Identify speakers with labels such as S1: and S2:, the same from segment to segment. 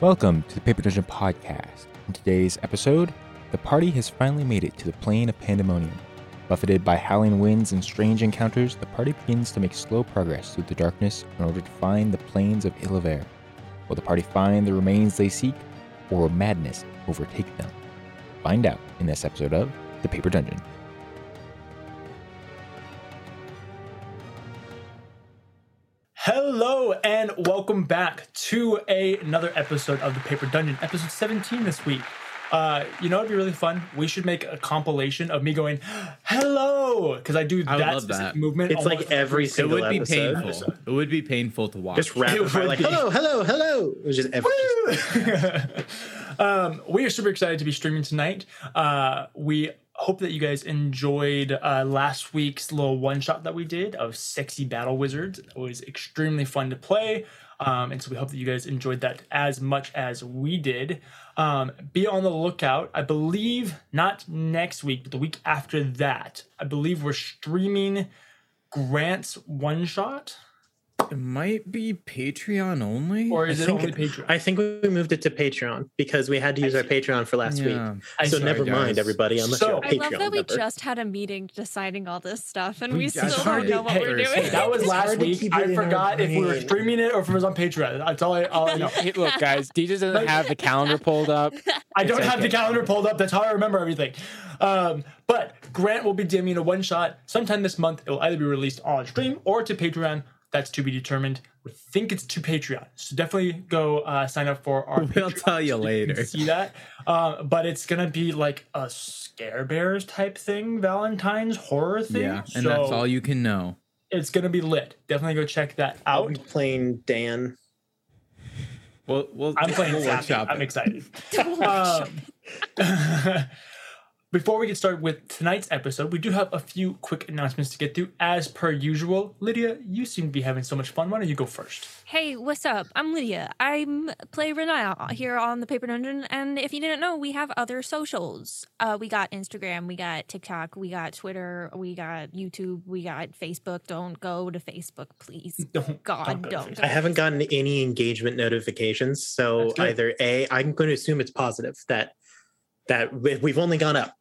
S1: Welcome to the Paper Dungeon Podcast. In today's episode, the party has finally made it to the plane of pandemonium. Buffeted by howling winds and strange encounters, the party begins to make slow progress through the darkness in order to find the plains of Illaver. Will the party find the remains they seek, or will madness overtake them? Find out in this episode of The Paper Dungeon.
S2: Hello and welcome back to a- another episode of the Paper Dungeon, episode 17 this week. Uh, you know it'd be really fun. We should make a compilation of me going, "Hello," because I do
S3: I would
S2: that
S3: love
S2: specific
S3: that.
S2: movement.
S4: It's like
S2: almost
S4: every
S3: It
S4: single
S3: would be
S4: episode.
S3: painful. It would be painful to watch.
S4: Just rapid
S2: It
S4: fire,
S2: would
S4: like
S2: be.
S4: hello, hello, hello. It was just every,
S2: um, we are super excited to be streaming tonight. Uh, we hope that you guys enjoyed uh, last week's little one shot that we did of Sexy Battle Wizards. It was extremely fun to play. Um, and so we hope that you guys enjoyed that as much as we did. Um, be on the lookout. I believe not next week, but the week after that, I believe we're streaming Grant's one shot.
S3: It might be Patreon only.
S2: Or is
S4: I
S2: it
S4: think-
S2: only Patreon?
S4: I think we moved it to Patreon because we had to use our Patreon for last
S3: Yeah.
S4: week.
S2: I-
S4: so
S2: sorry,
S4: never mind,
S3: guys.
S4: everybody. Unless
S2: So-
S4: you're a
S2: I
S5: I
S4: Patreon
S5: love that we
S4: member.
S5: just had a meeting deciding all this stuff, and
S3: We
S5: we,
S3: just
S5: still
S3: started.
S5: don't know what we're
S3: Hey,
S5: doing.
S2: That was
S4: It's
S2: last
S4: hard to
S2: week.
S4: keep it
S2: I
S4: in our
S2: forgot if we were
S4: brain.
S2: streaming it or if it was on Patreon. That's all I, all I know.
S6: Hey, look, guys, DJ doesn't have the calendar pulled up.
S2: I don't have the calendar pulled up. That's how I remember everything. Um, but Grant will be DMing a one shot sometime this month. It will either be released on stream or to Patreon. That's to be determined. We think it's to Patreon, so definitely go uh, sign up for our.
S3: We'll
S2: Patreon
S3: tell you
S2: so you can
S3: later.
S2: see that, uh, but it's gonna be like a scare bears type thing, Valentine's horror thing.
S3: yeah, and that's
S2: so
S3: all you can know.
S2: It's gonna be lit. Definitely go check that
S4: I'll
S2: out.
S4: be playing Dan.
S3: Well, well
S2: I'm playing
S3: we'll
S2: Zappy.
S3: workshop
S2: I'm
S3: it.
S2: excited. Um, Before we get started with tonight's episode, we do have a few quick announcements to get through. As per usual, Lydia, you seem to be having so much fun. Why don't you go first?
S5: Hey, what's up? I'm Lydia. I'm play Renaya here on the Paper Dungeon, and if you didn't know, we have other socials. Uh, we got Instagram, we got TikTok, we got Twitter, we got YouTube, we got Facebook. Don't go to Facebook, please.
S2: Don't-
S5: God,
S2: don't go to
S5: don't.
S2: Facebook.
S5: go
S4: I haven't gotten any engagement notifications, so
S2: That's good.
S4: either a, I'm going to assume it's positive that that we- we've only gone up.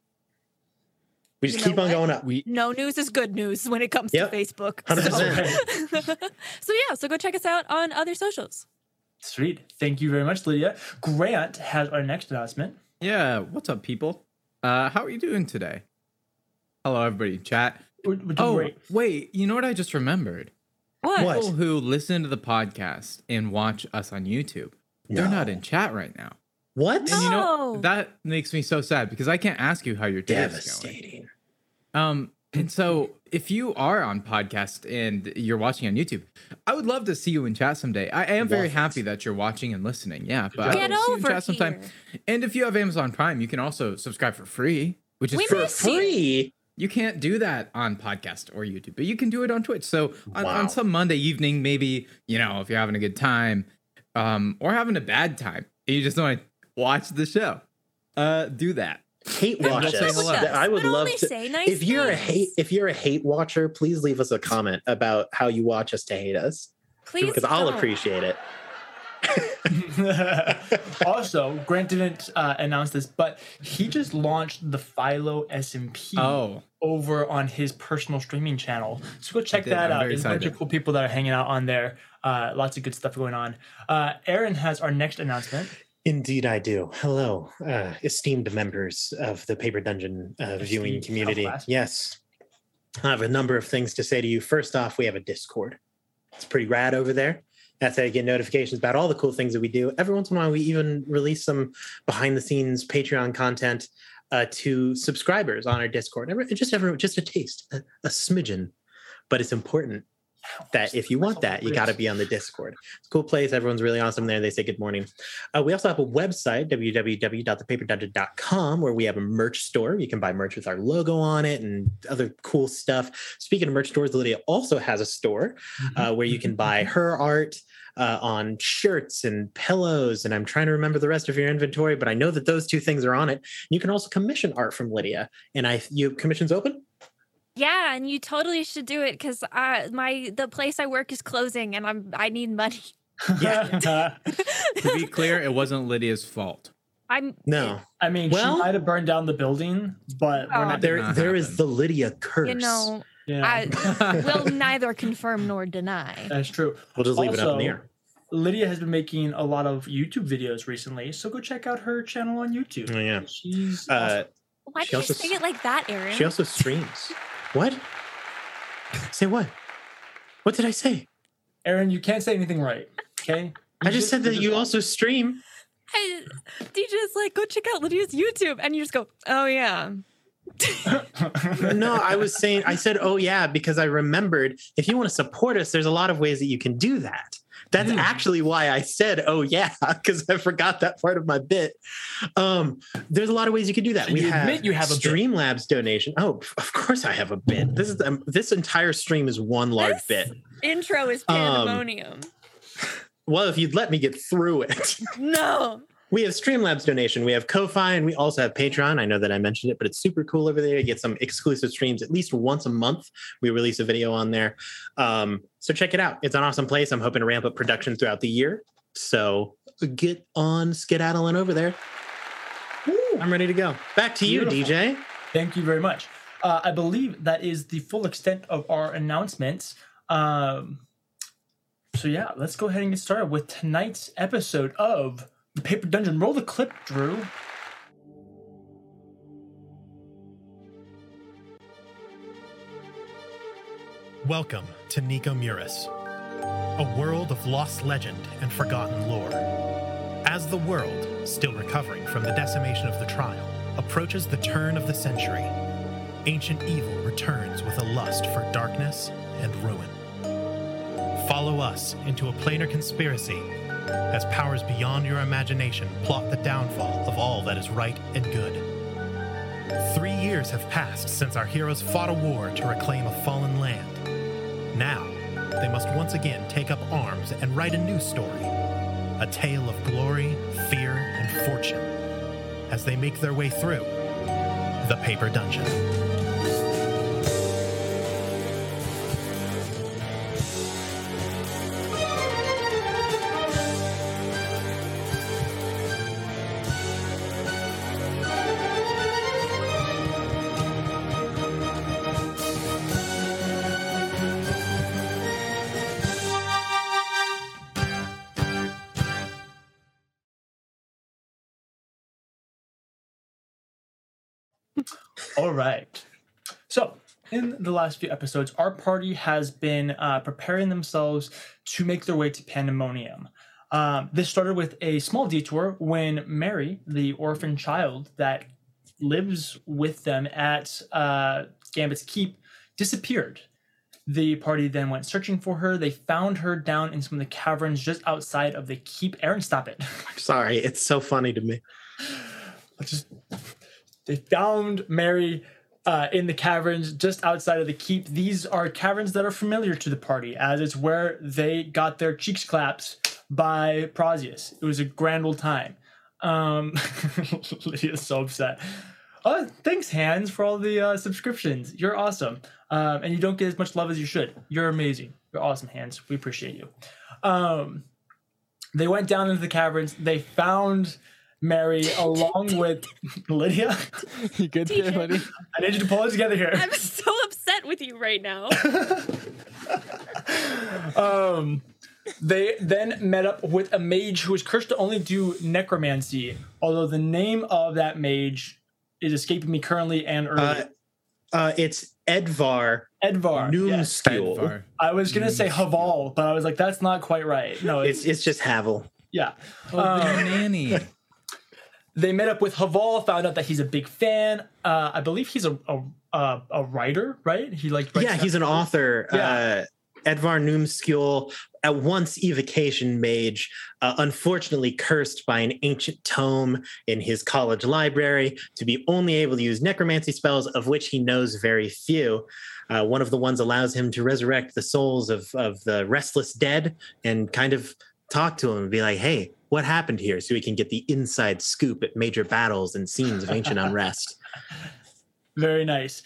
S4: We just
S5: You know
S4: keep on
S5: what?
S4: going up.
S6: We
S5: no news is good news when it comes
S4: Yep.
S5: to Facebook.
S4: 100%.
S5: So. so yeah, so go check us out on other socials.
S2: Sweet. Thank you very much, Lydia. Grant has our next announcement.
S3: Yeah, what's up, people? Uh, how are you doing today? Hello, everybody. Chat.
S2: We're, we're doing
S3: Oh,
S2: great.
S3: wait. You know what I just remembered?
S4: What?
S3: People who listen to the podcast and watch us on YouTube, they're
S4: No.
S3: not in chat right now.
S4: What?
S5: Ah.
S3: And you know
S5: No.
S3: that makes me so sad because I can't ask you how your day is going.
S4: Devastating.
S3: Um, and so if you are on podcast and you're watching on YouTube, I would love to see you in chat someday. I am very
S4: Love it.
S3: happy that you're watching and listening. Yeah, but
S5: Get
S3: I would love to see you in
S5: over
S3: chat sometime.
S5: here.
S3: And if you have Amazon Prime, you can also subscribe for free, which is
S5: We
S3: for,
S4: For
S5: miss you.
S4: free?
S3: you can't do that on podcast or YouTube, but you can do it on Twitch. So on,
S4: Wow.
S3: on some Monday evening, maybe you know if you're having a good time, um, or having a bad time, and you just want to watch the show, uh, do that.
S4: Hate
S3: Come
S4: watch
S3: say
S4: us.
S3: hello.
S4: That- I would
S5: But
S4: love
S5: only
S4: to.
S5: say nice
S4: if you're a hate
S5: things.
S4: if you're a hate watcher please leave us a comment about how you watch us to hate us
S5: please,
S4: because i'll
S5: don't.
S4: appreciate it
S2: also, Grant didn't uh, announce this, but he just launched the Philo SMP
S3: Oh,
S2: over on his personal streaming channel. So go check
S3: did.
S2: that
S3: I'm
S2: out.
S3: very
S2: There's a bunch of
S3: excited.
S2: cool people that are hanging out on there. Uh, lots of good stuff going on. Uh, Aaron has our next announcement.
S4: indeed i do hello uh, esteemed members of the paper dungeon uh, viewing
S2: Esteemed
S4: community
S2: outclassed.
S4: yes i have a number of things to say to you first off we have a discord it's pretty rad over there that's how you get notifications about all the cool things that we do every once in a while we even release some behind the scenes patreon content uh, to subscribers on our discord Every- just every, just a taste a, a smidgen but it's important that if you want that, you got to be on the Discord. It's a cool place. Everyone's really awesome there. They say good morning. Uh, we also have a website, www.thepaperdungeon.com, where we have a merch store. You can buy merch with our logo on it and other cool stuff. Speaking of merch stores, Lydia also has a store
S3: Mm-hmm.
S4: uh, where you can buy her art. Uh, on shirts and pillows, and I'm trying to remember the rest of your inventory, but I know that those two things are on it. You can also commission art from Lydia, and I you commissions open.
S5: Yeah, and you totally should do it because uh, my the place I work is closing, and I'm I need money.
S2: Yeah.
S3: To be clear, it wasn't Lydia's fault.
S5: I'm
S4: No,
S2: I mean,
S4: Well-
S2: she might have burned down the building, but we're
S5: Oh.
S2: not.
S4: there
S3: not
S4: there is
S3: happen.
S4: the Lydia curse.
S5: you know
S2: Yeah,
S5: I will neither confirm nor deny.
S2: that's true.
S4: we'll just leave it up in the
S2: Also,
S4: air.
S2: Lydia has been making a lot of YouTube videos recently, so go check out her channel on YouTube.
S4: Oh, yeah.
S2: she's
S4: Uh,
S5: Why
S4: she
S5: do you
S4: also
S5: say
S4: s-
S5: it like that, Aaron?
S4: she also streams. What? Say what? What did I say?
S2: Aaron. You can't say anything right. Okay, You
S4: I just said that
S2: did
S4: you
S2: it.
S4: also stream.
S5: I, DJ's like, go check out Lydia's YouTube, and you just go, oh yeah.
S4: No, I was saying, I said, oh, yeah, because I remembered if you want to support us, there's a lot of ways that you can do that. That's
S2: Hmm.
S4: actually why I said, oh, yeah, because I forgot that part of my bit. Um, there's a lot of ways you can do that.
S2: So
S4: we
S2: you
S4: have,
S2: admit you have a bit.
S4: Streamlabs donation. Oh, of course I have a bit. This is um, this entire stream is one large
S5: This?
S4: bit.
S5: Intro is
S4: Um,
S5: pandemonium.
S4: Well, if you'd let me get through it.
S5: no.
S4: We have Streamlabs donation, we have Ko-fi, and we also have Patreon. I know that I mentioned it, but it's super cool over there. You get some exclusive streams at least once a month. We release a video on there. Um, so check it out. It's an awesome place. I'm hoping to ramp up production throughout the year. So get on skedaddling over there.
S2: Woo.
S4: I'm ready to go. Back to you,
S2: Beautiful.
S4: DJ.
S2: Thank you very much. Uh, I believe that is the full extent of our announcements. Um, so yeah, let's go ahead and get started with tonight's episode of the Paper Dungeon. Roll the clip, Drew.
S7: Welcome to Nico Muris, a world of lost legend and forgotten lore. As the world, still recovering from the decimation of the trial, approaches the turn of the century, ancient evil returns with a lust for darkness and ruin. Follow us into a planar conspiracy as powers beyond your imagination plot the downfall of all that is right and good. Three years have passed since our heroes fought a war to reclaim a fallen land. Now, they must once again take up arms and write a new story a tale of glory, fear, and fortune as they make their way through the Paper Dungeon.
S2: All right. So, in the last few episodes, our party has been uh, preparing themselves to make their way to Pandemonium. Um, this started with a small detour when Mary, the orphan child that lives with them at uh, Gambit's Keep, disappeared. The party then went searching for her. They found her down in some of the caverns just outside of the keep. Aaron, stop it.
S4: I'm sorry, it's so funny to me.
S2: I just they found Mary uh, in the caverns just outside of the keep. These are caverns that are familiar to the party, as it's where they got their cheeks claps by Prozius. It was a grand old time. Um, Lydia's so upset. Oh, thanks, Hans, for all the uh, subscriptions. You're awesome, um, and you don't get as much love as you should. You're amazing. You're awesome, Hans. We appreciate you. Um, they went down into the caverns. They found Mary along with Lydia.
S6: You good there,
S5: DJ.
S6: buddy?
S2: I need you to pull it together here.
S5: I'm so upset with you right now.
S2: Um, they then met up with a mage who was cursed to only do necromancy, although the name of that mage is escaping me currently and
S4: Uh,
S2: earlier.
S4: uh, it's Edvar
S2: Edvar. yes.
S4: Noomskill.
S3: Far.
S2: I was gonna say
S3: Noomskill.
S2: Haval, but I was like, that's not quite right. No, it's
S4: It's it's just Havel.
S2: yeah.
S3: Oh,
S4: Um,
S3: the nanny.
S2: they met up with Haval, found out that he's a big fan. Uh, I believe he's a a, a, a writer, right? He like writes
S4: yeah, he's an author.
S2: Yeah.
S4: Uh, Edvar Noomskill, at once evocation mage, uh, unfortunately cursed by an ancient tome in his college library to be only able to use necromancy spells, of which he knows very few. Uh, one of the ones allows him to resurrect the souls of, of the restless dead and kind of talk to him and be like, hey, what happened here? So he can get the inside scoop at major battles and scenes of ancient unrest.
S2: Very nice.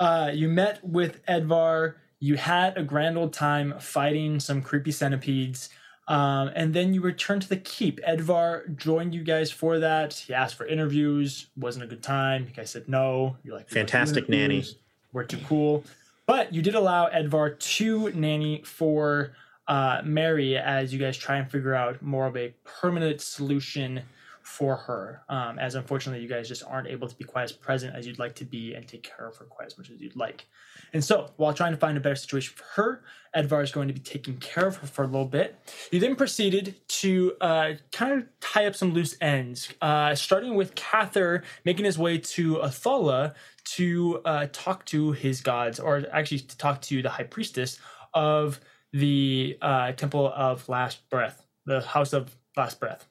S2: Uh, you met with Edvar. You had a grand old time fighting some creepy centipedes. Um, and then you return to the keep. Edvar joined you guys for that. He asked for interviews. Wasn't a good time. You guys said no. You're like, "We don't do
S4: Fantastic nanny.
S2: interviews. We're too cool. But you did allow Edvar to nanny for uh, Mary as you guys try and figure out more of a permanent solution for her. Um, as unfortunately, you guys just aren't able to be quite as present as you'd like to be and take care of her quite as much as you'd like. And so, while trying to find a better situation for her, Edvar is going to be taking care of her for a little bit. You then proceeded to uh, kind of tie up some loose ends, uh, starting with Cather making his way to Athala to uh, talk to his gods, or actually to talk to the high priestess of the uh, Temple of Last Breath, the House of Last Breath.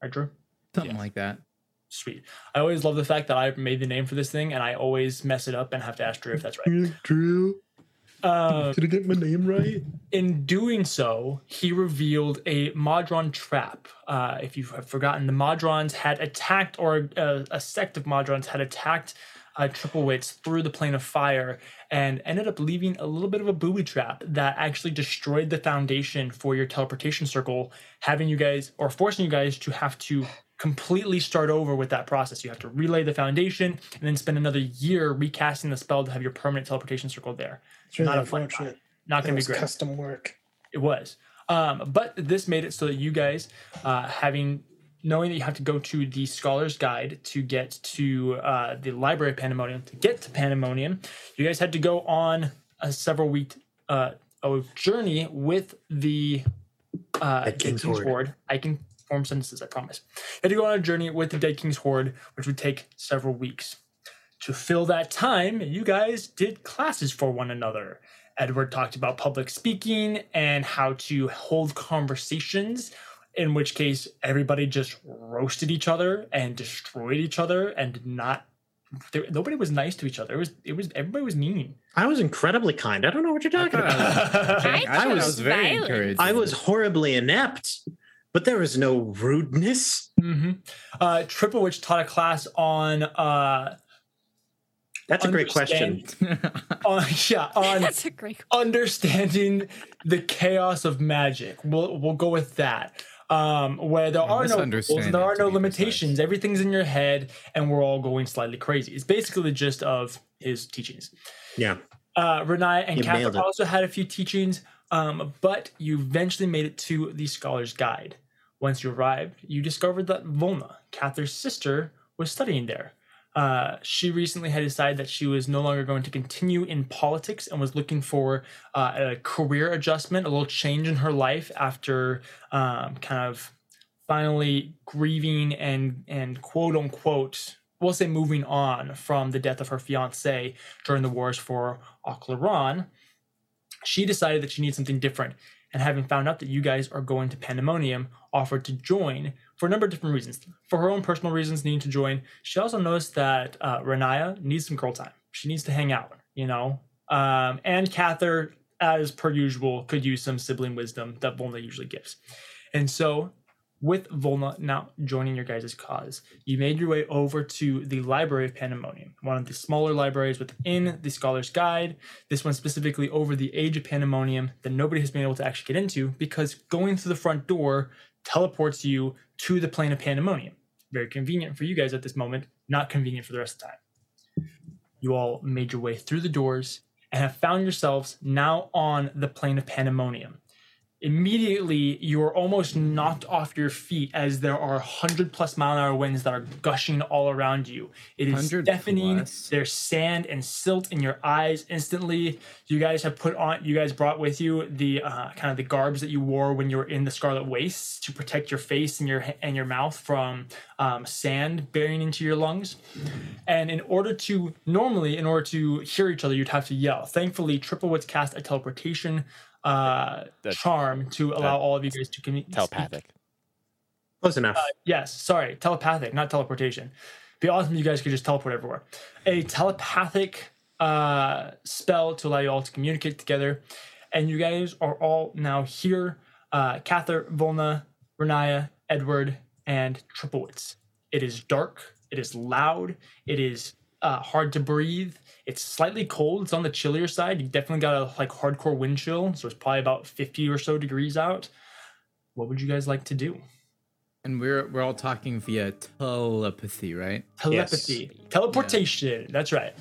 S2: Right, Drew?
S3: Something like that.
S2: Sweet. I always love the fact that I made the name for this thing and I always mess it up and have to ask Drew if that's right.
S4: Drew,
S2: Uh,
S4: did I get my name right?
S2: in doing so, he revealed a Modron trap. Uh, if you have forgotten, the Modrons had attacked, or uh, a sect of Modrons had attacked uh, Triple Wits through the plane of fire and ended up leaving a little bit of a booby trap that actually destroyed the foundation for your teleportation circle, having you guys, or forcing you guys to have to completely start over with that process. You have to relay the foundation and then spend another year recasting the spell to have your permanent teleportation circle there.
S4: It's really
S2: Not a fun
S4: unfortunate.
S2: Not
S4: It
S2: going to
S4: was
S2: be great.
S4: custom work.
S2: It was. Um, but this made it so that you guys, uh, having knowing that you have to go to the Scholar's Guide to get to uh, the Library of Pandemonium, to get to Pandemonium, you guys had to go on a several week uh, a journey with the uh, Dead
S4: King's
S2: King's
S4: Horde.
S2: Horde. I can form sentences, I promise. You had to go on a journey with the Dead King's Horde, which would take several weeks. To fill that time, you guys did classes for one another. Edward talked about public speaking and how to hold conversations, in which case everybody just roasted each other and destroyed each other and did not. There, nobody was nice to each other. It was it was everybody was mean.
S4: I was incredibly kind. I don't know what you're talking
S3: thought I
S4: about.
S2: Mm-hmm.
S5: I
S3: I,
S5: thought it
S3: was,
S5: was
S3: very
S5: violent.
S3: encouraged.
S4: I was horribly inept, but there was no rudeness.
S2: hmm Uh, Triple Witch taught a class on uh,
S4: That's a great question.
S2: on yeah on
S5: That's a great.
S2: understanding the chaos of magic. We'll we'll go with that. Um, where there
S3: Or
S2: are no rules,
S3: misunderstanding,
S2: there are
S3: to
S2: no
S3: be precise.
S2: limitations. Everything's in your head, and we're all going slightly crazy. It's basically the gist of his teachings
S4: Yeah.
S2: uh, Renai and
S4: You nailed
S2: Catherine
S4: it.
S2: also had a few teachings, um, but you eventually made it to the Scholar's Guide. Once you arrived, you discovered that Volna, Catherine's sister, was studying there. Uh, she recently had decided that she was no longer going to continue in politics and was looking for uh, a career adjustment, a little change in her life after um, kind of finally grieving and and quote unquote we'll say moving on from the death of her fiance during the wars for Ocleron, she decided that she needs something different. And having found out that you guys are going to Pandemonium, offered to join for a number of different reasons. For her own personal reasons, needing to join, she also noticed that uh, Renaya needs some girl time. She needs to hang out, you know. Um, and Cather, as per usual, could use some sibling wisdom that Volna usually gives. And so with Volna now joining your guys' cause, you made your way over to the Library of Pandemonium, one of the smaller libraries within the Scholar's Guide. This one specifically over the Age of Pandemonium that nobody has been able to actually get into because going through the front door teleports you to the plane of Pandemonium. Very convenient for you guys at this moment, not convenient for the rest of the time. You all made your way through the doors and have found yourselves now on the plane of Pandemonium immediately you're almost knocked off your feet as there are 100 plus mile an hour winds that are gushing all around you it is
S3: 100
S2: deafening
S3: plus?
S2: there's sand and silt in your eyes instantly you guys have put on you guys brought with you the uh, kind of the garbs that you wore when you were in the scarlet wastes to protect your face and your and your mouth from um, sand burying into your lungs and in order to normally, in order to hear each other, you'd have to yell. Thankfully, Triplewitz cast a teleportation uh,
S6: That-
S2: charm to allow all of you guys to communicate.
S6: Telepathic.
S4: Close enough.
S2: Yes, sorry, telepathic, not teleportation. Be awesome if you guys could just teleport everywhere. A telepathic uh, spell to allow you all to communicate together, and you guys are all now here. Uh, Cather, Volna, Renaya, Edward, and Triplewitz. It is dark. It is loud. It is uh, hard to breathe. It's slightly cold. It's on the chillier side. You definitely got a like hardcore wind chill, so it's probably about fifty or so degrees out What would you guys like to do?
S3: And we're we're all talking via telepathy, right?
S2: Telepathy, teleportation. That's right.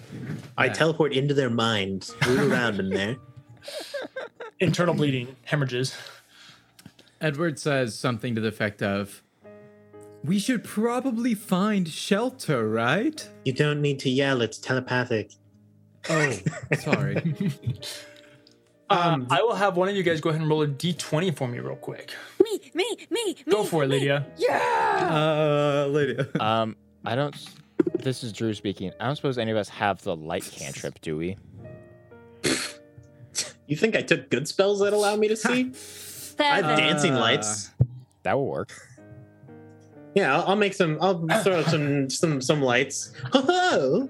S4: I
S3: Yeah.
S4: teleport into their minds, root around in there.
S2: Internal bleeding, hemorrhages.
S3: Edward says something to the effect of, "We should probably find shelter, right?"
S4: You don't need to yell, it's telepathic.
S3: Oh, sorry.
S2: Um, I will have one of you guys go ahead and roll a d20 for me real quick.
S5: Me, me, me, me.
S2: Go for it, Lydia.
S3: uh, Lydia.
S6: Um, I don't. s- This is Drew speaking. I don't suppose any of us have the light cantrip, do we?
S4: You think I took good spells that allow me to see? I have
S5: Seven.
S4: dancing
S3: Uh,
S4: lights.
S6: That will work.
S4: Yeah, I'll, I'll make some. I'll throw up some some some lights. Ho-ho!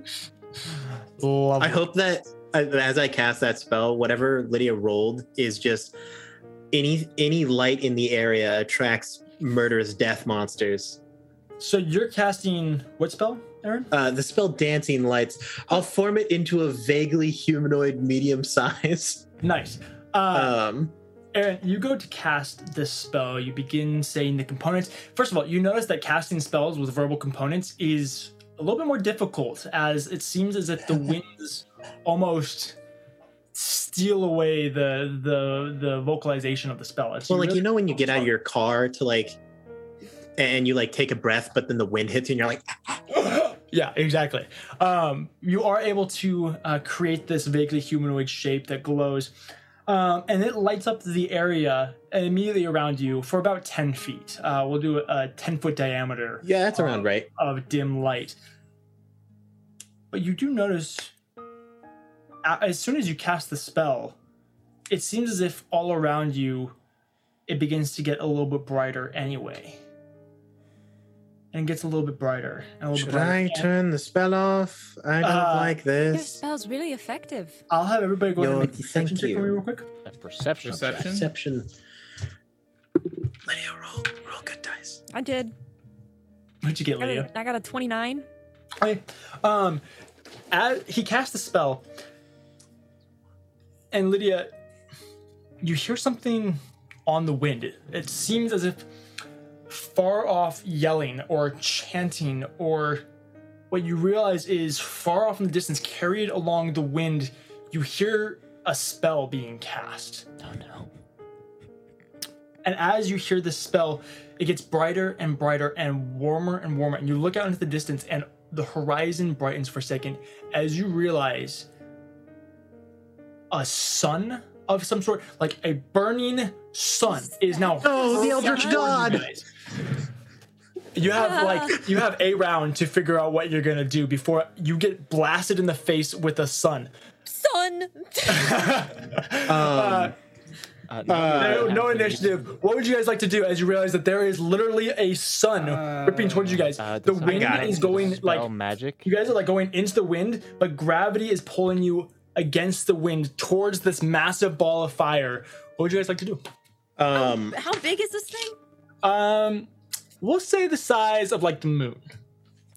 S2: Love
S4: I hope that uh, as I cast that spell, whatever Lydia rolled is just any any light in the area attracts murderous death monsters.
S2: So you're casting what spell, Aaron?
S4: Uh, the spell dancing lights. I'll form it into a vaguely humanoid medium size.
S2: Nice. Uh,
S4: Um,
S2: Aaron, you go to cast this spell. You begin saying the components. First of all, you notice that casting spells with verbal components is a little bit more difficult, as it seems as if the winds almost steal away the the the vocalization of the spell. It's
S4: well, like
S2: really-
S4: you know when you get out of your car to like, and you like take a breath, but then the wind hits you, and you're like,
S2: yeah, exactly. Um, you are able to uh, create this vaguely humanoid shape that glows, um, and it lights up the area immediately around you for about 10 feet. Uh, we'll do a 10 foot diameter
S4: yeah, that's around right.
S3: Uh,
S2: of dim light. But you do notice, a- as soon as you cast the spell, it seems as if all around you, it begins to get a little bit brighter anyway. And gets a little bit brighter. And a little bit
S4: Should
S2: brighter.
S4: I turn the spell off? I don't
S2: Uh,
S4: like
S5: Your
S4: this.
S5: spell's really effective.
S2: I'll have everybody go ahead and
S4: No,
S2: make a perception
S4: thank
S2: check for me
S4: you.
S2: real quick.
S6: That's perception. check.
S3: Perception?
S4: Perception. Lydia, roll, roll good dice.
S5: I did.
S2: What'd you get,
S5: I got
S2: Lydia?
S5: a, I got a 29.
S2: Okay. Um, as he cast the spell, and Lydia, you hear something on the wind. It, it seems as if far off yelling or chanting, or what you realize is far off in the distance, carried along the wind, you hear a spell being cast.
S6: Oh no.
S2: And as you hear this spell, it gets brighter and brighter and warmer and warmer. And you look out into the distance, and the horizon brightens for a second as you realize a sun of some sort, like a burning sun, is now.
S4: Oh, the Eldritch
S2: before you
S4: God.
S2: guys. You have like you have a round to figure out what you're gonna do before you get blasted in the face with a sun.
S5: Son.
S2: Uh,
S6: Uh, no,
S2: no, no initiative. What would you guys like to do as you realize that there is literally a sun ripping towards you guys?
S6: Uh,
S2: the
S6: does
S2: wind
S6: someone
S2: is
S6: have
S2: going
S6: spell
S2: like
S6: magic.
S2: you guys are like going into the wind, but gravity is pulling you against the wind towards this massive ball of fire. What would you guys like to do?
S4: Um,
S5: How big is this thing?
S2: Um, we'll say the size of like the moon.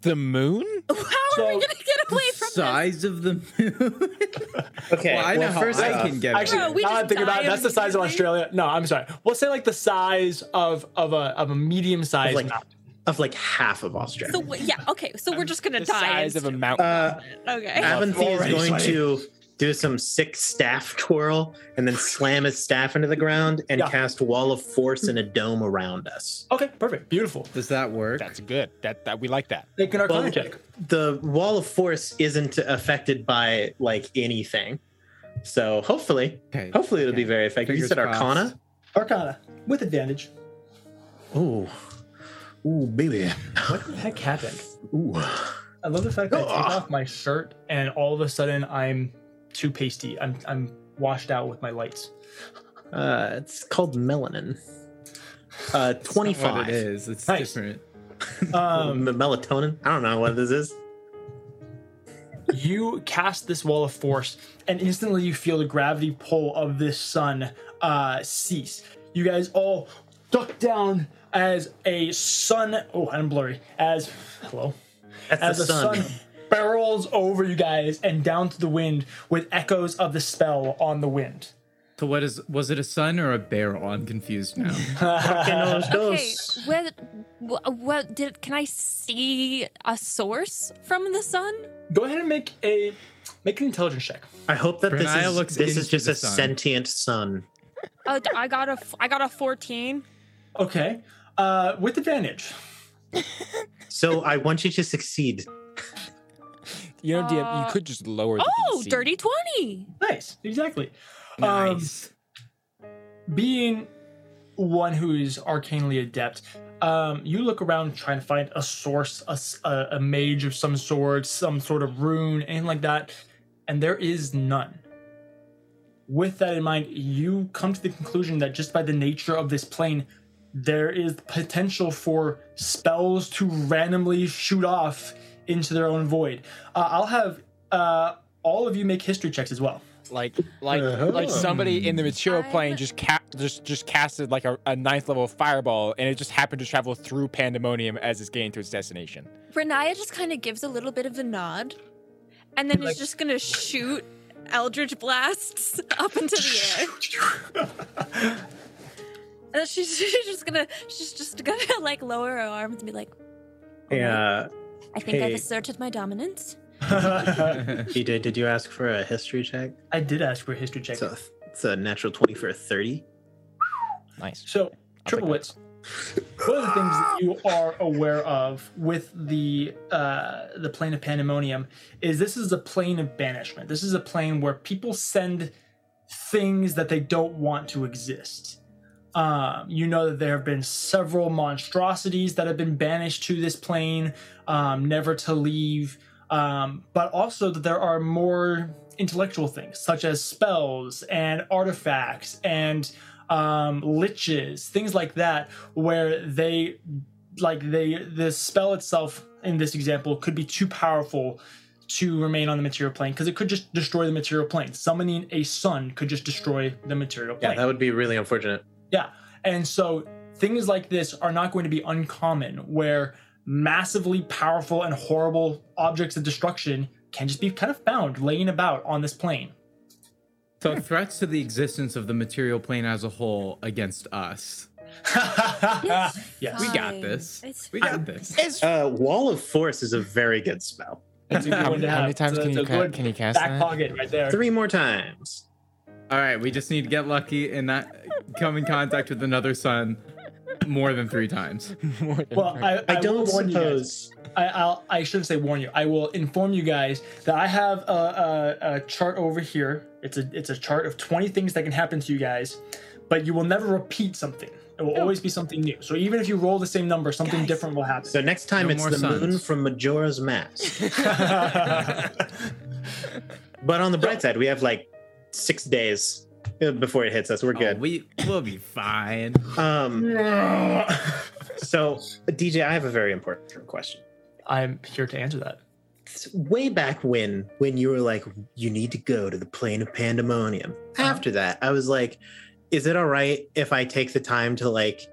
S6: The moon?
S5: How are we
S2: So-
S5: going to get away from this?
S3: Size of the moon.
S4: okay,
S3: well, I know
S4: well,
S3: how
S4: first
S3: I
S4: off-
S3: can get.
S2: Actually,
S5: Bro,
S3: Actually,
S5: we
S2: now that I
S5: just
S2: think about it,
S5: died
S2: that's the size of
S5: immediately.
S2: Australia. No, I'm sorry. We'll say like the size of of a of a medium sized
S4: Like-
S2: mountain.
S4: of like half of Australia.
S5: So, w- yeah, okay, so we're just going to
S6: Um, The
S5: die.
S6: size of a
S5: instead.
S6: mountain.
S4: uh,
S5: okay.
S4: Aventhy is
S2: Already
S4: going
S2: slaying.
S4: to do some sick staff twirl and then slam his staff into the ground and
S2: Yeah.
S4: cast wall of force and a dome around us.
S2: Okay, perfect, beautiful.
S3: does that work?
S6: That's good. That that we like that.
S2: Make an
S4: Well,
S2: arcana check.
S4: the wall of force isn't affected by like anything. So hopefully,
S3: Okay.
S4: hopefully it'll be
S3: Okay.
S4: very effective. you
S3: Fingers
S4: said
S3: crossed.
S4: Arcana.
S2: Arcana with advantage.
S4: Ooh. Ooh, baby.
S2: What the heck happened?
S4: Ooh.
S2: I love the fact that I
S4: Ugh.
S2: take off my shirt and all of a sudden I'm too pasty. I'm I'm washed out with my lights.
S4: Uh, it's called melanin. Uh,
S3: That's not What it
S4: 25.
S3: is. It's
S2: Nice.
S3: different.
S2: Um,
S4: M- melatonin. I don't know what this is.
S2: you cast this wall of force, and instantly you feel the gravity pull of this sun uh, cease. You guys all duck down as a sun. Oh, I'm blurry. As hello.
S4: That's
S2: as
S4: the
S2: the
S4: sun.
S2: sun. barrels over you guys and down to the wind with echoes of the spell on the wind.
S3: So what is was it a sun or a barrel? I'm confused now.
S5: Okay, what, what, what did can I see a source from the sun?
S2: Go ahead and make a make an intelligence check.
S4: I hope that this
S3: Brenaya
S4: is,
S3: looks
S4: this is
S3: into
S4: just
S3: the
S4: a
S3: sun.
S4: sentient sun.
S5: Uh, d- I got a f- I got a fourteen.
S2: Okay, uh, with advantage.
S4: So I want you to succeed.
S1: You know, DM,
S5: Uh,
S1: you could just lower the
S5: Oh,
S1: DC.
S5: dirty twenty.
S2: Nice, exactly. Um,
S3: nice.
S2: being one who is arcanely adept, um, you look around trying to find a source, a, s- a- a mage of some sort, some sort of rune, anything like that, and there is none. With that in mind, you come to the conclusion that just by the nature of this plane, there is potential for spells to randomly shoot off into their own void. Uh, I'll have uh, all of you make history checks as well.
S1: like like
S4: Uh-huh.
S1: like somebody in the material plane
S5: I'm-
S1: just ca- just just casted like a, a ninth level fireball and it just happened to travel through pandemonium as it's getting to its destination
S5: Renaya just kind of gives a little bit of a nod, and then
S2: Like-
S5: is just gonna shoot eldritch blasts up into the air. And then she's, she's just gonna she's just gonna like lower her arms and be like,
S4: Yeah.
S5: I think I've
S4: Hey.
S5: asserted my dominance.
S4: DJ, E did you ask for a history check?
S2: I did ask for a history check.
S4: It's a, it's a natural 20 for a 30.
S1: nice
S2: So, triple
S1: that.
S2: wits. One of the things that you are aware of with the uh, the plane of pandemonium is this is a plane of banishment. This is a plane where people send things that they don't want to exist. Um, you know that there have been several monstrosities that have been banished to this plane, um, never to leave. Um, but also that there are more intellectual things, such as spells and artifacts and um, liches, things like that, where they like they the spell itself in this example could be too powerful to remain on the material plane because it could just destroy the material plane. Summoning a sun could just destroy the material plane.
S4: Yeah, that would be really unfortunate.
S2: And so things like this are not going to be uncommon where massively powerful and horrible objects of destruction can just be kind of found laying about on this plane.
S3: so threats to the existence of the material plane as a whole against us.
S2: yes.
S3: Ah, We got
S5: Fine.
S3: this.
S5: It's
S3: We got this.
S4: Uh, Wall of Force is a very good spell.
S2: That's a good
S1: how,
S2: one to
S1: how
S2: have.
S1: many times
S2: It's a-
S1: can
S2: it's
S1: you
S2: a
S1: ca-
S2: good
S1: can you cast
S2: back
S1: that
S2: pocket right there.
S4: Three more times.
S3: All right, we just need to get lucky and not come in contact with another sun more than three times.
S1: More than
S2: Well,
S1: three.
S2: I, I,
S4: I don't
S2: will warn you guys.
S4: suppose.
S2: I, I'll, I shouldn't say warn you. I will inform you guys that I have a, a, a chart over here. It's a it's a chart of 20 things that can happen to you guys, but you will never repeat something. It will always be something new. So even if you roll the same number, something
S5: Guys.
S2: different will happen.
S4: So next time
S3: No
S4: it's
S3: more
S4: the
S3: suns.
S4: moon from Majora's Mask.
S3: Oh,
S4: But on the bright side, we have like six days uh, before it hits us. We're
S3: Oh,
S4: good.
S3: we will be fine.
S4: Um, so, DJ, I have a very important question.
S2: I'm here to answer that.
S4: way back when when you were like you need to go to the plane of pandemonium
S2: Uh-huh.
S4: after that i was like is it all right if i take the time to like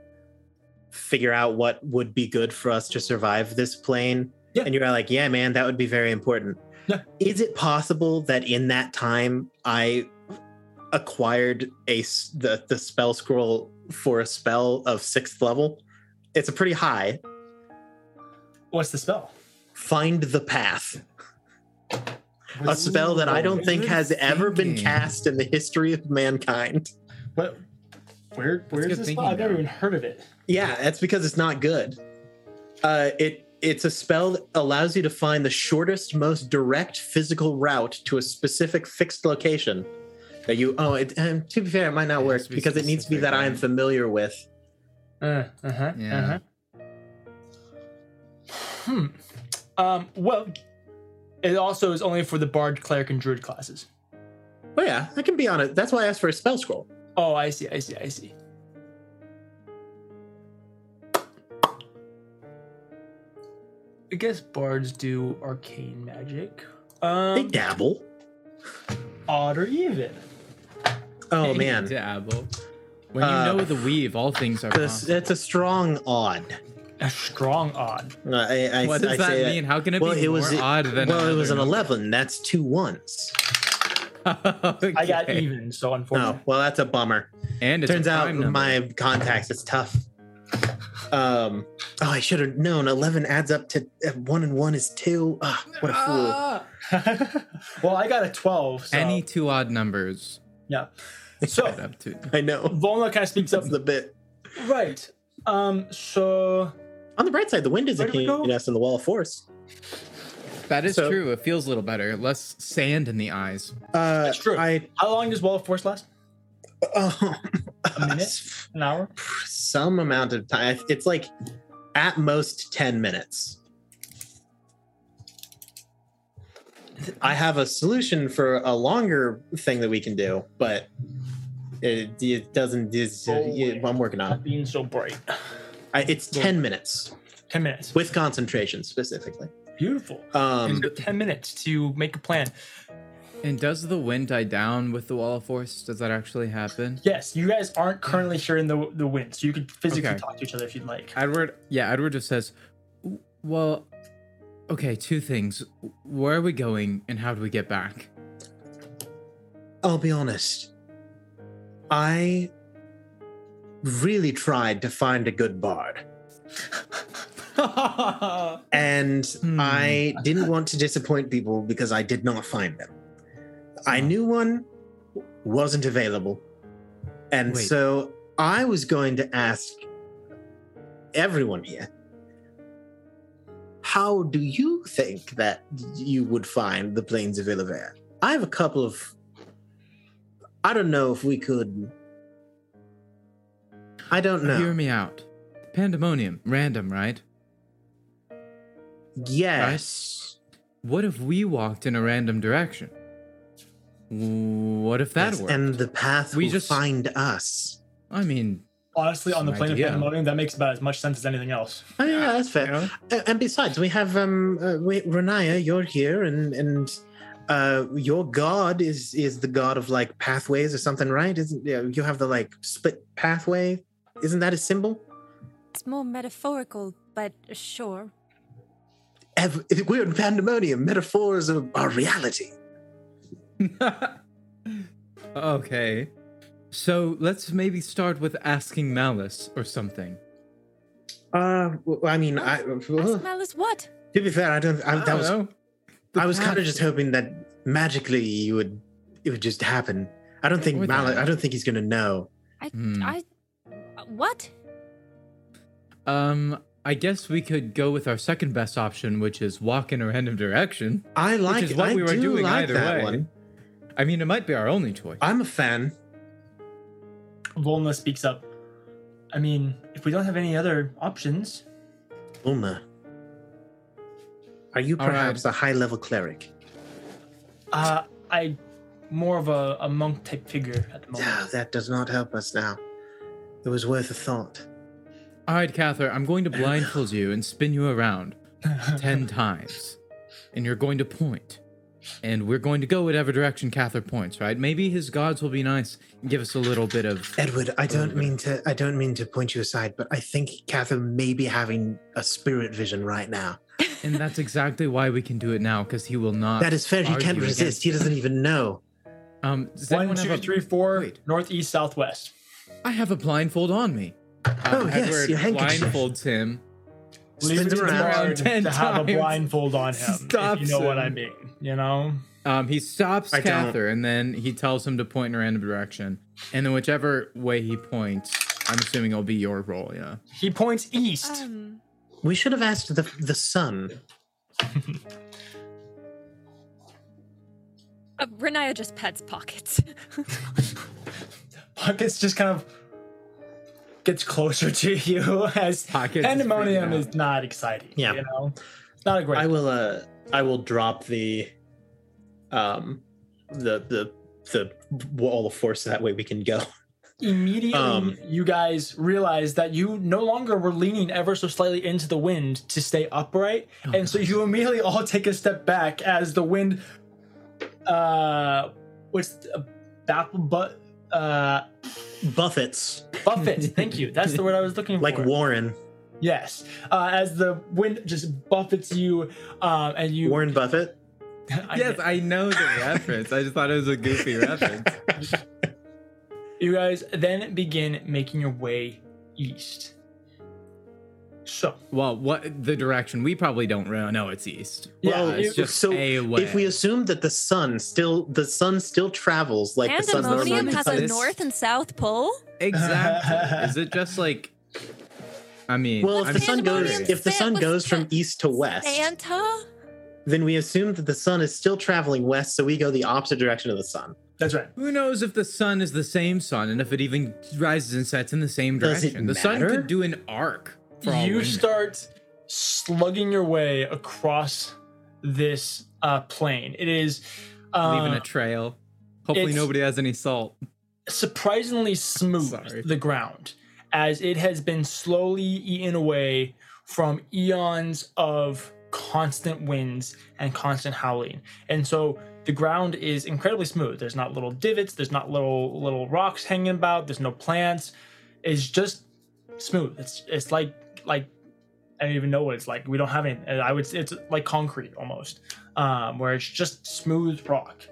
S4: figure out what would be good for us to survive this plane
S2: Yeah.
S4: and you were like yeah man that would be very important
S2: Yeah.
S4: is it possible that in that time i acquired a s- the the spell scroll for a spell of sixth level it's a pretty high
S2: What's the spell?
S4: find the path a spell that I don't think
S3: Good
S4: has ever been
S3: thinking.
S4: cast in the history of mankind.
S2: What? Where? Where's
S3: good
S2: this
S3: thinking,
S2: spell? I've never
S3: though.
S2: even heard of it.
S4: Yeah, that's because it's not good. Uh, it it's a spell that allows you to find the shortest, most direct physical route to a specific fixed location that you. Oh, it, and to be fair, it might not
S3: It
S4: work
S3: has to be
S4: because it needs to be
S3: specific,
S4: that I am
S3: right?
S4: familiar with.
S2: Uh huh.
S3: Yeah.
S2: Uh-huh. Hmm. Um. Well, it also is only for the bard, cleric, and druid classes.
S4: Oh yeah, I can be on it. That's why I asked for a spell scroll.
S2: Oh, I see. I see. I see. I guess bards do arcane magic.
S4: They
S2: Um,
S4: dabble.
S2: odd or even.
S4: Oh man,
S3: Dabble. When you
S4: Uh,
S3: know the weave, all things are
S4: This-
S3: possible.
S4: it's a strong odd.
S2: A strong odd.
S4: Uh, I, I,
S3: What does
S4: I
S3: that
S4: say
S3: mean? How can it
S4: well,
S3: be
S4: it
S3: more
S4: was
S3: odd than
S4: well, it was an
S3: another?
S4: eleven. That's two ones.
S2: I got
S3: Okay.
S2: even, so
S4: Oh,
S2: unfortunately.
S4: well, that's a bummer.
S3: And it's a
S4: Turns out
S3: prime number.
S4: my contacts, it's tough. Um, oh, I should have known. 11 adds up to uh, one and one is two. Ah, what a fool.
S3: Ah!
S2: well, I got a 12. So,
S3: Any two odd numbers
S2: yeah.
S3: add
S2: So,
S3: up to.
S4: I know.
S2: Volna kind of speaks up.
S4: That's the bit.
S2: Right. Um, so,
S4: On the bright side, the wind is
S2: Where
S4: a
S2: do we
S4: key
S2: go?
S4: in us in the wall of force.
S3: That is
S4: So-
S3: true. It feels a little better. Less sand in the eyes.
S4: Uh,
S2: That's true.
S4: I,
S2: how long does Wall of Force last?
S4: oh,
S2: A minute? An hour?
S4: some amount of time. It's like at most 10 minutes. I have a solution for a longer thing that we can do, but it, it doesn't. It's,
S2: Oh,
S4: yeah, I'm working on it.
S2: Not being so bright.
S4: I, it's 10 minutes
S2: 10 minutes.
S4: with concentration specifically.
S2: Beautiful.
S4: Um,
S2: So 10 minutes to make a plan.
S3: And does the wind die down with the wall of force? Does that actually happen?
S2: Yes, you guys aren't currently hearing the, the wind, so you could physically
S3: Okay.
S2: talk to each other if you'd like.
S3: Edward, yeah, Edward just says, "W- "Well, okay, two things. Where are we going, and how do we get back?"
S4: I'll be honest. I really tried to find a good bard, and
S3: Hmm.
S4: I didn't want to disappoint people because I did not find them. I
S3: Hmm.
S4: knew one wasn't available, and
S3: Wait.
S4: so I was going to ask everyone here. How do you think that you would find the plains of Illaver? I have a couple of I don't know if we could. I don't know.
S3: Hear me out. Pandemonium, random, right?
S4: yes.
S3: What if we walked in a random direction? What if that
S4: Yes,
S3: worked?
S4: And the path
S3: We
S4: will
S3: just-
S4: find us.
S3: I mean,
S2: Honestly, on the
S3: Some
S2: plane
S3: idea.
S2: of pandemonium, that makes about as much sense as anything else.
S4: Oh, yeah, that's fair.
S3: you know?
S4: A- And besides, we have um, uh, wait, Renaya. You're here, and and uh, your god is is the god of like pathways or something, right? Isn't yeah, you have the like split pathway? Isn't that a symbol?
S5: It's more metaphorical, but sure.
S4: Ev- we're in pandemonium. Metaphors are, are reality.
S3: okay. So let's maybe start with asking Malice or something.
S4: Uh, w- I mean, I, uh,
S5: Ask
S4: to
S5: Malice what?
S4: be fair, I don't. I,
S3: I
S4: that
S3: don't
S4: was
S3: know. Oh, The
S4: I was kind
S3: path-
S4: of just hoping that magically you would it would just happen. I don't think
S3: Or
S4: Mal-
S3: that.
S4: I don't think he's gonna know.
S5: I,
S3: Hmm.
S5: I, what?
S3: Um, I guess we could go with our second best option, which is walk in a random direction.
S4: I like
S3: is what
S4: I
S3: we were
S4: do
S3: doing
S4: like
S3: either
S4: that
S3: way.
S4: one.
S3: I mean, it might be our only choice.
S4: I'm a fan.
S2: Volna speaks up. I mean, if we don't have any other options,
S4: Ulma. Are you
S3: All right.
S4: perhaps a high level cleric?
S2: uh, I more of a, a monk type figure at the
S4: Ah,
S2: moment.
S4: that does not help us now. It was worth a thought.
S3: All right, Cather, I'm going to blindfold you and spin you around 10 times. And you're going to point. And we're going to go whatever direction Cather points, right? Maybe his gods will be nice and give us a little bit of.
S4: Edward, I don't
S3: Ulma.
S4: mean to I don't mean to point you aside, but I think Catherine may be having a spirit vision right now.
S3: And that's exactly why we can do it now, because he will not.
S4: That is fair, he
S3: argue
S4: can't
S3: against
S4: resist. He
S3: it.
S4: doesn't even know.
S3: Um, does
S2: One,
S3: anyone have
S2: two,
S3: a-
S2: three, four,
S3: Wait.
S2: northeast, southwest.
S3: I have a blindfold on me. Um,
S4: Oh, yes, your handkerchief.
S3: blindfolds him.
S4: Spins
S2: Leave it to
S4: around
S2: Howard
S3: 10
S2: to have a
S3: times.
S2: blindfold on him. if
S3: Stops
S2: you know what I
S3: him.
S2: mean. You know?
S3: Um, he stops
S4: I don't.
S3: Cather and then he tells him to point in a random direction. And then whichever way he points, I'm assuming it'll be your role, yeah.
S2: He points east.
S5: Um,
S4: We should have asked the the sun.
S5: uh, Renaya just pets pockets.
S2: Pockets just kind of gets closer to you as
S3: Pockets is
S2: pandemonium
S3: freaking
S2: is
S3: out.
S2: not exciting.
S4: Yeah.
S2: You know? It's not a great
S4: I will uh I will drop the um the the the wall of force so that way we can go.
S2: immediately
S4: Um,
S2: you guys realize that you no longer were leaning ever so slightly into the wind to stay upright and so you immediately all take a step back as the wind uh what's uh, baffle but uh
S4: Buffets
S2: buffet thank you that's the word i was looking
S4: like
S2: for
S4: Warren
S2: yes uh as the wind just buffets you um and you
S4: Warren Buffett.
S2: I
S3: yes,
S2: get-
S3: I know the reference. I just thought it was a goofy reference.
S2: You guys then begin making your way east. So,
S3: Well, what the direction? We probably don't really know it's east. Uh,
S2: yeah,
S4: Well,
S2: it-
S3: it's just
S4: Oh, so
S3: a way.
S4: If we assume that the sun still the sun still travels like the sun
S3: Pandemonium
S5: Pandemonium
S3: Norman
S5: has a
S3: exists.
S5: north and south pole.
S3: exactly. Is it just like? I mean,
S4: Well, if
S3: I'm
S4: the sun goes
S3: curious.
S4: if the
S5: Stan-
S4: sun
S5: was
S4: goes from
S5: Stan-
S4: east to west,
S5: Santa.
S4: then we assume that the sun is still traveling west, so we go the opposite direction of the sun.
S2: that's right.
S3: Who knows if the sun is the same sun and if it even rises and sets in the same
S4: Does it
S3: direction? The sun
S4: matter?
S3: could do an arc. For all
S2: you
S3: we know.
S2: start slugging your way across this uh, plain. It is
S3: leaving
S2: uh,
S3: a trail. Hopefully,
S2: it's-
S3: nobody has any salt.
S2: surprisingly smooth
S3: Sorry.
S2: the ground as it has been slowly eaten away from eons of constant winds and constant howling. And so the ground is incredibly smooth. There's not little divots, there's not little little rocks hanging about, there's no plants. It's just smooth. It's it's like like I don't even know what it's like. We don't have any. I would. It's like concrete almost, um, where it's just smooth rock.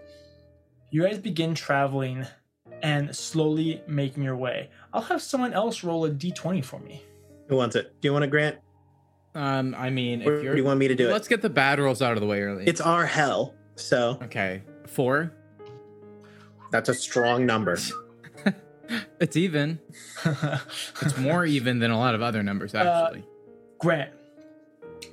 S2: You guys begin traveling and slowly making your way. I'll have someone else roll a d20 for me.
S4: Who wants it? Do you want to grant?
S3: Um, I mean, if
S4: Or
S3: you're,
S4: do you want me to do
S3: let's
S4: it?
S3: get the bad rolls out of the way early.
S4: It's our hell, so
S3: okay. Four.
S4: that's a strong number.
S5: Hmm.
S3: It's even. It's more even than a lot of other numbers,
S4: Uh,
S3: actually.
S2: Grant,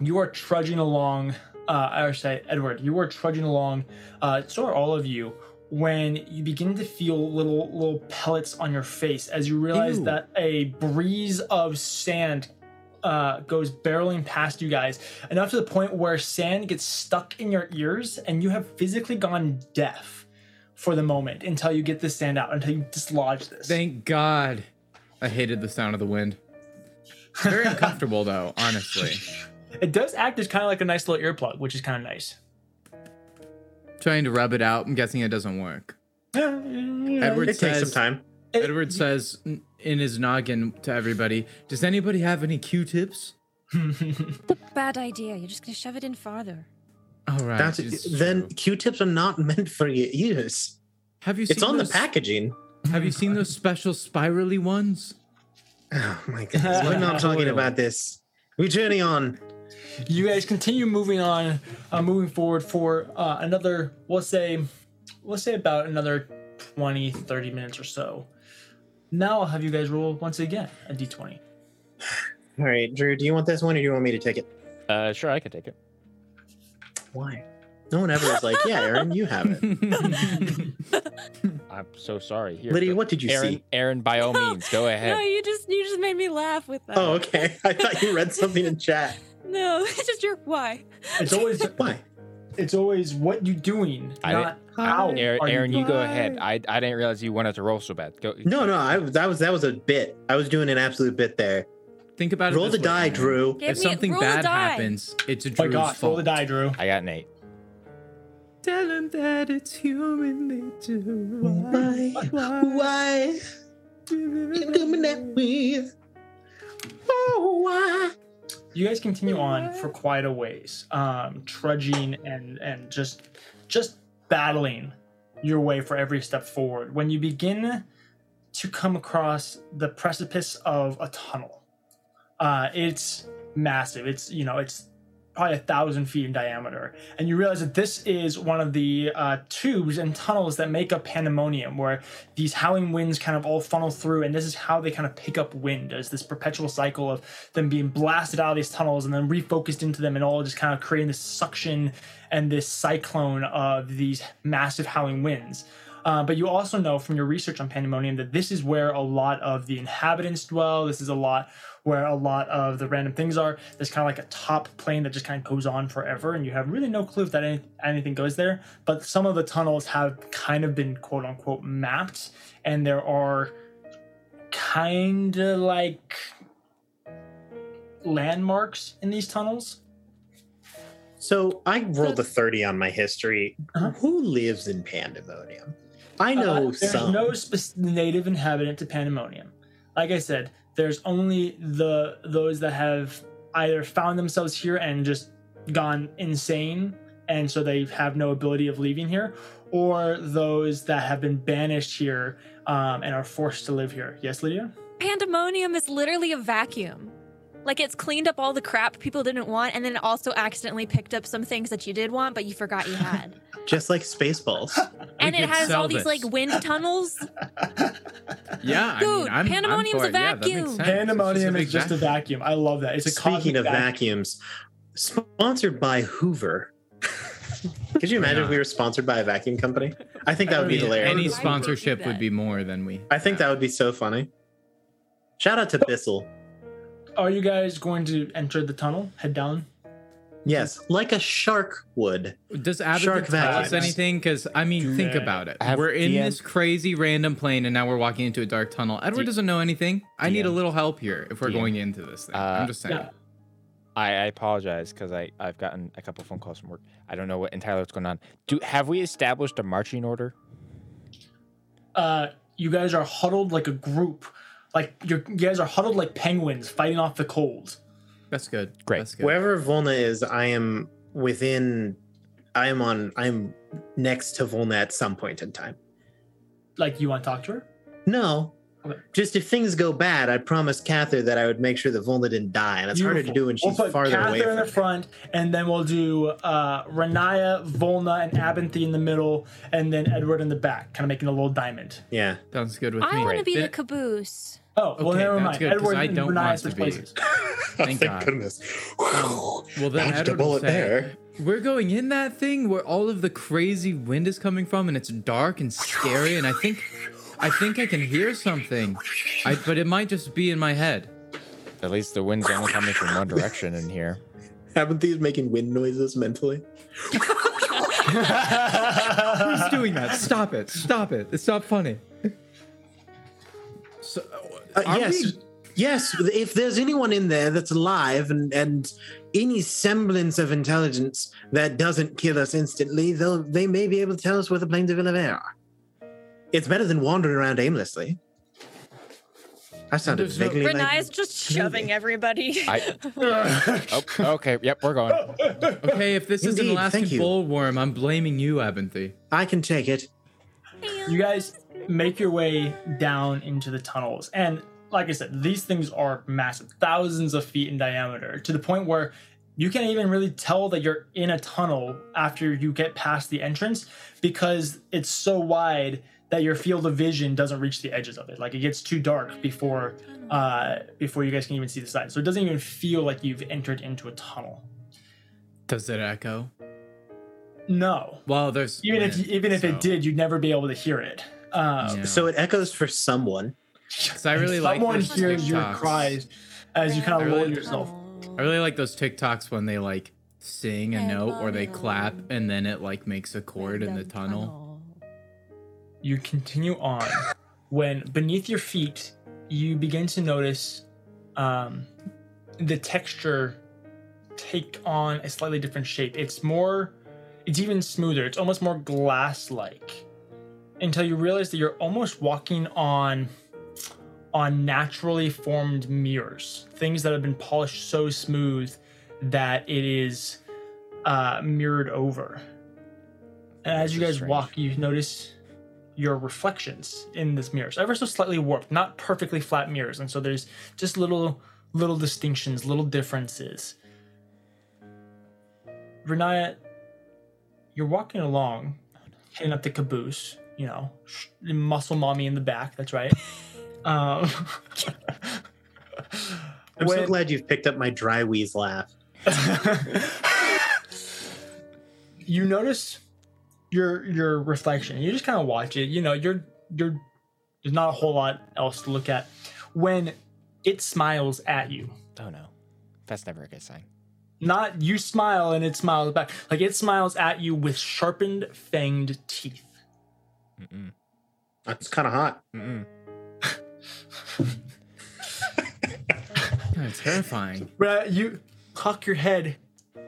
S2: you are trudging along. Uh, I would say, Edward, you are trudging along. Uh, so are all of you. When you begin to feel little little pellets on your face, as you realize
S3: Ew.
S2: that a breeze of sand uh, goes barreling past you guys, enough to the point where sand gets stuck in your ears, and you have physically gone deaf for the moment until you get this sand out, until you dislodge this.
S3: Thank God. I hated the sound of the wind. Very uncomfortable, though, honestly.
S2: It does act as kind of like a nice little earplug, which is kind of nice.
S3: Trying to rub it out. I'm guessing it doesn't work. Edward
S4: It takes some
S3: says,
S4: time.
S3: Edward says n- in his noggin to everybody, Does anybody have any Q tips?
S5: Bad idea. You're just gonna shove it in farther.
S3: All right.
S4: That's
S3: it's
S4: then
S3: true.
S4: Q-tips are not meant for your ears.
S3: have you
S4: It's on the
S3: those-
S4: packaging.
S3: Have you seen those special spirally ones?
S4: Oh my goodness. We're not talking about this. We journey on.
S2: you guys continue moving on, uh, moving forward for uh, another, we'll say, we'll say about another 20, 30 minutes or so. Now I'll have you guys roll once again a d20.
S4: All right, Drew, do you want this one or do you want me to take it?
S6: Uh, sure, I could take it.
S4: Why? No one ever was like, yeah, Aaron, you have it.
S6: I'm so sorry. Here,
S4: Lydia,
S6: go-
S4: what did you
S6: Aaron,
S4: see?
S6: Aaron, by all means, go
S3: Eh.
S5: No,
S6: ahead.
S5: you just you just made me laugh with that.
S4: Oh, okay. I thought you read something in chat.
S5: No, it's just your why.
S2: It's always,
S4: Why?
S2: it's always what you doing,
S6: I
S2: not how.
S6: Uh, Aaron,
S2: are
S6: Aaron, you
S2: doing
S6: go ahead. I, I didn't realize you wanted to roll so bad. Go.
S4: No, no, I was that was that was a bit. I was doing an absolute bit there.
S3: Think about it.
S4: Roll
S3: this
S4: the
S3: way,
S4: die,
S3: Aaron.
S4: Drew.
S5: Give
S3: if
S5: me
S3: something
S5: roll a
S3: bad
S5: die.
S3: happens, it's a
S2: Oh my
S3: Drew's
S2: gosh, roll
S3: fault.
S2: the die, Drew.
S6: I got an eight.
S3: Tell him that it's human nature.
S4: Why? Oh Why? You do me that way. Oh, why?
S2: you guys continue on for quite a ways um trudging and and just just battling your way for every step forward when you begin to come across the precipice of a tunnel uh it's massive it's you know it's probably a thousand feet in diameter and you realize that this is one of the uh, tubes and tunnels that make up pandemonium where these howling winds kind of all funnel through and this is how they kind of pick up wind as this perpetual cycle of them being blasted out of these tunnels and then refocused into them and all just kind of creating this suction and this cyclone of these massive howling winds uh, but you also know from your research on pandemonium that this is where a lot of the inhabitants dwell this is a lot where a lot of the random things are there's kind of like a top plane that just kind of goes on forever and you have really no clue if that any- anything goes there but some of the tunnels have kind of been quote unquote mapped and there are kind of like landmarks in these tunnels
S4: So I rolled a 30 on my history.
S2: Uh-huh.
S4: Who lives in Pandemonium? I know
S2: Uh, there's
S4: some.
S2: no spec- native inhabitant to Pandemonium. Like I said, there's only the those that have either found themselves here and just gone insane, and so they have no ability of leaving here, or those that have been banished here um, and are forced to live here. Yes, Lydia?
S5: Pandemonium is literally a vacuum. Like it's cleaned up all the crap people didn't want, and then it also accidentally picked up some things that you did want, but you forgot you had.
S4: Just like Spaceballs.
S5: and it
S3: could
S5: has
S3: sell
S5: all these like
S3: this.
S5: wind tunnels.
S3: Yeah, I
S5: Dude,
S3: mean, I'm,
S5: pandemonium's
S3: I'm
S5: a
S3: for it. Yeah, that makes
S5: vacuum.
S3: sense. It's
S2: Pandemonium
S3: big
S2: is just a vacuum. I love that. It's a
S4: Speaking
S2: cosmic
S4: of
S2: vacuum.
S4: vacuums, sponsored by Hoover. Could you imagine if we were sponsored by a vacuum company? I think that would be
S3: Yeah, Any
S4: hilarious.
S5: Why would we do
S3: sponsorship
S5: that?
S3: would be more than we.
S4: I think that would be so funny. Shout out to Bissell.
S2: Are you guys going to enter the tunnel? Head down.
S4: Yes, like a shark would.
S3: Does Abaddon
S4: Shark
S3: tell us
S4: vacuums.
S3: anything? Because I mean,
S2: Do
S3: think
S2: that.
S3: about it.
S6: I have
S3: We're in
S6: DM.
S3: this crazy random plane, and now we're walking into a dark tunnel. Edward
S6: D-
S3: doesn't know anything. I need a
S6: DM.
S3: little help here if we're
S6: DM.
S3: going into this thing.
S6: Uh,
S3: I'm just saying.
S2: Yeah.
S6: I, I apologize because I I've gotten a couple phone calls from work. I don't know what entirely what's going on. Do have we established a marching order?
S2: Uh, you guys are huddled like a group. Like you're, you guys are huddled like penguins fighting off the cold.
S3: That's good.
S6: Great.
S3: That's good.
S4: Wherever Volna is, I am within. I am on. I am next to Volna at some point in time.
S2: Like you want to talk to her?
S4: No.
S2: Okay.
S4: Just if things go bad, I promised Cather that I would make sure that Volna didn't die, and it's harder to
S2: Beautiful.
S4: do when she's
S2: we'll put
S4: farther
S2: Catherine
S4: away.
S2: in
S4: From
S2: the front, and then we'll do uh, Renaya, Volna, and Abinthy in the middle, and then Edward in the back, kind of making a little diamond.
S4: Yeah.
S3: Sounds good with me.
S5: I want to be the
S3: Th-
S5: caboose.
S2: Oh, well,
S3: Okay,
S2: never
S3: that's
S2: mind.
S3: good, 'cause
S2: Edward
S3: I
S2: and
S3: don't
S2: Renaya
S3: want to
S2: switch
S3: be.
S2: places.
S3: Thank God.
S4: Oh,
S3: Um,
S4: goodness.
S3: well, then
S4: Dodged a
S3: Edward will
S4: bullet
S3: say,
S4: there.
S3: We're going in that thing where all of the crazy wind is coming from, and it's dark and scary. And I think, I think I can hear something, I, but it might just be in my head.
S6: At least the wind's only coming from one direction in here.
S4: Haven't these making wind noises mentally?
S3: Who's doing that? Stop it! Stop it! It's not funny. So,
S4: Uh,
S3: are
S4: yes,
S3: we-
S4: yes. If there's anyone in there that's alive and and any semblance of intelligence that doesn't kill us instantly, they'll they may be able to tell us where the plains of Illaver are. It's better than wandering around aimlessly. I sounded
S3: There's no-
S4: vaguely
S5: Renaya's
S4: like
S5: just shoving everybody.
S6: I oh, okay. Yep, we're going.
S3: okay, if this is an
S4: Indeed,
S3: Alaskan
S4: thank you.
S3: bullworm, I'm blaming you, Abinthy.
S4: I can take it.
S2: you guys make your way down into the tunnels and like i said these things are massive thousands of feet in diameter to the point where you can't even really tell that you're in a tunnel after you get past the entrance because it's so wide that your field of vision doesn't reach the edges of it like it gets too dark before uh before you guys can even see the side so it doesn't even feel like you've entered into a tunnel
S3: Does it echo?
S2: no
S3: Well, there's
S2: even if
S3: wind,
S2: even if
S3: so-
S2: it did you'd never be able to hear it um
S3: Yeah.
S4: So it echoes for someone.
S3: 'Cause I really like
S2: someone
S3: those
S2: hears your
S3: TikToks.
S2: cries as you kind
S3: I
S2: of
S3: really
S2: roll
S3: do.
S2: yourself.
S3: I really like those TikToks when they like sing a note or they clap and then it like makes a chord in the tunnel.
S2: You continue on when beneath your feet you begin to notice um, the texture take on a slightly different shape. It's more, it's even smoother. It's almost more glass-like until you realize that you're almost walking on on naturally formed mirrors, things that have been polished so smooth that it is uh, mirrored over. And as you
S6: This
S2: guys
S6: is strange.
S2: walk, you notice your reflections in this mirror. So ever so slightly warped, not perfectly flat mirrors, and so there's just little little distinctions, little differences. Renaya, you're walking along, hitting up the caboose, you know, sh- muscle mommy in the back, that's right. Um,
S4: I'm so
S2: when-
S4: glad you've picked up my dry wheeze laugh.
S2: you notice your your reflection. You just kind of watch it. You know, you're you're there's not a whole lot else to look at when it smiles at you.
S6: Oh no, that's never a good sign.
S2: Not you smile and it smiles back. Like it smiles at you with sharpened fanged teeth.
S6: Mm-mm.
S4: That's kind of hot.
S6: Mm-mm.
S3: Kind of terrifying.
S2: Right, uh, you cock your head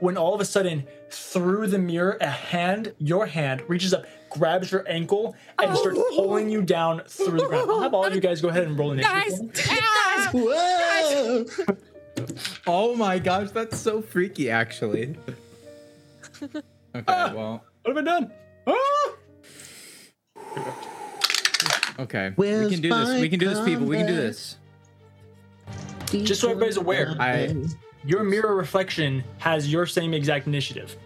S2: when all of a sudden, through the mirror, a hand, your hand, reaches up, grabs your ankle, and starts pulling you down through the ground. I'll have all of you guys go ahead and roll initiative.
S5: Guys,
S2: for me.
S5: guys,
S4: Whoa!
S3: Oh my gosh, that's so freaky actually. Okay,
S2: Ah!
S3: well,
S2: What have I done? Ah!
S3: okay.
S4: Where's
S3: we can do this. We can do this,
S4: my
S3: people. We can do
S4: compass?
S3: this.
S2: Just so everybody's aware,
S3: I-
S2: your mirror reflection has your same exact initiative.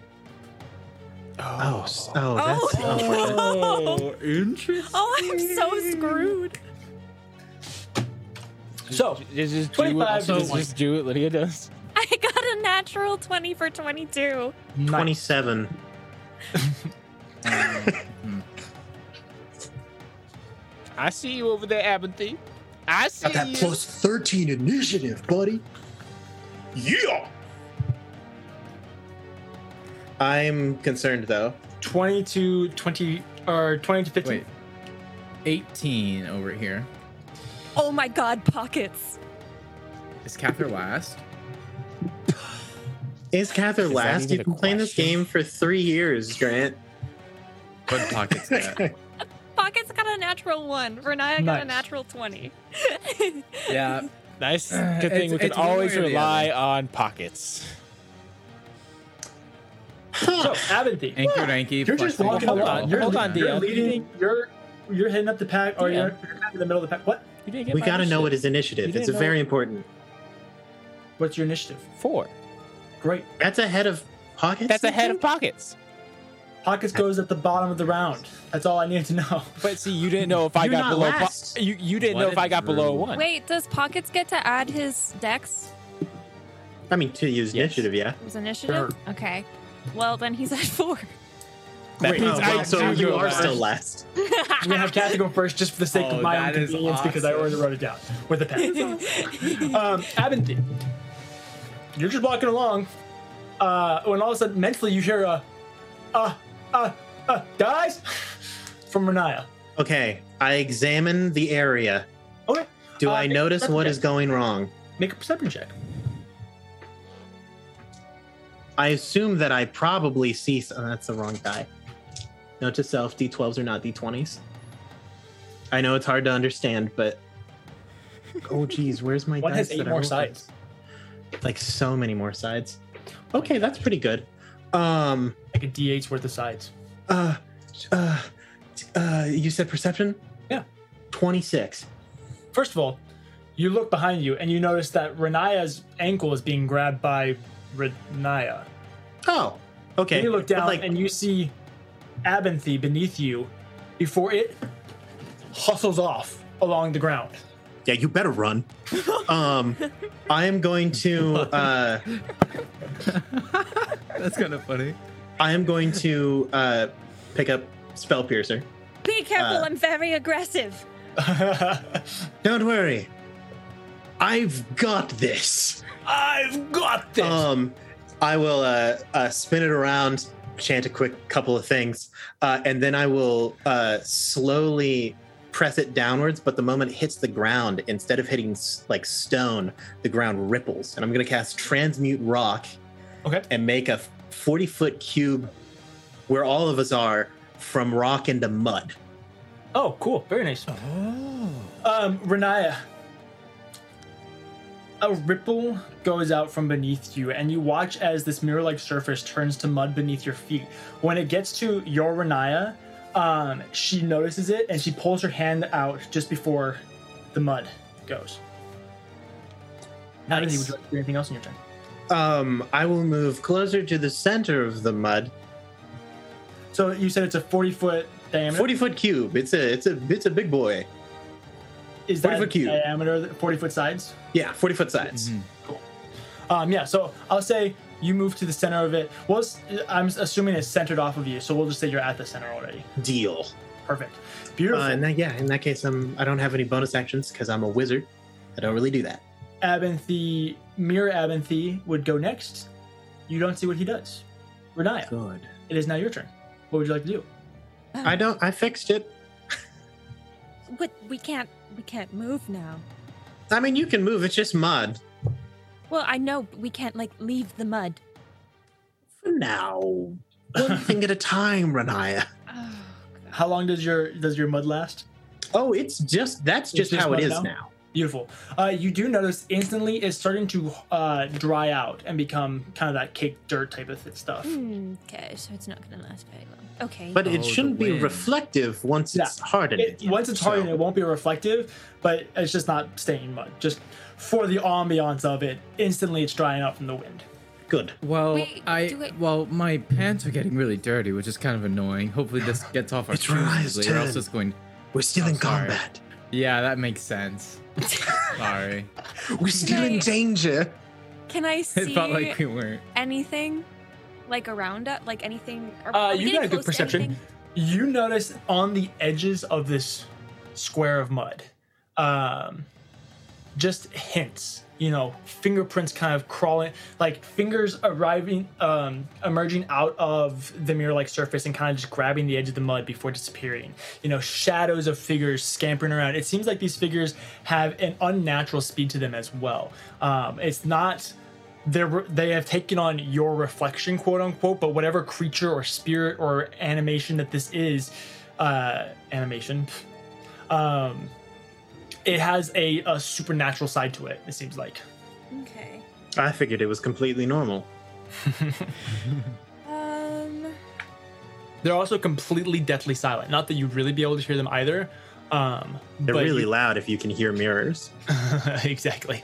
S4: oh, s- oh,
S5: Oh.
S4: that's unfortunate.
S5: Oh,
S3: interesting.
S5: Oh, I'm so screwed.
S2: So,
S6: Just, just do
S2: 25
S6: what,
S2: to
S6: just,
S2: one.
S6: just do what Lydia does.
S5: I got a natural 20 for 22.
S2: nice.
S4: Twenty-seven.
S6: I see you over there, Abernathy. I see
S8: Got that
S6: you.
S8: plus 13 initiative, buddy. Yeah.
S4: I'm concerned though.
S2: 20 to 20 or 20 to 15.
S3: Wait. 18 over here.
S5: Oh my god, pockets.
S3: Is Cather last?
S4: Is Cather
S6: that
S4: last?
S6: even
S4: You've
S6: a
S4: been playing this
S6: question?
S4: game for three years, Grant.
S3: What pockets that?
S5: Pockets got a natural one. Renaya got
S2: Nice.
S5: a natural 20.
S3: yeah.
S6: Nice.
S3: Uh,
S6: Good thing
S3: it's-
S6: we can
S3: it's one way
S6: always
S3: or the
S6: rely on pockets.
S2: So, Avanthi,
S3: Anchor Anky.
S2: you're just walking
S6: Hold
S2: along.
S6: on,
S2: You're,
S6: hold on,
S2: you're
S6: DL.
S2: leading. You're you're hitting up the pack, or
S6: Yeah.
S2: you're, you're kind of in the middle of the pack. What?
S6: You didn't get
S4: We
S6: my
S4: gotta know
S6: initiative.
S4: what his initiative.
S6: You
S4: It's
S6: didn't
S4: very important.
S2: What's your initiative?
S6: Four.
S2: Great.
S4: That's ahead of pockets.
S6: That's
S4: I
S6: ahead of
S4: think?
S6: pockets.
S2: Pockets goes at the bottom of the round. That's all I needed to know.
S6: But see, you didn't know if I
S4: You're
S6: got
S4: not
S6: below. Po-
S4: last.
S6: you you didn't
S3: What
S6: know if I got
S3: a
S6: below
S3: rude.
S6: one.
S5: Wait, does Pockets get to add his dex?
S4: I mean, to use
S6: Yes.
S4: initiative, yeah.
S5: His initiative? Okay. Well, then he's at four.
S6: That
S4: Great.
S6: means
S4: Oh,
S6: I
S4: well, so
S6: do
S4: you
S6: go
S4: are
S6: last.
S4: still last.
S2: I'm gonna have Kathy go first just for the sake
S3: Oh,
S2: of my own
S3: that is
S2: convenience because I already
S3: awesome.
S2: wrote it down with a pen. um, Avanthi, you're just walking along uh, when all of a sudden mentally you hear a, uh, uh, uh, guys, from Renaya.
S4: Okay, I examine the area.
S2: Okay,
S4: Do
S2: Uh,
S4: I
S2: make a
S4: notice
S2: perception
S4: what
S2: check.
S4: is going wrong?
S2: make a perception check.
S4: I assume that I probably see. s- Oh, that's the wrong die. Note to self: D12s are not D20s. I know it's hard to understand, but oh geez, where's my
S2: One
S4: dice?
S2: has
S4: that
S2: eight
S4: I
S2: more
S4: rolled?
S2: sides.
S4: Like so many more sides. Okay, that's pretty good. Um,
S2: Like a D8's worth of sides.
S4: uh, uh, t- uh, you said perception?
S2: Yeah.
S4: Twenty-six.
S2: First of all, you look behind you and you notice that Renaya's ankle is being grabbed by Renaya.
S4: Oh, okay.
S2: Then you look
S4: But,
S2: down
S4: like,
S2: and you see Abinthy beneath you before it hustles off along the ground.
S4: yeah, you better run. um, I am going to. Uh,
S3: That's kind of funny.
S4: I am going to uh, pick up Spell Piercer.
S5: Be careful,
S4: Uh,
S5: I'm very aggressive.
S4: Don't worry. I've got this.
S2: I've got this.
S4: Um, I will uh, uh, spin it around, chant a quick couple of things, uh, and then I will uh, slowly press it downwards. But the moment it hits the ground, instead of hitting s- like stone, the ground ripples. And I'm going to cast Transmute Rock
S2: okay.
S4: and make a 40 foot cube where all of us are from rock into mud.
S2: Oh, cool. Very nice. Um, Renaya, a ripple goes out from beneath you, and you watch as this mirror like surface turns to mud beneath your feet. When it gets to your Renaya, um, she notices it and she pulls her hand out just before the mud goes. Abby, would you like to do anything else in your turn?
S4: Um, I will move closer to the center of the mud.
S2: So you said it's a 40 foot diameter.
S4: Forty foot cube. It's a it's a it's a big boy.
S2: Is
S4: 40
S2: that
S4: foot cube.
S2: diameter 40 foot sides?
S4: Yeah, forty foot sides.
S3: Mm-hmm.
S2: Um, yeah, so I'll say you move to the center of it. Well, it's- I'm assuming it's centered off of you, so we'll just say you're at the center already.
S4: Deal.
S2: Perfect.
S4: Uh,
S2: Beautiful.
S4: and that, yeah, in that case, I'm I don't have any bonus actions because I'm a wizard. I don't really do that.
S2: Abinthy, Mirror Abinthy would go next. You don't see what he does. Renaya,
S4: Good.
S2: it is now your turn. What would you like to do?
S4: I don't. I fixed it.
S5: But we can't we can't move now.
S4: I mean, you can move. It's just mud
S5: Well, I know but we can't like leave the mud.
S4: for now. One thing at a time, Renaya.
S5: Oh,
S2: How long does your does your mud last?
S4: Oh, it's just that's
S2: It's
S4: just
S2: just
S4: how it
S2: mud
S4: is
S2: now?
S4: now.
S2: Beautiful. Uh, you do notice instantly it's starting to uh, dry out and become kind of that cake dirt type of th- stuff.
S5: Hmm, Okay, so it's not gonna last very long. Okay.
S4: But
S3: Oh,
S4: it
S3: the
S4: shouldn't be
S3: wind.
S4: reflective once it's
S2: Yeah.
S4: hardened.
S2: It, once it's
S4: So-
S2: hardened, it won't be reflective, but it's just not staying mud. Just for the ambiance of it, instantly it's drying out from the wind.
S4: Good.
S3: Well,
S5: Wait,
S3: I
S5: do it-
S3: well, my pants are getting really dirty, which is kind of annoying. Hopefully, this gets off our
S4: It's
S3: shoes
S4: Rise
S3: easily, or else
S4: 10.
S3: it's going.
S4: We're still
S3: Oh,
S4: in
S3: sorry.
S4: combat.
S3: Yeah, that makes sense. Sorry,
S8: We're still in
S5: Right.
S8: danger.
S5: Can I
S3: it
S5: see
S3: felt like we weren't.
S5: anything? Like around us? Like anything? Are,
S2: Uh,
S5: are we
S2: you
S5: getting
S2: got a good
S5: close to
S2: perception.
S5: anything?
S2: You notice on the edges of this square of mud, um, just hints, you know, fingerprints kind of crawling, like fingers arriving, um, emerging out of the mirror like surface and kind of just grabbing the edge of the mud before disappearing. You know, shadows of figures scampering around. It seems like these figures have an unnatural speed to them as well. Um, it's not they're they have taken on your reflection quote unquote but whatever creature or spirit or animation that this is uh animation um it has a, a supernatural side to it it seems like
S5: Okay.
S4: I figured it was completely normal.
S5: Um.
S2: they're also completely deathly silent not that you'd really be able to hear them either um
S4: They're
S2: but
S4: really
S2: you-
S4: loud if you can hear mirrors.
S2: exactly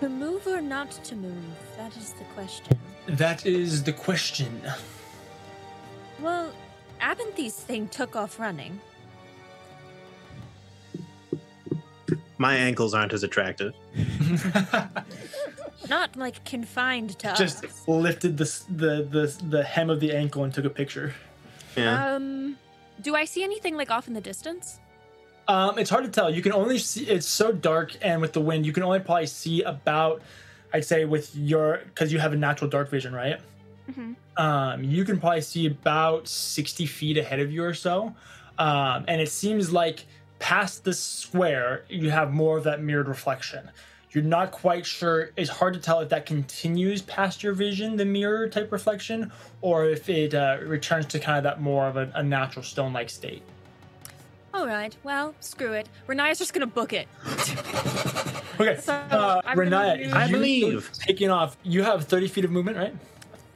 S5: To move or not to move? That is the question.
S2: that is the question
S5: Well, Abinthy's thing took off running.
S4: My ankles aren't as attractive.
S5: Not like confined to
S2: just
S5: us.
S2: lifted the, s- the the the hem of the ankle and took a picture
S4: Yeah.
S5: Um. Do I see anything like off in the distance?
S2: Um, it's hard to tell. You can only see it's so dark, and with the wind, you can only probably see about, I'd say, with your because you have a natural dark vision, right?
S5: Mhm.
S2: Um, you can probably see about sixty feet ahead of you or so, um, and it seems like past this square, you have more of that mirrored reflection. You're not quite sure. It's hard to tell if that continues past your vision, the mirror type reflection, or if it uh, returns to kind of that more of a, a natural stone-like state.
S5: All right. Well, screw it. Renaya's just gonna book it.
S2: Okay,
S5: So,
S2: uh,
S5: I'm gonna
S2: Renaya,
S5: use-
S4: I
S2: you
S4: believe.
S2: taking off. You have thirty feet of movement, right?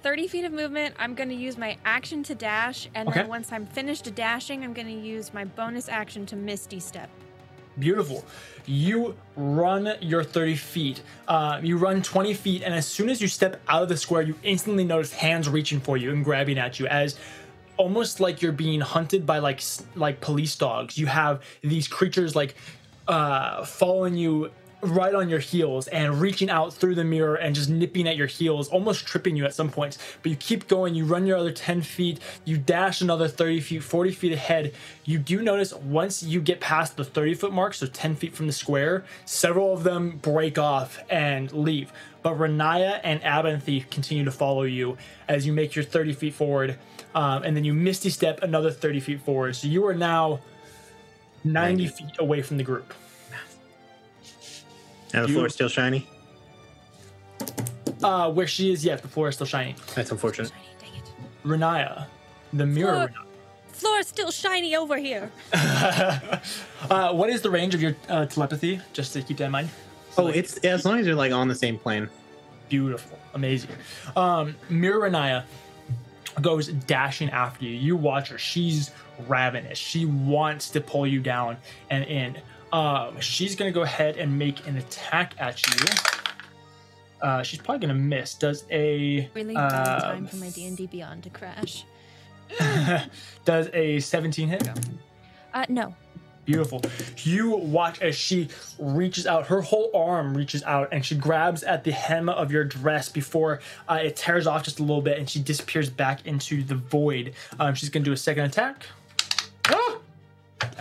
S5: Thirty feet of movement. I'm gonna use my action to dash, and
S2: Okay.
S5: then once I'm finished dashing, I'm gonna use my bonus action to Misty Step.
S2: Beautiful. You run your thirty feet. Uh, you run twenty feet, and as soon as you step out of the square, you instantly notice hands reaching for you and grabbing at you as. Almost like you're being hunted by like s- like police dogs. You have these creatures like uh, following you right on your heels and reaching out through the mirror and just nipping at your heels, almost tripping you at some points. But you keep going, you run your other 10 feet, you dash another 30 feet, 40 feet ahead. You do notice once you get past the 30 foot mark, so 10 feet from the square, several of them break off and leave. But Renaya and Abinthy continue to follow you as you make your 30 feet forward. Um, and then you misty step another 30 feet forward. So you are now 90 feet away from the group.
S4: And the
S2: you-
S4: floor's still shiny.
S2: Uh, where she is, yes, the floor is still shiny.
S4: That's unfortunate.
S5: Shiny, dang it.
S2: Renaya, the mirror.
S5: Floor- Floor's still shiny over here.
S2: Renaya. uh, what is the range of your uh, telepathy? Just to keep that in mind.
S4: Oh, it's as long as you're like on the same plane.
S2: Beautiful, amazing. Um, mirror Renaya goes dashing after you. You watch her. She's ravenous. She wants to pull you down and in. Um, she's gonna go ahead and make an attack at you. Uh, she's probably gonna miss. Does a
S5: Really
S2: um,
S5: bad time for my D and D Beyond to crash.
S2: does a 17 hit?
S5: Uh, no.
S2: Beautiful. You watch as she reaches out, her whole arm reaches out, and she grabs at the hem of your dress before uh, it tears off just a little bit and she disappears back into the void. Um, she's going to do a second attack. Ah!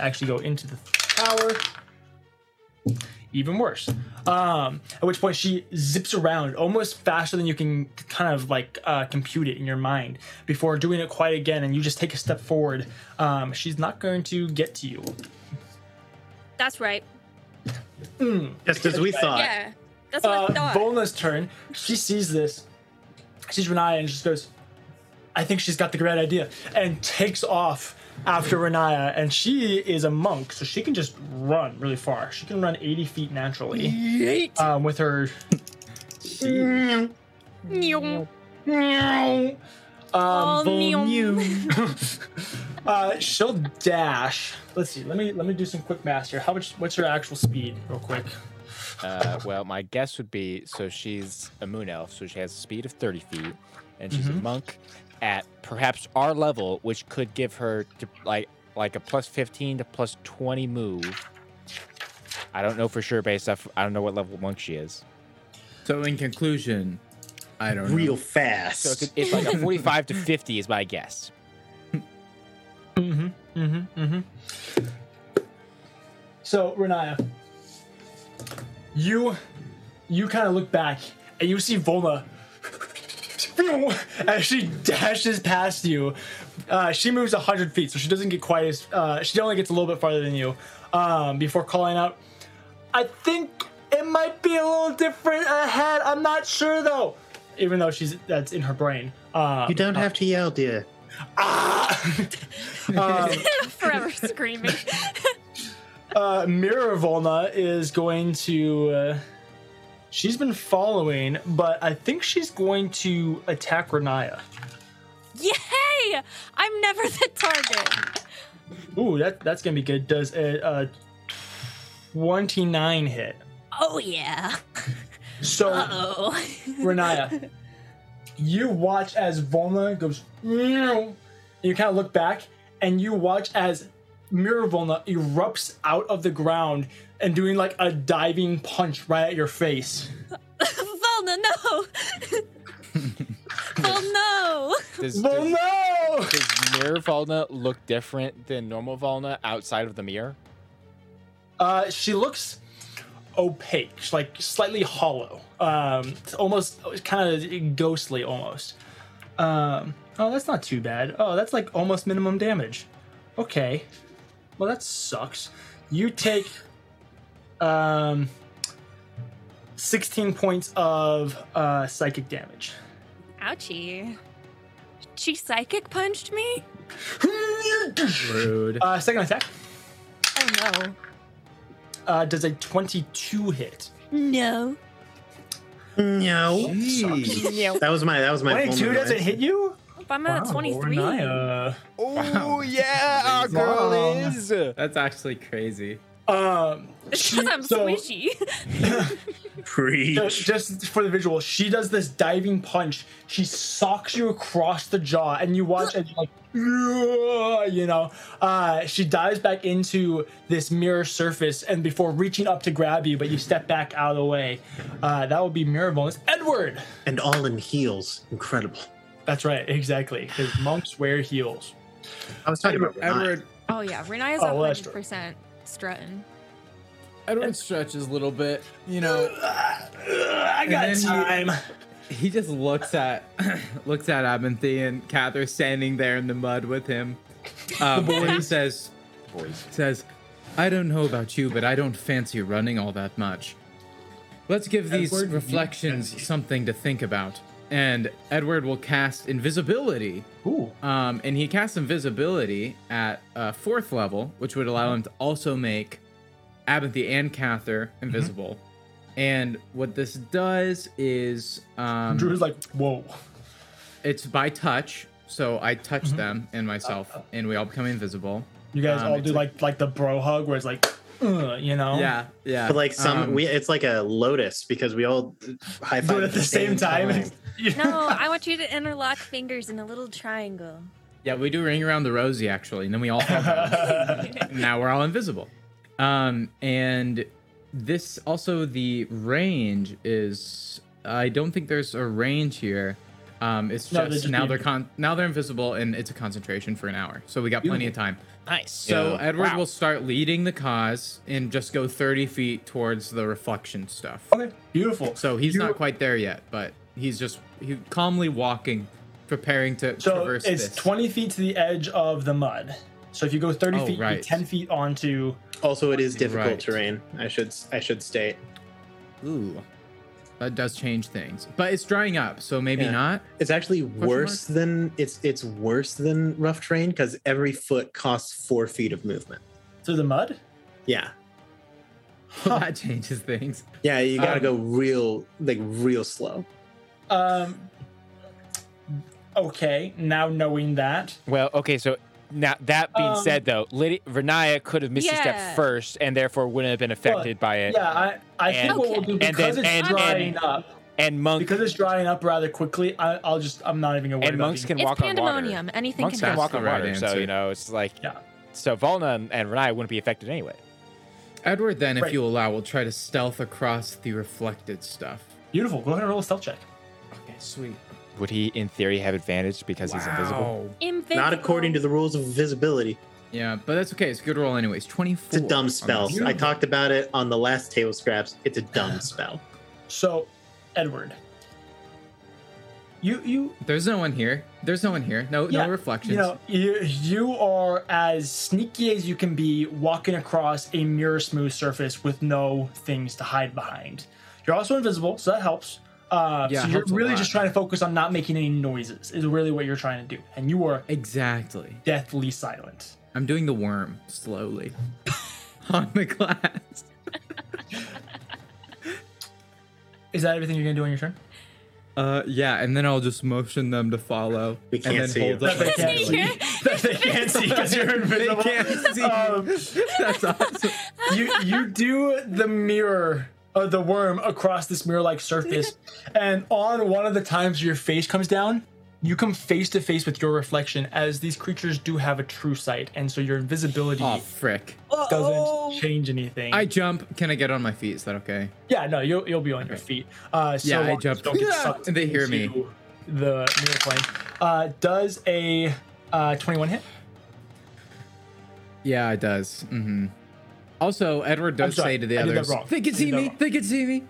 S2: Actually, go into the tower. Even worse. Um, at which point she zips around almost faster than you can kind of like uh, compute it in your mind before doing it quite again, and you just take a step forward. Um, she's not going to get to you.
S5: That's right.
S4: Just as we thought.
S5: Yeah. That's what I
S2: uh,
S5: thought.
S2: Volna's turn. She sees this. She sees Renaya and just goes, I think she's got the great idea, and takes off after Renaya, and she is a monk, so she can just run really far. She can run 80 feet naturally um, with her.
S5: Nyong.
S2: Um,
S5: All nyong.
S2: uh, she'll dash. Let's see. Let me let me do some quick math here. How much? What's her actual speed, real quick?
S6: Uh, well, my guess would be so she's a moon elf, so she has a speed of 30 feet, and she's a monk at perhaps our level, which could give her to, like like a plus 15 to plus 20 move. I don't know for sure based off, I don't know what level monk she is.
S3: So in conclusion, I don't
S4: real
S3: know.
S4: fast.
S6: So it could, it's like a 45 to 50 is my guess.
S2: So, Renaya, you you kind of look back and you see Volna as she dashes past you. Uh, she moves hundred feet, so she doesn't get quite as. Uh, she only gets a little bit farther than you um, before calling out. I think it might be a little different ahead. I'm not sure though. Even though she's that's in her brain. ah! Um,
S4: You don't have to yell, dear.
S5: Forever screaming.
S2: uh, Mirror Volna is going to. Uh, she's been following, but I think she's going to attack Renaya.
S5: Yay! I'm never the target.
S2: Ooh, that that's gonna be good. Does a, a twenty-nine hit?
S5: Oh yeah.
S2: So
S5: Oh.
S2: Renaya, you watch as Volna goes. "Meow." You kind of look back, and you watch as Mirror Volna erupts out of the ground and doing like a diving punch right at your face.
S5: Volna, no. oh
S6: Does, does,
S2: Volna!
S6: does mirror Volna look different than normal Volna outside of the mirror?
S2: Uh, she looks opaque, she's, like slightly hollow, um, it's almost kind of ghostly, almost. Um, oh, that's not too bad. Oh, that's like almost minimum damage. Okay, well that sucks. You take um, sixteen points of uh, psychic damage.
S5: no. Ouchie. She psychic punched me?
S3: Rude.
S2: Uh, second attack
S5: Oh
S2: uh, does a twenty-two hit.
S5: no.
S4: No,
S3: Jeez.
S5: No.
S4: that was my that was my.
S2: Twenty-two
S4: vulnerable,
S2: doesn't
S4: right?
S2: hit you.
S5: If I'm at
S2: Wow,
S5: 23.
S2: Renaya.
S6: Oh, yeah, our girl
S2: Wow.
S6: is.
S3: That's actually crazy.
S2: Um,
S5: Because I'm
S2: so-
S5: squishy.
S2: So
S4: Preach.
S2: just for the visual, she does this diving punch. She socks you across the jaw, and you watch and you're like, "Yeah," you know, uh, she dives back into this mirror surface, and before reaching up to grab you, but you step back out of the way. Uh, that would be mirror bonus. Edward.
S4: and all in heels. Incredible.
S2: That's right, exactly. Because monks wear heels.
S4: I was talking about
S3: Edward
S5: Oh yeah, Renaya's
S2: Oh, well, that's true.
S5: 100% strutting.
S3: Edward stretches a little bit. You know,
S2: I got
S3: And then
S2: time.
S3: he just looks at looks at Abinthy and Cather standing there in the mud with him. Um, and he says,
S6: Boys.
S3: says, I don't know about you, but I don't fancy running all that much. Let's give these
S2: Edward, you
S3: reflections something to think about. And Edward will cast invisibility.
S2: Ooh.
S3: Um, and he casts invisibility at uh, fourth level, which would
S2: Uh-huh.
S3: allow him to also make Abinthy and Cather
S2: Mm-hmm.
S3: invisible. And what this does is um,
S2: Drew's like, whoa.
S3: it's by touch. So I touch
S2: Mm-hmm.
S3: them and myself,
S2: Uh-huh.
S3: and we all become invisible.
S2: You guys
S3: Um,
S2: all
S3: it's
S2: do like like the bro hug, where it's like, "Uh," you know.
S3: Yeah, yeah.
S4: But like some,
S3: um,
S4: we it's like a lotus because we all high
S2: Do
S4: five
S2: it at the same time.
S5: No, I want you to interlock fingers in a little triangle.
S3: Yeah, we do ring around the rosy actually, and then we all fall down. now we're all invisible. Um, and this also the range is I don't think there's a range here. Um, it's just,
S2: No, they're just
S3: now
S2: being-
S3: they're con- now they're invisible and it's a concentration for an hour, so we got plenty of time.
S6: Nice.
S3: So Edward
S6: Wow.
S3: will start leading the cause and just go 30 feet towards the reflection stuff.
S2: Okay, beautiful.
S3: So he's
S2: You-
S3: not quite there yet, but he's just he calmly walking, preparing to
S2: So
S3: traverse
S2: it's
S3: this.
S2: 20 feet to the edge of the mud. So if you go 30
S3: Oh,
S2: feet, you're
S3: right.
S2: 10 feet onto.
S4: Also, it is difficult
S3: Right.
S4: terrain. I should I should state.
S3: Ooh. That does change things, but it's drying up, so maybe
S4: Yeah.
S3: not.
S4: It's actually worse than it's it's worse than rough terrain because every foot costs four feet of movement.
S2: Through the mud?
S4: Yeah,
S3: that changes things.
S4: yeah, you gotta
S3: Um,
S4: go real like real slow.
S2: Um. Okay, now knowing that,
S6: Well, okay, so now that being
S2: Um,
S6: said, though, Lyd- Renaya could have missed a
S5: Yeah.
S6: step first and therefore wouldn't have been affected by it.
S2: yeah, I, I think
S6: And-
S2: what we'll do
S6: Okay. and
S2: because
S6: then- and-
S2: it's drying
S6: and-
S2: up,
S6: And Monk
S2: because it's drying up rather quickly. I, I'll just, I'm not even gonna worry
S6: and
S2: about
S6: monks
S2: being-
S6: can
S5: It's
S6: walk on water.
S5: pandemonium. Anything
S6: Monks
S5: can
S6: can
S5: happen.
S6: walk on
S3: That's the
S6: water,
S3: right
S6: so
S3: answer.
S6: you know it's like
S2: Yeah.
S6: So Volna and, and Renaya wouldn't be affected anyway.
S3: Edward, then, if
S2: Right.
S3: you allow, will try to stealth across the reflected stuff.
S2: Beautiful. Go ahead and roll a stealth check.
S3: Okay, sweet.
S6: Would he, in theory, have advantage because he's invisible?
S4: Not according to the rules of visibility.
S3: Yeah, but that's okay. It's a good roll, anyways. Twenty-four.
S4: It's a
S3: on
S4: dumb
S3: the
S4: spell. I
S3: side.
S4: talked about it on the last table scraps. It's a dumb spell.
S2: So, Edward, you you
S3: There's no one here. There's no one here. No,
S2: yeah,
S3: no reflections.
S2: You know, you you are as sneaky as you can be walking across a mirror smooth surface with no things to hide behind. You're also invisible, so that helps. Uh,
S3: Yeah,
S2: so
S3: it
S2: you're
S3: helps a
S2: really
S3: lot.
S2: just trying to focus on not making any noises. Is really what you're trying to do, and you are
S3: exactly.
S2: deathly silent.
S3: I'm doing the worm slowly on the glass.
S2: Is that everything you're gonna do on your turn?
S3: Uh, yeah, and then I'll just motion them to follow.
S4: We can't
S3: and then
S4: see
S3: hold
S4: you.
S3: up
S2: They
S3: my
S2: can't
S3: hand.
S2: see. they can't see because you're
S3: They
S2: invisible.
S3: can't see.
S2: Um,
S3: That's awesome.
S2: you you do the mirror uh, the worm across this mirror-like surface and on one of the times your face comes down you come face to face with your reflection as these creatures do have a true sight and so your invisibility
S3: Oh frick!
S2: doesn't change anything
S3: I jump. Can I get on my feet? Is that okay?
S2: yeah no you'll, you'll be on your feet uh so
S3: Yeah, I
S2: long as
S3: jumped.
S2: don't get
S3: Yeah,
S2: sucked
S3: and they hear me.
S2: into the mirror plane uh does a uh 21 hit
S3: Yeah, it does. Mm-hmm. Also, Edward does
S2: sorry,
S3: say to the
S2: I did that
S3: others,
S2: wrong.
S3: "They
S2: I
S3: can
S2: did
S3: see
S2: that
S3: me.
S2: wrong."
S3: They can see me."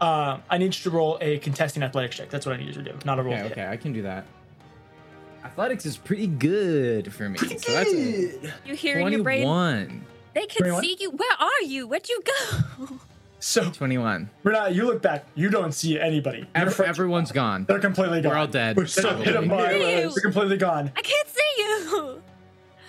S2: uh i need you to roll a contesting athletics check that's what i need you to do not a roll
S3: Okay,
S2: to hit.
S3: okay, I can do that. Athletics is pretty good for me. So that's a
S5: You hear in your brain,
S3: 21.
S5: they can
S2: 21?
S5: see you. Where are you? Where'd you go?
S2: so
S3: 21.
S2: renata you look back you don't see anybody Your
S3: Ev-
S2: friends-
S3: everyone's gone.
S2: They're completely gone.
S3: We're all dead.
S4: We're so
S2: Hit up
S3: Probably.
S2: by-
S5: Ew.
S2: They're completely gone.
S5: I can't see you.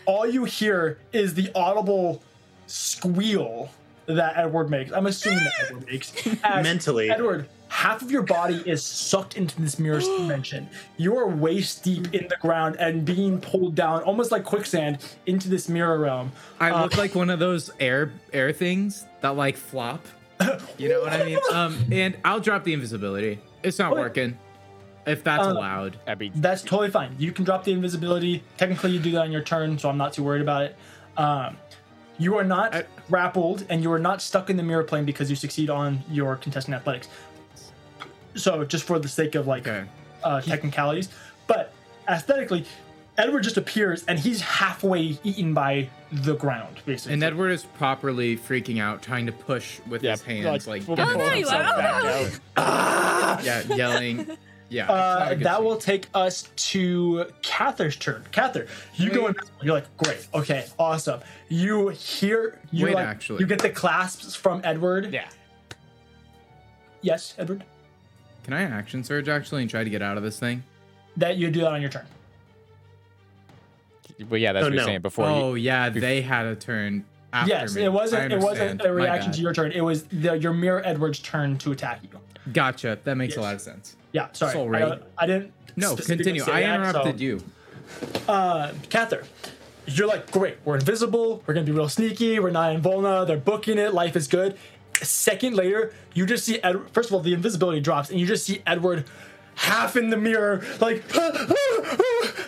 S2: All you hear is the audible squeal that Edward makes. I'm assuming that Edward makes. as
S4: Mentally.
S2: Edward, half of your body is sucked into this mirror's dimension. You're waist deep in the ground and being pulled down, almost like quicksand, into this mirror realm.
S3: I look like one of those air air things that like flop. You know what I mean? Um, and I'll drop the invisibility. It's not working. If that's allowed.
S6: That'd be
S2: That's totally fine. You can drop the invisibility. Technically, you do that on your turn, so I'm not too worried about it. Um, you are not
S3: I-
S2: grappled, and you are not stuck in the mirror plane because you succeed on your contestant athletics. So, just for the sake of like
S3: Okay.
S2: uh, technicalities, but aesthetically, Edward just appears and he's halfway eaten by the ground, basically.
S3: And Edward is properly freaking out, trying to push with his hands, like,
S6: we'll
S5: Oh,
S6: pull
S5: there you
S6: himself
S5: are.
S6: back
S5: Oh.
S6: out.
S3: yeah, yelling. Yeah. it's not
S2: Uh,
S3: a good
S2: that
S3: scene.
S2: will take us to Cather's turn. Cather, you go
S3: Wait.
S2: in. You're like, great, okay, awesome. You hear, you
S3: Wait,
S2: like,
S3: actually.
S2: you get the clasps from Edward.
S6: Yeah.
S2: Yes, Edward.
S3: Can I action surge actually and try to get out of this thing?
S2: That you do that on your turn.
S6: But yeah, that's
S4: Oh,
S6: what you're
S4: no.
S6: saying before. you-
S3: Oh yeah, they had a turn after
S2: yes,
S3: me.
S2: it
S3: I
S2: wasn't. It wasn't
S3: understand.
S2: a
S3: My
S2: reaction
S3: bad.
S2: to your turn. It was the, your mirror Edward's turn to attack you.
S3: Gotcha. That makes a
S2: Yes.
S3: lot of sense.
S2: Yeah, sorry.
S3: Sorry.
S2: I, don't- I didn't.
S3: No,
S2: specifically
S3: continue.
S2: say
S3: I
S2: that,
S3: interrupted
S2: so-
S3: you.
S2: uh, Cather, you're like, great, we're invisible, we're gonna be real sneaky, we're not in Volna, they're booking it, life is good. A second later, you just see Ed- first of all, the invisibility drops, and you just see Edward half in the mirror, like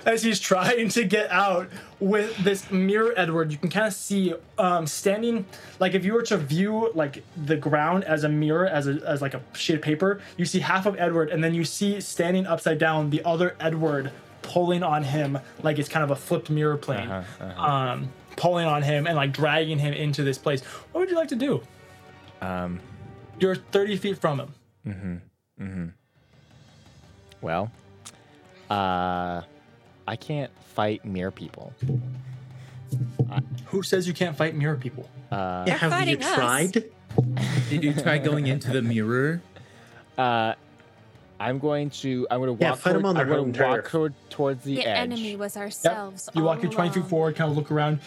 S2: as he's trying to get out with this mirror Edward. You can kind of see um, standing, like if you were to view like the ground as a mirror, as a, as like a sheet of paper, you see half of Edward, and then you see standing upside down the other Edward pulling on him like it's kind of a flipped mirror plane um pulling on him and like dragging him into this place what would you like to do um you're 30 feet from him
S6: Well, uh, I can't fight mere people.
S2: who says you can't fight mirror people
S3: Uh,
S4: Have you
S5: fighting us.
S4: tried?
S3: Did you try going into the mirror?
S6: Uh, I'm going to. I'm going to walk.
S4: Yeah, fight 'em
S6: toward-
S4: on their
S6: I'm going
S4: home
S6: to walk
S4: turf.
S6: toward, towards the,
S5: The
S6: edge.
S5: enemy was ourselves.
S2: You walk
S5: all
S2: your 20 feet
S5: along.
S2: forward, kind of look around.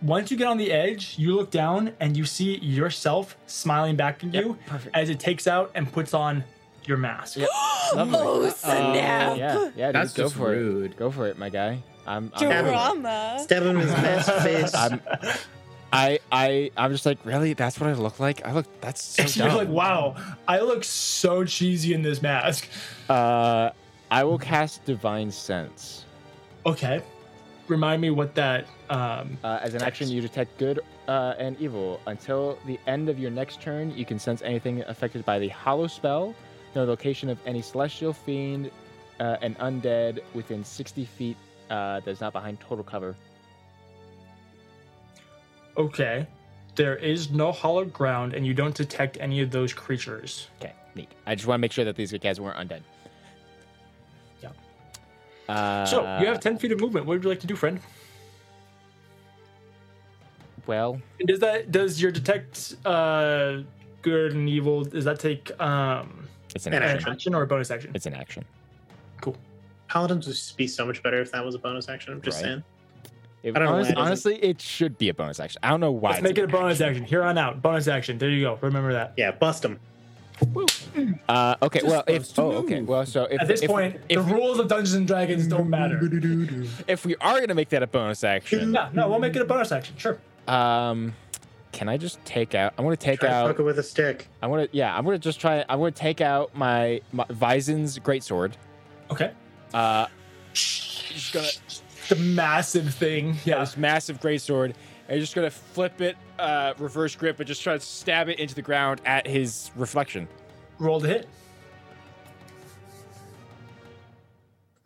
S2: Once you get on the edge, you look down and you see yourself smiling back at you
S6: perfect.
S2: as it takes out and puts on your mask.
S6: Lovely.
S2: Uh,
S6: Uh,
S5: Oh, snap.
S6: yeah, yeah. Dude,
S3: That's
S6: go
S3: just
S6: for
S3: rude.
S6: it. Go for it, my guy. I'm. I'm
S5: Drama.
S4: Stab him in his mask face.
S6: I'm, I I I'm just like really. That's what I look like. I look. That's so
S2: So you're
S6: dumb.
S2: like, wow, I look so cheesy in this mask.
S6: Uh, I will cast divine sense.
S2: Okay. Remind me what that. Um,
S6: Uh, as an action, you detect good uh, and evil. Until the end of your next turn, you can sense anything affected by the hollow spell, the location of any celestial fiend, uh, and undead within 60 feet uh, that is not behind total cover.
S2: okay. There is no hollow ground and you don't detect any of those creatures.
S6: Okay, neat. I just want to make sure that these guys weren't undead.
S2: Yeah.
S6: Uh,
S2: So you have 10 feet of movement. What would you like to do, friend?
S6: well,
S2: And Does that does your detect uh good and evil does that take um
S6: it's an
S2: an
S4: An
S6: action.
S4: action.
S2: action or a bonus action?
S6: It's an action.
S2: Cool.
S4: Paladins would be so much better if that was a bonus action. I'm just
S6: Right.
S4: saying.
S6: It-
S4: I don't know
S6: honest-
S4: why it doesn't-
S6: honestly, it should be a bonus action. I don't know why.
S2: Let's
S6: it's
S2: make it
S6: an
S2: a bonus action. Here on out, bonus action. There you go. Remember that.
S4: Yeah, bust him.
S6: Uh, okay, well,
S3: supposed
S6: if
S3: to
S6: oh, okay,
S3: move.
S6: well, so if
S2: At this
S6: if,
S2: point,
S6: if,
S2: the rules of Dungeons and Dragons don't matter.
S6: if we are gonna make that a bonus action,
S2: Yeah, no, we'll make it a bonus action. Sure.
S6: um, can I just take out? I want to take
S4: Try to fuck
S6: out.
S4: it with a stick.
S6: I want to, yeah, I'm gonna just try. I'm gonna take out my, my Visen's greatsword.
S2: Okay.
S6: Uh, just gonna
S2: The massive thing. Yeah.
S6: this massive greatsword, and I'm just gonna flip it, uh, reverse grip, and just try to stab it into the ground at his reflection.
S2: Roll to hit.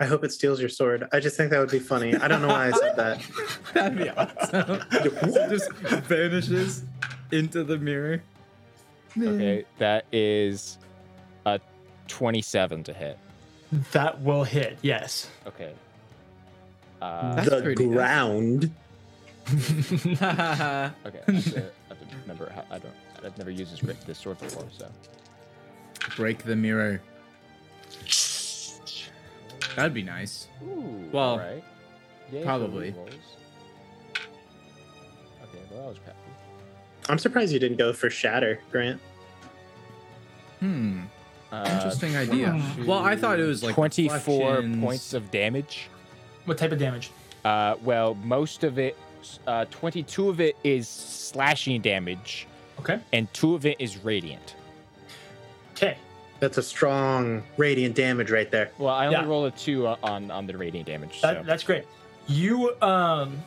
S4: I hope it steals your sword. I just think that would be funny. I don't know why I said that.
S3: That'd be awesome. it just vanishes into the mirror.
S6: Okay, that is a 27 to hit.
S2: That will hit. Yes.
S6: Okay. Uh,
S3: That's
S4: the
S3: pretty good.
S4: ground.
S6: Okay, I have to, I have to remember. How, I don't. I've never used this, grip- this sword before, so.
S3: Break the mirror. That'd be nice.
S6: Ooh,
S3: Well,
S6: alright. Yay for
S3: probably.
S6: rerolls. Okay, well that was crappy.
S4: I'm surprised you didn't go for shatter, Grant.
S3: Hmm.
S6: Uh,
S3: Interesting idea. Well, I thought it was like
S6: Hmm. twenty-four
S3: reflections.
S6: points of damage.
S2: What type of damage?
S6: Uh, well, most of it, uh, twenty-two of it is slashing damage,
S2: Okay.
S6: and two of it is radiant.
S2: Okay.
S4: That's a strong radiant damage right there.
S6: Well, I only
S2: Yeah.
S6: roll a two uh, on on the radiant damage.
S2: That,
S6: so.
S2: That's great. You um,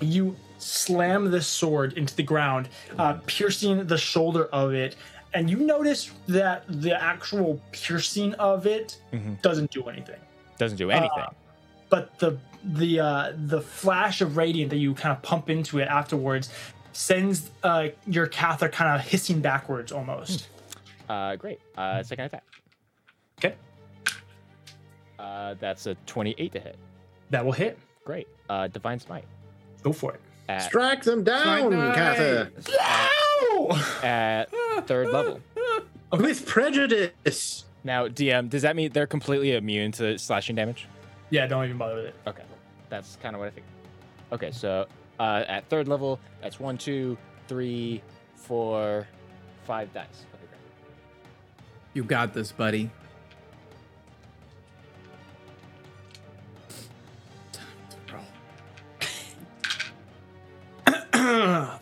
S2: you slam this sword into the ground, uh, piercing the shoulder of it, and you notice that the actual piercing of it
S6: Mhm.
S2: doesn't do anything.
S6: doesn't
S2: uh,
S6: do anything.
S2: But the the uh, the flash of radiant that you kind of pump into it afterwards sends uh, your Cather kind of hissing backwards almost.
S6: Uh, great. Uh, second attack.
S2: Okay,
S6: Uh, that's a twenty-eight to hit.
S2: that will hit.
S6: Great. Uh, divine smite.
S2: Go for it.
S6: At, Uh,
S4: Strike them down,
S3: Strike
S4: Katha,
S2: Ow!
S6: at third level.
S4: with prejudice.
S6: Now, DM, does that mean they're completely immune to slashing damage?
S2: Yeah, don't even bother with it.
S6: Okay, that's kind of what I think. Okay, so uh, at third level, that's one, two, three, four, five dice. Okay, great.
S3: You got this, buddy.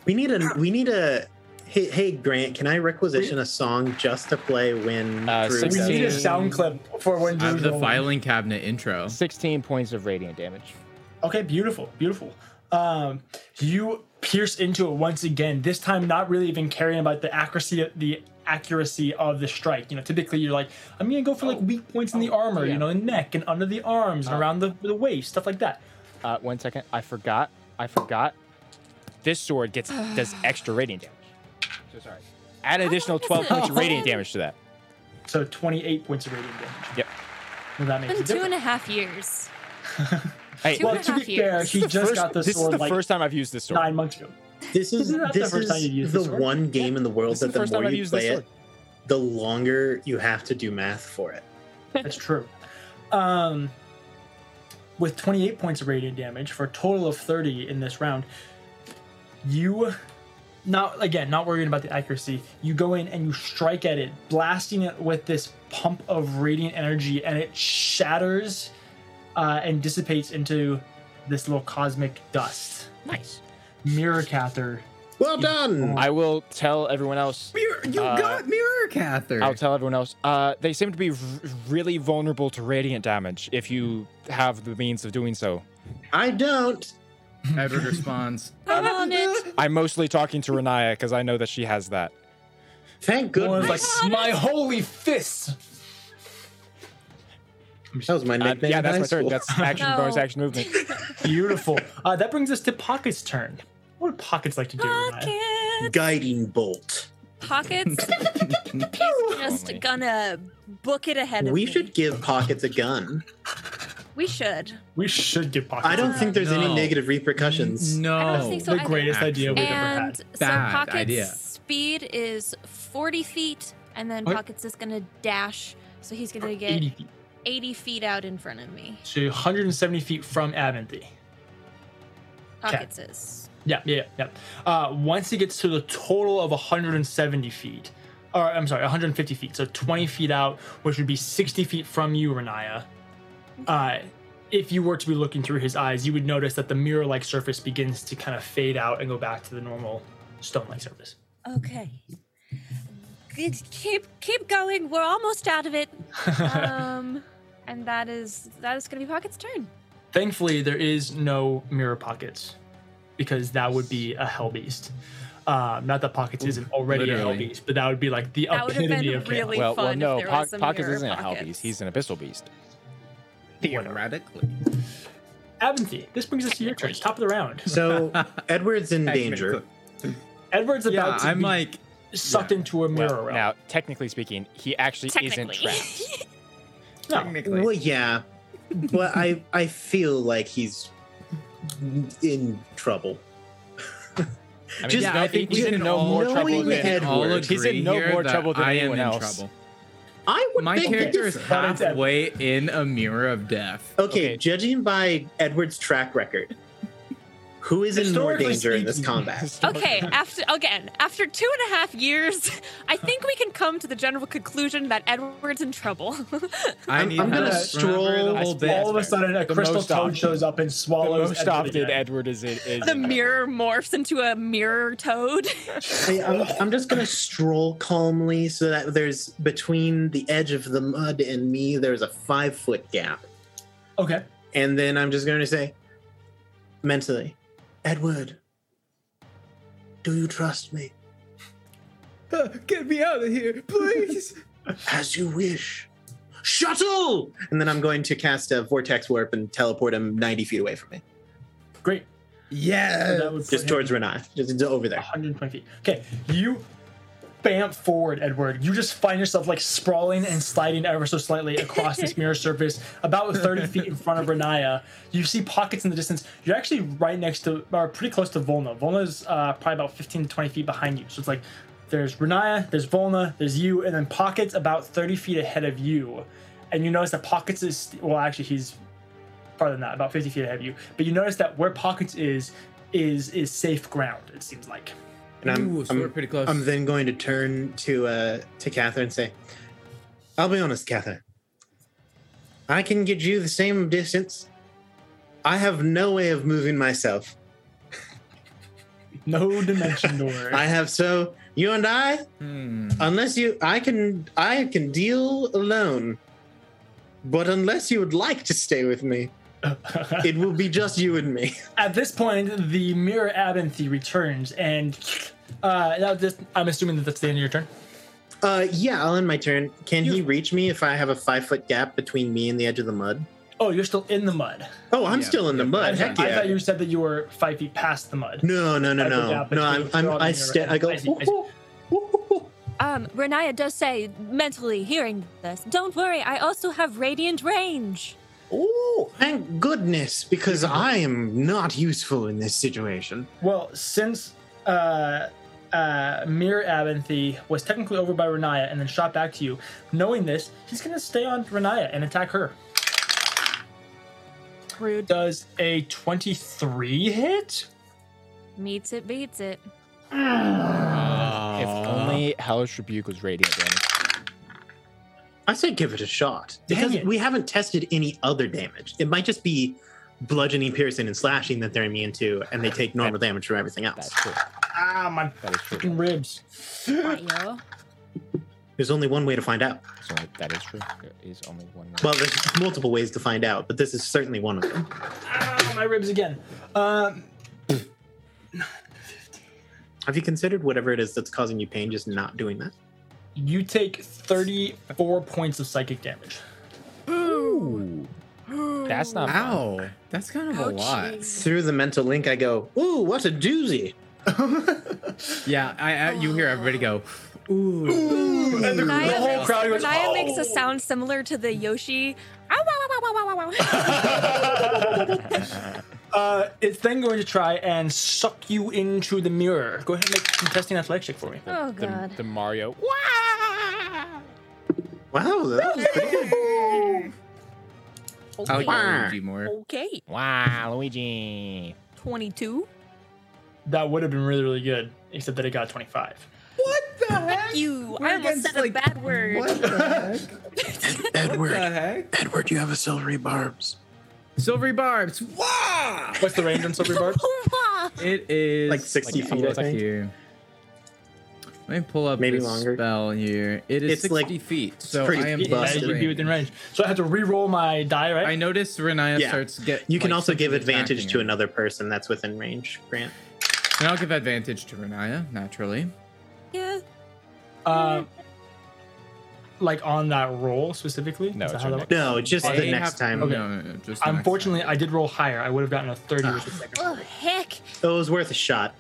S4: We need a we need a hey, hey Grant, can I requisition a song just to play when
S6: Uh,
S4: Drew
S2: We
S6: sixteen.
S4: does
S2: need a
S4: it?
S2: sound clip for when
S3: I have
S2: Drew's
S3: the
S2: rolling.
S3: filing cabinet intro.
S6: Sixteen points of radiant damage.
S2: Okay, beautiful, beautiful. Um, you pierce into it once again. This time, not really even caring about the accuracy, the accuracy of the strike. You know, typically you're like, I'm gonna go for like weak points in the armor, you know, the neck and under the arms
S6: Uh-huh.
S2: and around the, the waist, stuff like that.
S6: Uh, one second, I forgot. I forgot. This sword gets does extra radiant damage. So sorry. Add an additional twelve points of radiant damage to that.
S2: So 28 points of radiant damage.
S6: Yep.
S2: Well, that makes
S5: It's
S2: it
S5: been two and
S2: different.
S5: a half years.
S6: Hey,
S5: Two
S2: Well,
S5: and a
S2: to be
S5: half years.
S2: fair,
S5: This
S2: he
S6: the
S2: just
S6: first-
S2: got this,
S6: this is
S2: sword
S6: the
S2: like
S6: first time I've used this sword.
S2: nine months ago.
S4: This is
S2: This is not the
S4: this
S2: first time you've
S4: is
S2: used this
S4: the
S2: sword.
S4: one game in the world
S6: This is
S4: that
S6: the
S4: the
S6: first time
S4: more
S6: I've
S4: you
S6: used this
S4: play
S6: sword.
S4: it, the longer you have to do math for it.
S2: That's true. Um, with 28 points of radiant damage for a total of 30 in this round, you, not again, not worrying about the accuracy, you go in and you strike at it, blasting it with this pump of radiant energy, and it shatters uh, and dissipates into this little cosmic dust.
S6: Nice.
S2: Mirror Cather.
S4: Well done.
S6: I will tell everyone else.
S3: Mirror, you
S6: Uh,
S3: got mirror, Cather.
S6: I'll tell everyone else. Uh, they seem to be r- really vulnerable to radiant damage if you have the means of doing so.
S4: I don't.
S3: Edward responds.
S5: I'm on it.
S6: I'm mostly talking to Renaya because I know that she has that.
S4: Thank
S2: One's
S4: goodness.
S2: like, my holy fist.
S4: that was my
S6: Uh,
S4: nickname.
S6: yeah, that's
S4: in
S6: my turn.
S4: high school.
S6: That's action,
S5: No.
S6: bonus action movement.
S2: Beautiful. Uh, that brings us to Pocket's turn. What would Pockets like to do? Renai?
S5: Pocket.
S4: guiding bolt.
S5: Pockets just
S6: Only.
S5: gonna book it ahead of
S4: We
S5: me.
S4: should give pockets a gun.
S5: We should.
S2: We should get Pockets.
S4: I don't think there's any
S3: No.
S4: negative repercussions.
S3: No.
S5: I don't think so
S2: the
S5: either.
S2: greatest idea we've ever
S5: And
S2: had.
S5: so
S3: Bad
S5: Pocket's
S3: idea.
S5: speed is 40 feet, and then
S3: What?
S5: Pocket's is gonna dash, so he's gonna get
S2: 80
S5: 80.
S2: feet.
S5: feet out in front of me.
S2: So 170 feet from Avanthi.
S5: Pocket's is.
S2: Yeah, yeah, yeah. Uh, once he gets to the total of 170 feet, or I'm sorry, 150 feet, so 20 feet out, which would be 60 feet from you, Renaya. Uh, if you were to be looking through his eyes, you would notice that the mirror-like surface begins to kind of fade out and go back to the normal stone-like surface.
S5: Okay. Good. Keep keep going. We're almost out of it. Um, and that is that is gonna be Pocket's turn.
S2: Thankfully, there is no mirror pockets because that would be a hell beast. Um, not that pockets isn't already a hell
S3: literally.
S2: beast, but that would be like the
S5: That would have
S2: epitome
S5: been
S2: of
S5: really
S6: well,
S5: fun.
S6: well, no,
S5: if there was
S6: Pock-
S5: some
S6: Pockets
S5: mirror
S6: isn't a hell
S5: pockets.
S6: beast. He's an abyssal beast.
S3: Theoretically.
S2: Avanthi, this brings us to your turn. It's top of the round.
S4: So Edward's in danger.
S3: Technically.
S2: Edward's about
S3: Yeah,
S2: to
S3: I'm
S2: be
S3: like,
S2: sucked
S3: yeah.
S2: into a mirror
S6: Well,
S2: realm.
S6: now, technically speaking, he actually isn't
S5: Technically.
S6: trapped.
S2: no,
S3: technically.
S4: Well, yeah, but I I feel like he's in trouble.
S6: I mean,
S4: Just-
S6: he's
S4: Yeah,
S6: no,
S4: I think
S6: he's
S4: we
S6: in
S4: can
S6: no more
S4: all
S6: trouble
S4: knowing
S6: than
S4: Edward.
S6: Edward. He's in no
S3: agree
S6: more
S3: that
S6: trouble than
S3: I am
S6: anyone
S3: in
S6: else.
S3: trouble.
S4: I would
S3: My
S4: think that
S3: character
S4: this-
S3: is halfway in a mirror of death.
S4: okay,
S6: okay.
S4: Judging by Edward's track record, who is in more
S2: Historically
S4: danger in this
S2: speaking,
S4: combat?
S5: Okay, after again, after two and a half years, I think we can come to the general conclusion that Edward's in trouble.
S3: I
S4: I'm-
S3: need help.
S4: I'm gonna
S3: Remember
S4: stroll-
S3: the whole bit.
S2: all of a sudden a
S6: The
S2: crystal
S6: most
S2: toad
S6: often-
S2: shows up and
S6: The
S2: swallows
S6: most
S2: Edward
S6: often
S2: again.
S6: Edward is in. Is in
S5: the
S6: trouble.
S5: mirror morphs into a mirror toad.
S4: I, I'm, I'm just gonna stroll calmly so that there's between the edge of the mud and me, there's a five foot gap.
S2: Okay.
S4: And then I'm just going to say mentally, Edward, do you trust me?
S3: Get me out of here, please.
S4: As you wish. Shuttle! And then I'm going to cast a vortex warp and teleport him 90 feet away from me.
S2: Great. So
S3: yeah.
S2: that would put
S4: Just
S2: him
S4: towards Renai. Just over there.
S2: 120 feet. Okay, you bamf forward, Edward. You just find yourself like sprawling and sliding ever so slightly across this mirror surface, about 30 feet in front of Renaya. You see pockets in the distance. You're actually right next to, or pretty close to Volna. Volna's uh, probably about 15 to 20 feet behind you. So it's like there's Renaya, there's Volna, there's you, and then Pockets about 30 feet ahead of you. And you notice that Pockets is, well, actually, he's farther than that, about 50 feet ahead of you. But you notice that where Pockets is, is is safe ground, it seems like.
S4: And I'm,
S3: Ooh, so we're
S4: I'm,
S3: pretty close.
S4: I'm then going to turn to uh, to Catherine and say, I'll be honest, Catherine. I can get you the same distance. I have no way of moving myself.
S2: No dimension door.
S4: I have so you and I
S3: Hmm.
S4: unless you i can i can deal alone but unless you would like to stay with me it will be just you and me
S2: At this point, the mirror Abinthy returns, and uh, now this, I'm assuming that that's the end of your turn.
S4: uh yeah i'll end my turn can he reach me if i have a five foot gap between me and the edge of the mud
S2: Oh, you're still in the mud.
S4: oh i'm
S3: Yeah,
S4: still in the
S3: yeah,
S2: I,
S4: mud heck
S2: I thought
S4: yeah
S2: you said that you were five feet past the mud.
S4: no no no
S2: Five foot
S4: no
S2: gap
S4: no
S2: between
S4: i'm,
S2: Strahd
S4: I'm i
S2: and your-
S4: stand i go
S2: I see, I see.
S4: "Ooh, ooh, ooh, ooh, ooh."
S5: Um, Renaya does say, mentally hearing this, don't worry, I also have radiant range.
S4: Ooh, thank goodness because i am not useful in this situation
S2: Well, since uh, uh, Mir Abenthy was technically over by Renaya and then shot back to you. Knowing this, he's going to stay on Renaya and attack her.
S5: Rude.
S2: Does a 23 hit?
S5: Meets it, beats it.
S6: if only Hellish Rebuke was radiant damage.
S4: I say give it a shot
S2: Dang
S4: because
S2: it.
S4: we haven't tested any other damage. It might just be bludgeoning, piercing, and slashing that they're immune to, and they take normal damage for everything
S6: That's
S4: else.
S6: true.
S2: Ah, my
S6: That is true.
S2: fucking ribs.
S5: Right, yo.
S4: There's only one way to find out.
S6: It's only- that is true. There is only one. way.
S4: Well, there's multiple ways to find out, but this is certainly one of them.
S2: Ah, my ribs again. Um,
S4: Have you considered whatever it is that's causing you pain, just not doing that?
S2: you take 34 points of psychic damage.
S3: Ooh.
S6: that's not. fun.
S3: Ow. That's kind of a lot.
S4: Through the mental link, I go, "Ooh, what a doozy!"
S3: Yeah, I, I you hear everybody go, ooh.
S5: Renaya,
S2: whole
S5: makes,
S2: crowd goes,
S5: Renaya makes
S2: "Oh."
S5: a sound similar to the Yoshi. "Ow, ow, ow, ow, ow, ow, ow."
S2: Uh, it's then going to try and suck you into the mirror. Go ahead and make some testing athletic check for me.
S5: oh,
S6: The,
S5: God.
S6: the Mario.
S4: Wow, that was pretty good.
S3: I like
S5: Okay.
S3: Luigi more.
S5: okay.
S6: Wow, Luigi.
S5: 22.
S2: That would have been really, really good, except that it got 25.
S3: What the heck?
S5: You. I almost said a bad word.
S3: What the heck?
S4: Edward,
S3: heck?
S4: Edward, you have a silvery barbs.
S3: Silvery barbs. Wow.
S2: What's the range on Silvery Barb?
S5: Wah.
S3: It is
S4: Like 60
S6: Like,
S4: feet, I
S6: it's like
S4: think.
S3: here. Let me pull up
S4: Maybe
S3: this
S4: longer.
S3: spell here. It is
S4: It's like-
S3: 60 feet, so
S4: pretty
S3: I am
S4: big.
S2: Yeah,
S4: Busted.
S3: busted.
S2: you'd be within range. So I have to re-roll my die, right?
S3: I noticed Renaya
S4: Yeah.
S3: starts get.
S4: You can
S3: like,
S4: also give
S3: something's
S4: advantage
S3: attacking
S4: to
S3: her.
S4: another person that's within range, Grant.
S3: And I'll give advantage to Renaya naturally.
S5: Yeah.
S2: Uh, like on that roll specifically?
S6: No,
S2: Is that
S6: it's
S2: how
S6: your
S2: that
S6: next-
S4: No, just
S3: They
S4: the
S3: have-
S4: next time.
S3: No, no, no, just the next
S2: Unfortunately,
S3: time.
S2: I did roll higher. I would have gotten a 30
S4: Ah.
S2: with the second.
S5: Oh, heck.
S4: It was worth a shot.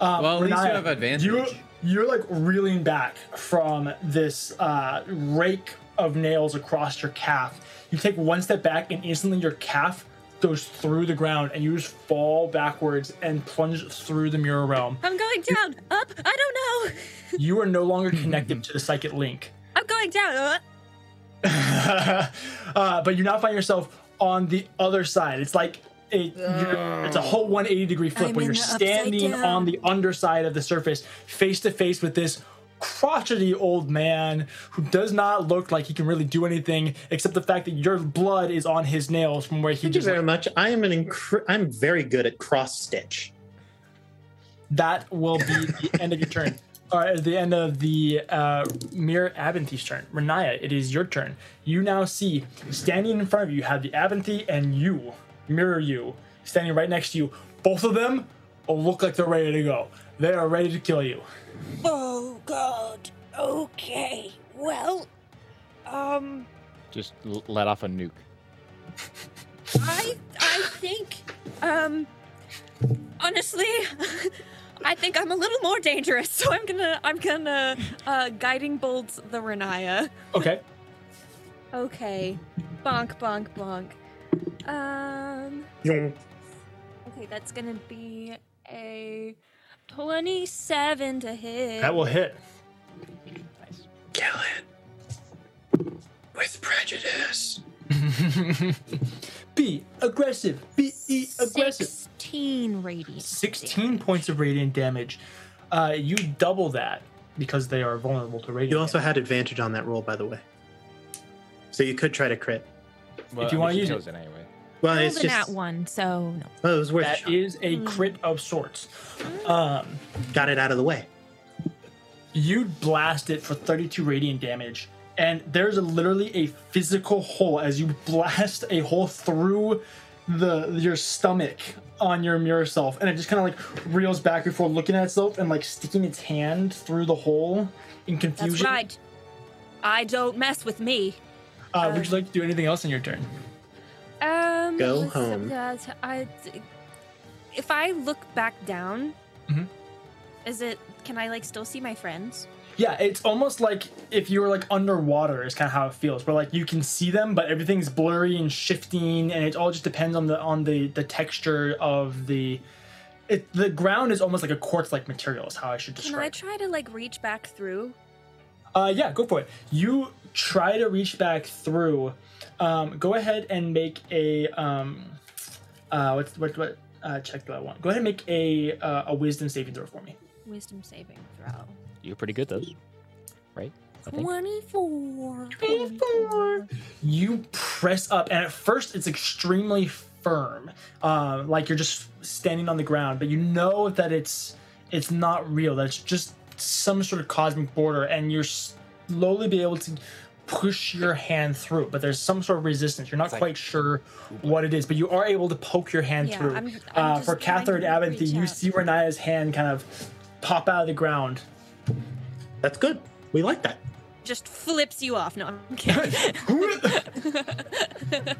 S2: Uh,
S3: Well, at least you
S2: Renaya,
S3: have advantage.
S2: You, you're like reeling back from this uh, rake of nails across your calf. You take one step back, and instantly your calf goes through the ground, and you just fall backwards and plunge through the mirror realm.
S5: I'm going down. Up. I don't know.
S2: You are no longer connected to the psychic link.
S5: I'm going down. Up.
S2: uh, but you now find yourself on the other side. It's like a, you're- it's a whole 180 degree flip
S5: I'm
S2: where
S5: in
S2: you're
S5: the upside
S2: standing
S5: down.
S2: on the underside of the surface, face to face with this crotchety old man who does not look like he can really do anything except the fact that your blood is on his nails from where he
S4: Thank you
S2: just
S4: very much. I am an incre- I'm very good at cross stitch.
S2: that will be the end of your turn or at the end of the uh, mere Abenthy's turn. Renaya, it is your turn. You now see standing in front of you have the Abenthy and you, mirror you, standing right next to you. Both of them look like they're ready to go. They are ready to kill you.
S5: Oh, God. Okay. Well, um,
S6: Just l- let off a nuke.
S5: I I think um honestly I think I'm a little more dangerous, so I'm gonna I'm gonna uh guiding bolt the Renaya.
S2: Okay.
S5: Okay. Bonk bonk bonk. Um
S4: Yong.
S5: okay, that's gonna be a 27 to hit.
S2: That will hit.
S4: Kill it with prejudice.
S2: be aggressive. Be aggressive.
S5: 16 radiant.
S2: 16 points of radiant damage. Uh, you double that because they are vulnerable to radiant.
S4: You also
S2: damage.
S4: had advantage on that roll, by the way. So you could try to crit.
S6: Well,
S2: you wanna
S6: she
S2: use it.
S6: chose anyway.
S4: Well,
S5: I rolled
S4: it's
S5: a
S4: just
S5: nat one, so no.
S4: well, it was worth a
S2: That
S4: shot.
S2: is a crit of sorts. Um,
S4: Got it out of the way.
S2: you blast it for 32 radiant damage and there's a, literally a physical hole as you blast a hole through the your stomach on your mirror self and it just kind of like reels back before looking at itself and like sticking its hand through the hole in
S5: That's
S2: confusion
S5: right. I don't mess with me.
S2: uh, would you like to do anything else in your turn
S5: Um,
S4: Go
S5: let's-
S4: home.
S5: uh, t- I- t- if I look back down,
S4: Mm-hmm.
S2: Mhm.
S5: is it? Can I like still see my friends?
S2: yeah it's almost like if you were like underwater is kind of how it feels where like you can see them but everything's blurry and shifting and it all just depends on the on the the texture of the it, the ground is almost like a quartz-like material. Is how I should
S5: Can
S2: describe.
S5: I
S2: it.
S5: try to like reach back through?
S2: Uh, yeah, go for it. You try to reach back through. Um, go ahead and make a um, uh, what's what what uh, check do I want? Go ahead and make a uh, a wisdom saving throw for me.
S5: Wisdom saving throw.
S6: You're pretty good though, right? I think.
S5: 24.
S2: 24. You press up, and at first it's extremely firm, um, like you're just standing on the ground. But you know that it's it's not real. That it's just some sort of cosmic border, and you're slowly be able to push your hand through. But there's some sort of resistance. You're not
S6: like-
S2: quite sure what it is, but you are able to poke your hand
S5: Yeah,
S2: through.
S5: I'm- I'm
S2: uh,
S5: just
S2: for
S5: trying
S2: Catherine
S5: to
S2: Abbott,
S5: reach
S2: you
S5: out.
S2: see Renaya's hand kind of pop out of the ground.
S4: That's good. We like that.
S5: Just flips you off. No, I'm kidding.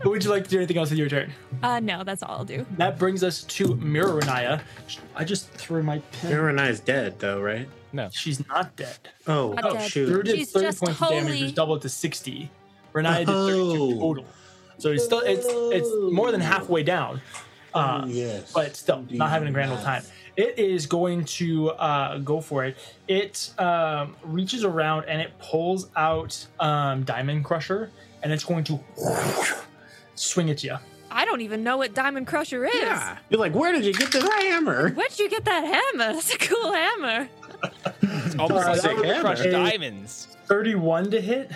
S2: Would you like to do anything else in your turn?
S5: uh, no, that's all I'll do.
S2: That brings us to Mira Renaya. I just threw my pen.
S4: Miranai is dead, though, right?
S2: She's not dead.
S4: Oh,
S5: Not
S4: oh
S5: dead.
S2: Drew
S4: shoot.
S2: did
S5: She's
S2: 30
S5: just
S2: points of damage,
S5: holy.
S2: which doubled to 60. Renaya did 32
S4: Oh.
S2: total. So it's still it's it's more than halfway down. Uh,
S8: yes.
S2: but still not having a grand old time. It is going to uh, go for it. It um, reaches around and it pulls out um, Diamond Crusher, and it's going to swing at you.
S5: I don't even know what Diamond Crusher is.
S3: Yeah.
S4: Ah. You're like, where did you get this hammer?
S5: Where'd you get that hammer? That's a cool hammer.
S6: It's almost
S2: Uh,
S6: like
S2: that
S6: they
S2: would be
S6: crushed
S2: a-
S6: diamonds.
S2: 31 to hit.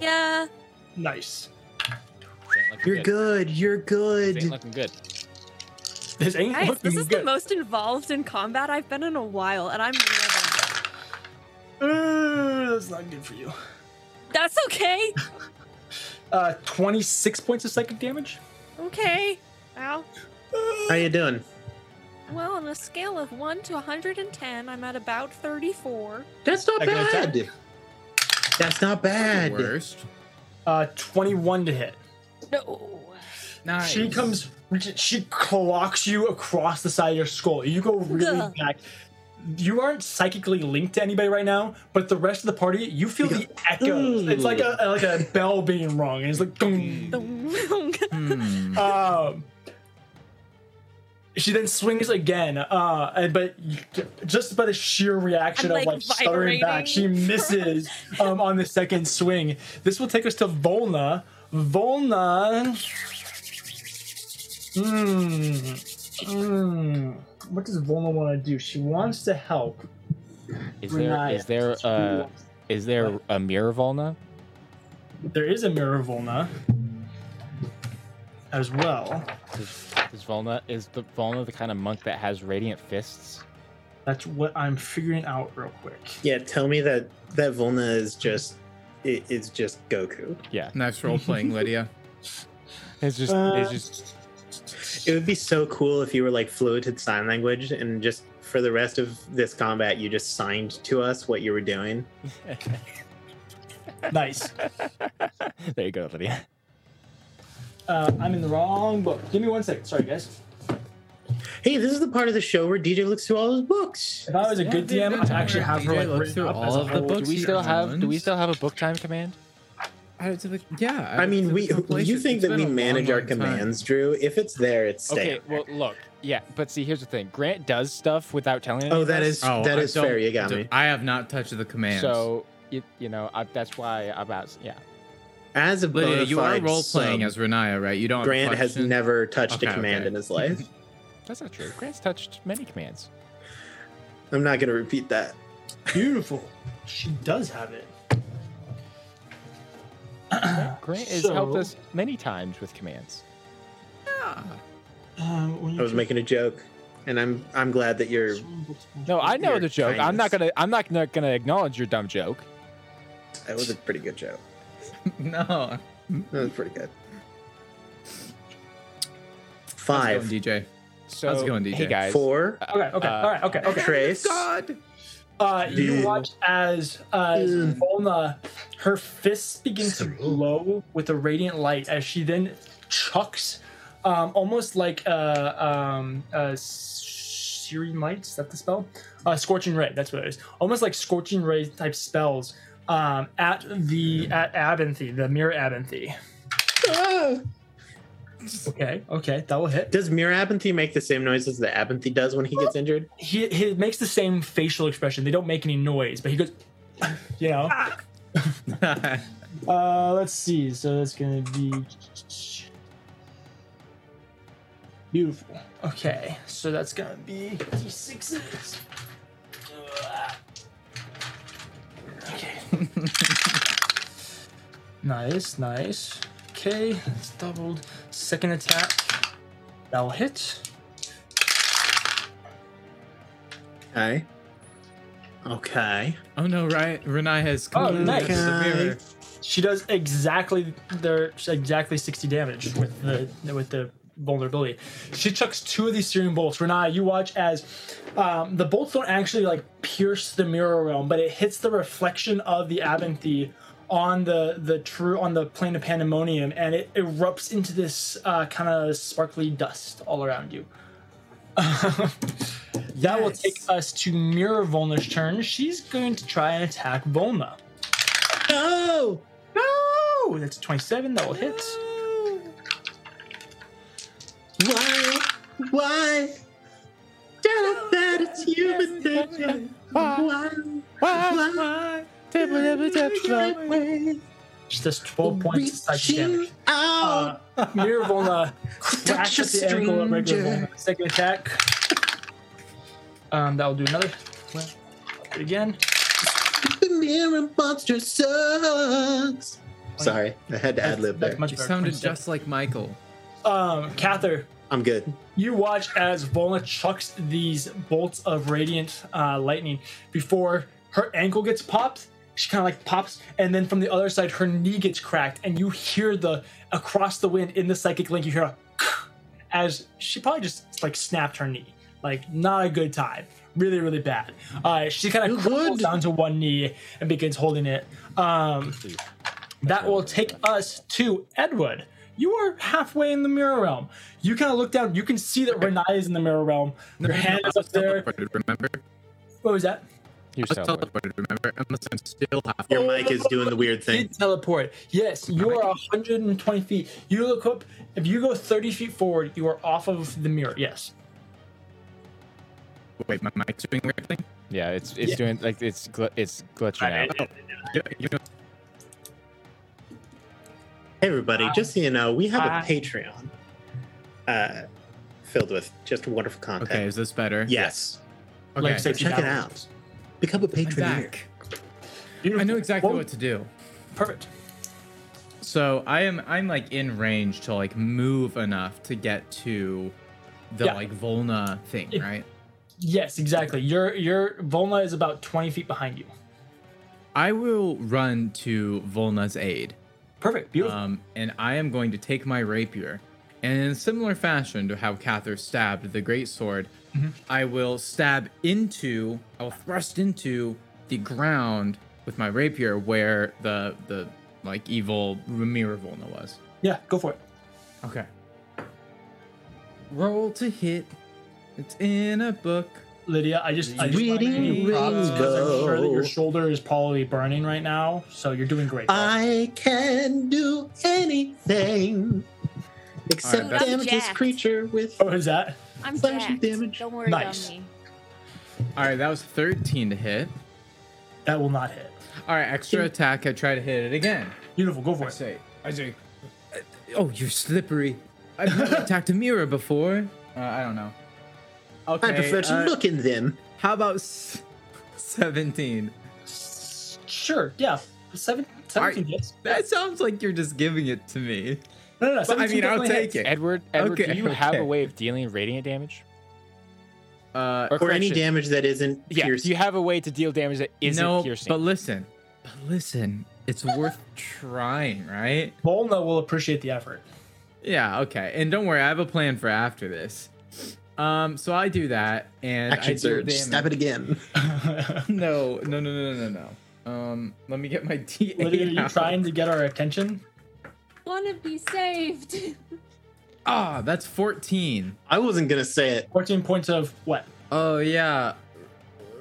S5: Yeah.
S2: Nice.
S6: This ain't looking
S4: You're good. You're
S6: This ain't
S4: good.
S6: looking good.
S2: This ain't
S5: Guys,
S2: looking
S5: this is
S2: good.
S5: the most involved in combat I've been in a while, and I'm loving it.
S2: Uh, that's not good for you.
S5: That's okay.
S2: Uh, 26 points of psychic damage.
S5: Okay. Ow.
S4: How you doing?
S5: Well, on a scale of 1 to 110, I'm at about 34.
S4: That's not
S2: Second attack.
S4: bad. That's not bad.
S3: Worst.
S2: Uh, 21 to hit.
S5: No.
S3: Nice.
S2: She comes, she clocks you across the side of your skull. You go really
S5: Ugh.
S2: back. You aren't psychically linked to anybody right now, but the rest of the party, you feel the echoes. It's like a like a bell being rung, and it's like. Dong.
S3: Hmm.
S2: Um, she then swings again, uh, and but just by the sheer reaction
S5: I'm,
S2: of
S5: like,
S2: like stuttering back, she
S5: vibrating.
S2: misses um, on the second swing. This will take us to Volna. Volna. Hmm. Hmm. What does Volna want to do? She wants to help.
S6: Is there
S2: Renaya.
S6: is there uh is there a mirror Volna?
S2: There is a mirror Volna as well.
S6: Is, is Volna is the Volna the kind of monk that has radiant fists?
S2: That's what I'm figuring out real quick.
S4: Yeah, tell me that that Volna is just it, it's just Goku.
S3: Nice role playing, Lydia.
S6: It's just
S2: Uh,
S6: it's just
S4: It would be so cool if you were like fluent in sign language and just for the rest of this combat you just signed to us what you were doing.
S2: Nice.
S6: there you go, Lydia.
S2: Uh, I'm in the wrong book. Give me one sec. Sorry, guys.
S4: Hey, this is the part of the show where DJ looks through all his books.
S2: If I was a good
S3: dude,
S2: DM,
S3: good
S2: I'd actually
S3: timer.
S2: have her
S3: DJ
S2: like
S3: looks
S2: written
S3: through
S2: up
S3: all
S2: as a
S3: of the
S2: whole-
S3: books.
S6: Do we still have do we
S3: Owens?
S6: still have a book time command?
S3: I was like, yeah.
S4: I mean, we you think that we manage our
S3: commands?
S4: commands, Drew? If it's there, it's staying.
S6: Okay, well look. Yeah, but see here's the thing. Grant does stuff without telling any
S4: oh,
S6: of
S4: that
S6: us,
S4: is that
S3: I
S4: is
S3: don't-
S4: fair. You got me.
S3: I have not touched the commands.
S6: so you, you know, I, that's why I'm out yeah.
S4: As a
S3: Lydia,
S4: bona
S3: you are
S4: fide
S3: role playing
S4: sub,
S3: as Renaya, right? You don't.
S4: Grant has
S3: question-
S4: never touched a
S3: Okay,
S4: command
S3: okay.
S4: in his life.
S6: That's not true. Grant's touched many commands.
S4: I'm not gonna repeat that.
S2: Beautiful. She does have it.
S6: Grant has helped us many times with commands.
S2: Um, when you
S4: I was
S2: choose-
S4: making a joke, and I'm I'm glad that you're
S6: No, I know
S4: Your
S6: the joke. I'm not gonna. I'm not gonna, gonna acknowledge your dumb joke.
S4: That was a pretty good joke.
S3: no.
S4: That was pretty good.
S3: How's it
S4: Five,
S3: going, DJ.
S6: So,
S3: How's it going,
S6: Hey
S3: DJ?
S6: guys.
S4: four,
S2: Okay. Okay.
S6: Uh,
S2: all right. Okay. Okay.
S4: Trace.
S3: God.
S2: Uh, you
S4: Ew.
S2: watch as as Volna, her fists begin to glow with a radiant light as she then chucks, um, almost like a um, a searing light. Is that the spell? Uh, scorching ray. That's what it is. Almost like scorching ray type spells um, at the at Abinthy, the mirror Abinthy. Okay, okay, that will hit.
S4: Does Mirabanthe make the same noises that Abanthe does when he gets injured?
S2: He, he makes the same facial expression. They don't make any noise, but he goes, you know. Uh, let's see. So that's gonna be beautiful. Okay, so that's gonna be d sixes. Okay. nice, nice. Okay, it's doubled. Second attack. That'll hit.
S4: Okay. Okay.
S3: oh no, right? Renai has
S2: Oh,
S3: completely
S2: nice.
S3: disappeared.
S2: She does exactly their exactly 60 damage with the with the vulnerability. She chucks two of these searing bolts. Renai, you watch as um, the bolts don't actually like pierce the mirror realm, but it hits the reflection of the abinthe on the the true on the plane of pandemonium, and it erupts into this uh, kind of sparkly dust all around you. that will take us to Mirror Volna's turn. She's going to try and attack Volna.
S4: No.
S2: No! That's a 27. That will hit.
S4: Why? Why? Tell us that it's human nature. Why? Why? Why?
S2: She does 12 points of psychic damage.
S4: Reaching out.
S2: Uh, Mirror Volna cracks
S8: Such a
S2: at the ankle of regular
S8: stranger.
S2: Volna. Second attack. Um, that will do another. Well, do it again.
S4: The mirror monster sucks. Sorry, I had to ad lib
S2: That's
S4: there.
S2: much
S3: You
S2: better.
S3: sounded
S2: 27.
S3: just like Michael.
S2: Um, Cather,
S4: I'm good.
S2: You watch as Volna chucks these bolts of radiant uh, lightning before her ankle gets popped. She kind of like pops, and then from the other side, her knee gets cracked, and you hear the across the wind in the psychic link. You hear a as she probably just like snapped her knee. Like not a good time. Really, really bad. Uh, she kind of crawls
S4: good.
S2: down to one knee and begins holding it. Um, that will take us to Edward. You are halfway in the mirror realm. You kind of look down. You can see that Renai is in the mirror realm. Your hand is up there.
S3: Teleported, remember?
S2: What was that?
S6: You're
S3: I was
S6: so
S3: teleported, remember? Unless I'm still half.
S4: Your mic is doing the weird thing.
S2: Did teleport. Yes, you are 120 feet. You look up. If you go 30 feet forward, you are off of the mirror. Yes.
S3: Oh, Wait, my mic's doing weird thing?
S6: yeah. It's it's doing like it's gl- it's glitching out.
S3: You, you know,
S4: Hey, everybody, just so you know, we have
S2: Hi.
S4: a Patreon uh, filled with just wonderful content.
S3: okay, is this better?
S4: Yes.
S3: Okay.
S2: Like
S4: So
S2: safety
S4: check it
S2: valve.
S4: out. Become a
S3: I'm
S4: Patreon.
S3: back.
S2: Beautiful.
S3: I know exactly
S2: Well,
S3: what to do.
S2: Perfect.
S3: So I am I'm like in range to like move enough to get to the
S2: Yeah.
S3: like Volna thing,
S2: If-
S3: right?
S2: Yes, exactly. Your your Volna is about 20 feet behind you.
S3: I will run to Volna's aid.
S2: Perfect. Beautiful.
S3: Um, and I am going to take my rapier. And in a similar fashion to how Cather stabbed the great sword, I will stab into, I will thrust into the ground with my rapier where the the like evil Mira Volna was.
S2: Uh, yeah, go for it.
S3: Okay. Roll to hit. It's in a book.
S2: Lydia, I just I just wanted to
S4: Reading
S2: give you props 'cause I'm sure that your
S4: rainbow.
S2: shoulder is probably burning right now, so you're doing great.
S4: I can do anything except
S3: that's-
S4: damage this
S5: Jacked.
S4: creature with
S2: oh, is that?
S5: I'm
S4: Slashing
S5: jacked.
S4: damage.
S5: Don't worry
S2: Nice.
S5: about me.
S3: All right, that was 13 to hit.
S2: That will not hit.
S3: All right, extra attack. I try to hit it again.
S2: Beautiful, go for
S3: I
S2: it.
S3: say, I say, uh, oh, you're slippery. I've never attacked a mirror before. Uh, I don't know. Okay.
S4: I prefer to
S3: uh,
S4: look in them.
S3: How about s- 17?
S2: Sure, yeah. Seven, 17 hits.
S3: That sounds like you're just giving it to me.
S2: No, no, no.
S3: But I
S2: 17
S3: mean, I'll
S2: definitely
S3: take
S2: hits.
S3: it.
S6: Edward, Edward,
S3: Okay,
S6: do you have
S3: okay.
S6: a way of dealing radiant damage
S3: Uh,
S4: Or any
S6: correction,
S4: damage that isn't
S6: Yeah,
S4: pierced.
S6: do you have a way to deal damage that isn't
S3: no,
S6: piercing?
S3: but listen, but listen, it's worth trying, right?
S2: Volna will appreciate the effort.
S3: Yeah, okay. And don't worry, I have a plan for after this. Um, so I do that, and I
S4: Action
S3: do
S4: surge.
S3: damage.
S4: Stab it again.
S3: No, no, no, no, no, no, no. Um, let me get my D8.
S2: Lydia, are you
S3: out.
S2: trying to get our attention?
S5: Want to be saved?
S3: Ah, that's 14.
S4: I wasn't gonna say it.
S2: 14 points of what?
S3: Oh yeah,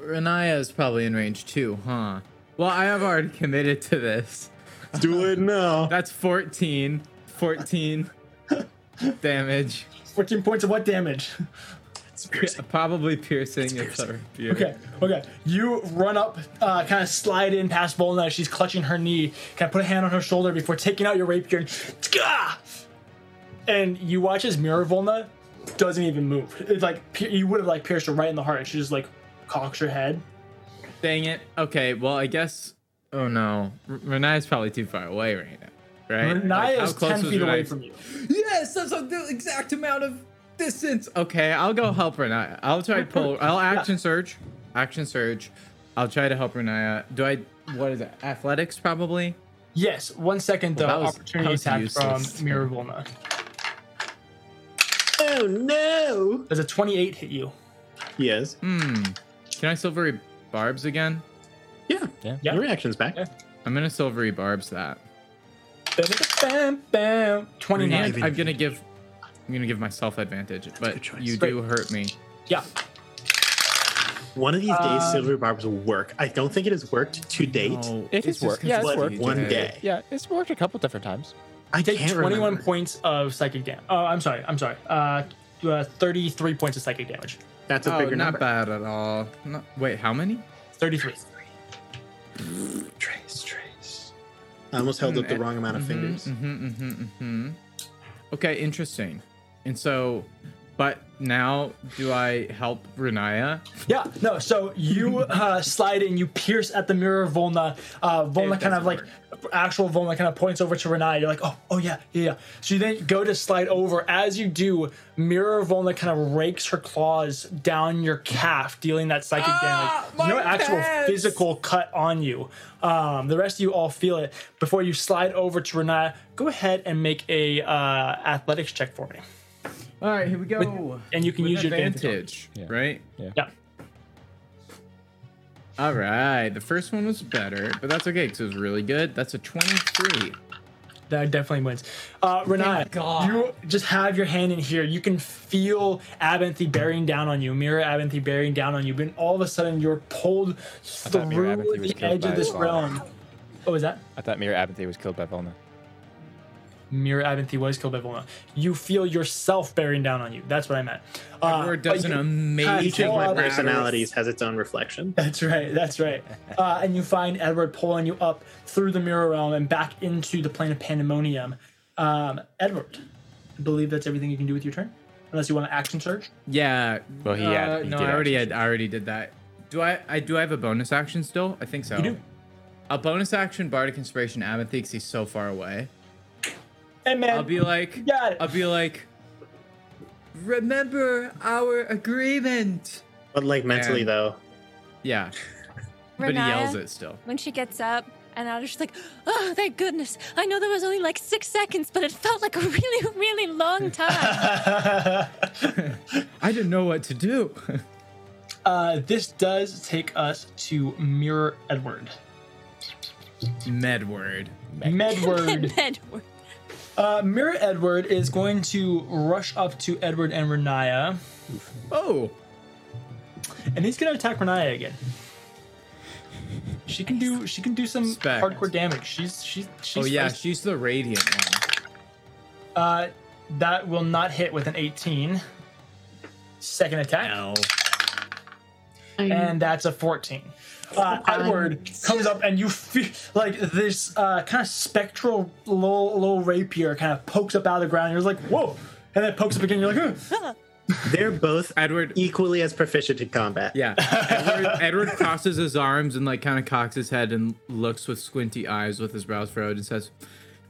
S3: Renaya is probably in range too, huh? Well, I have already committed to this.
S4: Do it now.
S3: That's 14. 14. damage.
S2: 14 points of what damage?
S4: It's piercing.
S3: Probably piercing. It's
S4: piercing.
S3: her beard.
S2: Okay, okay. You run up, uh, kind of slide in past Volna. as She's clutching her knee. Kind of put a hand on her shoulder before taking out your rapier. And, Gah! and you watch as Mira Volna doesn't even move. It's like pi- you would have like pierced her right in the heart. and She just like cocks her head.
S3: Dang it. Okay. Well, I guess. Oh no, R- Renai's probably too far away right now. Right.
S2: Renaya
S3: Like, how
S2: is
S3: close
S2: ten
S3: was
S2: feet away
S3: Renai?
S2: from you.
S3: Yes, that's a- the exact amount of distance. Okay, I'll go help Renaya. I'll try pull. I'll action surge. Action surge. I'll try to help Renaya. Do I? What is it? Athletics, probably.
S2: Yes. One second though.
S3: Well, that was-
S2: opportunity
S3: that was
S2: attack
S3: useless.
S2: from Mira Volna.
S4: Oh no!
S2: Does a twenty-eight hit you?
S4: Yes.
S3: Hmm. Can I silvery barbs again?
S4: Yeah.
S1: Yeah.
S2: Yeah.
S4: The reaction's back.
S2: Yeah.
S3: I'm gonna silvery barbs that.
S2: Bam, bam. Twenty-nine.
S3: And I'm gonna give. I'm gonna give myself advantage,
S4: good
S3: but
S4: choice.
S3: you do hurt me.
S2: Yeah.
S4: One of these days,
S2: Um,
S4: silver barbs will work. I don't think it has worked to date.
S3: No,
S6: It
S3: it's
S6: has
S3: just
S6: worked.
S3: 'cause
S6: Yeah,
S3: it's
S6: it's
S4: But
S6: worked.
S4: one
S3: today.
S4: day,
S6: Yeah, it's worked a couple different times.
S4: I
S2: Take
S4: can't
S2: twenty-one
S4: remember.
S2: points of psychic damage. Oh, I'm sorry. I'm sorry. Uh, uh, thirty-three points of psychic damage.
S4: That's a
S3: Oh,
S4: bigger
S3: not
S4: number.
S3: bad at all. No- wait, how many?
S2: Thirty-three.
S4: Trace, trace. I almost held up the wrong amount of fingers.
S3: Mm-hmm, hmm hmm Okay, interesting. And so, but now do I help Renaya?
S2: Yeah, no. So you uh, slide in, you pierce at the mirror of Volna. Uh, Volna
S3: It
S2: kind of
S3: doesn't
S2: like actual Volna kind of points over to Renai. You're like, oh, oh yeah, yeah. yeah. So you then go to slide over. As you do, mirror Volna kind of rakes her claws down your calf, dealing that psychic damage. No actual physical cut on you. Um, the rest of you all feel it. Before you slide over to Renai, go ahead and make a uh, athletics check for me,
S3: All right, here we go.
S2: and you can
S3: With
S2: use your advantage.
S3: advantage, right?
S2: Yeah.
S3: All right, the first one was better, but that's okay because it was really good. That's a 23.
S2: That definitely wins. Uh, Renai, you just have your hand in here. You can feel Abenthy bearing down on you, Mira Abenthy bearing down on you, but all of a sudden you're pulled
S6: thought Mira
S2: through
S6: Abernethy was
S2: the
S6: killed
S2: edge
S6: by
S2: of this
S6: Volna.
S2: realm. Oh, is that?
S6: I thought Mira Abernethy was killed by Volna.
S2: Mira Abenthy was killed by Volna. You feel yourself bearing down on you. That's what I meant. Uh,
S3: Or does
S2: but
S3: an
S2: you-
S3: amazing
S4: Each of my
S2: Well, that's-
S4: personalities has its own reflection.
S2: That's right. That's right. Uh, and you find Edward pulling you up through the mirror realm and back into the plane of pandemonium. Um, Edward, I believe that's everything you can do with your turn, unless you want to action search.
S3: Yeah.
S6: Well, he had-
S3: uh,
S6: he
S3: no,
S6: did
S3: I already
S6: action
S3: had. I already did that. Do I? I do. I have a bonus action still. I think so.
S2: You do.
S3: A bonus action bardic inspiration. Abathix. he's so far away.
S2: Hey man,
S3: I'll be like.
S2: got it.
S3: I'll be like. Remember our agreement.
S4: But like mentally
S3: And-
S4: though,
S3: Yeah, but he yells it still.
S5: when she gets up, and I was just like, oh, thank goodness. I know there was only like six seconds, but it felt like a really, really long time.
S3: I didn't know what to do.
S2: uh, this does take us to Mirror Edward.
S3: Medward.
S2: Medward.
S5: Edward.
S2: uh, Mirror Edward is going to rush up to Edward and Renaya,
S3: Oh,
S2: and he's going to attack Renaya again. She can do. She can do some
S3: Respect.
S2: hardcore damage. She's she's she's.
S3: oh yeah,
S2: feisty.
S3: she's the radiant one.
S2: Uh, that will not hit with an 18. Second attack. And that's a 14. Uh, Edward comes up and you feel like this uh, kind of spectral low, low rapier kind of pokes up out of the ground. You're like, whoa. And then pokes up again. You're like, "Ugh."
S4: they're both
S3: Edward.
S4: equally as proficient in combat.
S3: Yeah. Edward, Edward crosses his arms and like kind of cocks his head and looks with squinty eyes with his brows furrowed and says,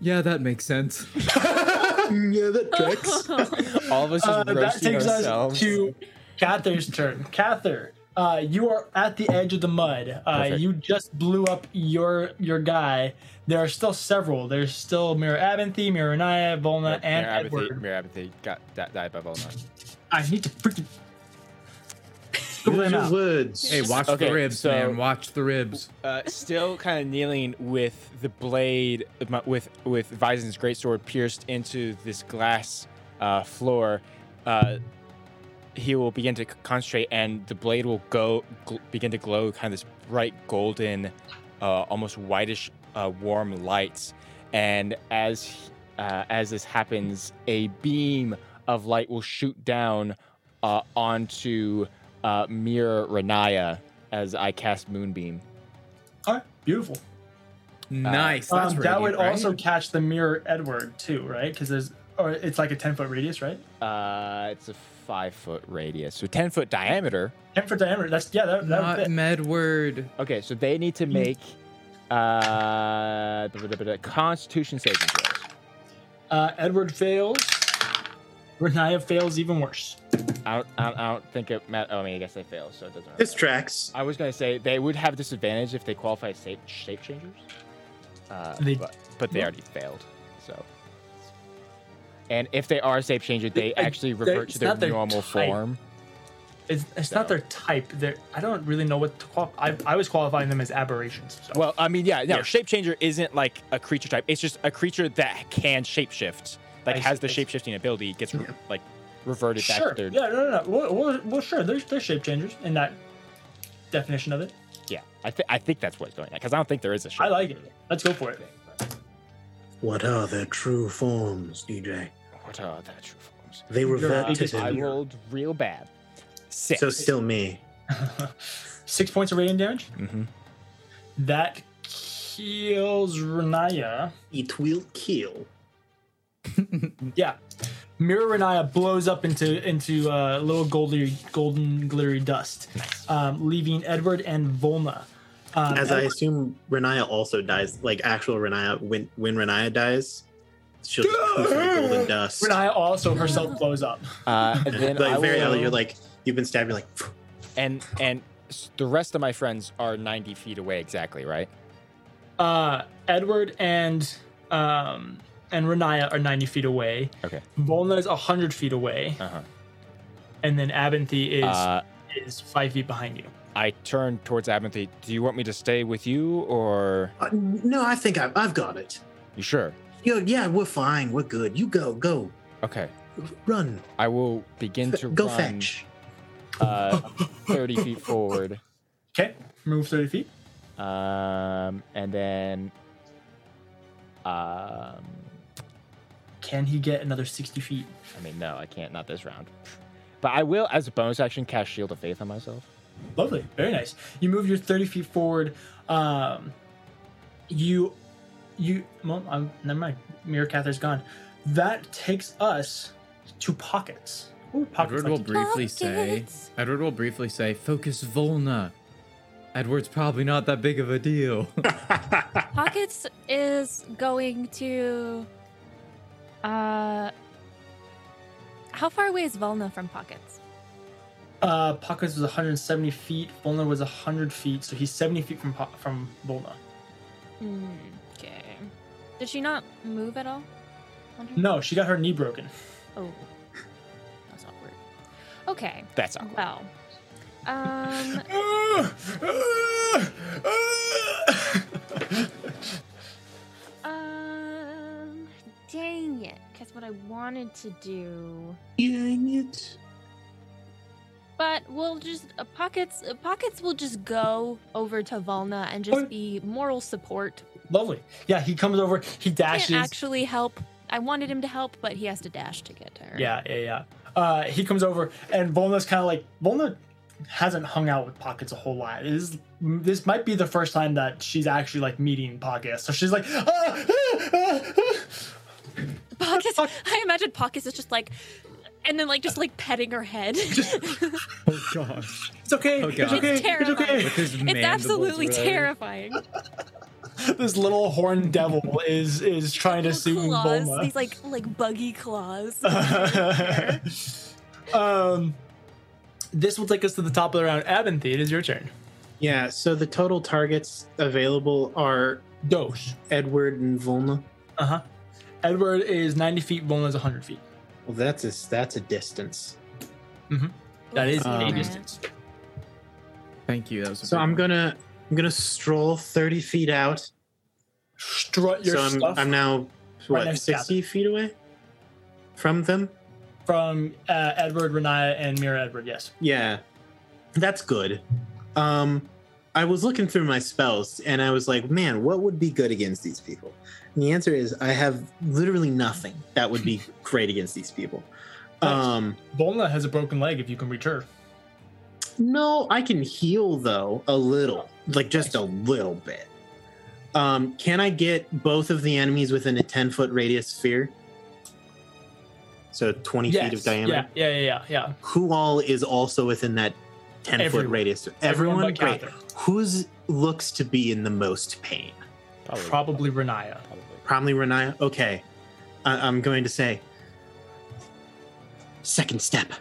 S3: "Yeah, that makes sense."
S4: yeah that tricks.
S6: All of us
S2: Uh,
S6: just
S2: that
S6: roasting
S2: takes
S6: ourselves.
S2: us to Cather's turn. Cather, uh, you are at the edge of the mud. Uh,
S6: Perfect.
S2: you just blew up your your guy. There are still several. There's still Mira Abenthy, Mira Naya,
S6: Mira
S2: Volna, and
S6: Abernethy-
S2: Edward.
S6: Mira Abernethy got that died by Volna.
S2: I need to freaking.
S4: Those are words.
S3: Hey, watch
S6: Okay,
S3: the ribs,
S6: so-
S3: man. Watch the ribs.
S6: Uh, still kind of kneeling with the blade with with Visen's greatsword pierced into this glass uh, floor. Uh, he will begin to c- concentrate, and the blade will go gl- begin to glow kind of this bright golden, uh, almost whitish, uh, warm lights. And as he- uh, as this happens, a beam of light will shoot down uh, onto uh, Mir Renaya as I cast Moonbeam.
S2: All right, beautiful.
S3: Uh, Nice. That's
S2: Um, that would
S3: radiant, right?
S2: also catch the mirror Edward too, right? Because there's, or it's like a ten foot radius, right?
S6: Uh, it's a five foot radius, so 10 foot diameter.
S2: Ten foot diameter. That's yeah. That, that would
S3: not
S2: fit.
S3: Medward.
S6: Okay, so they need to make uh, blah, blah, blah, blah, Constitution saving throws.
S2: Uh, Edward fails. Renaya fails even worse.
S6: I don't, I don't, I don't think it matters. Oh, I mean, I guess they fail, so it doesn't. Really
S4: This
S6: matter.
S4: tracks.
S6: I was gonna say they would have disadvantage if they qualify as shape, shape changers. Uh,
S2: They-
S6: but, but they already failed, so. And if they are shape changer, they
S2: I-
S6: actually
S2: they-
S6: revert
S2: it's
S6: to their
S2: not their
S6: normal
S2: type.
S6: form.
S2: It's, it's not
S6: So.
S2: their type. They're, I don't really know what to qual. I, I was qualifying them as aberrations. So.
S6: Well, I mean, yeah, no,
S2: Yeah.
S6: shape changer isn't like a creature type. It's just a creature that can shapeshift, like
S2: I
S6: has
S2: see,
S6: the
S2: I see.
S6: shape shifting ability, gets re- like reverted
S2: sure.
S6: back to their
S2: Yeah, no, no, no. Well, well, well sure. There's there's shape changers in that definition of it.
S6: Yeah, I think I think that's what's going on because I don't think there is a shape.
S2: I like it. Let's go for it.
S4: What are their true forms, DJ?
S6: What are the true forms?
S4: They revert to
S2: biggest
S6: I
S4: them.
S6: rolled real bad. Six.
S4: Uh, So still me.
S2: Six points of radiant damage.
S3: Mm-hmm.
S6: Mhm.
S2: That kills Renaya.
S4: It will kill.
S2: Yeah. Mirror Renaya blows up into into uh, little goldy, golden glittery dust, um, leaving Edward and Volna. Um,
S4: As I assume Renaya also dies, like actual Renaya, when when Renaya dies, she'll just poof like golden dust.
S2: Renaya also herself blows up.
S6: Uh, and then I
S4: like very
S6: will,
S4: early, you're like you've been stabbed, you're like "Phew."
S6: and and s- the rest of my friends are 90 feet away exactly, right?
S2: Uh, Edward and um, and Renaya are ninety feet away.
S6: Okay.
S2: Volna is hundred feet away,
S6: Uh-huh.
S2: and then Abinthy is
S6: Uh
S2: is five feet behind you.
S6: I turn towards Abinthy. Do you want me to stay with you, or
S4: Uh, no, I think I've, I've got it.
S6: you sure?
S4: You know, yeah, we're fine. We're good. You go, go,
S6: Okay,
S4: run,
S6: I will begin
S4: F-
S6: to
S4: go
S6: run
S4: fetch.
S6: uh, 30 feet forward,
S2: Okay, move thirty feet.
S6: um, and then um,
S2: Can he get another sixty feet?
S6: I mean, no, I can't. Not this round. But I will, as a bonus action, cast Shield of Faith on myself.
S2: Lovely, very nice. You move your thirty feet forward. Um, you, you. Well, I'm, never mind. Mirror Cather's gone. That takes us to pockets. Ooh, pockets.
S3: Edward will
S2: Like,
S3: briefly say.
S5: Pockets.
S3: Edward will briefly say, "Focus, Volna." Edward's probably not that big of a deal.
S5: Pockets is going to. Uh, how far away is Volna from Pockets?
S2: uh, pockets was 170 feet. Volna was 100 feet, so he's 70 feet from po- from Volna.
S5: Hmm, Okay. Did she not move at all? Wonder-
S2: No, she got her knee broken.
S5: Oh, that's awkward. Okay.
S6: That's awkward.
S5: Well. Um. Um. Dang it! Because what I wanted to do.
S4: Dang it!
S5: But we'll just uh, pockets. uh, Pockets will just go over to Volna and just be moral support.
S2: Lovely. Yeah, he comes over. He dashes.
S5: Can't actually help. I wanted him to help, but he has to dash to get to her.
S2: Yeah, yeah, yeah. Uh, he comes over, and Volna's kind of like Volna hasn't hung out with Pockets a whole lot. This this might be the first time that she's actually like meeting Pockets. So she's like, ah, ah, ah, ah."
S5: Pockets. I imagine Pockets is just like, and then like just like petting her head.
S3: oh gosh,
S2: it's okay,
S3: Oh,
S2: it's okay, it's
S3: God.
S5: It's
S2: okay.
S5: terrifying.
S3: with his
S5: it's
S3: mandibles
S5: absolutely
S3: really.
S5: terrifying.
S2: This little horned devil is is trying to
S5: Little
S2: soothe
S5: claws,
S2: Volna.
S5: these like like buggy claws.
S2: um, this will take us to the top of the round. Abinthy, it is your turn.
S4: Yeah. So the total targets available are
S2: Doge.
S4: Edward and Volna.
S2: Uh huh. Edward is 90 feet, Volna's 100 feet.
S4: Well, that's a that's a distance.
S2: That is
S5: Oh,
S4: Um,
S2: a distance.
S3: Thank you. That was a
S4: So
S3: big
S4: I'm
S3: one.
S4: gonna I'm gonna stroll thirty feet out.
S2: Strut your
S4: so I'm
S2: stuff
S4: I'm now what
S2: next to
S4: sixty feet away from them.
S2: from uh, Edward, Renaya, and Mira Edward. Yes.
S4: Yeah, that's good. Um, I was looking through my spells and I was like, man, what would be good against these people? And the answer is I have literally nothing that would be great against these people.
S2: Nice.
S4: Um,
S2: Bolna has a broken leg if you can reach her.
S4: no, I can heal though a little, like just a little bit. Um, can I get both of the enemies within a 10 foot radius sphere? So 20 feet of diameter.
S2: Yeah, yeah, yeah, yeah.
S4: Who all is also within that 10
S2: Everyone.
S4: foot radius?
S2: Everyone
S4: Everyone?
S2: but
S4: Great.
S2: Cather.
S4: Who's looks to be in the most pain?
S6: Probably.
S2: Probably Renaya.
S6: probably.
S4: Probably Renaya. Okay. I- I'm going to say second step,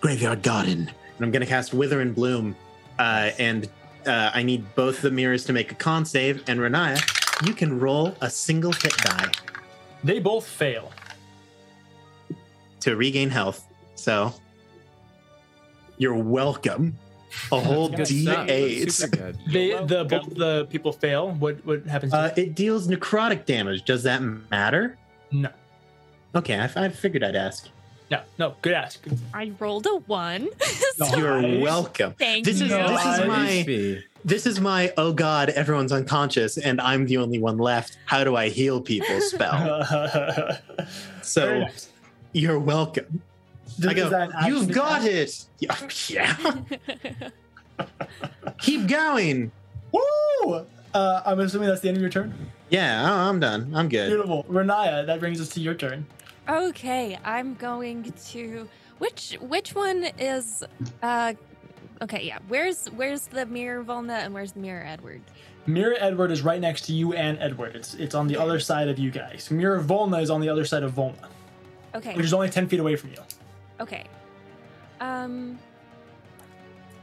S4: graveyard garden. And I'm going to cast Wither and Bloom. Uh, and uh, I need both the mirrors to make a con save. And Renaya, you can roll a single hit die
S2: They both fail.
S4: to regain health. So you're welcome. A whole
S3: Good stuff. That's
S4: D8.
S3: Super good.
S2: They
S6: Yolo.
S2: the both the people fail. What what happens? To
S4: Uh, it deals necrotic damage. Does that matter?
S2: no,
S4: Okay, I, I figured I'd ask.
S2: no, no. Good ask.
S5: I rolled a one.
S2: No,
S5: so
S4: You're
S2: Nice.
S4: welcome.
S5: thank
S4: This
S5: you.
S4: is this is
S2: Nice.
S4: my
S3: Crispy.
S4: this is my oh god everyone's unconscious and i'm the only one left how do i heal people spell
S2: Very
S4: so
S2: nice.
S4: you're welcome
S2: Does
S4: i go
S2: that actually
S4: you've got
S2: happen?
S4: it yeah yeah. keep going
S2: Woo! Uh, I'm assuming that's the end of your turn.
S4: yeah I- i'm done i'm good
S2: Beautiful, Renaya. That brings us to your turn.
S5: okay, I'm going to which which one is uh okay, yeah. Where's where's the mirror Volna and where's the mirror Edward?
S2: Mira Edward is right next to you and Edward. It's it's on the other side of you guys. Mira Volna is on the other side of Volna,
S5: Okay.
S2: which is only ten feet away from you.
S5: Okay. Um.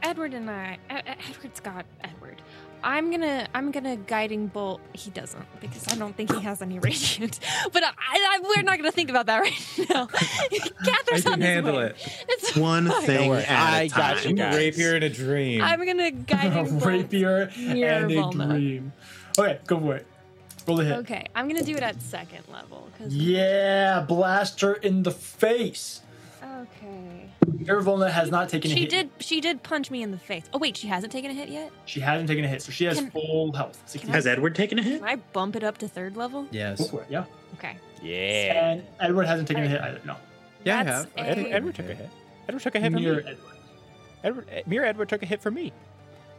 S5: Edward and I. Ed- Ed- Edward's got Edward. I'm gonna. I'm gonna guiding bolt. He doesn't because I don't think he has any radiant. But I, I, we're not gonna think about that right now.
S3: I
S5: Catherine's on
S3: can
S5: his
S3: handle
S5: way.
S3: it.
S5: It's
S4: one
S5: fine.
S4: thing
S6: worry,
S4: at a
S6: I got
S4: time
S6: you guys.
S3: Rapier in a dream.
S5: I'm gonna guiding bolt.
S2: rapier
S5: near
S2: and a
S5: Volna.
S2: dream. Okay, go for it. Roll the hit.
S5: Okay, I'm gonna do it at second level. 'cause-
S2: Yeah, blast her in the face.
S5: Okay.
S2: Mira Volna has not taken a
S5: She
S2: hit.
S5: did. She did punch me in the face. Oh wait, she hasn't taken a hit yet.
S2: She hasn't taken a hit, so she has
S5: Can-
S2: full health. 60
S4: has edward taken a hit
S5: Can I bump it up to third level?
S2: Go
S3: yes.
S2: for it, yeah.
S5: Okay.
S6: Yeah.
S2: And Edward hasn't taken a hit either. No.
S3: Yeah, I
S5: That's
S3: have.
S5: a-
S3: I've
S6: Edward,
S3: taken
S6: Edward took a hit. Edward took a hit from
S2: Near
S6: me.
S2: Edward.
S6: Edward, eh, Mir Edward took a hit from me.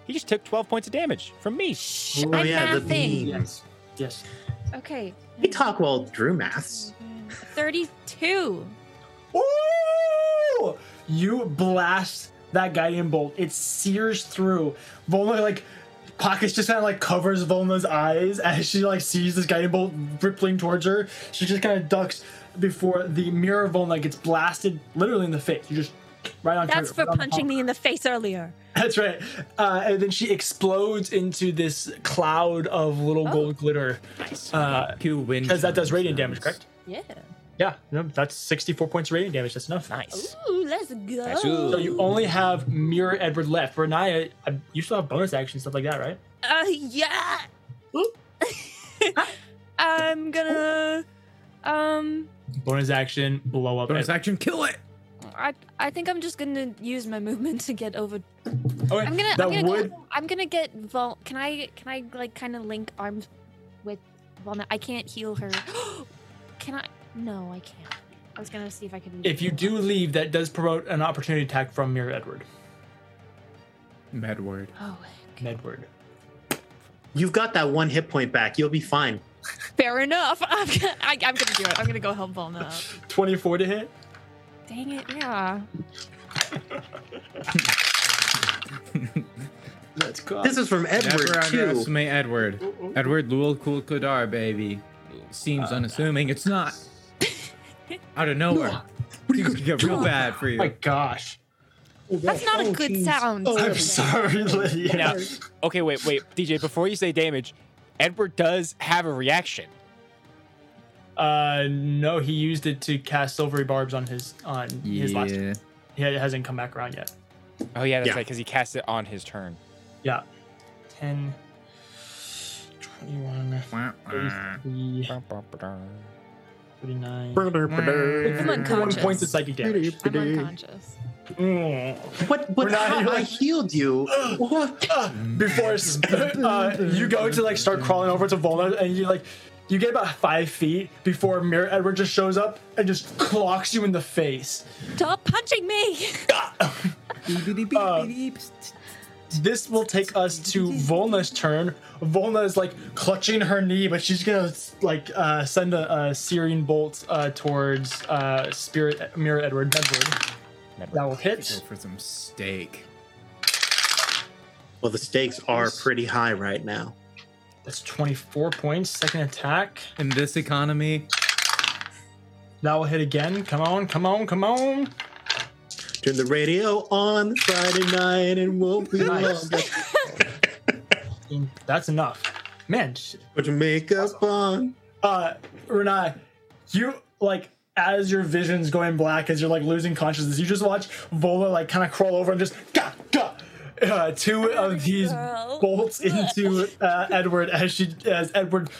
S6: He just took 12 points of damage from me.
S5: Shh,
S4: Oh,
S5: I'm
S4: yeah, the
S5: laughing.
S4: beam.
S2: Yes. Yes.
S5: Okay.
S4: we talk while drew maths
S5: 32.
S2: Ooh! You blast that guiding bolt. It sears through. Volna like pockets just kind of like covers Volna's eyes as she like sees this guiding bolt rippling towards her. She just kind of ducks before the mirror of Volna gets blasted literally in the face. You just right on
S5: That's
S2: target,
S5: for
S2: right on
S5: punching
S2: top.
S5: me in the face earlier.
S2: That's right. Uh, and then she explodes into this cloud of little
S5: Oh.
S2: gold glitter. Nice. Because
S3: Pew win
S2: that does
S3: challenge
S2: radiant damage,
S3: rounds.
S2: correct?
S5: Yeah.
S2: Yeah, no, that's 64 points of radiant damage. That's enough.
S6: Nice.
S5: Ooh, let's go.
S6: That's ooh.
S2: So you only have Mirror Edward left. Renaya, uh, you still have bonus action stuff like that, right?
S5: Uh, yeah.
S2: Ooh.
S5: I'm gonna. Um,
S2: Bonus action, blow up.
S3: Bonus
S2: Edward.
S3: action, kill it.
S5: I I think I'm just gonna use my movement to get over.
S2: Okay,
S5: I'm gonna.
S2: that
S5: I'm gonna.
S2: would
S5: Go, I'm gonna get Vol. Can I? Can I like kind of link arms with Volna? I can't heal her. can I? No, I can't. I was gonna see if I could.
S2: if you do leave, that does promote an opportunity attack from Mirror Edward.
S3: Medward.
S5: Oh,
S2: Medward.
S4: you've got that one hit point back you'll be fine
S5: fair enough. I'm gonna, I, I'm gonna do it. I'm gonna go help Volna. up.
S2: 24 to hit.
S5: Dang it, yeah.
S2: Let's go.
S4: this is from edward
S3: Never
S4: too
S3: underestimate Edward. Edward Lul Kul Kudar, baby. Seems unassuming. It's not. Out of nowhere. What are you gonna get real bad for
S2: Oh my
S3: you?
S2: gosh.
S5: That's not
S2: Oh,
S5: a good sound.
S2: I'm sorry, Lydia.
S6: Now, okay, wait, wait. DJ, before you say damage, Edward does have a reaction.
S2: Uh, no, he used it to cast silvery barbs on his on his last.
S3: Yeah.
S2: Yeah, it hasn't come back around yet.
S6: Oh, yeah, that's
S4: Yeah.
S6: right, because he cast it on his turn.
S2: Yeah, 10, 21,
S3: Mm. Wah, wah.
S2: 33, 39.
S5: I'm
S2: One
S5: unconscious.
S2: point of psychic damage.
S5: I'm unconscious.
S2: Mm.
S4: What? What?
S2: We're not
S4: How?
S2: even-
S4: I healed you. What?
S2: Ah, Before s- uh, you go to like start crawling over to Volna, and you like you get about five feet before Mirror Edward just shows up and just clocks you in the face.
S5: Stop punching me!
S2: Uh, This will take us to Volna's turn. Volna is like clutching her knee, but she's gonna like uh, send a, a Syrian bolt uh, towards uh, Spirit Mirror Edward. Edward. That will
S3: Go
S2: hit.
S3: for some steak.
S4: Well, the stakes are pretty high right now.
S2: That's 24 points. Second attack.
S3: In this economy,
S2: That will hit again. Come on, come on, come on.
S4: Turn the radio on Friday night and won't be
S2: Nice.
S4: long.
S2: That's enough. Man, sh-
S4: Put your makeup on.
S2: uh, Renai, you like as your vision's going black, as you're like losing consciousness, you just watch Vola like kind of crawl over and just gah, gah, uh, two of these
S5: girl.
S2: bolts into uh, Edward as she as Edward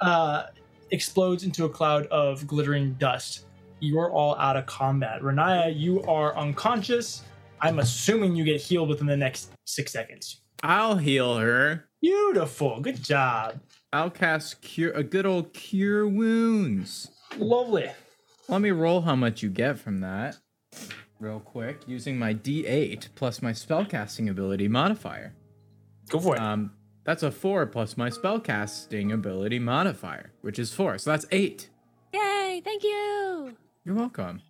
S2: uh, explodes into a cloud of glittering dust. You're all out of combat. Renaya, you are unconscious. I'm assuming you get healed within the next six seconds.
S3: I'll heal her.
S2: Beautiful. Good job.
S3: I'll cast cure a good old cure wounds.
S2: Lovely.
S3: Let me roll how much you get from that. Real quick, using my D8 plus my spellcasting ability modifier.
S2: Go for it.
S3: Um, that's a four plus my spellcasting ability modifier, which is four. So that's eight.
S5: Yay! Thank you. Oh,
S3: You're welcome.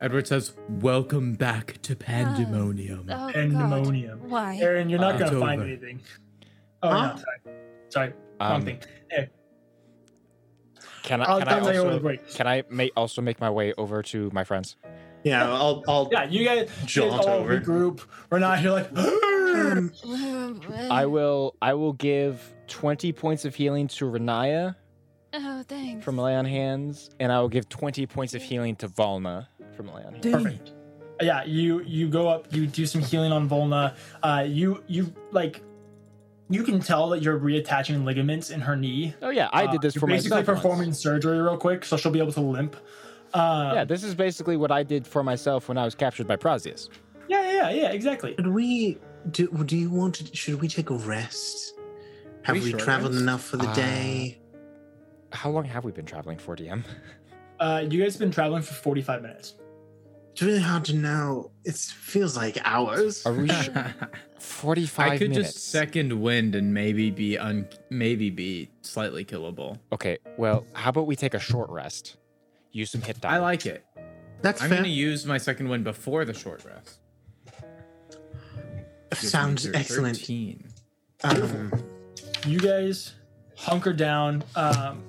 S3: Edward says, "Welcome back to Pandemonium."
S5: Oh,
S2: Pandemonium. Er,
S5: God. Why?
S2: Aaron, you're not
S3: Uh,
S2: going to
S3: it's
S2: find
S3: over.
S2: anything. Oh,
S4: Huh?
S2: no, sorry. Sorry. Wrong
S6: Um,
S2: thing. There.
S6: Can I?
S2: I'll
S6: Can I,
S2: tell you over the
S6: also,
S2: break.
S6: can I ma- also make my way over to my friends?
S4: Yeah, I'll. I'll
S2: Yeah, you guys, you guys
S4: Jaunt
S2: all
S4: over.
S2: regroup. We're not here like,
S6: I will. I will give twenty points of healing to Renaya
S5: Oh, thanks.
S6: from lay on hands, and I will give twenty points of healing to Volna from lay on hands.
S2: perfect. Yeah, you you go up, you do some healing on Volna. Uh, you you like, you can tell that you're reattaching ligaments in her knee. Uh,
S6: Oh yeah, I did this
S2: You're
S6: for
S2: basically
S6: myself. once.
S2: performing surgery real quick, so she'll be able to limp. Uh,
S6: Yeah, this is basically what I did for myself when I was captured by Prozius.
S2: yeah, yeah, yeah, yeah, exactly.
S4: Should we? Do, do you want to? Should we take a rest? Have
S3: We
S4: we,
S3: sure
S4: traveled
S3: rest.
S4: enough for the
S6: Uh,
S4: day?
S6: How long have we been traveling for, DM?
S2: Uh, you guys have been traveling for 45 minutes.
S4: It's really hard to know. It feels like hours.
S6: Are we sh- forty-five
S3: I could
S6: minutes?
S3: just second wind and maybe be un maybe be slightly killable.
S6: Okay, well, how about we take a short rest? Use some hit die.
S3: I like it.
S4: That's
S3: I'm
S4: fair.
S3: gonna use my second wind before the short rest. Gives me
S4: Sounds
S3: thir-
S4: excellent.
S3: 13.
S4: Um,
S2: you guys hunker down. Um,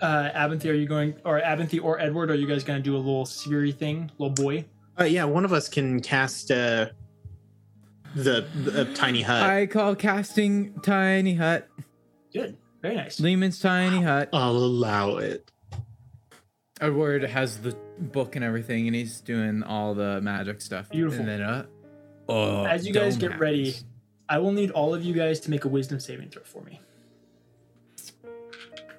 S2: uh, Abinthy, are you going, or Abinthy or Edward, are you guys going to do a little Siri thing, little boy?
S4: uh, yeah, one of us can cast uh, the, the tiny hut.
S3: I call casting tiny hut.
S2: Good, very nice.
S3: Lehman's tiny hut.
S4: I'll allow it.
S3: Edward has the book and everything, and he's doing all the magic stuff.
S2: Beautiful.
S3: And then, uh, oh,
S2: As you guys
S3: dome
S2: get
S3: hacks.
S2: ready, I will need all of you guys to make a Wisdom saving throw for me.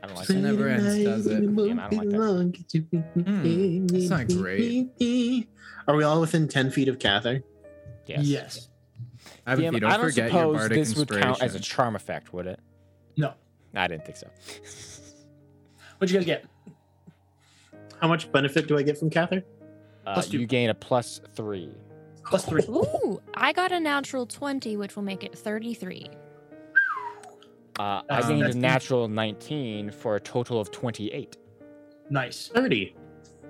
S6: I don't like
S3: It
S6: that.
S3: never ends, does it?
S6: Damn, I don't like that.
S3: Hmm, that's not great.
S4: Are we all within 10 feet of Cather?
S6: Yes.
S2: yes.
S3: Abby,
S6: DM,
S3: don't
S6: I don't
S3: forget your
S6: suppose
S3: bardic
S6: this would count as a
S3: inspiration.
S6: charm effect, would it?
S2: No.
S6: I didn't think so.
S2: What'd you guys get?
S4: How much benefit do I get from Cather?
S6: Uh,
S2: Plus two.
S6: you gain a plus three.
S2: Plus three.
S5: Ooh, I got a natural 20, which will make it 33.
S6: Uh, I
S2: That's-
S6: gained
S2: that's-
S6: a natural 19 for a total of 28.
S2: Nice.
S4: 30.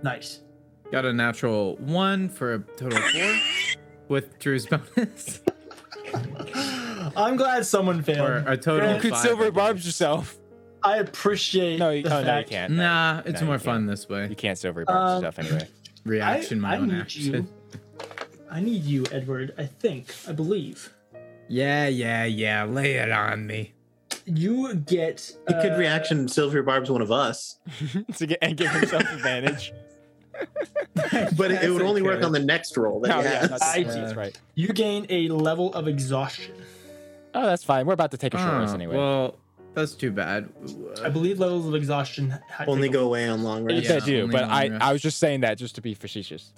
S2: Nice.
S3: Got a natural one for a total of four with Drew's bonus.
S2: I'm glad someone failed.
S3: or a total
S2: You
S3: of five. I guess.
S6: yourself.
S2: I appreciate.
S6: No, you,
S2: the
S6: oh, no, you
S2: fact-
S6: can't.
S3: Nah,
S6: No,
S3: it's
S6: you
S3: more
S6: can't.
S3: fun this way.
S6: You can't silver barb
S2: Um,
S6: yourself anyway.
S3: Reaction, my own action.
S2: I need you, Edward. I think. I believe.
S3: Yeah, yeah, yeah. Lay it on me.
S2: You get.
S4: He
S2: uh,
S4: could reaction Silver Barb's one of us,
S6: to get and give himself advantage.
S4: but it, it would only work on the next roll. That
S6: No,
S4: he
S6: Oh, yeah,
S4: has.
S6: not
S2: I
S6: this-
S2: do.
S6: that's right.
S2: You gain a level of exhaustion.
S6: Oh, that's fine. We're about to take a short
S3: Oh,
S6: rest anyway.
S3: Well, That's too bad.
S2: I believe levels of exhaustion ha-
S4: Only
S2: take
S4: go away on long rest.
S6: Yes,
S3: Yeah,
S6: I do,
S3: only
S6: but
S3: on
S6: I,
S3: rest.
S6: I was just saying that just to be facetious.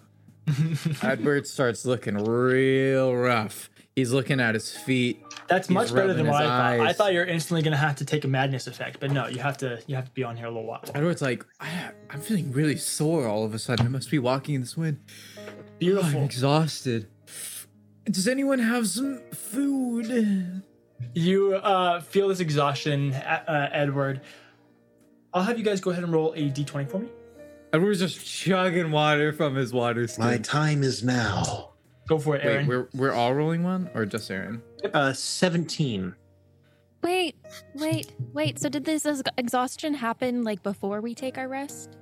S3: Adbert starts looking real rough. He's looking at his feet.
S2: That's
S3: He's
S2: much better than
S3: rubbing
S2: what I
S3: his
S2: thought. I
S3: eyes.
S2: thought you're instantly gonna have to take a madness effect, but no, you have to you have to be on here a little while.
S3: Edward's like, I, I'm feeling really sore all of a sudden. I must be walking in this wind. I'm
S2: Beautiful.
S3: exhausted. Does anyone have some food?
S2: You uh, feel this exhaustion, uh, uh, Edward. I'll have you guys go ahead and roll a d20 for me.
S3: Edward's just chugging water from his water
S8: My
S3: skin.
S8: time is now.
S2: Go for it, Aaron.
S3: Wait, we're we're all rolling one or just Aaron?
S4: Uh, 17.
S5: Wait, wait, wait. So did this ex- exhaustion happen like before we take our rest?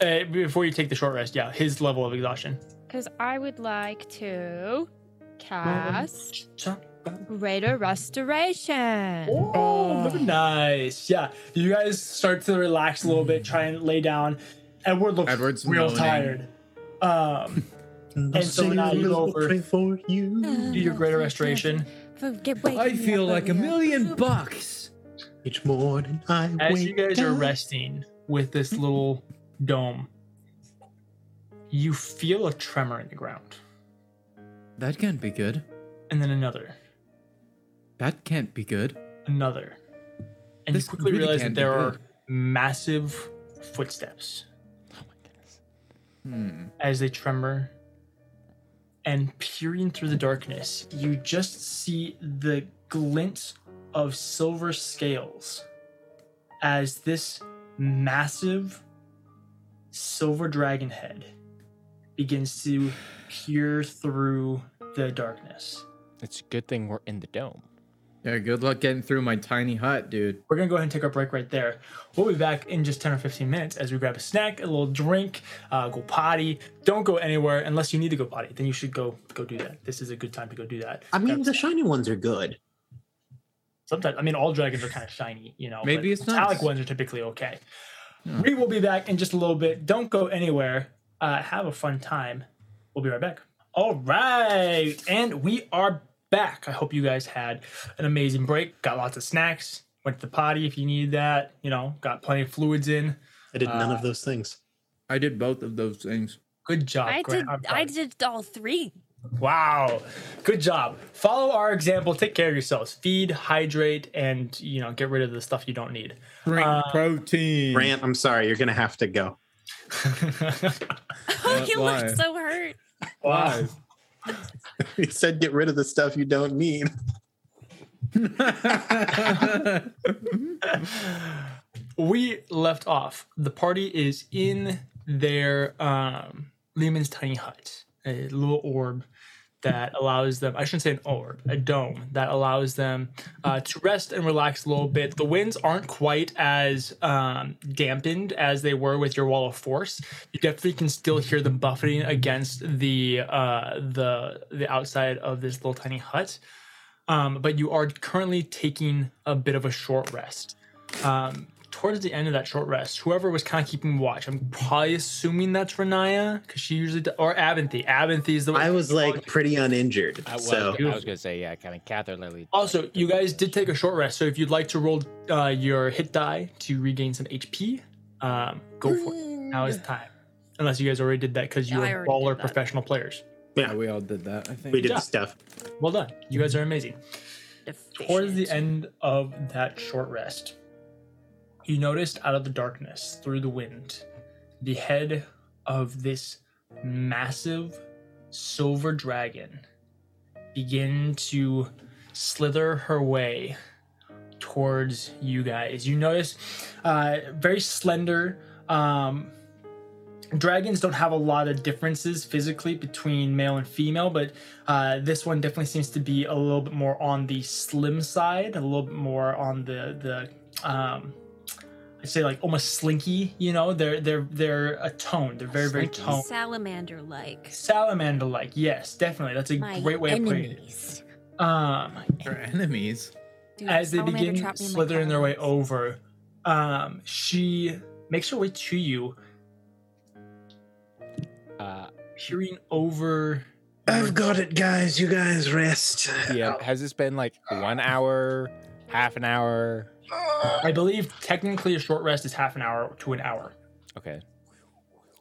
S2: uh, before you take the short rest, yeah, his level of exhaustion.
S5: Because I would like to cast
S2: So-
S5: Greater Restoration.
S2: Oh, very nice. Yeah, you guys start to relax a little bit, try and lay down. Edward looks
S3: Edward's
S2: real
S3: moaning.
S2: tired. Um, and so now you go over,
S4: for you.
S2: do your greater restoration.
S5: Forget- wait,
S3: I feel like a million bucks.
S4: Each morning I
S2: As
S4: wake
S2: you guys are
S4: up.
S2: resting with this little dome, you feel a tremor in the ground,
S3: That can't be good.
S2: and then another,
S3: That can't be good.
S2: another, and
S3: This
S2: you quickly
S3: really
S2: realize that
S3: can't
S2: there
S3: be
S2: are
S3: good.
S2: massive footsteps
S3: Oh Hmm.
S2: as they tremor. And peering through the darkness, you just see the glint of silver scales as this massive silver dragon head begins to peer through the darkness.
S6: It's a good thing we're in the dome.
S3: Yeah, good luck getting through my tiny hut, dude.
S2: We're gonna go ahead and take our break right there. We'll be back in just 10 or 15 minutes as we grab a snack, a little drink, uh, go potty. Don't go anywhere unless you need to go potty. Then you should go go do that. This is a good time to go do that.
S4: I mean, the shiny ones are good.
S2: Sometimes, I mean, all dragons are kind of shiny, you know. but
S3: Maybe it's nice.
S2: metallic ones are typically okay. We will be back in just a little bit. Don't go anywhere. Uh, have a fun time. We'll be right back. All right, and we are back. I hope you guys had an amazing break. Got lots of snacks. Went to the potty if you needed that. You know, got plenty of fluids in.
S4: I did none of those things.
S3: I did both of those things.
S2: Good job.
S5: I did.
S2: Grant. I'm proud
S5: I
S2: of you.
S5: did all three.
S2: Wow. Good job. Follow our example. Take care of yourselves. Feed, hydrate, and you know, get rid of the stuff you don't need.
S3: Drink protein.
S4: Brant, I'm sorry, you're gonna have to go.
S5: Oh, you
S3: why?
S5: look so hurt.
S2: wow.
S4: He said, "Get rid of the stuff you don't need."
S2: we left off. The party is in their um Lehman's tiny hut, a little orb that allows them I shouldn't say an orb, a dome that allows them uh, to rest and relax a little bit. The winds aren't quite as um, dampened as they were with your wall of force. You definitely can still hear them buffeting against the uh, the the outside of this little tiny hut. Um, but you are currently taking a bit of a short rest um, towards the end of that short rest, whoever was kind of keeping watch, I'm probably assuming that's Renaya because she usually do- or Abinthy. Abinthy is the
S4: I was like pretty uninjured,
S6: I was,
S4: so
S6: I was gonna say, yeah, kind of Cather Lily.
S2: Also, you guys did take a short rest, so if you'd like to roll uh, your hit die to regain some HP, um, go for it. Now is the time. Unless you guys already did that because you
S5: Yeah, I
S2: are
S5: already
S2: baller
S5: did that.
S2: professional players.
S3: Yeah, we all did that. I think
S4: we did
S2: Yeah.
S4: the stuff.
S2: Well done. You guys are amazing. Towards the
S5: Deficient.
S2: end of that short rest, you noticed out of the darkness, through the wind, the head of this massive silver dragon begin to slither her way towards you guys. You notice uh, very slender. Um, dragons don't have a lot of differences physically between male and female, but uh, this one definitely seems to be a little bit more on the slim side, a little bit more on the the um, I'd say like almost slinky. You know, they're they're they're a tone. They're very very toned.
S5: Salamander like.
S2: Salamander like, yes, definitely. That's a great way of putting it. Um,
S3: our enemies.
S5: Dude,
S2: as they
S5: salamander
S2: begin
S5: trapped me in my
S2: slithering their way
S5: caverns.
S2: over, um, she makes her way to you,
S6: Uh,
S2: peering over.
S8: I've got it, guys. You guys rest.
S6: yeah, has this been like one hour, half an hour?
S2: I believe technically a short rest is half an hour to an hour.
S6: Okay.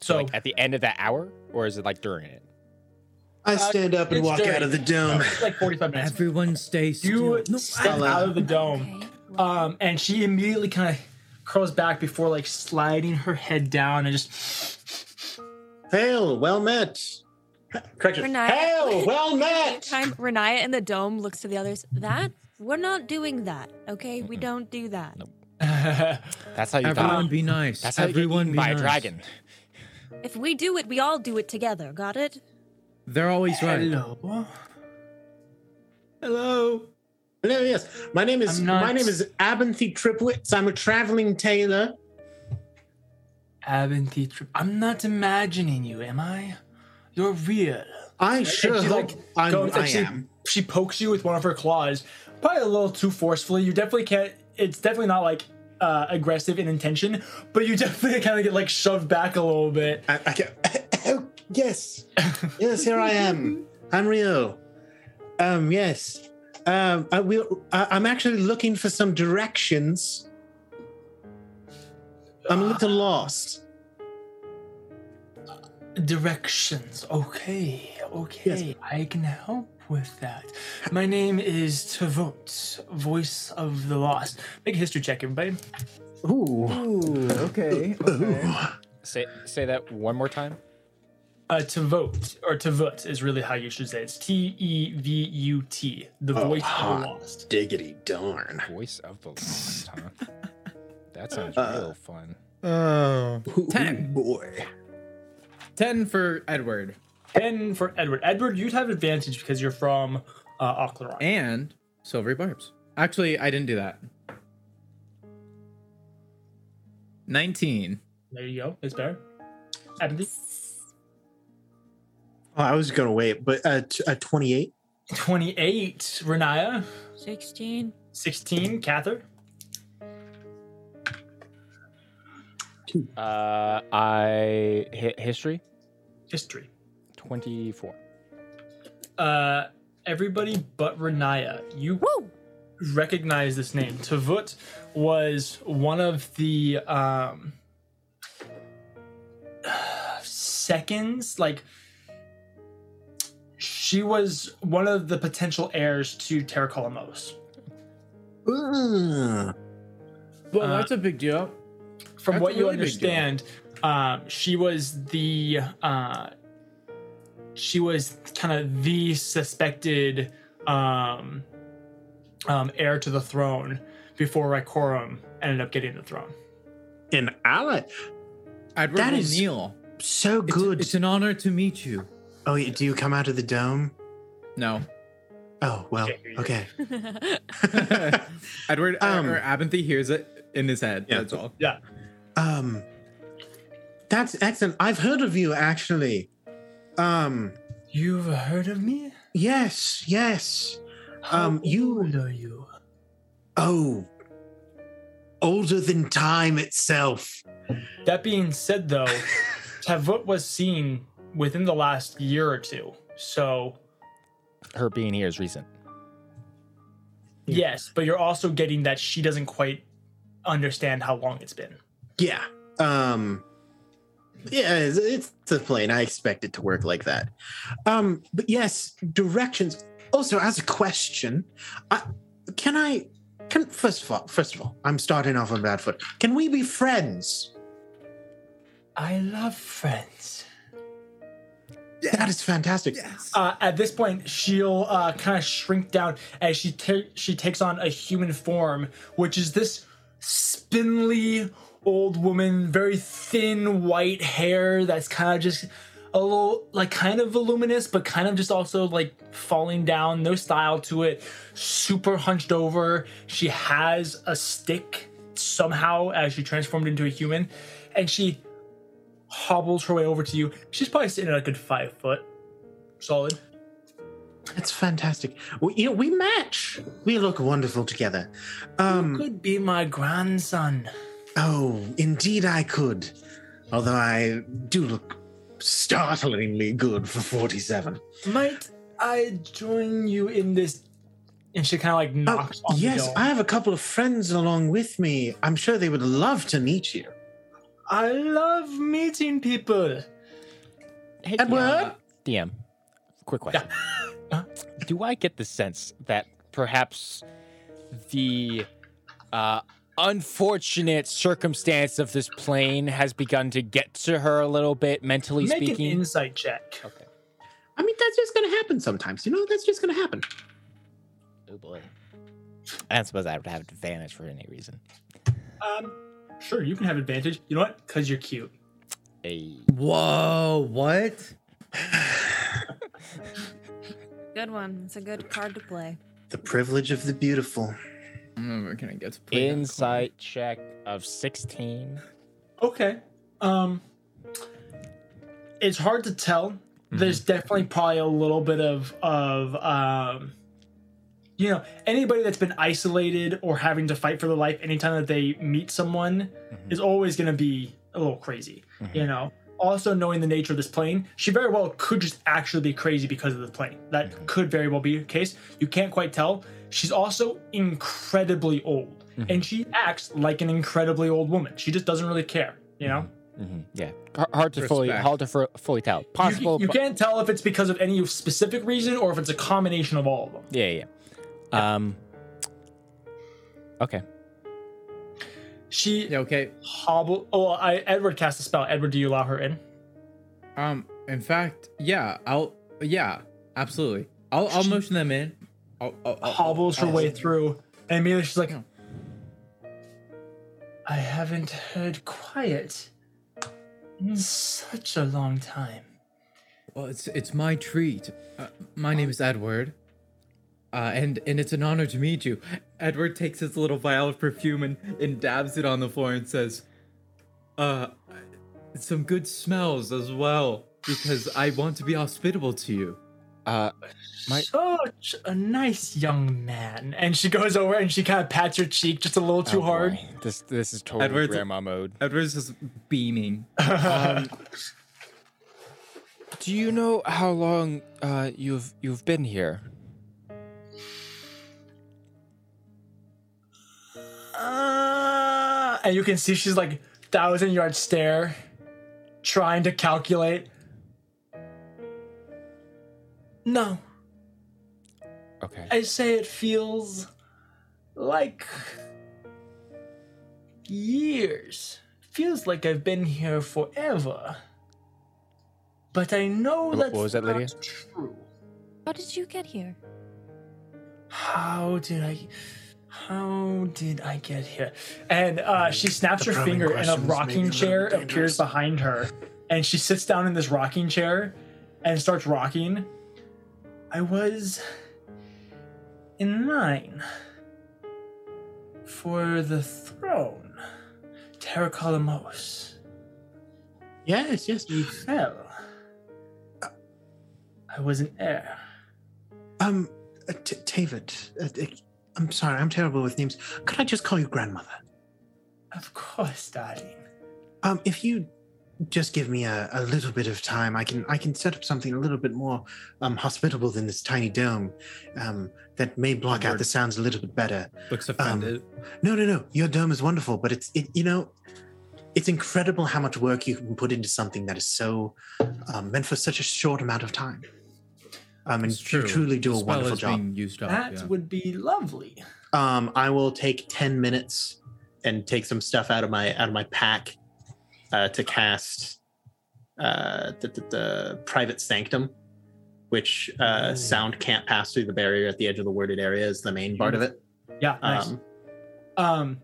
S2: So
S6: Like at the end of that hour, or is it like during it?
S8: I stand up and
S2: it's
S8: walk out
S2: dirty.
S8: of the dome.
S2: it's like 45 minutes.
S3: Everyone stay still.
S2: You step
S8: Stella.
S2: out of the dome.
S5: Okay.
S2: Um, and she immediately kind of curls back before like sliding her head down and just
S4: Hail, well met. Correction.
S5: Renaya-
S4: Hail, well
S5: Every
S4: met.
S5: time Renaya in the dome looks to the others, that we're not doing that. Okay, we don't do that.
S6: That's how you
S3: Everyone
S6: got.
S3: be nice.
S6: That's how
S3: Everyone
S6: you
S3: be
S6: get eaten by a
S3: nice.
S6: dragon.
S5: If we do it, we all do it together. Got it?
S3: They're always right.
S2: hello. Hello.
S4: Hello, yes. My name is
S2: I'm not-
S4: my name is Abinthy Triplets. I'm a traveling tailor.
S2: Avanti Trip. I'm not imagining you, am I? You're real.
S4: I sure
S2: she,
S4: hope
S2: like,
S4: I'm,
S2: goes-
S4: I
S2: like, she-
S4: am.
S2: She pokes you with one of her claws, probably a little too forcefully. You definitely can't. It's definitely not like uh, aggressive in intention, but you definitely kind of get like shoved back a little bit.
S4: I, I can, oh, yes, yes, here I am. I'm Rio. Um, yes. Um, I will. I, I'm actually looking for some directions. I'm a little lost.
S2: Directions. Okay, okay.
S4: Yes.
S2: I can help with that. My name is Tavot, voice of the lost. Make a history check, everybody.
S4: Ooh.
S3: Ooh, okay.
S6: Say say that one more time.
S2: Uh, Tavot or Tavut is really how you should say it. It's T E V U T, the voice of
S4: hot.
S2: the lost.
S4: Diggity darn.
S6: Voice of the lost, huh? That sounds real fun.
S3: Oh.
S4: Ooh,
S3: Ten.
S4: boy.
S3: Ten for Edward.
S2: Ten for Edward. Edward, you'd have advantage because you're from uh, Auchleron.
S3: And Silvery Barbs. Actually, I didn't do that. 19.
S2: There you go. It's better. Abby,
S4: Oh, I was gonna wait, but uh, t- uh 28.
S2: Twenty-eight. Renaya,
S5: 16.
S2: sixteen. Cather,
S6: Uh, I hit history
S2: history.
S6: twenty four.
S2: Uh, everybody but Renaya. You
S5: Woo!
S2: recognize this name. Tavut was one of the um, seconds, like she was one of the potential heirs to Terracolamos.
S4: Ooh.
S3: Well,
S2: Uh,
S3: that's a big deal.
S2: From
S3: That's
S2: what
S3: a
S2: you
S3: really big deal.
S2: understand, um, she was the uh, she was kind of the suspected um, um, heir to the throne before Rykorum ended up getting the throne.
S4: An ally.
S3: Edward
S4: That
S3: will
S4: is
S3: kneel.
S4: So
S3: It's,
S4: good.
S3: it's an honor to meet you.
S4: oh, yeah, do you come out of the dome?
S3: No.
S4: Oh, well,
S2: Okay, here you go.
S4: okay.
S3: Edward
S4: Um,
S3: or Abinthy hears it in his head.
S4: Yeah.
S3: That's all.
S4: Um, that's excellent. I've heard of you actually. Um,
S2: You've heard of me?
S4: yes, yes.
S2: How
S4: Um, you-
S2: old are you?
S4: Oh, older than time itself.
S2: That being said, though, Tavut was seen within the last year or two. So
S6: Her being here is recent.
S2: yes, but you're also getting that she doesn't quite understand how long it's been.
S4: Yeah. Um, yeah, it's, it's the plane. I expect it to work like that. Um, but yes, directions. Also, as a question, I, can I? Can first of all, first of all, I'm starting off on bad foot. Can we be friends?
S2: I love friends.
S4: That is fantastic.
S2: Uh, at this point, she'll uh, kind of shrink down as she ta- she takes on a human form, which is this spindly old woman, very thin white hair that's kind of just a little like kind of voluminous, but kind of just also like falling down. No style to it. Super hunched over. She has a stick somehow as she transformed into a human, and she hobbles her way over to you. She's probably sitting at a good five foot. Solid.
S4: That's fantastic. We, you know, we match. We look wonderful together. Um,
S2: could be my grandson.
S4: oh, indeed, I could. Although I do look startlingly good for forty-seven.
S2: Might I join you in this and she kind of like
S4: Oh,
S2: knocks on
S4: yes,
S2: the door.
S4: I have a couple of friends along with me. I'm sure they would love to meet you.
S2: I love meeting people.
S6: Hey,
S4: Edward?
S6: DM, DM, quick question.
S2: Huh?
S6: Do I get the sense that perhaps the uh, unfortunate circumstance of this plane has begun to get to her a little bit, mentally
S2: Make an
S6: speaking?
S2: insight check.
S6: okay.
S4: I mean, that's just going to happen sometimes. You know, that's just going to happen.
S6: Oh boy. I don't suppose I would have advantage for any reason.
S2: Um, sure, you can have advantage. You know what? Because you're cute.
S6: Hey.
S3: Whoa, what?
S5: Good one. It's a good card to play.
S4: The privilege of the beautiful.
S3: Mm, Can I get to play that card?
S6: Insight check of 16.
S2: Okay. Um, it's hard to tell. There's definitely probably a little bit of of um, you know, anybody that's been isolated or having to fight for their life anytime that they meet someone is always going to be a little crazy. You know. Also, knowing the nature of this plane, she very well could just actually be crazy because of the plane. That could very well be the case. You can't quite tell. She's also incredibly old, and she acts like an incredibly old woman. She just doesn't really care, you know?
S6: Mhm. Yeah. Har- Hard to fully
S3: Respect.
S6: hard to fu- fully tell. Possible
S2: You, you
S6: but-
S2: can't tell if it's because of any specific reason or if it's a combination of all of them.
S6: Yeah, yeah. yeah. Um Okay.
S2: She
S3: Yeah, okay.
S2: hobble. Oh, I, Edward cast a spell. Edward, do you allow her in?
S3: Um, in fact, yeah, I'll, yeah, absolutely. I'll, I'll motion them in. I'll, I'll,
S6: Oh,
S3: I'll-
S2: Hobbles her
S6: uh,
S3: I'll-
S2: way through, and immediately she's like,
S3: No.
S2: I haven't heard quiet in such a long time.
S3: Well, it's it's my treat. Uh, my name is Edward, uh, and and it's an honor to meet you. Edward takes his little vial of perfume and and dabs it on the floor and says, "Uh, some good smells as well, because I want to be hospitable to you."
S6: Uh My-
S2: Such a nice young man. And she goes over and she kind of pats her cheek just a little too
S6: Oh,
S2: hard.
S6: boy. This this is totally
S3: Edward's-
S6: grandma mode.
S3: Edward's just beaming.
S6: Do you know how long uh, you've you've been here?
S2: Uh, and you can see she's like thousand yard stare, trying to calculate. No,
S6: Okay.
S2: I say it feels like years. Feels like I've been here forever. But I know
S6: Wh-
S2: that's
S6: what was that,
S2: not
S6: Lydia?
S2: true.
S5: How did you get here?
S2: How did I? How did I get here? And uh, she snaps
S8: The
S2: her
S8: probing
S2: finger, and a
S8: questions may be a
S2: rocking
S8: little
S2: chair appears
S8: dangerous.
S2: behind her, and she sits down in this rocking chair and starts rocking. I was in line for the throne, Terracolamos.
S4: Yes, yes.
S2: He fell. I was an heir.
S4: Um, uh, T- David, uh, uh, I'm sorry, I'm terrible with names. Could I just call you grandmother?
S2: Of course, darling.
S4: Um, if you just give me a, a little bit of time, I can I can set up something a little bit more um, hospitable than this tiny dome um, that may block out
S3: Word.
S4: the sounds a little bit better.
S3: Looks offended.
S4: No, no, no. Your dome is wonderful, but it's it, you know, it's incredible how much work you can put into something that is so um, meant for such a short amount of time. Um, and
S3: It's true.
S4: you truly do
S3: The
S4: a
S3: spell
S4: wonderful
S3: is
S4: job.
S3: Being used up,
S2: That
S3: yeah.
S2: would be lovely.
S4: Um, I will take ten minutes and take some stuff out of my out of my pack uh, to cast uh, the, the, the private sanctum, which uh, sound can't pass through the barrier at the edge of the worded area is the main
S3: Hmm.
S4: part of it.
S2: Yeah,
S8: Ah.
S2: nice.
S4: Um,
S2: um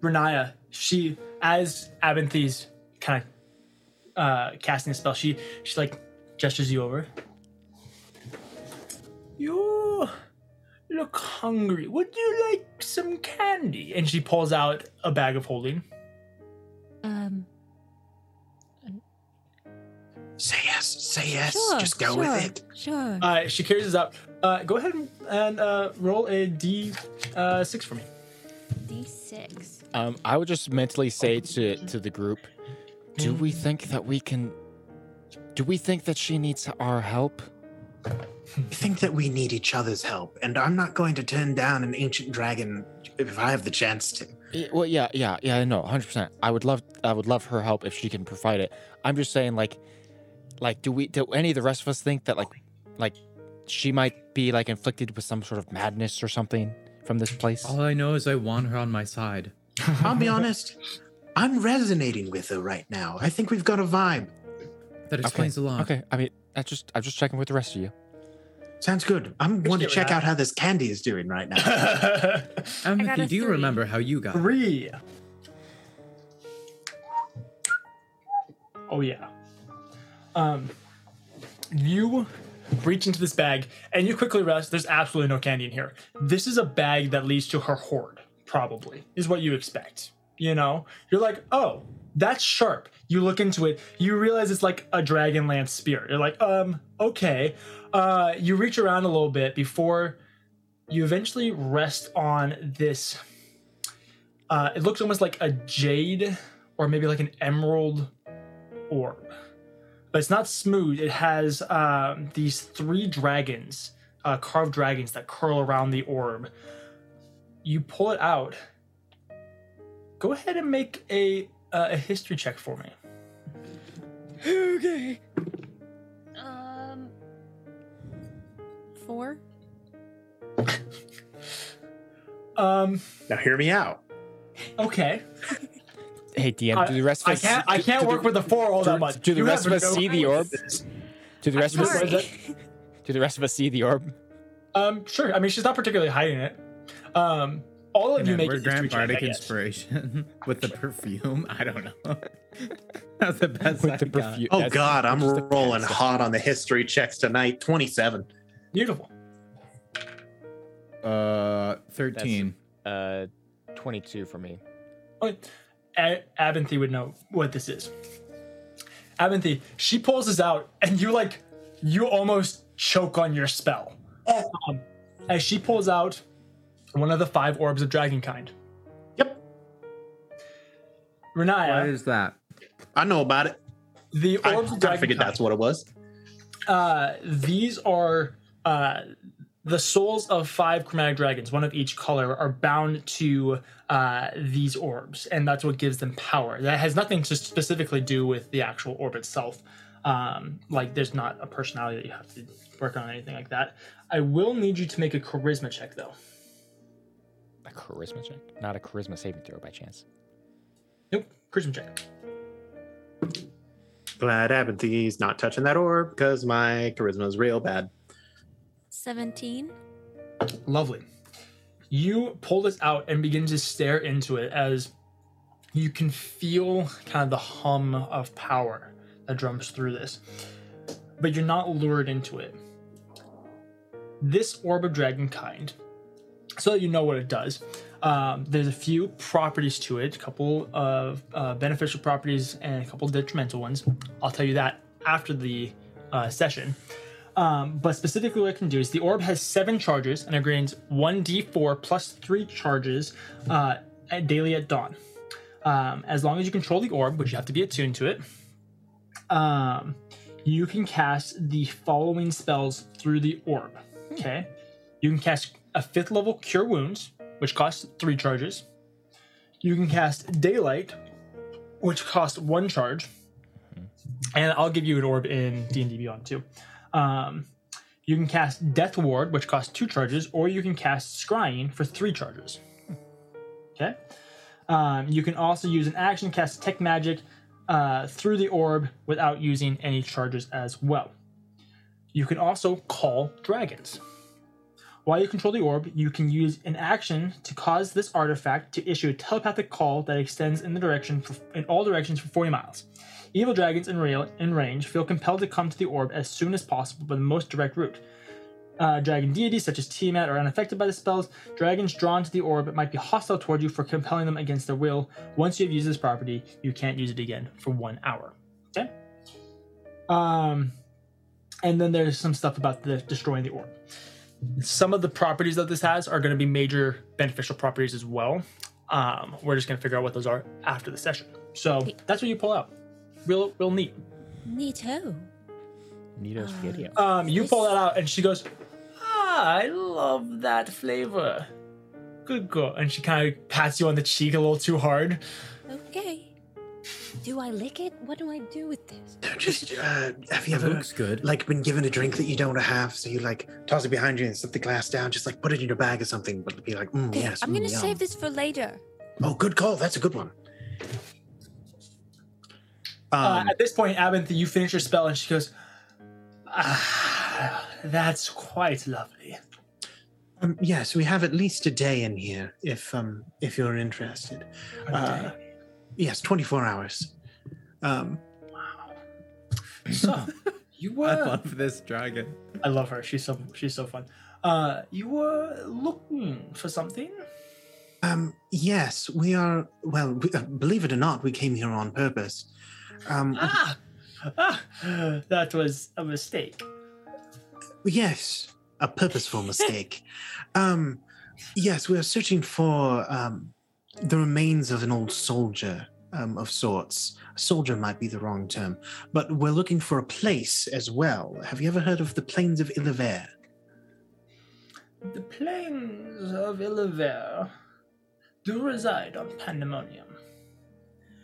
S2: Renaya, she as Abinthes kind of uh casting a spell, she she like gestures you over. You look hungry. Would you like some candy? And she pulls out a bag of holding.
S5: Um,
S4: say yes, say yes.
S5: sure,
S4: just go
S5: sure,
S4: with it.
S5: Sure.
S2: Uh she carries this up. Uh go ahead and, and uh roll a D uh six for me.
S5: D6.
S6: Um, I would just mentally say to to the group, Hmm. do we think that we can? Do we think that she needs our help?
S4: I think that we need each other's help, and I'm not going to turn down an ancient dragon if I have the chance to.
S6: Yeah, Eh, well, yeah, yeah, yeah. No, hundred percent. I would love, I would love her help if she can provide it. I'm just saying, like, like, do we, do any of the rest of us think that, like, like, she might be like inflicted with some sort of madness or something from this place?
S3: All I know is I want her on my side.
S4: I'll be honest, I'm resonating with her right now. I think we've got a vibe.
S3: That explains a lot.
S6: Okay, I mean, I just, I'm just checking with the rest of you.
S4: Sounds good. I'm going to check out how this candy is doing right now.
S3: Um,
S5: I got
S3: Mickey,
S5: a
S3: do you
S5: three.
S3: remember how you got? it?
S2: Three. Oh yeah. Um, you reach into this bag and you quickly realize there's absolutely no candy in here. This is a bag that leads to her hoard, probably is what you expect. You know, you're like, oh, that's sharp. You look into it, you realize it's like a dragonlance spear. You're like, um, okay. Uh, you reach around a little bit before you eventually rest on this uh, it looks almost like a jade or maybe like an emerald orb. But it's not smooth. It has um, these three dragons, uh, carved dragons that curl around the orb. You pull it out. Go ahead and make a uh, a history check for me.
S6: Okay.
S5: Um, four.
S2: Um.
S4: now hear me out.
S2: Okay.
S6: Hey, DM, do the rest of
S2: I
S6: us?
S2: can't. I can't
S6: do
S2: work
S6: the,
S2: with the four all
S6: do,
S2: that much.
S6: do the
S2: You
S6: rest of
S2: have
S6: us
S2: no
S6: see the orb? Do the rest of us?
S5: Sorry.
S2: was
S6: Do the rest of us see the orb?
S2: Um. Sure. I mean, she's not particularly hiding it. Um. All of
S3: And
S2: you
S3: then
S2: make a
S3: we're
S2: history
S3: Grand
S2: check. I
S3: Bardic
S2: guess.
S3: inspiration with the perfume. I don't know. That's the best. I
S6: With the
S3: got.
S6: perfume.
S4: Oh
S6: that's-
S4: God, I'm
S6: that's the
S4: rolling
S6: best.
S4: hot on the history checks tonight. Twenty-seven.
S2: Beautiful.
S3: Uh, thirteen.
S6: Uh, twenty-two for me.
S2: Okay. Oh, A- Abinthy would know what this is. Abinthy, she pulls this out, and you like, you almost choke on your spell. Um, as she pulls out one of the five orbs of dragonkind.
S4: Yep,
S3: What
S2: Renaya,
S3: is that?
S4: I know about it.
S2: the
S4: I,
S2: orbs of
S4: I figured
S2: dragonkind.
S4: that's what it was.
S2: uh, these are uh, the souls of five chromatic dragons, one of each color, are bound to uh, these orbs, and that's what gives them power. That has nothing to specifically do with the actual orb itself. Um, like, there's not a personality that you have to work on or anything like that. I will need you to make a charisma check, though.
S6: A charisma check, not a charisma saving throw by chance.
S2: Nope, charisma check.
S4: Glad Abinthy's not touching that orb because my charisma is real bad.
S5: Seventeen.
S2: Lovely. You pull this out and begin to stare into it as you can feel kind of the hum of power that drums through this, but you're not lured into it. This orb of dragonkind, so that you know what it does, um, there's a few properties to it, a couple of uh, beneficial properties and a couple detrimental ones. I'll tell you that after the uh, session. Um, but specifically, what it can do is the orb has seven charges and it gains 1d4 plus three charges uh, at daily at dawn. Um, as long as you control the orb, which you have to be attuned to it, um, you can cast the following spells through the orb. Okay. You can cast a fifth level Cure Wounds, which costs three charges. You can cast Daylight, which costs one charge. And I'll give you an orb in D&D Beyond too. Um, you can cast Death Ward, which costs two charges, or you can cast Scrying for three charges. Okay. Um, you can also use an action to cast Tech Magic uh, through the orb without using any charges as well. You can also call dragons. While you control the orb, you can use an action to cause this artifact to issue a telepathic call that extends in the direction for, in all directions for 40 miles. Evil dragons in, rail, in range feel compelled to come to the orb as soon as possible by the most direct route. Uh, dragon deities such as Tiamat are unaffected by the spells. Dragons drawn to the orb might be hostile toward you for compelling them against their will. Once you have used this property, you can't use it again for one hour. Okay. Um, and then there's some stuff about the destroying the orb. Some of the properties that this has are going to be major beneficial properties as well. Um, we're just going to figure out what those are after the session. So that's what you pull out. Real, real neat.
S5: Neato.
S6: Nito's video.
S2: Um, you pull that out, and she goes, "Ah, I love that flavor. Good girl." And she kind of pats you on the cheek a little too hard.
S5: Okay. Do I lick it? What do I do with this?
S8: No, just uh, have you
S3: It
S8: ever
S3: looks good.
S8: like been given a drink that you don't have, so you like toss it behind you and slip the glass down, just like put it in your bag or something, but be like, mm,
S5: Okay,
S8: yes,
S5: I'm gonna
S8: mm,
S5: save
S8: yum.
S5: this for later.
S8: Oh, good call. That's a good one.
S2: Uh,
S5: Uh,
S8: Um,
S2: at this point, Abintha, you finish your spell, and she goes, "Ah, that's quite lovely."
S8: um, yes, we have at least a day in here if um if you're interested. Uh, yes, 24 hours. Um,
S2: so, you were.
S3: I love this dragon.
S2: I love her. She's so she's so fun. Uh, you were looking for something.
S8: um, yes, we are. Well, we, uh, believe it or not, we came here on purpose. Um,
S2: Ah, ah, that was a mistake.
S8: Yes, a purposeful mistake. um, yes, we are searching for um, the remains of an old soldier um, of sorts. Soldier might be the wrong term, but we're looking for a place as well. Have you ever heard of the Plains of Illaver?
S2: The plains of Illaver do reside on Pandemonium.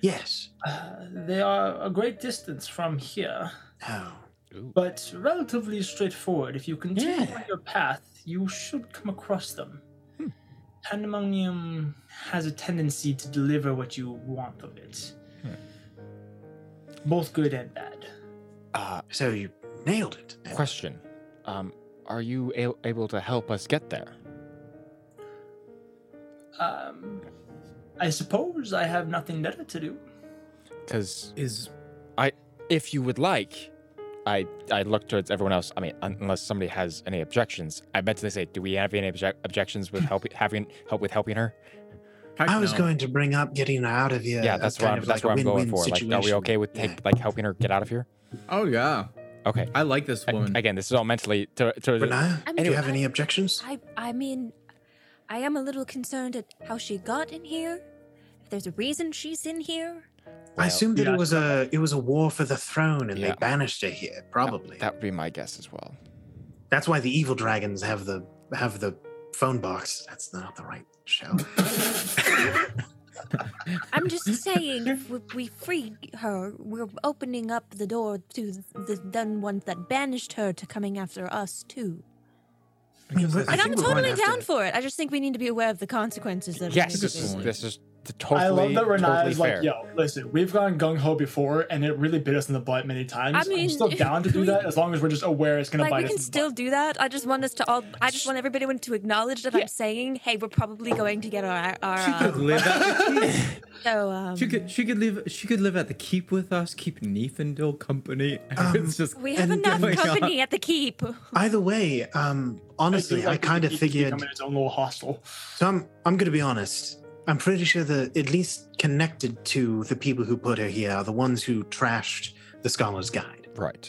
S8: Yes.
S2: Uh, they are a great distance from here,
S8: Oh.
S2: but relatively straightforward. If you continue
S8: Yeah.
S2: on your path, you should come across them. Pandemonium has a tendency to deliver what you want of it, both good and bad.
S6: Uh,
S8: So you nailed it.
S6: question: um, Are you a- able to help us get there?
S2: Um, I suppose I have nothing better to do.
S6: Because
S3: Is
S6: if you would like, I I look towards everyone else. I mean, un- unless somebody has any objections, I meant to say, do we have any obje- objections with helping having help with helping her?
S3: heck
S8: I was
S3: no.
S8: going to bring up getting her out of here.
S6: yeah,
S8: uh,
S6: that's what
S8: kind
S6: I'm,
S8: of
S6: that's what
S8: like a
S6: I'm going
S8: win-win
S6: for. Like, are we
S8: situation.
S6: okay with
S8: Yeah.
S6: take, like helping her get out of here?
S3: Oh yeah,
S6: Okay.
S3: I like this
S6: A-
S3: woman.
S6: Again, this is all mentally to, to
S8: Renaya,
S5: I mean,
S8: do you
S5: Anyway.
S8: have any objections?
S5: I I mean, I am a little concerned at how she got in here. If there's a reason she's in here,
S8: I assume that
S2: Yeah.
S8: it was a it was a war for the throne, and
S6: Yeah.
S8: they banished her here. Probably.
S6: That would be my guess as well.
S8: That's why the evil dragons have the have the phone box. That's not the right show.
S5: I'm just saying, if we, we free her, we're opening up the door to the then ones that banished her to coming after us too.
S8: I mean, we're-
S5: Like I
S8: I
S5: am
S8: think we're going
S5: totally
S8: after
S5: down
S8: it.
S5: for it. I just think we need to be aware of the consequences of
S6: Yes,
S5: it.
S6: this is
S3: Good
S6: this is t-
S2: I
S6: totally
S2: love that Renata
S6: totally
S2: is
S6: fair.
S2: like, yo, listen, we've gone gung ho before, and it really bit us in the butt many times.
S5: I
S2: I am
S5: mean,
S2: still down to do
S5: we-
S2: that as long as we're just aware it's gonna
S5: Like
S2: bite us.
S5: we can
S2: in the
S5: still do that. I just want us to all. I just want everybody to acknowledge that I'm saying, "Hey, we're probably going to get our our."
S3: She could
S5: Uh,
S3: live at the keep.
S5: so um,
S3: She could she could live she could live at the keep with us, keep Neefendil company.
S8: Um,
S3: it's just
S5: we have
S8: And
S5: enough
S3: going on.
S5: company at the keep.
S8: Either way, um, honestly, I,
S2: think
S8: kind of
S2: it could
S8: figured.
S2: become its own little hostel.
S8: So I'm I'm going to be honest. I'm pretty sure that at least connected to the people who put her here are the ones who trashed the Scholar's Guide.
S6: Right.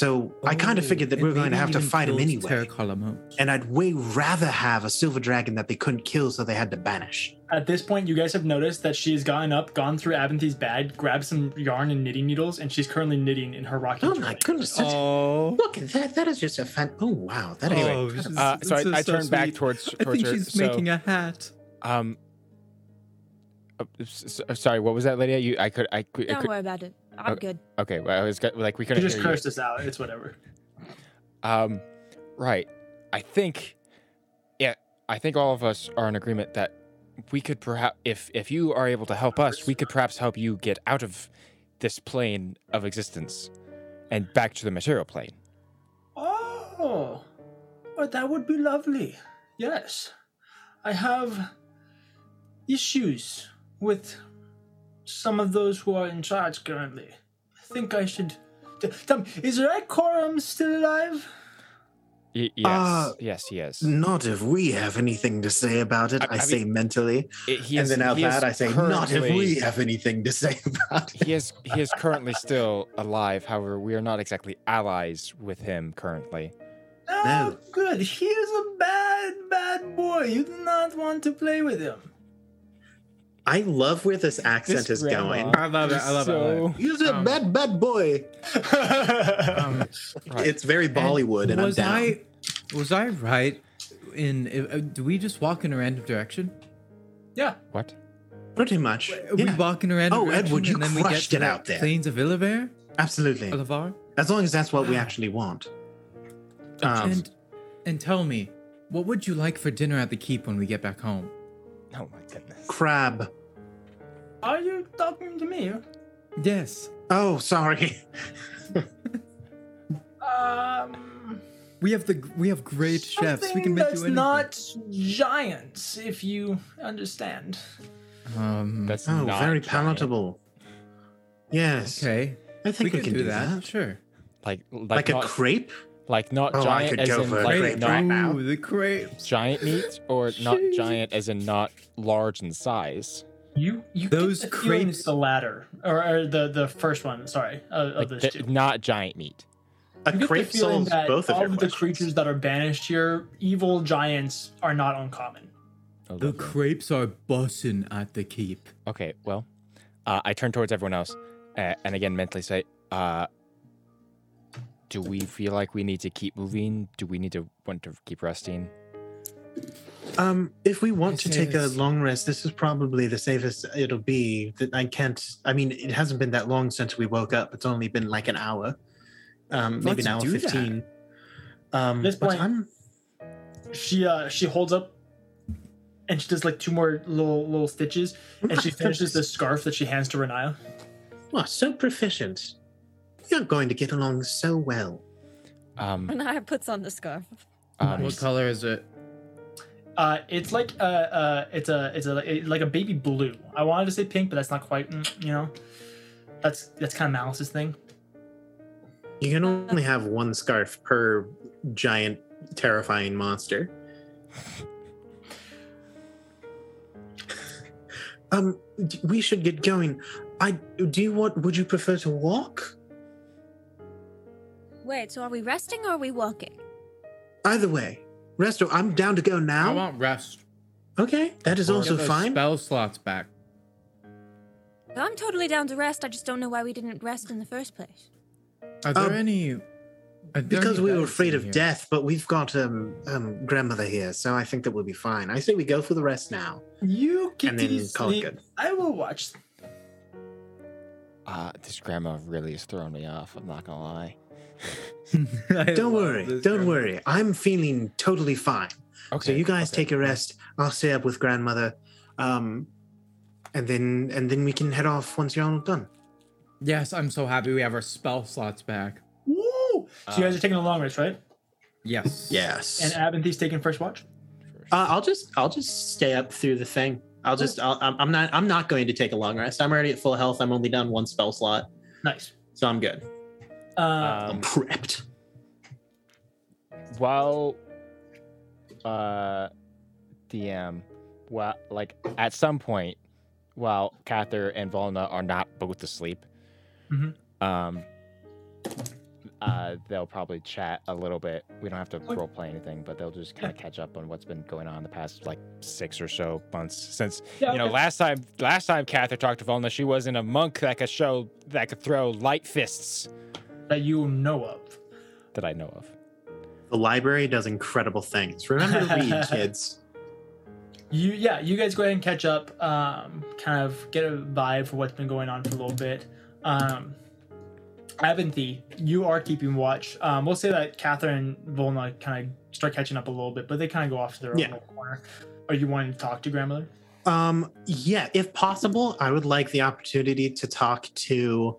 S8: So I kind
S3: Oh,
S8: of figured that we were going to have to fight him anyway. And I'd way rather have a silver dragon that they couldn't kill, so they had to banish.
S2: At this point, you guys have noticed that she's gotten up, gone through Abinthy's bag, grabbed some yarn and knitting needles, and she's currently knitting in her rocky.
S8: Oh
S2: chair.
S8: my goodness! that's-
S3: Oh,
S8: Look at that! That is just a fan. Oh wow! That is
S6: Anyway,
S3: Oh, she's-
S6: Uh, so I,
S3: this is
S6: I
S3: so
S6: turn back
S3: sweet.
S6: towards
S3: I
S6: towards
S3: think
S6: her.
S3: she's
S6: so,
S3: making a hat.
S6: um. uh, s- s- sorry, what was that, Lydia? You, I could, I could, I
S5: Don't
S6: could
S5: worry about it. I'm
S6: Okay.
S5: good.
S6: okay. Well, I was go- like, we
S2: You
S6: couldn't
S2: just
S6: hear you.
S2: cursed us out. It's whatever.
S6: Um, right. I think, yeah, I think all of us are in agreement that we could perhaps, if if you are able to help us, we could perhaps help you get out of this plane of existence and back to the material plane.
S2: Oh, well, that would be lovely. Yes, I have issues with some of those who are in charge currently. I think I should. T- Tell me, is Rykorum still alive?
S6: Y- yes,
S8: Uh,
S6: yes, he is.
S8: Not if we have anything to say about it,
S6: I-
S8: I,
S6: I
S8: say
S6: mean-
S8: mentally.
S6: I- he
S8: and
S6: is-
S8: then out
S6: he is
S8: loud, I say, not if we
S6: currently-
S8: have anything to say about it.
S6: He is he is currently still alive. However, we are not exactly allies with him currently.
S2: Ah,
S8: No.
S2: good. He is a bad, bad boy. You do not want to play with him.
S4: I love where this accent
S6: This
S4: is going.
S6: grandma
S3: I love it. I love it. I love it.
S8: He's a
S3: Um,
S8: bad, bad boy.
S3: Um,
S6: Right.
S4: It's very Bollywood, and I'm
S3: was
S4: down.
S3: I was I right? In uh, do we just walk in a random direction? Uh,
S2: Yeah.
S6: What?
S4: Pretty much.
S3: We
S4: Yeah,
S3: walk in a random
S4: Oh,
S3: direction.
S4: Edward, you
S3: and then we get
S4: crushed
S3: to
S4: it
S3: the
S4: out there.
S3: Plains of Illavar,
S4: absolutely.
S3: Illavar,
S4: As long as that's what we actually want. Um,
S3: and and tell me, what would you like for dinner at the keep when we get back home?
S6: Oh my goodness.
S4: crab.
S2: Are you talking to me?
S3: Yes,
S4: Oh, sorry.
S2: Um,
S3: we have the we have great chefs. We can make
S2: that's
S3: you anything.
S2: not giants, if you understand.
S3: um,
S6: That's
S4: Oh,
S6: not
S4: very
S6: giant.
S4: palatable. Yes.
S3: okay.
S4: I think we, can, do that.
S3: Sure.
S6: Like like,
S4: Like,
S6: not,
S4: a crepe?
S6: Like not
S4: Oh, I
S6: giant
S4: could
S6: as
S4: go
S6: in
S4: for a
S6: like
S4: grape
S6: not
S4: right now.
S3: Ooh, the crepes.
S6: giant meat or not giant as in not large in size.
S2: You you
S3: Those
S2: get the feeling it's
S3: crepes-
S2: the latter or, or the the first one. Sorry, of,
S6: Like
S2: of those
S6: th-
S2: two.
S6: not giant meat.
S4: A
S2: You get the
S4: crepe
S2: feeling
S4: solves
S2: that
S4: both of
S2: all
S4: your
S2: of the
S4: questions.
S2: creatures that are banished here, evil giants, are not uncommon.
S6: Oh,
S3: The
S6: lovely.
S3: crepes are bussin' at the keep.
S6: Okay, well, uh, I turn towards everyone else uh, and again mentally say, uh, Do we feel like we need to keep moving? Do we need to want to keep resting?
S4: Um, if we want
S3: I
S4: to
S3: say
S4: take a
S3: this-
S4: long rest, this is probably the safest it'll be. That I can't. I mean, it hasn't been that long since we woke up. It's only been like an hour, um, maybe
S3: Let's
S4: an hour
S3: do that.
S4: fifteen. Um,
S2: This
S4: but
S2: point-
S4: I'm-
S2: She uh she holds up, and she does like two more little little stitches, and she finishes the scarf that she hands to Renaya.
S4: Um, Well, so proficient. You're going to get along so well.
S6: Um,
S5: Renaya puts on the scarf.
S6: um,
S3: What color is it?
S2: Uh, it's like uh, uh it's a it's a it- like a baby blue. I wanted to say pink, but that's not quite. mm, You know, that's that's kind of Malice's thing.
S4: You can only have one scarf per giant, terrifying monster. um, d- we should get going. I do. You want? Would you prefer to walk?
S5: Wait, so are we resting or are we walking?
S4: Either way, resto. I'm down to go
S3: I
S4: now.
S3: want rest.
S4: okay, that is
S6: Or-
S4: also
S3: Get those
S4: fine.
S3: Spell slots back.
S5: I'm totally down to rest. I just don't know why we didn't rest in the first place.
S3: Are there
S4: Um,
S3: any? are there
S4: because
S3: any
S4: we were
S3: dice
S4: afraid
S3: in
S4: of
S3: here?
S4: death, but we've got um, um grandmother here, so I think that we'll be fine. I say we go for the rest now.
S2: You
S4: And then
S2: kitty
S4: call it
S2: sleep.
S4: good.
S2: I will watch.
S6: uh, this grandma really is throwing me off. I'm not going to lie.
S3: I
S4: Don't
S3: love
S4: worry,
S3: this
S4: don't
S3: guy.
S4: worry. I'm feeling totally fine. So you guys take a rest. I'll stay up with grandmother, um, and then and then we can head off once you're all done.
S3: Yes, I'm so happy we have our spell slots back.
S2: Woo! So you guys
S6: Um,
S2: are taking a long rest, right?
S3: Yes.
S2: And
S4: Yes.
S2: Abinthi's taking first watch.
S4: Uh, I'll just I'll just stay up through the thing. I'll just I'll, I'm I'm not I'm not going to take a long rest. I'm already at full health. I'm only done one spell slot,
S2: Nice.
S4: so I'm good.
S2: Uh,
S6: Um,
S4: prepped.
S6: while uh DM well like at some point while Cather and Volna are not both asleep
S2: Mhm.
S6: um uh they'll probably chat a little bit we don't have to
S2: Okay.
S6: role play anything but they'll just kind of catch up on what's been going on the past like six or so months since
S2: yeah,
S6: you know
S2: okay.
S6: last time last time Cather talked to Volna she wasn't a monk that could show that could throw light fists
S2: that you know of.
S6: that I know of
S4: The library does incredible things. Remember to read, kids.
S2: You yeah, you guys go ahead and catch up. Um, kind of get a vibe for what's been going on for a little bit. Um, Avanthi, you are keeping watch. Um, we'll say that Catherine and Volna kind of start catching up a little bit, but they kind of go off to their own
S4: Yeah.
S2: little corner. Are you wanting to talk to grandmother?
S4: Um, yeah, if possible, I would like the opportunity to talk to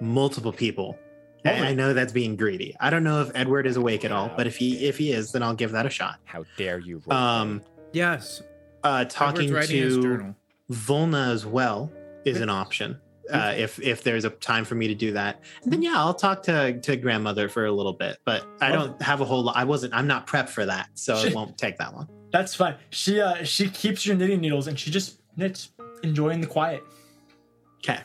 S4: multiple people. I- I know that's being greedy. I don't know if Edward is awake at all, but if he if he is, then I'll give that a shot.
S6: how dare you role play.
S4: Um,
S3: Yes.
S4: uh,
S3: Edward's
S4: talking
S3: writing his
S4: to
S3: journal.
S4: Volna as well is an option. Uh, if if there's a time for me to do that, and then yeah, I'll talk to to grandmother for a little bit. But I
S2: Love
S4: don't have a whole lot. I wasn't. I'm not prepped for that, so
S2: Shit.
S4: it won't take that long.
S2: That's fine. She uh she keeps your knitting needles and she just knits, enjoying the quiet.
S4: Okay.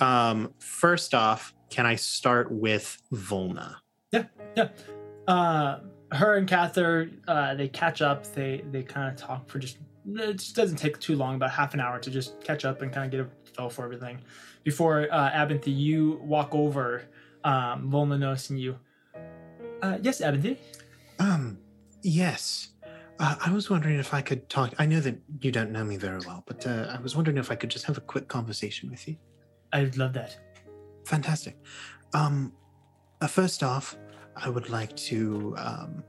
S4: Um, first off, can I start with Volna?
S2: Uh, her and Cather, uh, they catch up. They they kind of talk for just it just doesn't take too long, about half an hour to just catch up and kind of get a feel for everything. Before uh, Abinthy, you walk over, um, Volna noticing you. Uh, yes, Abinthy.
S8: Um, yes. Uh, I was wondering if I could talk. I know that you don't know me very well, but uh, I was wondering if I could just have a quick conversation with you.
S2: I'd love that.
S8: Fantastic. Um, uh, first off, I would like to um,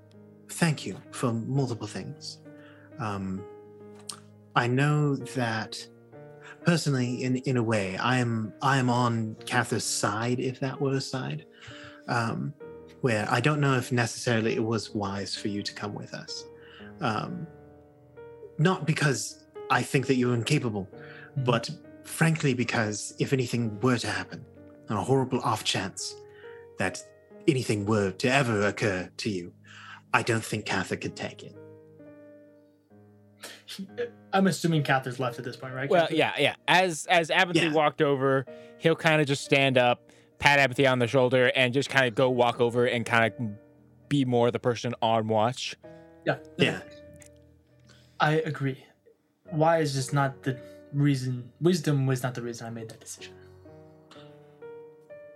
S8: thank you for multiple things. Um, I know that personally, in in a way, I am I am on Cather's side, if that were a side, um, where I don't know if necessarily it was wise for you to come with us. Um, not because I think that you're incapable, but frankly, because if anything were to happen, on a horrible off chance that anything were to ever occur to you, I don't think Cather could take it.
S2: uh, I'm assuming Catherine's left at this point, right?
S6: Well,
S2: Catherine?
S6: yeah, yeah. As as Abinthy
S8: Yeah.
S6: walked over, he'll kind of just stand up, pat Abinthy on the shoulder, and just kind of go walk over and kind of be more the person on watch.
S2: yeah,
S8: Yeah.
S2: I agree. Why is just not the reason? Wisdom was not the reason I made that decision.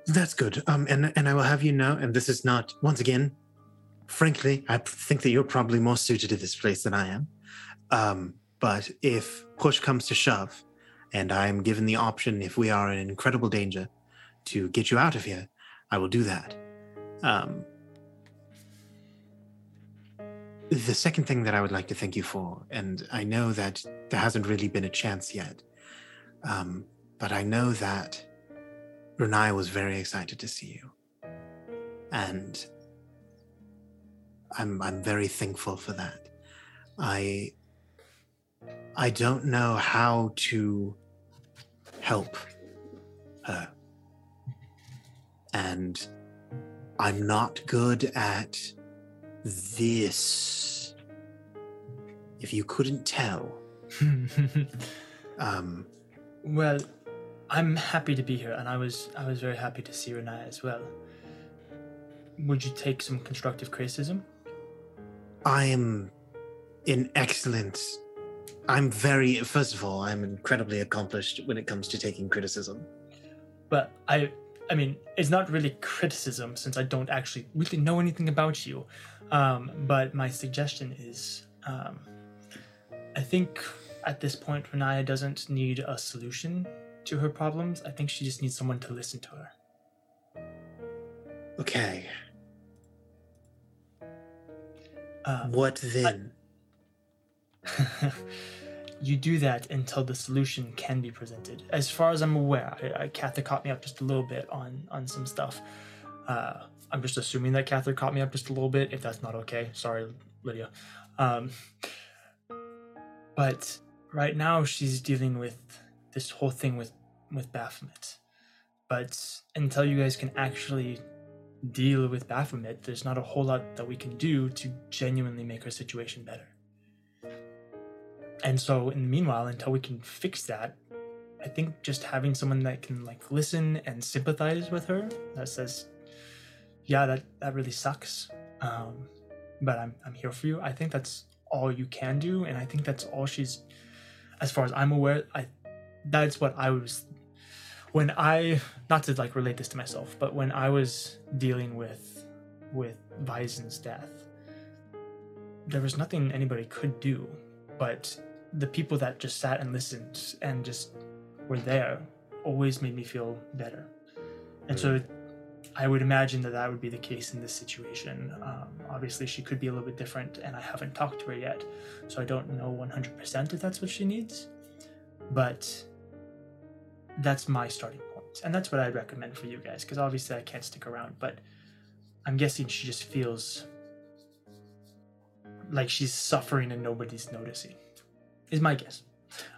S8: That's good. Um, and and I will have you know, and this is not once again. Frankly, I p- think that you're probably more suited to this place than I am. Um, but if push comes to shove, and I am given the option, if we are in incredible danger, to get you out of here, I will do that. Um, the second thing that I would like to thank you for, and I know that there hasn't really been a chance yet, um, but I know that. Renai was very excited to see you. And I'm I'm very thankful for that. I I don't know how to help her. And I'm not good at this. If you couldn't tell, um,
S2: well, I'm happy to be here, and I was I was very happy to see Renai as well. Would you take some constructive criticism?
S8: I am in excellent. I'm very, first of all, I'm incredibly accomplished when it comes to taking criticism.
S2: But I I mean, it's not really criticism since I don't actually really know anything about you. Um, but my suggestion is um, I think at this point Renaya doesn't need a solution to her problems. I think she just needs someone to listen to her.
S8: Okay,
S2: Um,
S8: what then?
S2: you do that until the solution can be presented. As far as I'm aware, I, I, Cather caught me up just a little bit on on some stuff. Uh, I'm just assuming that Cather caught me up just a little bit. If that's not okay, sorry, Lydia. Um, but right now she's dealing with this whole thing with with Baphomet. But until you guys can actually deal with Baphomet, there's not a whole lot that we can do to genuinely make her situation better. And so, in the meanwhile, until we can fix that, I think just having someone that can like listen and sympathize with her that says, "Yeah, that that really sucks," um, but I'm I'm here for you. I think that's all you can do, and I think that's all she's, as far as I'm aware, I that's what I was when I not to like relate this to myself, but when I was dealing with with Vison's death, there was nothing anybody could do but the people that just sat and listened and just were there always made me feel better. And so I would imagine that that would be the case in this situation. Um, obviously, she could be a little bit different, and I haven't talked to her yet, so I don't know 100% if that's what she needs. But that's my starting point, and that's what I'd recommend for you guys, because obviously I can't stick around, but I'm guessing she just feels like she's suffering and nobody's noticing is my guess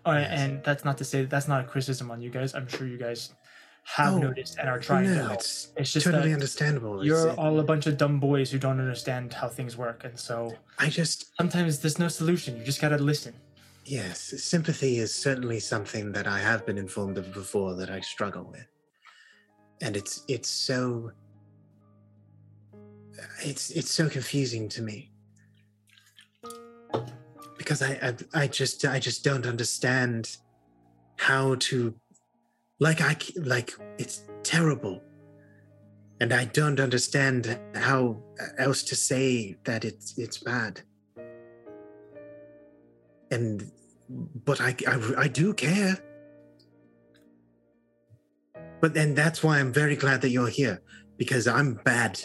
S2: all right
S8: Yes.
S2: and that's not to say that's not a criticism on you guys i'm sure you guys have
S8: Oh,
S2: noticed and are trying to
S8: no,
S2: help
S8: it's,
S2: it's just
S8: totally
S2: that
S8: understandable. It's-
S2: you're
S8: it-
S2: all a bunch of dumb boys who don't understand how things work and so
S8: I just,
S2: sometimes there's no solution you just gotta listen
S8: yes, sympathy is certainly something that I have been informed of before that I struggle with, and it's it's so it's it's so confusing to me because I, I I just I just don't understand how to like I c- like it's terrible, and I don't understand how else to say that it's it's bad. And but I I, I do care. But then that's why I'm very glad that you're here because I'm bad,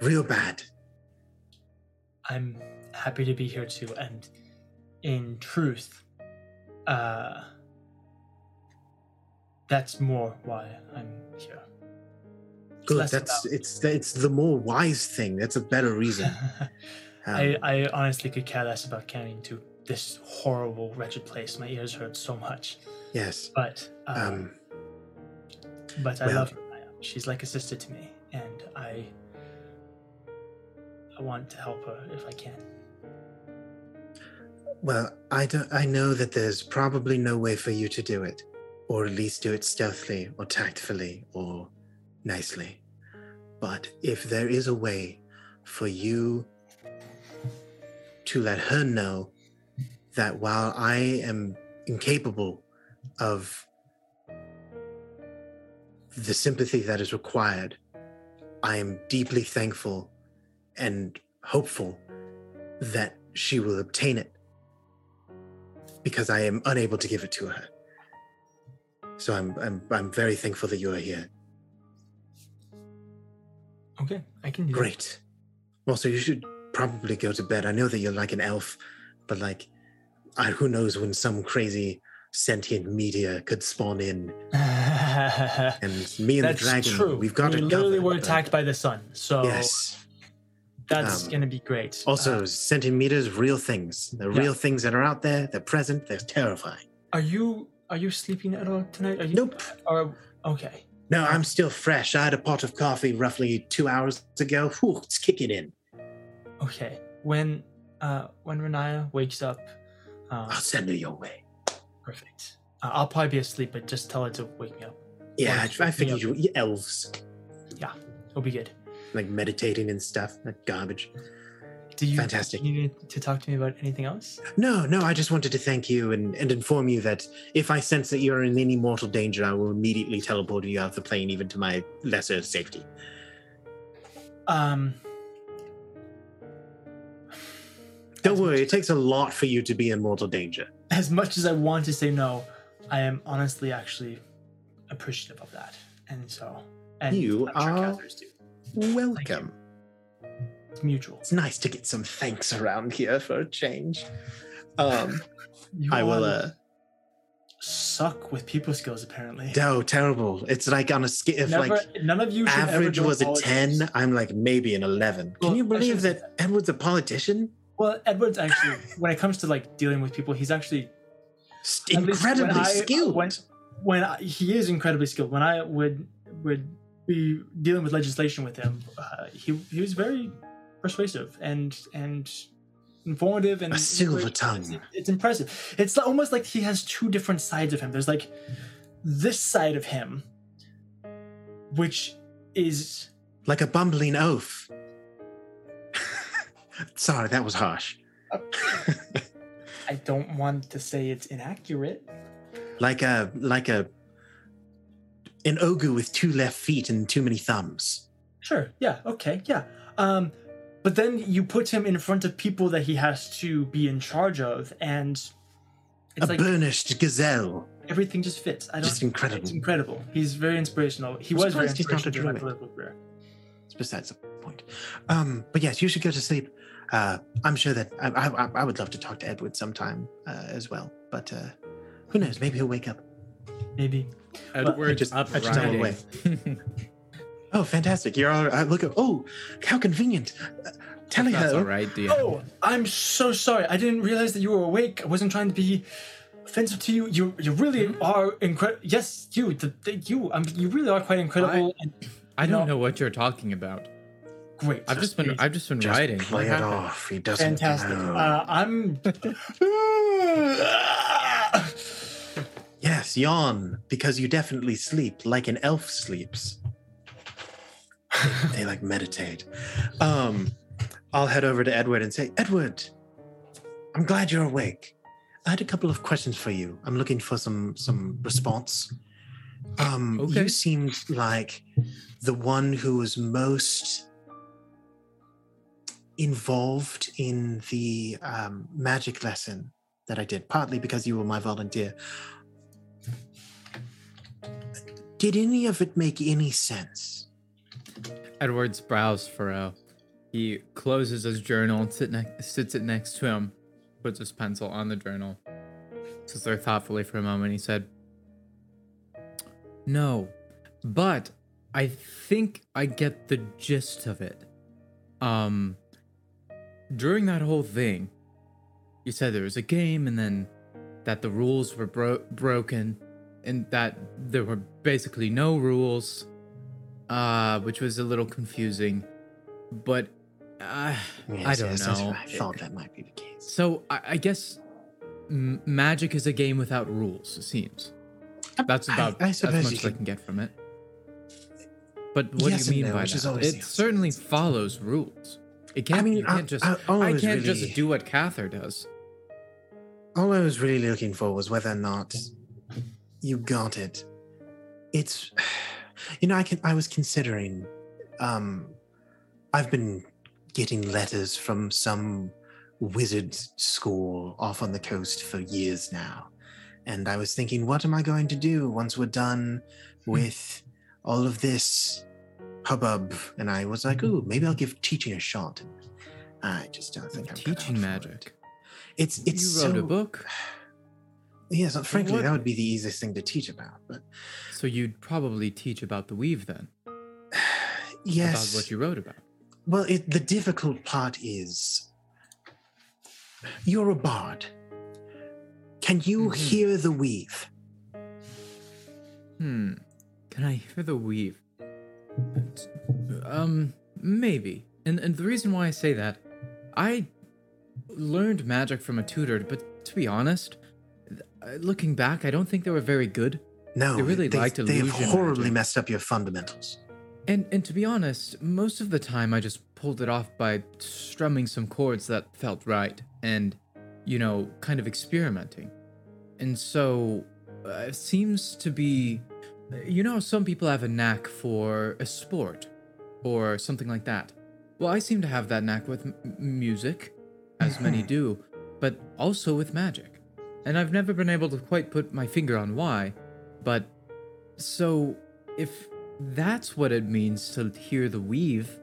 S8: real bad.
S2: I'm happy to be here too, and in truth, uh, that's more why I'm here.
S8: Good.
S2: less
S8: that's
S2: about-
S8: it's it's the more wise thing. That's a better reason. Um,
S2: I, I honestly could care less about counting to this horrible, wretched place. My ears hurt so much,
S8: yes.
S2: but uh,
S8: Um,
S2: but I
S8: well-
S2: love her. She's like a sister to me, and I I want to help her if I can.
S8: well, I don't. I know that there's probably no way for you to do it, or at least do it stealthily, or tactfully, or nicely. But if there is a way for you to let her know that while I am incapable of the sympathy that is required, I am deeply thankful and hopeful that she will obtain it because I am unable to give it to her. So I'm, I'm, I'm very thankful that you are here.
S2: Okay, I can do that.
S8: Great. Also, you should probably go to bed. I know that you're like an elf, but like, I, who knows when some crazy sentient media could spawn in. And me and
S2: that's
S8: the dragon,
S2: true.
S8: we've got
S2: we
S8: it
S2: literally
S8: covered,
S2: were
S8: but-
S2: attacked by the sun, so
S8: Yes.
S2: that's
S8: um,
S2: gonna be great.
S8: Also,
S2: Uh,
S8: sentient meters, real things. They're
S2: Yeah.
S8: real things that are out there. They're present. They're terrifying.
S2: are you are you sleeping at all tonight? Are you,
S8: Nope.
S2: Or okay,
S8: No, I'm still fresh. I had a pot of coffee roughly two hours ago. Whew, it's kicking in.
S2: okay. When uh when Renaya wakes up, um,
S8: I'll send her your way.
S2: perfect. Uh, I'll probably be asleep, but just tell her to wake me up.
S8: Yeah,
S2: Why
S8: I, I
S2: don't you-
S8: figured you you elves
S2: It'll be good.
S8: like meditating and stuff. That garbage.
S2: Do you
S8: Fantastic.
S2: do you need to talk to me about anything else?
S8: No, no, I just wanted to thank you and, and inform you that if I sense that you're in any mortal danger, I will immediately teleport you out of the plane, even to my lesser safety.
S2: Um,
S8: Don't
S2: As
S8: worry,
S2: much-
S8: it takes a lot for you to be in mortal danger.
S2: as much as I want to say no, I am honestly actually appreciative of that, and so and
S8: You
S2: I'm sure
S8: are-
S2: Catherine's too.
S8: Welcome.
S2: It's mutual.
S8: It's nice to get some thanks around here for a change. Um,
S2: You
S8: I will.
S2: all
S8: Uh,
S2: suck with people skills apparently.
S8: no, terrible. It's like on a scale. If
S2: Never,
S8: like
S2: none of you should ever
S8: average
S2: join
S8: was a
S2: politics.
S8: ten, I'm like maybe an eleven.
S2: Well,
S8: Can you
S2: I
S8: believe
S2: shouldn't say
S8: that, Edward's a politician?
S2: Well, Edward's actually when it comes to like dealing with people, he's actually
S8: St-
S2: At least when
S8: Incredibly
S2: I-
S8: skilled.
S2: when- when I, he is incredibly skilled. When I would would be dealing with legislation with him, uh, he he was very persuasive and and informative and
S8: A silver
S2: inspirational.
S8: tongue.
S2: It's, it's impressive. It's almost like he has two different sides of him. There's like this side of him, which is
S8: like a bumbling oaf. Sorry, that was harsh.
S2: I don't want to say it's inaccurate.
S8: Like a like a an ogre with two left feet and too many thumbs.
S2: Sure. Yeah. Okay. Yeah. Um, but then you put him in front of people that he has to be in charge of, and it's
S8: a
S2: like
S8: burnished gazelle.
S2: everything just fits. I don't.
S8: Just incredible.
S2: It's incredible. He's very inspirational. He
S8: I'm
S2: was very
S8: surprised he's not a
S2: inspirational during my
S8: druid.
S2: political career.
S8: It's besides the point. Um, but yes, you should go to sleep. Uh, I'm sure that I, I, I- I would love to talk to Edward sometime uh, as well. But uh, who knows? Maybe he'll wake up.
S2: Maybe.
S3: Edward's
S8: just- I just
S3: uprising.
S8: don't Oh, fantastic! You're all. I look. at- Oh, how convenient! Uh, telling
S3: That's
S8: her.
S3: all right, dear.
S2: Oh, I'm so sorry. I didn't realize that you were awake. I wasn't trying to be offensive to you. You, you really
S8: Hmm?
S2: are incredible. Yes, you, the, the- you. Um, you really are quite incredible and
S3: I
S2: No.
S3: don't know what you're talking about.
S2: great.
S3: I've just been
S2: Amazing.
S3: I've just been
S8: Just
S3: writing.
S8: play
S3: What
S8: it
S3: happened?
S8: off. He doesn't
S2: fantastic.
S8: know.
S2: Uh, I'm.
S8: yes, yawn because you definitely sleep like an elf sleeps. they like meditate. Um, I'll head over to Edward and say, Edward, I'm glad you're awake. I had a couple of questions for you. I'm looking for some some response. Um,
S3: Okay.
S8: You seemed like the one who was most involved in the um, magic lesson that I did, partly because you were my volunteer. Did any of it make any sense?
S3: Edward's brows furrow. He closes his journal and sit ne- sits it next to him, puts his pencil on the journal. Sits there thoughtfully for a moment. He said, No, but I think I get the gist of it. Um, during that whole thing, you said there was a game and then that the rules were bro- broken and that there were basically no rules uh, which was a little confusing, but uh, I
S8: Yes,
S3: don't
S8: yes,
S3: know.
S8: that's what I
S3: It-
S8: thought that might be the case.
S3: So I, I guess m- magic is a game without rules. It seems that's
S8: I-
S3: about
S8: I
S3: as
S8: suppose
S3: much
S8: you
S3: as I
S8: can-
S3: can get from it. But what
S8: Yes
S3: do
S8: and
S3: you mean
S8: no,
S3: by
S8: which is
S3: that?
S8: always the
S3: It certainly follows rules. It can't.
S8: mean,
S3: you
S8: I-
S3: can't just.
S8: I-
S3: I,
S8: all I was
S3: can't
S8: really-
S3: just do what Cather does.
S8: All I was really looking for was whether or not you got it. It's, you know, I can. I was considering. Um, I've been getting letters from some wizard school off on the coast for years now, and I was thinking, what am I going to do once we're done
S3: Hmm.
S8: with all of this hubbub? And I was like, ooh, maybe I'll give teaching a shot. I just don't think I'm cut out
S3: Teaching
S8: for it.
S3: magic.
S8: It's it's
S3: you wrote
S8: so,
S3: a book,
S8: Yes, uh, frankly,
S3: what-
S8: that would be the easiest thing to teach about. But
S3: so you'd probably teach about the weave then.
S8: yes,
S3: About what you wrote about.
S8: well, it, the difficult part is you're a bard. Can you
S3: Mhm.
S8: hear the weave?
S3: Hmm. Can I hear the weave? Um, maybe. And and the reason why I say that, I learned magic from a tutor, but to be honest, th- uh, looking back, I don't think they were very good.
S8: No,
S3: They really
S8: they've,
S3: like to
S8: they've
S3: lose your
S8: horribly
S3: magic.
S8: messed up your fundamentals.
S3: And and to be honest, most of the time I just pulled it off by strumming some chords that felt right and you know, kind of experimenting. And so uh, it seems to be you know, some people have a knack for a sport or something like that. Well, I seem to have that knack with m- music, as
S8: Mm-hmm.
S3: many do, but also with magic. And I've never been able to quite put my finger on why, but so if that's what it means to hear the weave,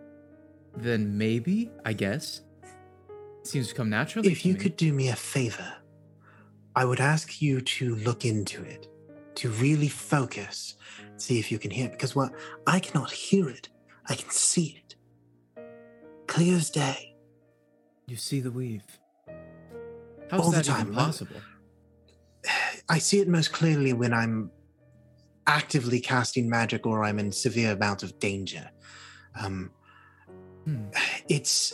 S3: then maybe, I guess, it seems to come naturally.
S8: If
S3: to
S8: you
S3: me.
S8: could do me a favor, I would ask you to look into it, to really focus, see if you can hear it. Because what I cannot hear it, I can see it. Clear as day.
S3: you see the weave. How's
S8: All the
S3: that
S8: time,
S3: even
S8: right?
S3: possible?
S8: I see it most clearly when I'm actively casting magic or I'm in severe amount of danger. Um,
S3: Hmm.
S8: it's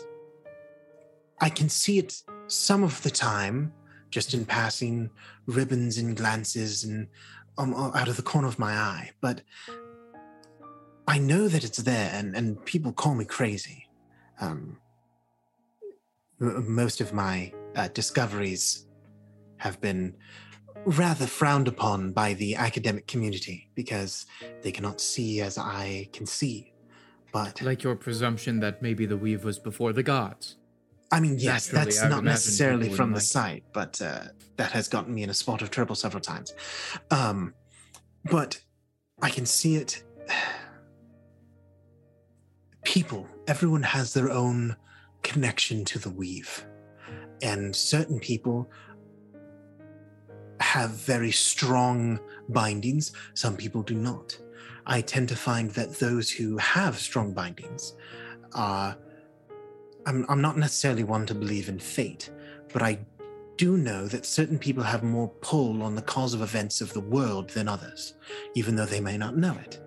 S8: I can see it some of the time, just in passing ribbons and glances and um, out of the corner of my eye. But I know that it's there, and and people call me crazy. Um, m- most of my uh, discoveries have been rather frowned upon by the academic community because they cannot see as I can see. But
S3: Like your presumption that maybe the weave was before the gods.
S8: I mean, yes,
S3: Naturally,
S8: that's
S3: I would
S8: not
S3: imagine
S8: necessarily
S3: people would
S8: from the
S3: like it.
S8: site, but uh, that has gotten me in a spot of trouble several times. Um, but I can see it. People, everyone has their own connection to the weave, and certain people have very strong bindings. Some people do not. I tend to find that those who have strong bindings are I'm, I'm not necessarily one to believe in fate, but I do know that certain people have more pull on the cause of events of the world than others, even though they may not know it.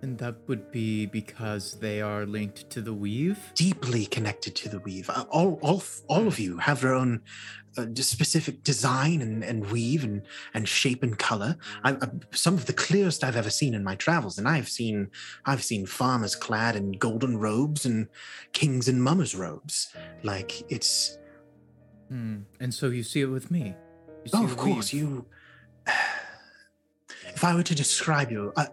S3: And that would be because they are linked to the weave?
S8: Deeply connected to the weave. Uh, All, all, all of you have your own uh, d- specific design and, and weave and, and shape and color. I, I, some of the clearest I've ever seen in my travels, and I've seen I've seen farmers clad in golden robes and kings and mummers robes. Like it's
S3: Hmm. And so you see it with me. You see
S8: Oh,
S3: the
S8: of course,
S3: weave.
S8: you. If I were to describe you, I,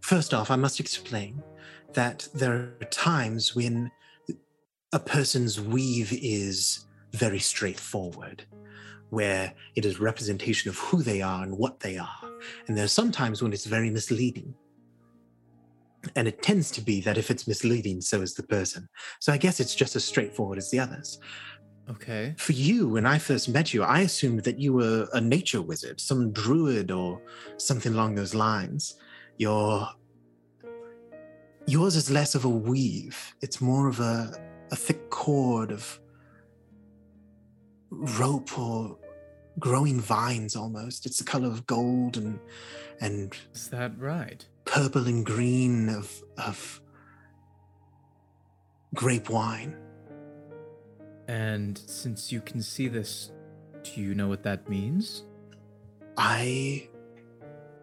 S8: first off, I must explain that there are times when a person's weave is very straightforward, where it is representation of who they are and what they are. And there are some times when it's very misleading. And it tends to be that if it's misleading, so is the person. So I guess it's just as straightforward as the others.
S3: Okay.
S8: For you, when I first met you, I assumed that you were a nature wizard, some druid or something along those lines. Your yours is less of a weave; it's more of a a thick cord of rope or growing vines almost. It's the color of gold and and
S3: Is that right?
S8: purple and green of of grape wine.
S3: And since you can see this, do you know what that means?
S8: I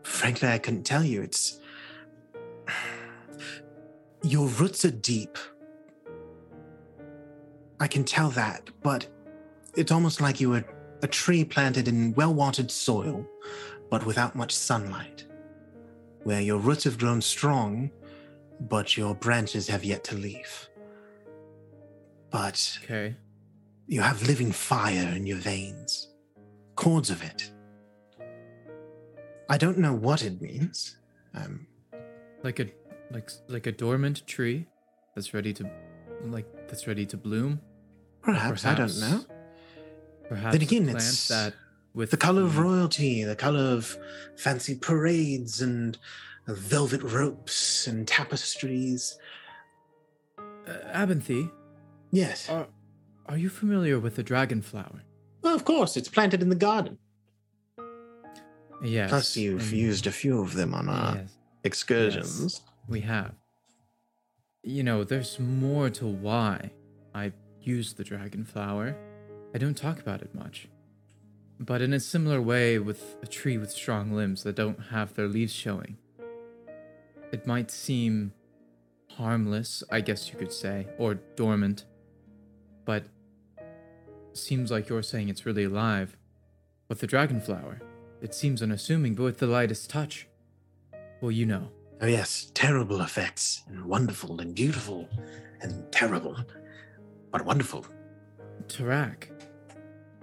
S8: frankly I couldn't tell you. It's your roots are deep. I can tell that, but it's almost like you were a tree planted in well-watered soil, but without much sunlight. Where your roots have grown strong, but your branches have yet to leave. But
S3: Okay.
S8: you have living fire in your veins, cords of it. I don't know what it means. Um,
S3: Like a like like a dormant tree that's ready to like that's ready to bloom. Or
S8: perhaps, I don't know.
S3: Perhaps a
S8: again,
S3: plant
S8: it's
S3: that with
S8: The color of
S3: the-
S8: royalty, the color of fancy parades and velvet ropes and tapestries.
S3: Uh, Abinthy,
S8: Yes.
S3: are are you familiar with the dragon flower?
S8: Well, of course, it's planted in the garden.
S3: Yes. Mm-hmm.
S8: Plus, you've
S3: and-
S8: used a few of them on our
S3: yes.
S8: excursions.
S3: We have. You know, there's more to why I use the dragon flower. I don't talk about it much. But in a similar way with a tree with strong limbs that don't have their leaves showing, it might seem harmless, I guess you could say, or dormant. But seems like you're saying it's really alive. With the dragon flower, it seems unassuming, but with the lightest touch, well, you know.
S8: Oh, yes, terrible effects and wonderful and beautiful and terrible, but wonderful.
S3: Tarak.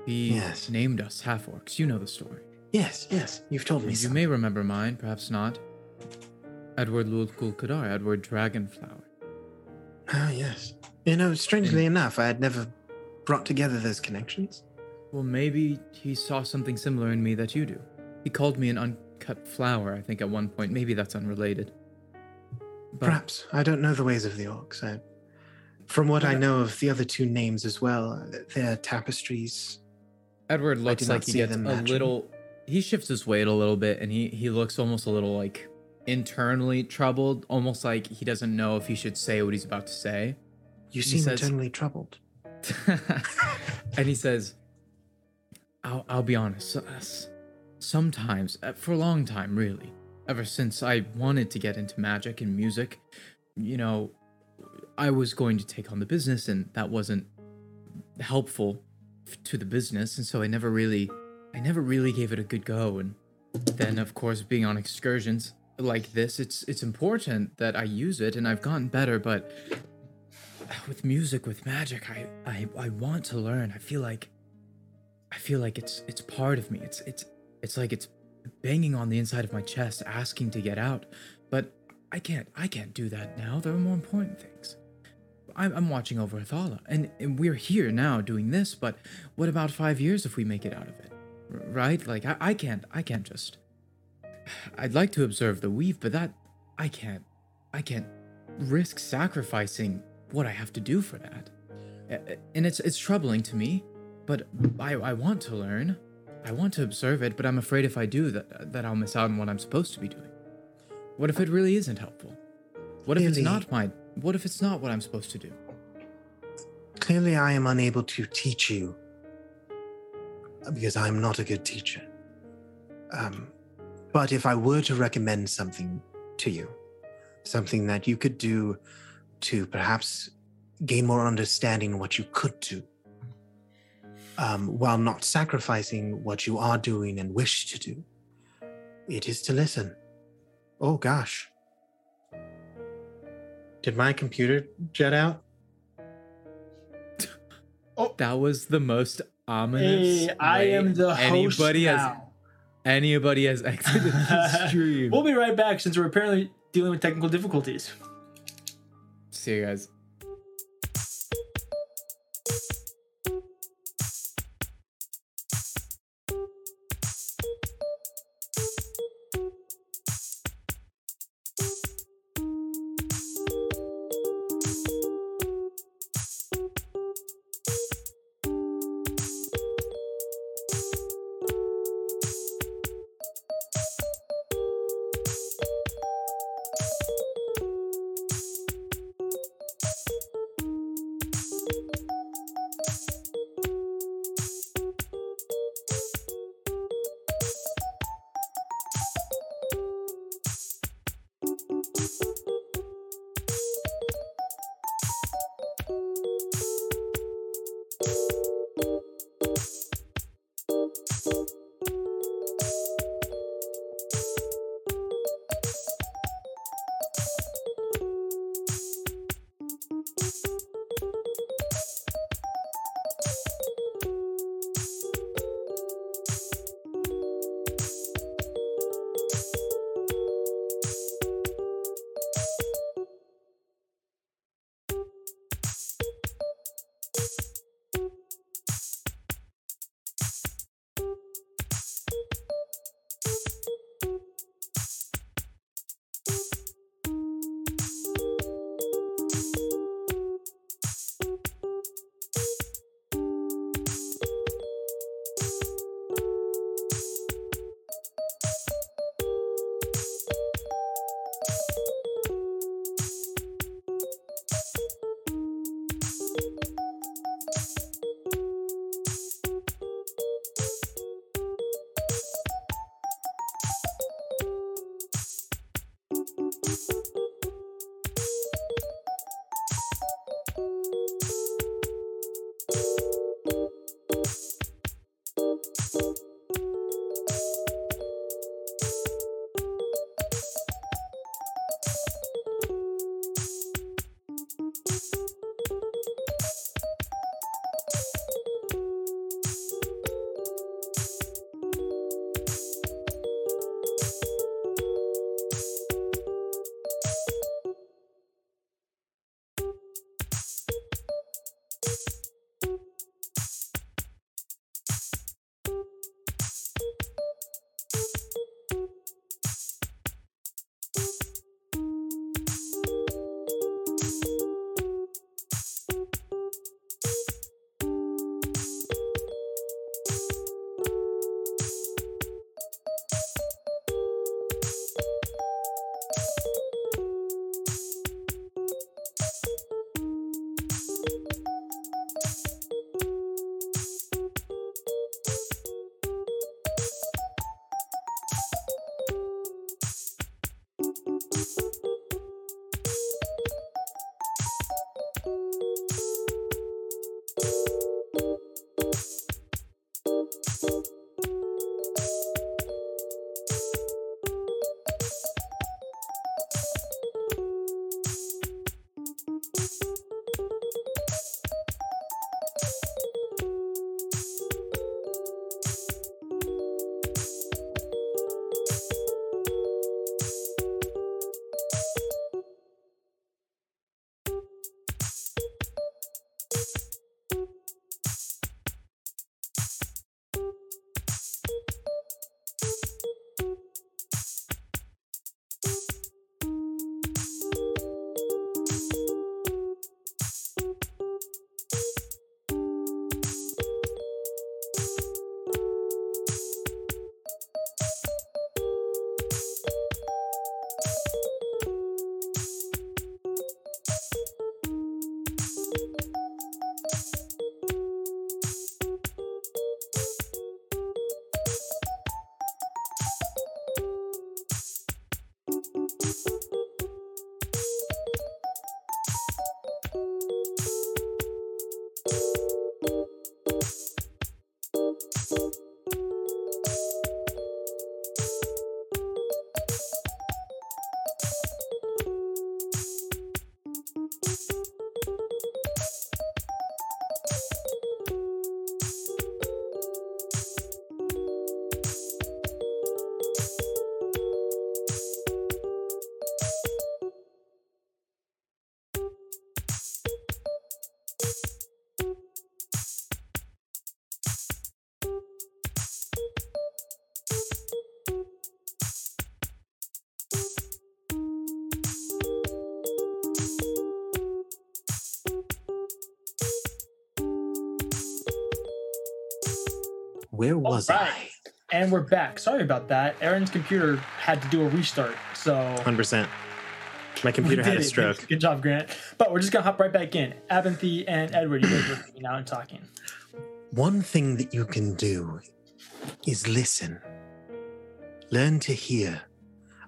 S3: He
S8: Yes.
S3: named us half orcs. You know the story.
S8: Yes, yes, you've told me.
S3: You
S8: some.
S3: may remember mine, perhaps not. Edward Lulkul Kadar, Edward Dragonflower.
S8: Ah, yes. You know, strangely enough, I had never brought together those connections.
S3: Well, maybe he saw something similar in me that you do. He called me an uncut flower, I think, at one point. Maybe that's unrelated. But
S8: Perhaps I don't know the ways of the orcs. I, from what I know of the other two names as well, uh, they're tapestries.
S3: Edward looks
S8: do not
S3: like he
S8: see
S3: gets a
S8: them matching.
S3: little. He shifts his weight a little bit, and he he looks almost a little like internally troubled, almost like he doesn't know if he should say what he's about to say.
S8: You
S3: He
S8: seem
S3: says-
S8: eternally troubled.
S3: and he says, I'll, I'll be honest. so- s- Sometimes, uh, for a long time, really, ever since I wanted to get into magic and music, you know, I was going to take on the business, and that wasn't helpful f- to the business. And so I never really, I never really gave it a good go. And then, of course, being on excursions like this, it's it's important that I use it, and I've gotten better, but with music with magic I, I i want to learn i feel like i feel like it's it's part of me it's it's it's like it's banging on the inside of my chest asking to get out but i can't i can't do that now there are more important things i'm, I'm watching over athala and, and we're here now doing this but what about five years if we make it out of it R- right like i, I can't i can't just i'd like to observe the weave but that i can't i can't risk sacrificing what I have to do for that. A- a- And it's it's troubling to me, but I, I want to learn. I want to observe it, but I'm afraid if I do that that I'll miss out on what I'm supposed to be doing. What if it really isn't helpful? What if it's
S8: Really?
S3: not my what if it's not what I'm supposed to do?
S8: Clearly, I am unable to teach you because I'm not a good teacher. Um, but if I were to recommend something to you, something that you could do to perhaps gain more understanding of what you could do, um, while not sacrificing what you are doing and wish to do. It is to listen. Oh gosh.
S4: Did my computer jet out?
S3: That was the most ominous.
S2: Oh. Hey, I am
S3: way
S2: the host
S3: anybody has
S2: now.
S3: anybody has exited the stream.
S2: We'll be right back since we're apparently dealing with technical difficulties.
S3: See you guys.
S8: Where was
S2: right. And we're back. Sorry about that. Aaron's computer had to do a restart, so
S4: 100%. My computer
S2: We
S4: had
S2: did
S4: a
S2: it. Good-
S4: stroke.
S2: Good job, Grant. But we're just gonna hop right back in. Abinthy and Edward, you guys are hanging out and talking.
S8: I? One thing that you can do is listen. Learn to hear.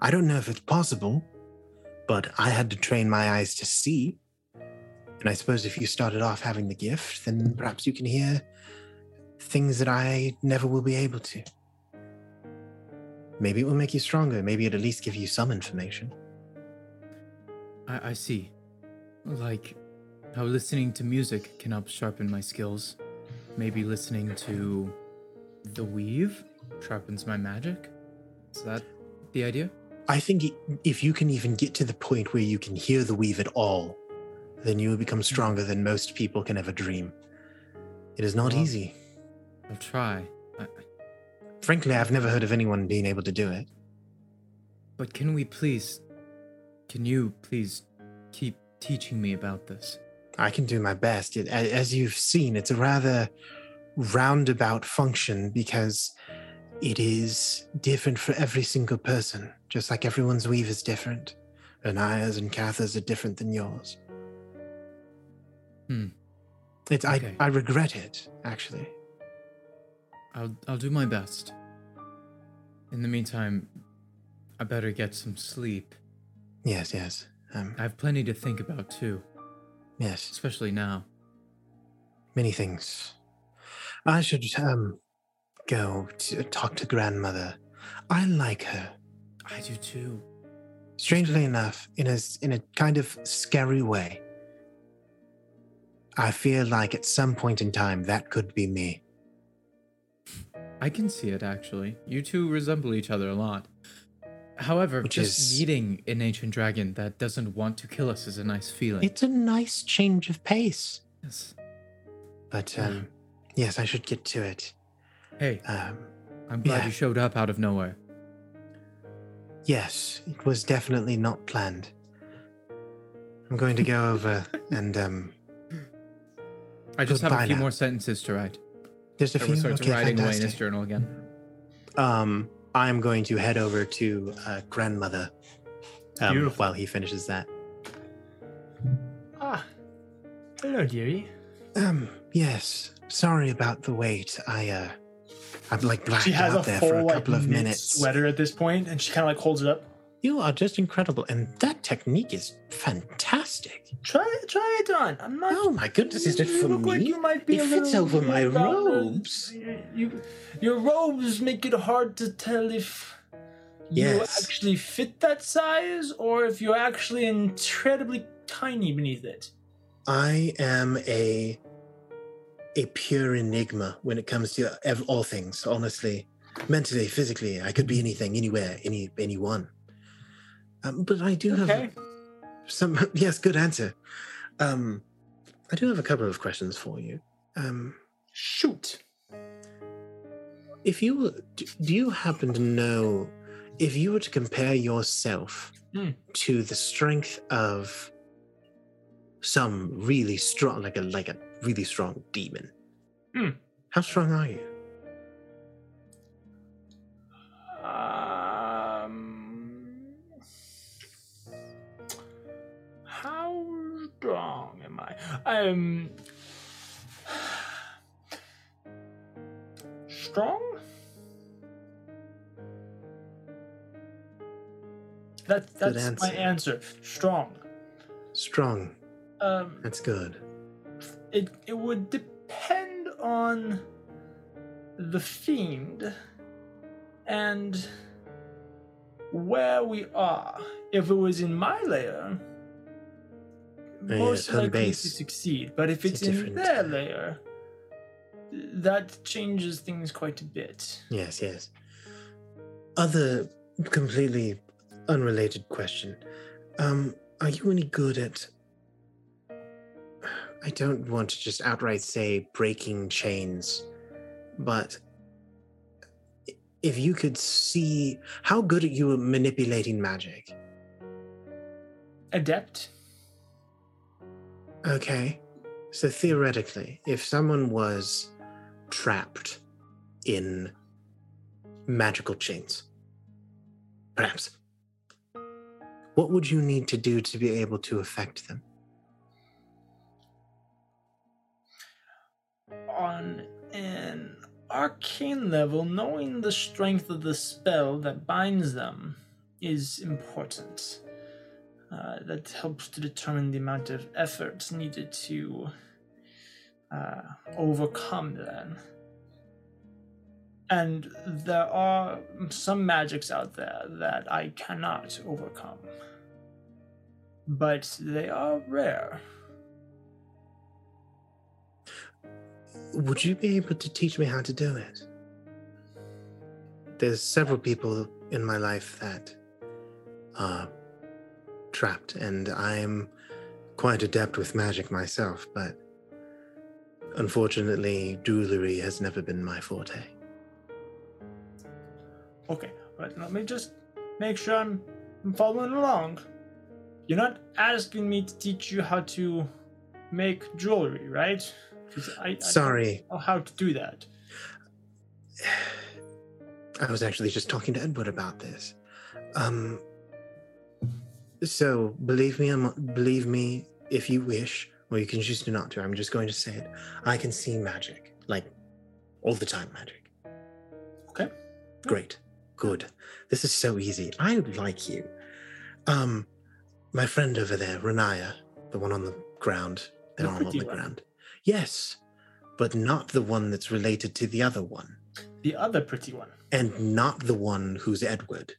S8: I don't know if it's possible, but I had to train my eyes to see. And I suppose if you started off having the gift, then perhaps you can hear things that I never will be able to. Maybe it will make you stronger. Maybe it'll at least give you some information.
S3: I, I see. Like how listening to music can help sharpen my skills. Maybe listening to the weave sharpens my magic. Is that the idea?
S8: I think i- if you can even get to the point where you can hear the weave at all, then you will become stronger than most people can ever dream. It is not
S3: Wow.
S8: easy.
S3: I'll try. I,
S8: Frankly, I've never heard of anyone being able to do it.
S3: but can we please, can you please keep teaching me about this?
S8: I can do my best. It, a- as you've seen, it's a rather roundabout function because it is different for every single person, just like everyone's weave is different. Renaya's and Katha's are different than yours.
S3: Hmm.
S8: It's,
S3: Okay.
S8: I, I regret it, actually.
S3: I'll I'll do my best. In the meantime, I better get some sleep.
S8: Yes, yes. Um,
S3: I have plenty to think about too,
S8: yes.
S3: especially now.
S8: many things. I should um go to talk to grandmother. I like her.
S3: I do too.
S8: Strangely enough, in a s- in a kind of scary way. I feel like at some point in time that could be me.
S3: I can see it actually. You two resemble each other a lot. However,
S8: Which
S3: just
S8: is-
S3: meeting an ancient dragon that doesn't want to kill us is a nice feeling.
S8: It's a nice change of pace,
S3: Yes.
S8: but um, yes, I should get to it.
S3: Hey,
S8: Um,
S3: I'm glad
S8: yeah.
S3: you showed up out of nowhere.
S8: yes, it was definitely not planned. I'm going to go over and um,
S3: I just have
S8: Goodbye
S3: a few
S8: now.
S3: more sentences to write.
S8: there's a
S3: Edward
S8: few.
S3: starts
S8: Okay,
S3: writing away in his
S8: fantastic.
S3: journal again.
S8: um, I'm going to head over to uh, grandmother um,
S2: Beautiful.
S8: while he finishes that.
S2: Ah, hello, dearie.
S8: Um, yes. Sorry about the wait. I uh, I'm like blacked
S2: She has
S8: out
S2: a
S8: there
S2: full
S8: for a
S2: like,
S8: couple of
S2: knit
S8: minutes.
S2: sweater at this point, and she kind of like holds it up.
S8: You are just incredible, and that technique is fantastic.
S2: Try it, try it on. I'm not.
S8: Oh my goodness, is
S2: you
S8: it for
S2: look like
S8: me?
S2: you might be
S8: It
S2: a
S8: fits
S2: little-
S8: over my
S2: you're not-
S8: robes.
S2: You, your robes make it hard to tell if
S8: Yes.
S2: you actually fit that size or if you're actually incredibly tiny beneath it.
S8: I am a a pure enigma when it comes to uh, ev- all things. Honestly, mentally, physically, I could be anything, anywhere, any anyone. Um, but I do have
S2: Okay.
S8: Some yes, good answer. Um, I do have a couple of questions for you. Um,
S2: Shoot.
S8: if you were- do, do you happen to know if you were to compare yourself
S2: Hmm.
S8: to the strength of some really strong, like a like a really strong demon?
S2: Hmm.
S8: How strong are you?
S2: Um, how strong am I? Um, strong. That, that's my
S8: answer.
S2: answer. Strong.
S8: Strong.
S2: Um,
S8: That's good.
S2: it it would depend on the fiend and where we are. If it was in my layer,
S8: yeah,
S2: most
S8: home
S2: likely to
S8: base.
S2: succeed. But if it's,
S8: It's a
S2: in
S8: different-
S2: their layer, that changes things quite a bit.
S8: Yes, yes. Other completely unrelated question. Um, are you any good at I don't want to just outright say breaking chains, but i- if you could see how good are you at manipulating magic?
S2: Adept.
S8: Okay. So theoretically, if someone was trapped in magical chains. Perhaps. What would you need to do to be able to affect them?
S2: on an arcane level, knowing the strength of the spell that binds them is important. Uh, that helps to determine the amount of effort needed to uh, overcome them. And there are some magics out there that I cannot overcome. But they are rare.
S8: Would you be able to teach me how to do it? There's several people in my life that are trapped, and I'm quite adept with magic myself, but unfortunately, jewelry has never been my forte.
S2: Okay, but let me just make sure I'm, I'm following along. You're not asking me to teach you how to make jewelry, right? 'Cause I, I don't
S8: Sorry,
S2: know how to do that.
S8: I was actually just talking to Edward about this. Um, so believe me, I'm, believe me, if you wish, or you can choose to not to. I'm just going to say it. I can see magic, like all the time, magic.
S2: Okay.
S8: Great. Good. This is so easy. I like you. Um, my friend over there, Renaya, the one on the ground,
S2: The
S8: their arm on
S2: pretty
S8: the
S2: one.
S8: ground. Yes, but not the one that's related to the other one
S2: The other pretty one.
S8: and not the one who's Edward.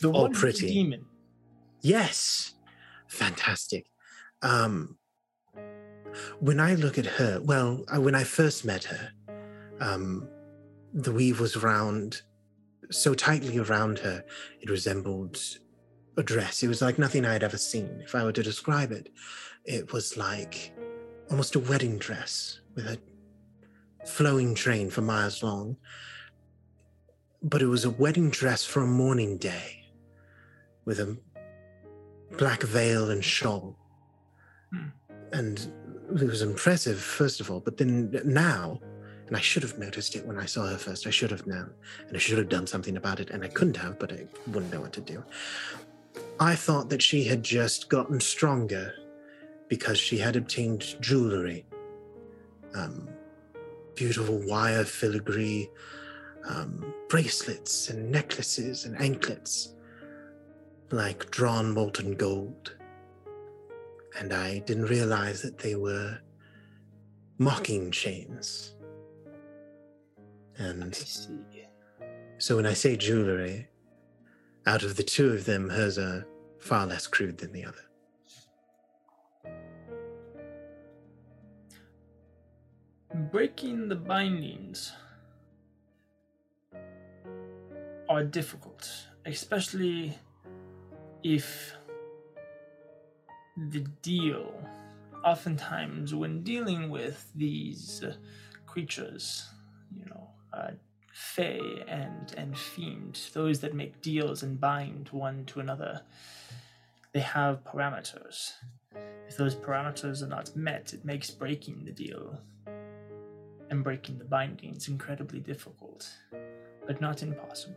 S2: The
S8: Oh,
S2: one with the
S8: pretty.
S2: demon.
S8: Yes, fantastic. Um, when I look at her, well, I- when I first met her, um, the weave was round, so tightly around her, it resembled a dress. It was like nothing I had ever seen. If I were to describe it, it was like almost a wedding dress with a flowing train for miles long. But it was a wedding dress for a morning day with a black veil and shawl.
S2: Hmm.
S8: And it was impressive, first of all, but then now, and I should have noticed it when I saw her first, I should have known, and I should have done something about it, and I couldn't have, but I wouldn't know what to do. I thought that she had just gotten stronger because she had obtained jewelry. Um, beautiful wire filigree um, bracelets and necklaces and anklets like drawn molten gold. And I didn't realize that they were mocking chains.
S2: I
S8: And
S2: see.
S8: so when I say jewelry, out of the two of them, hers are far less crude than the other.
S2: Breaking the bindings are difficult, especially if the deal, oftentimes when dealing with these uh, creatures, you know, uh, fae and, and fiend, those that make deals and bind one to another, they have parameters. If those parameters are not met, it makes breaking the deal and breaking the bindings incredibly difficult, but not impossible.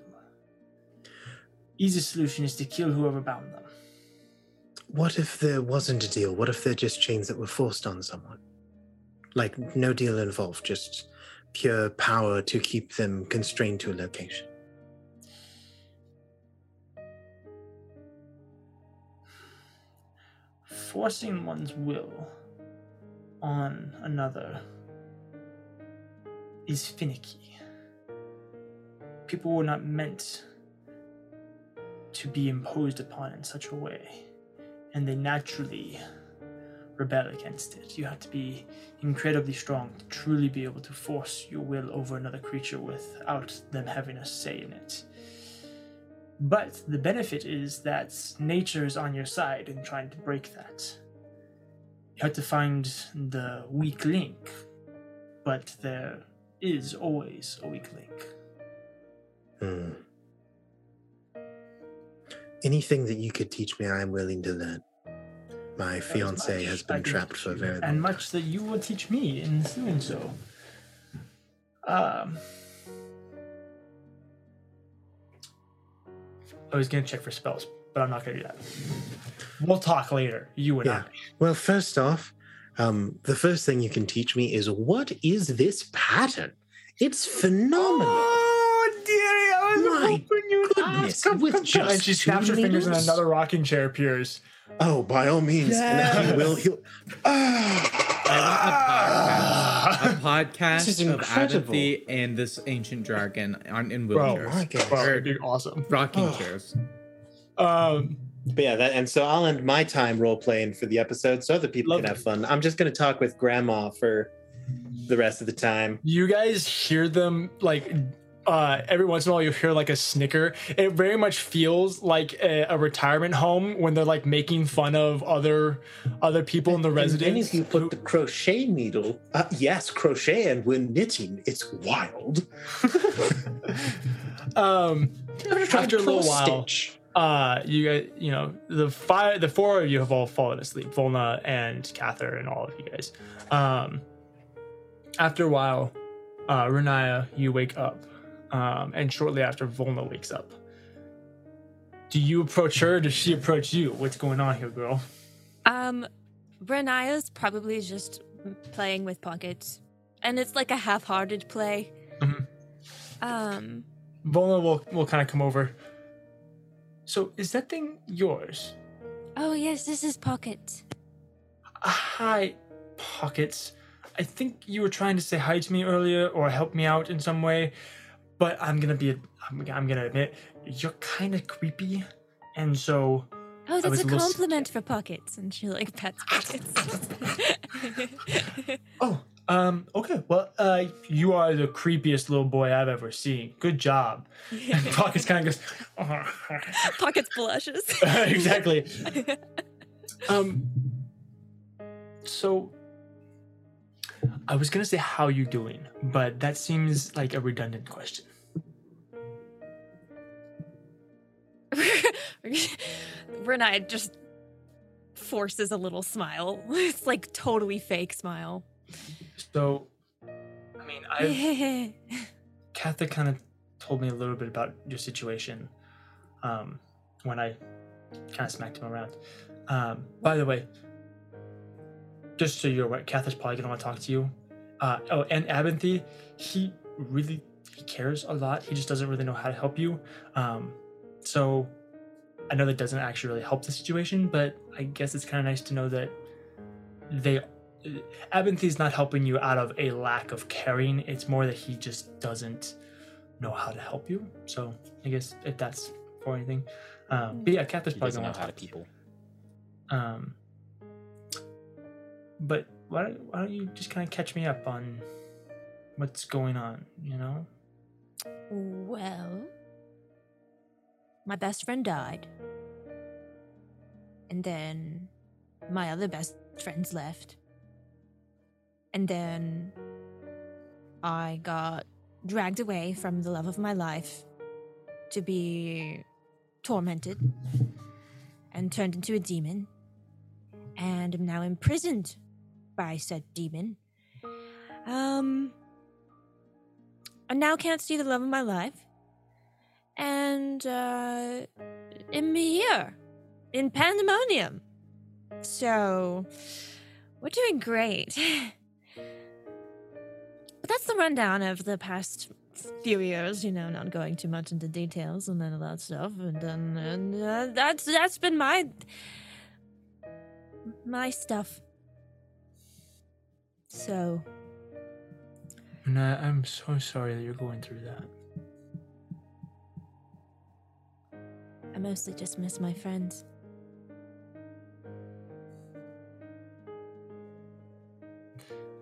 S2: Easy solution is to kill whoever bound them.
S8: What if there wasn't a deal? What if they're just chains that were forced on someone? Like, no deal involved, just pure power to keep them constrained to a location.
S2: Forcing one's will on another is finicky. People were not meant to be imposed upon in such a way, and they naturally rebel against it. You have to be incredibly strong to truly be able to force your will over another creature without them having a say in it. But the benefit is that nature is on your side in trying to break that. You have to find the weak link, but there is always a weak link.
S8: Hmm.
S4: Mm.
S8: Anything that you could teach me, I'm willing to learn. My
S2: That is
S8: fiance
S2: much
S8: has
S2: I
S8: been
S2: can
S8: trapped
S2: teach
S8: for a
S2: you,
S8: very long
S2: And
S8: time.
S2: much that you will teach me in doing so. Um, I was gonna check for spells, but I'm not gonna do that. We'll talk later. You and
S4: Yeah. Well, first off, um, the first thing you can teach me is what is this pattern? It's phenomenal.
S2: Oh, dearie, I
S4: was My hoping
S2: you
S4: would goodness, ask. Come, with come, come. just
S2: and she snaps her
S4: two
S2: fingers, and
S4: minutes?
S2: another rocking chair appears.
S4: Oh, by all means, and he will. He'll, oh,
S3: I want a podcast,
S4: This is
S3: a podcast of
S4: incredible.
S3: apathy and this ancient dragon on in
S2: Bro,
S3: wheelchairs,
S4: my God.
S2: Bro, it'd be awesome.
S3: rocking
S4: Oh.
S3: chairs.
S2: Um,
S4: But yeah, that, and so I'll end my time role playing for the episode so other people
S2: Lovely.
S4: can have fun. I'm just going to talk with Grandma for the rest of the time.
S2: you guys hear them like uh, every once in a while you hear like a snicker it very much feels like a, a retirement home when they're like making fun of other other people in the
S4: And then
S2: residence
S4: if you put the crochet needle, uh, yes, crochet and when knitting, it's wild.
S2: um After a little while.
S4: Stitch.
S2: uh you guys you know the five the four of you have all fallen asleep volna and cather and all of you guys um after a while uh renaya you wake up um and shortly after volna wakes up do you approach her or does she approach you what's going on here girl
S5: Um, Brenia's probably just playing with pockets, and it's like a half-hearted play.
S2: Mhm.
S5: Um,
S2: volna will will kind of come over so is that thing yours
S5: oh yes, this is pocket.
S2: hi pockets i think you were trying to say hi to me earlier or help me out in some way but i'm gonna be i'm, I'm gonna admit you're kind of creepy and so
S5: Oh, that's
S2: was
S5: a
S2: a little s-
S5: compliment for pockets, and she like pets pockets.
S2: oh um okay well uh you are the creepiest little boy i've ever seen good job and pockets kind of goes
S5: pockets blushes.
S2: exactly um so i was gonna say how you doing but that seems like a redundant question
S5: Renai just forces a little smile. It's like totally fake smile.
S2: So, I mean, I Katha kind of told me a little bit about your situation um, when I kind of smacked him around. Um, by the way, just so you're aware, Katha's probably gonna want to talk to you. Uh, oh, and Abinthy, he really he cares a lot. He just doesn't really know how to help you. Um, so, I know that doesn't actually really help the situation, but I guess it's kind of nice to know that they Abinthy's not helping you out of a lack of caring. It's more that he just doesn't know how to help you. So I guess if that's for anything. Um, but yeah, Cat is
S6: He
S2: probably
S6: doesn't
S2: gonna
S6: know
S2: want to
S6: how to
S2: talk to you.
S6: people.
S2: Um, but why don't, why don't you just kind of catch me up on what's going on? You know,
S5: Well, my best friend died. And then my other best friends left. And then I got dragged away from the love of my life to be tormented and turned into a demon. And am now imprisoned by said demon. Um, I now can't see the love of my life. And uh am here in pandemonium. So we're doing great. but that's the rundown of the past few years, you know, not going too much into details and none of that stuff. And then and, uh, that's that's been my my stuff. So
S2: and I, I'm so sorry that you're going through that.
S5: I mostly just miss my friends.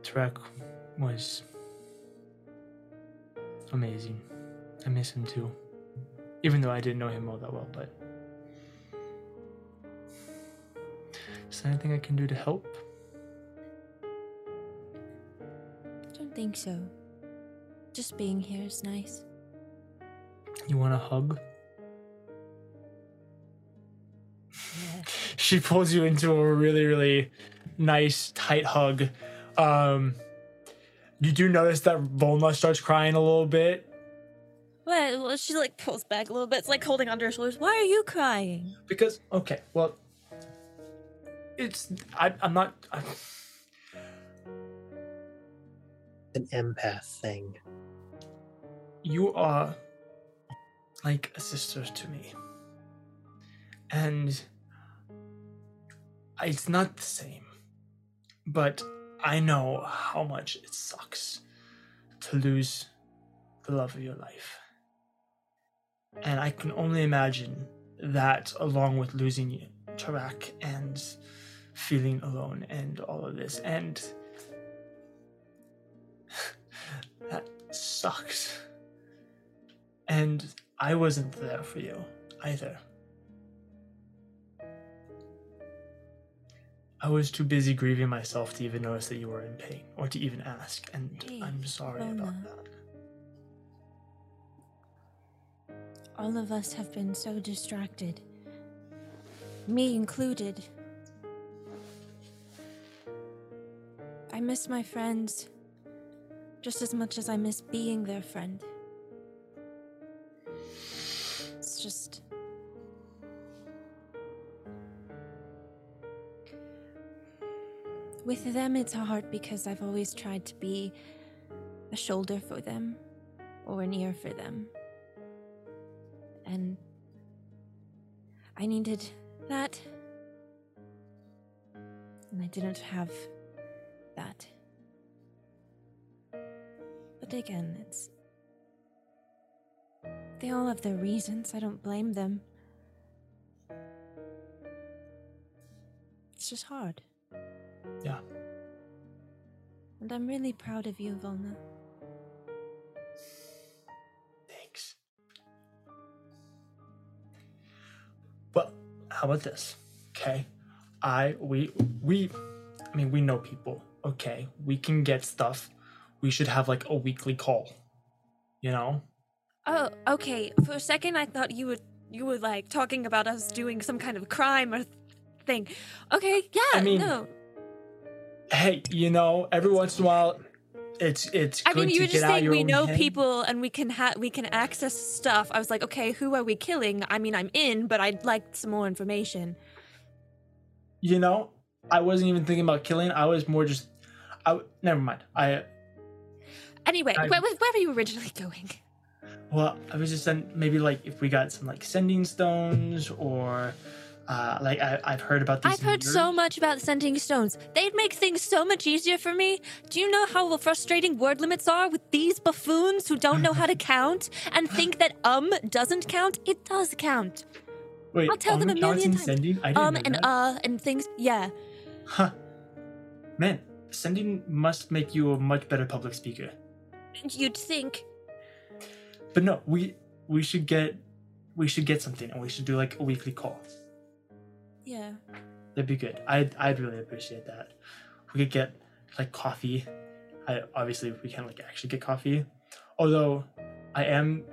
S2: Trek was amazing. I miss him too. Even though I didn't know him all that well, but. Is there anything I can do to help?
S5: I don't think so. Just being here is nice.
S2: You want a hug? she pulls you into a really, really nice, tight hug. Um, You do notice that Volna starts crying a little bit
S5: Well, well, she like pulls back a little bit. It's like holding onto her shoulders. Why are you crying?
S2: because okay, well, it's I, I'm not. I,
S4: An empath thing.
S2: you are like a sister to me. And it's not the same, but I know how much it sucks to lose the love of your life. And I can only imagine that, along with losing Tarak and feeling alone and all of this, and that sucks. And I wasn't there for you either. I was too busy grieving myself to even notice that you were in pain or to even ask, and I'm
S5: Jeez,
S2: sorry
S5: Rona.
S2: about that.
S5: All of us have been so distracted, me included. I miss my friends just as much as I miss being their friend. It's just. With them, it's hard because I've always tried to be a shoulder for them or an ear for them and I needed that. And I didn't have that. But again, it's. They all have their reasons. I don't blame them. It's just hard.
S2: Yeah.
S5: And I'm really proud of you, Volna.
S2: Thanks. Well, how about this? Okay. I we we I mean we know people. Okay. We can get stuff. We should have like a weekly call. You know?
S5: Oh, okay. For a second, I thought you were you were like talking about us doing some kind of crime or th- thing. Okay, yeah,
S2: I mean,
S5: no.
S2: Hey, you know, every once in a while it's it's
S5: I
S2: good
S5: mean, you
S2: to
S5: were just
S2: get out
S5: saying
S2: your
S5: we
S2: own
S5: know
S2: head.
S5: people and we can ha- we can access stuff. I was like, okay, who are we killing? I mean, I'm in, but I'd like some more information.
S2: you know, I wasn't even thinking about killing. I was more just I never mind. I
S5: Anyway,
S2: I-
S5: where, where were you originally going?
S2: Well, I was just then maybe like if we got some like sending stones or uh, like I, I've heard about these.
S5: I've heard so much about sending stones. They'd make things so much easier for me. Do you know how frustrating word limits are with these buffoons who don't know how to count and think that um doesn't count? It does count.
S2: Wait,
S5: I'll tell
S2: on
S5: them a
S2: the
S5: million
S2: mountain
S5: times.
S2: Sending, I didn't
S5: Um
S2: know
S5: and
S2: that.
S5: uh and things. Yeah.
S2: Huh. Man, sending must make you a much better public speaker.
S5: You'd think.
S2: But no, we we should get we should get something and we should do like a weekly call.
S5: Yeah.
S2: That'd be good. I'd I'd really appreciate that. We could get like coffee. I obviously we can't like actually get coffee. Although I am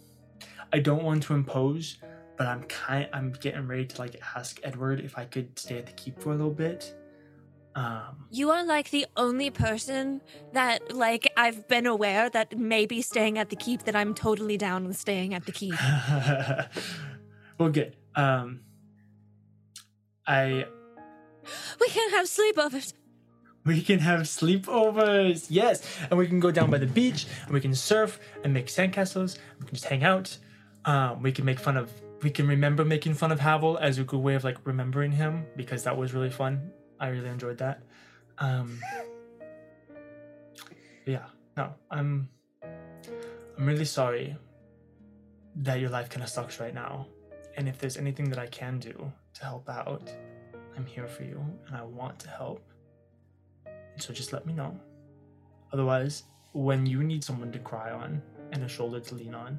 S2: I don't want to impose, but I'm kind I'm getting ready to like ask Edward if I could stay at the keep for a little bit. Um
S5: You are like the only person that like I've been aware that maybe staying at the keep that I'm totally down with staying at the keep.
S2: well good. Um I
S5: We can have sleepovers.
S2: We can have sleepovers, yes, and we can go down by the beach and we can surf and make sandcastles. We can just hang out. Um, we can make fun of. We can remember making fun of Havel as a good way of like remembering him because that was really fun. I really enjoyed that. Um, yeah, no, I'm. I'm really sorry that your life kind of sucks right now, and if there's anything that I can do to help out, I'm here for you and I want to help. So just let me know. Otherwise, when you need someone to cry on and a shoulder to lean on,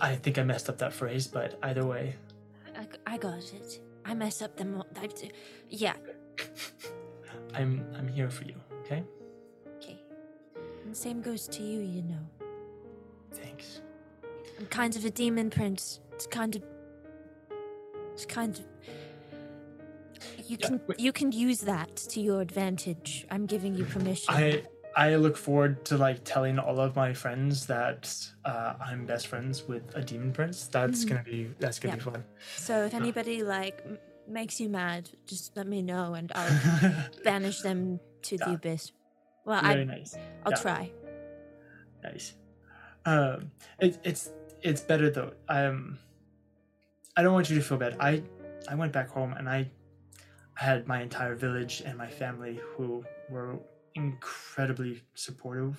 S2: I think I messed up that phrase, but either way,
S5: I, I got it. I mess up the mo- I, yeah.
S2: I'm I'm here for you. Okay?
S5: Okay. And same goes to you, you know.
S2: Thanks.
S5: I'm kind of a demon prince. It's kind of. It's kind of. You
S2: Yeah,
S5: can
S2: wait.
S5: you can use that to your advantage. I'm giving you permission.
S2: I I look forward to like telling all of my friends that uh, I'm best friends with a demon prince. That's
S5: Mhm.
S2: gonna be that's gonna be fun.
S5: so if anybody like m- makes you mad, just let me know and I'll banish them to the
S2: Yeah.
S5: abyss. Well,
S2: Very
S5: I,
S2: nice,
S5: I'll
S2: yeah.
S5: try.
S2: nice. Um, it, it's it's better though. Um, I don't want you to feel bad. I I went back home and I I had my entire village and my family who were incredibly supportive,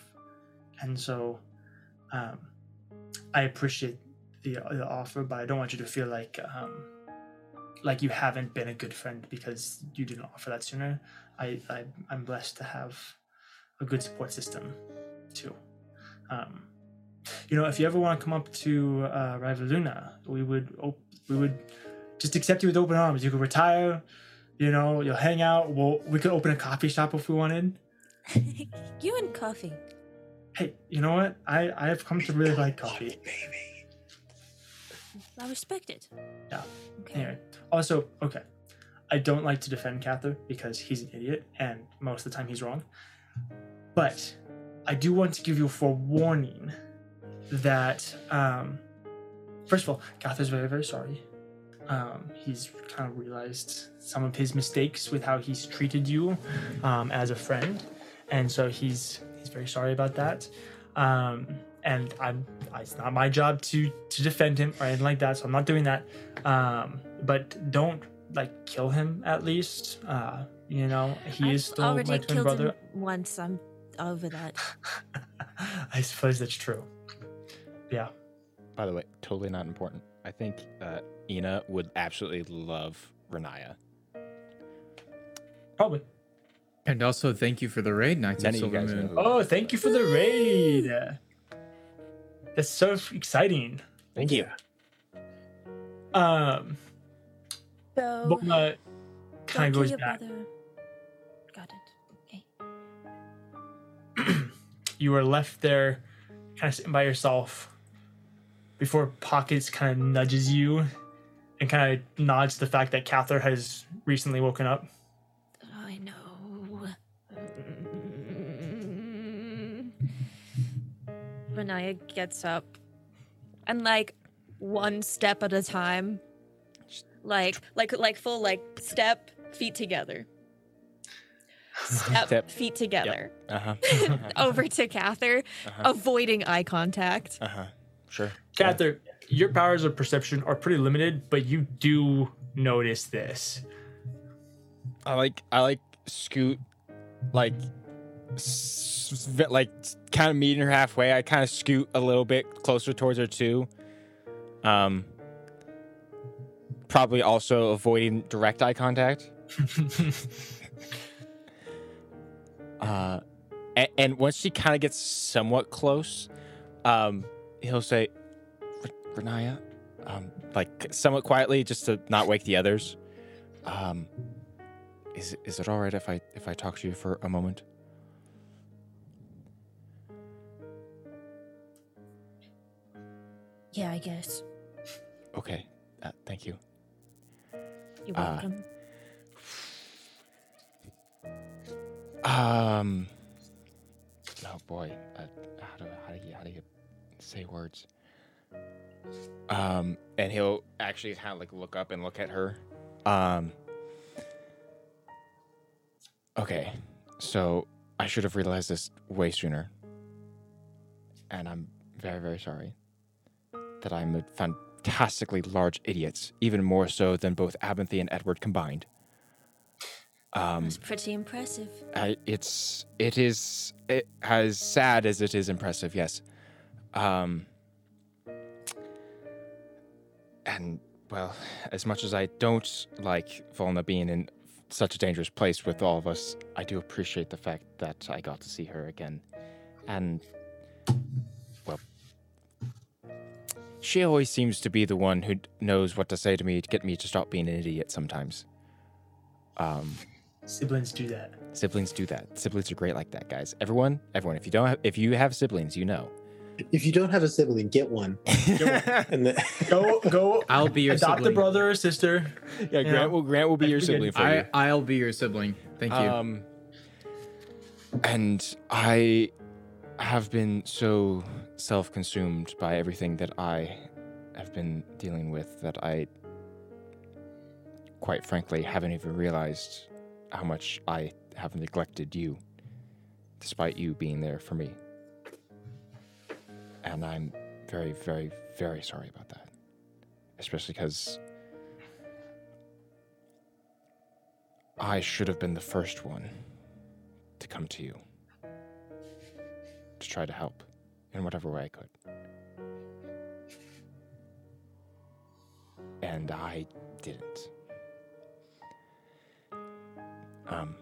S2: and so um, I appreciate the, the offer, but I don't want you to feel like um, like you haven't been a good friend because you didn't offer that sooner. I, I I'm blessed to have a good support system too. Um, you know, if you ever want to come up to uh, Rivaluna, we would op- we would just accept you with open arms. You could retire. You know, you'll hang out. We'll, we could open a coffee shop if we wanted.
S5: you and coffee.
S2: Hey, you know what? I, I have come to really like coffee.
S4: Baby.
S5: I respect it.
S2: Yeah.
S5: Okay.
S2: Anyway, also, okay. I don't like to defend Cather because he's an idiot and most of the time he's wrong. But I do want to give you a forewarning that, um, first of all, Cather's very, very sorry. Um, he's kind of realized some of his mistakes with how he's treated you um, as a friend. And so he's he's very sorry about that. Um, and I'm it's not my job to to defend him or anything like that, so I'm not doing that um but don't like kill him at least uh you know he
S5: I've
S2: is still
S5: already
S2: my twin
S5: killed
S2: brother
S5: him once. I'm over that.
S2: i suppose that's true
S6: By the way, totally not important. I think uh, Ina would absolutely love Renaya.
S2: probably
S3: And also, thank you for the raid, Knights
S6: None
S3: of
S6: of you
S3: Silver
S6: guys know
S3: Moon.
S6: who.
S2: oh thank you for the raid that's so f- exciting
S4: Thank you.
S2: um
S5: So
S2: but uh, kind of
S5: don't kill
S2: goes
S5: your
S2: back
S5: brother. Got it. Okay.
S2: you are left there kind of sitting by yourself before pockets kind of nudges you and kind of nods to the fact that cather has recently woken up
S5: I know. Renaya gets up and like one step at a time. Like like like full like step, feet together. Step,
S6: Step.
S5: feet together.
S6: Uh huh.
S5: Over to Cather,
S6: Uh-huh.
S5: avoiding eye contact.
S6: Uh huh. Sure.
S2: Cather, your powers of perception are pretty limited, but you do notice this.
S6: I like I like scoot like s- s- ve- like kind of meeting her halfway. I kind of scoot a little bit closer towards her too. Um probably also avoiding direct eye contact. Uh and, and once she kind of gets somewhat close, um he'll say "Re- Renaya um like somewhat quietly just to not wake the others. Um is is it all right if I if I talk to you for a moment?
S5: Yeah, I guess.
S6: Okay, uh, thank you.
S5: You're
S6: Ah.
S5: welcome.
S6: Um. Oh boy, uh, how do how do you how do you say words? Um, and he'll actually kind of like look up and look at her. Um. Okay, so I should have realized this way sooner, and I'm very very sorry that I'm a fantastically large idiot, even more so than both Abinthy and Edward combined. Um,
S5: That's pretty impressive.
S6: I, it's it is it, as sad as it is impressive. Yes. Um. And well, as much as I don't like Volna being in such a dangerous place with all of us, I do appreciate the fact that I got to see her again, and well, she always seems to be the one who knows what to say to me to get me to stop being an idiot sometimes. Um
S2: Siblings do that.
S6: siblings do that siblings are great like that guys everyone everyone if you don't have, if you have siblings you know
S4: If you don't have a sibling, get one. And then,
S2: Go, go.
S3: I'll be your
S2: adopt a
S3: sibling.
S2: brother or sister.
S6: yeah,
S2: Yeah.
S6: Grant will Grant will be
S2: That'd
S6: your
S2: be
S6: sibling
S2: good.
S6: for you.
S3: I, I'll be your sibling. Thank you.
S6: Um, and I have been so self consumed by everything that I have been dealing with that I, quite frankly, haven't even realized how much I have neglected you, despite you being there for me. And I'm very, very, very sorry about that. Especially because I should have been the first one to come to you to try to help in whatever way I could. And I didn't. Um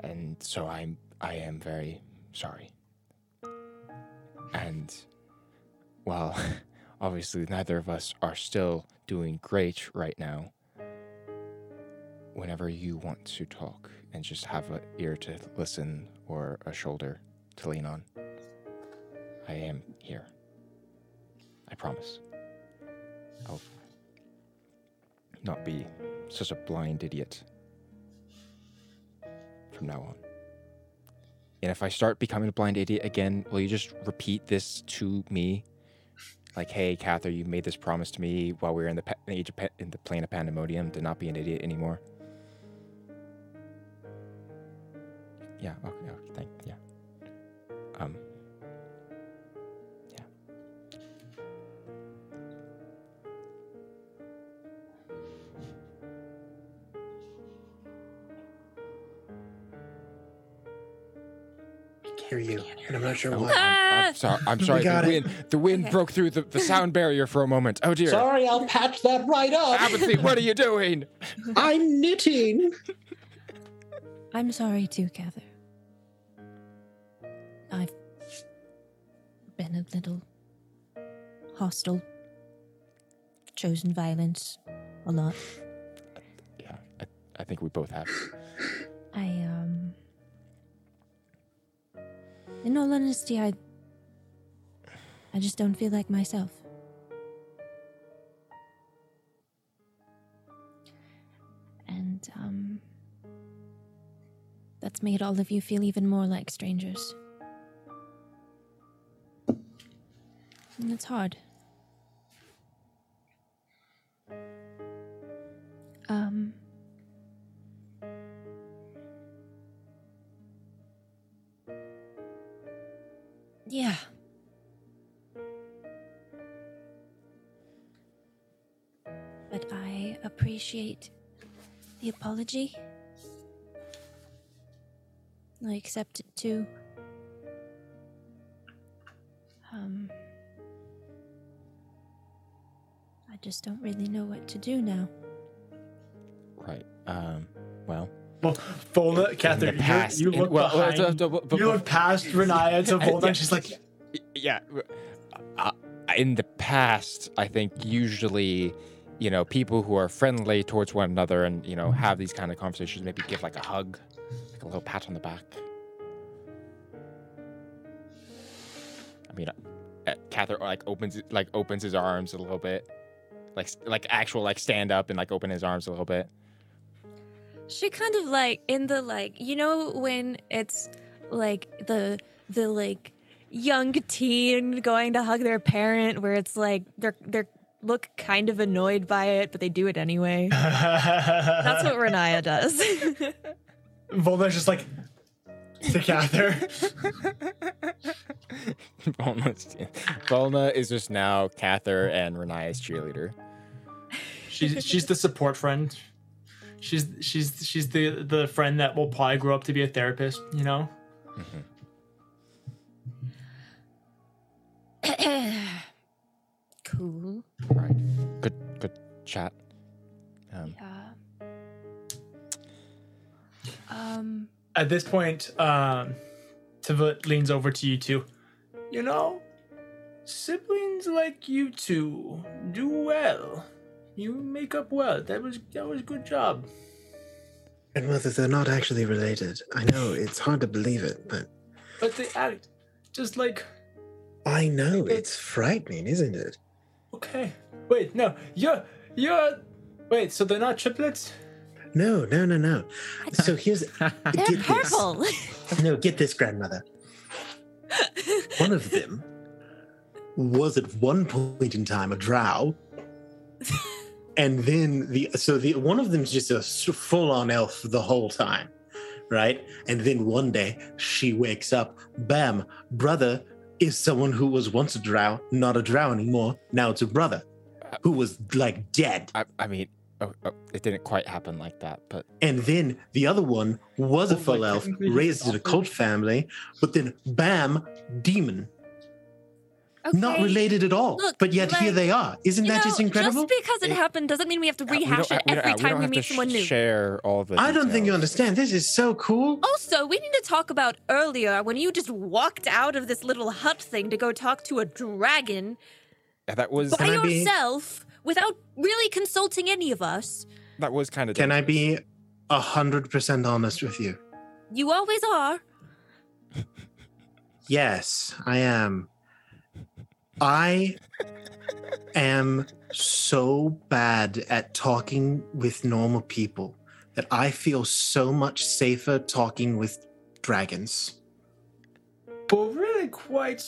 S6: and so I'm I am very sorry. And well, obviously neither of us are still doing great right now whenever you want to talk and just have an ear to listen or a shoulder to lean on. I am here. I promise. I'll not be such a blind idiot from now on. And if I start becoming a blind idiot again, will you just repeat this to me? Like, hey, Cather, you made this promise to me while we were in the pa- age of pa- in the plane of pandemonium to not be an idiot anymore. Yeah. Okay. okay thank. Yeah. Um. Yeah.
S8: hear you, and I'm not sure
S6: Oh,
S8: why.
S6: I'm,
S5: Ah,
S6: I'm sorry. I'm sorry.
S4: got
S6: The
S4: it.
S6: wind. The wind
S5: Okay.
S6: broke through the, the sound barrier for a moment. Oh dear.
S4: Sorry, I'll patch that right up.
S6: Apathy. What are you doing?
S4: I'm knitting.
S5: I'm sorry too, Cather. I've been a little hostile, chosen violence a lot.
S6: Yeah. I, I think we both have.
S5: I, um. In all honesty, I. I just don't feel like myself. And, um. That's made all of you feel even more like strangers. And it's hard. Um. Yeah. But I appreciate the apology. I accept it too. Um, I just don't really know what to do now.
S6: Right. Um. Well.
S2: Well, Volna, Catherine,
S6: the
S2: you-
S6: past,
S2: you,
S6: in-
S2: look
S6: well, uh,
S2: behind.
S6: d- d- b-
S2: you look past Renaya to Volna.
S6: Yeah.
S2: She's like,
S6: yeah uh, in the past i think usually you know people who are friendly towards one another and you know have these kind of conversations maybe give like a hug like a little pat on the back i mean uh, cather like opens like opens his arms a little bit like like actual like stand up and like open his arms a little bit
S5: She kind of like in the like you know when it's like the the like young teen going to hug their parent where it's like they're they're look kind of annoyed by it but they do it anyway. That's
S2: that's
S5: what Renaya does.
S2: Volna's just like to Cather.
S6: Volna's- Volna is just now Cather and Renaya's cheerleader.
S2: She's she's the support friend. She's she's she's the the friend that will probably grow up to be a therapist. You know.
S5: cool.
S6: Right. Good good chat. Um,
S5: Yeah. Um
S2: At this point, um, Tiva leans over to you two. You know, siblings like you two do well. You make up well. That was that was good job.
S8: And whether they're not actually related, I know it's hard to believe it, but
S2: But they act just like
S8: I know it's frightening, isn't it?
S2: okay. Wait, no, you're you're. Wait, so they're not triplets?
S8: No, no, no, no. So here's
S5: They're
S8: Get this.
S5: purple.
S8: no. Get this, grandmother. One of them
S9: was at one point in time a drow.
S8: and then the so the one of them's just a full on elf the whole time, right? And then one day she wakes up, bam, brother is someone who was once a drow, not a drow anymore. Now it's a brother who was like dead.
S6: I, I mean, oh, oh, it didn't quite happen like that, but
S8: And then the other one was a
S2: Oh, like
S8: full elf,
S2: technically he's
S8: raised in a
S2: adopted?
S8: cult family, but then bam, demon. Not
S5: Okay.
S8: related at all,
S5: Look,
S8: but yet here
S5: like,
S8: they are. Isn't
S5: You
S8: that
S5: know,
S8: just incredible?
S5: Just because it
S6: It-
S5: happened doesn't mean we have to
S6: Uh, we
S5: rehash
S6: don't-
S5: it
S6: don't-
S5: every
S6: don't
S5: time we
S6: have to
S5: meet someone
S6: sh-
S5: new.
S6: Share all the.
S8: I don't think you
S6: details.
S8: understand. This is so cool.
S5: Also, we need to talk about earlier when you just walked out of this little hut thing to go talk to a dragon
S6: Yeah, That was
S5: by
S8: I be-
S5: yourself without really consulting any of us.
S6: that was kind of.
S8: Can I be a hundred percent honest with you?
S5: You always are.
S8: Yes, I am. I am so bad at talking with normal people that I feel so much safer talking with dragons.
S2: But really quite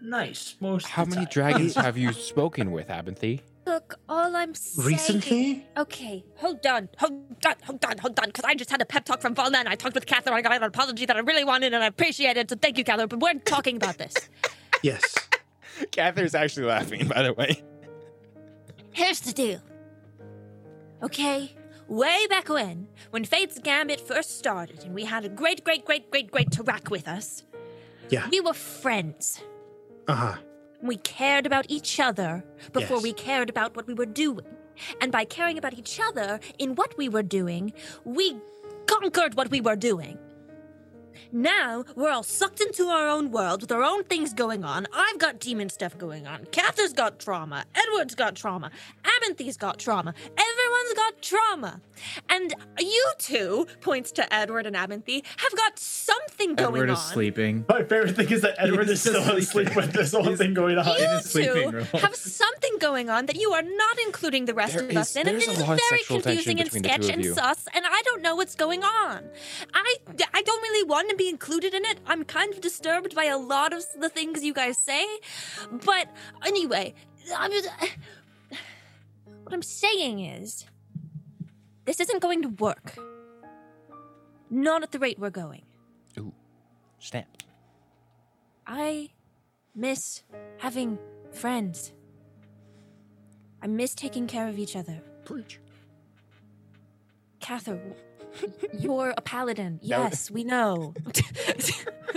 S2: nice most.
S6: How
S2: of the
S6: many
S2: time.
S6: dragons have you spoken with, Abinthy?
S5: Look, all I'm saying.
S8: Recently,
S5: Okay, hold on, hold on, hold on, hold on, because I just had a pep talk from Valna and I talked with Catherine. I got an apology that I really wanted and I appreciated, so thank you, Catherine. But we're talking about this.
S8: yes.
S6: Catherine's actually laughing, by the way.
S5: Here's the deal. Okay, way back when, when Fate's Gambit first started and we had a great, great, great, great, great Tarak with us,
S8: Yeah.
S5: we were friends.
S8: Uh huh.
S5: We cared about each other before
S8: Yes.
S5: we cared about what we were doing. And by caring about each other in what we were doing, we conquered what we were doing. Now we're all sucked into our own world with our own things going on. I've got demon stuff going on. Cather's got trauma. Edward's got trauma. Amanthy's got trauma. Everyone's got trauma. And you two, points to Edward and Amanthy, have got something going
S3: Edward
S5: on.
S3: is sleeping.
S2: My favorite thing is that Edward is
S3: He's
S2: still
S3: asleep.
S2: asleep with this whole
S3: He's-
S2: thing going on.
S3: in
S5: you
S3: his sleeping
S5: two
S3: room.
S5: have something going on that you are not including the rest
S6: There
S5: of
S6: is-
S5: us in, and
S6: there's
S5: it
S6: a
S5: is
S6: lot of
S5: very
S6: sexual tension
S5: confusing and
S6: between the two
S5: sketch
S6: of
S5: and
S6: you.
S5: sus, and I don't know what's going on. I, I don't really want to be included in it. I'm kind of disturbed by a lot of the things you guys say, but anyway, I'm just, what I'm saying is, this isn't going to work. Not at the rate we're going.
S6: Snap.
S5: I miss having friends. I miss taking care of each other.
S6: Preach.
S5: Cather, you're a paladin. Yes, we know.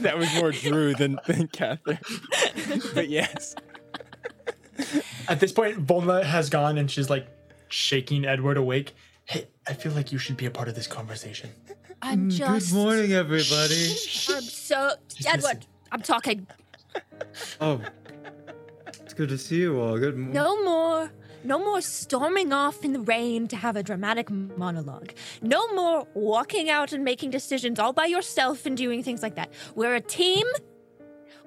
S6: That was more Drew than, than Catherine. but yes.
S2: At this point, Volna has gone and she's like shaking Edward awake. Hey, I feel like you should be a part of this conversation.
S5: I'm just.
S3: Mm, Good morning, everybody.
S5: I'm so. Edward, I'm talking.
S3: oh, it's good to see you all. Good. m-
S5: No more. No more storming off in the rain to have a dramatic monologue. No more walking out and making decisions all by yourself and doing things like that. We're a team.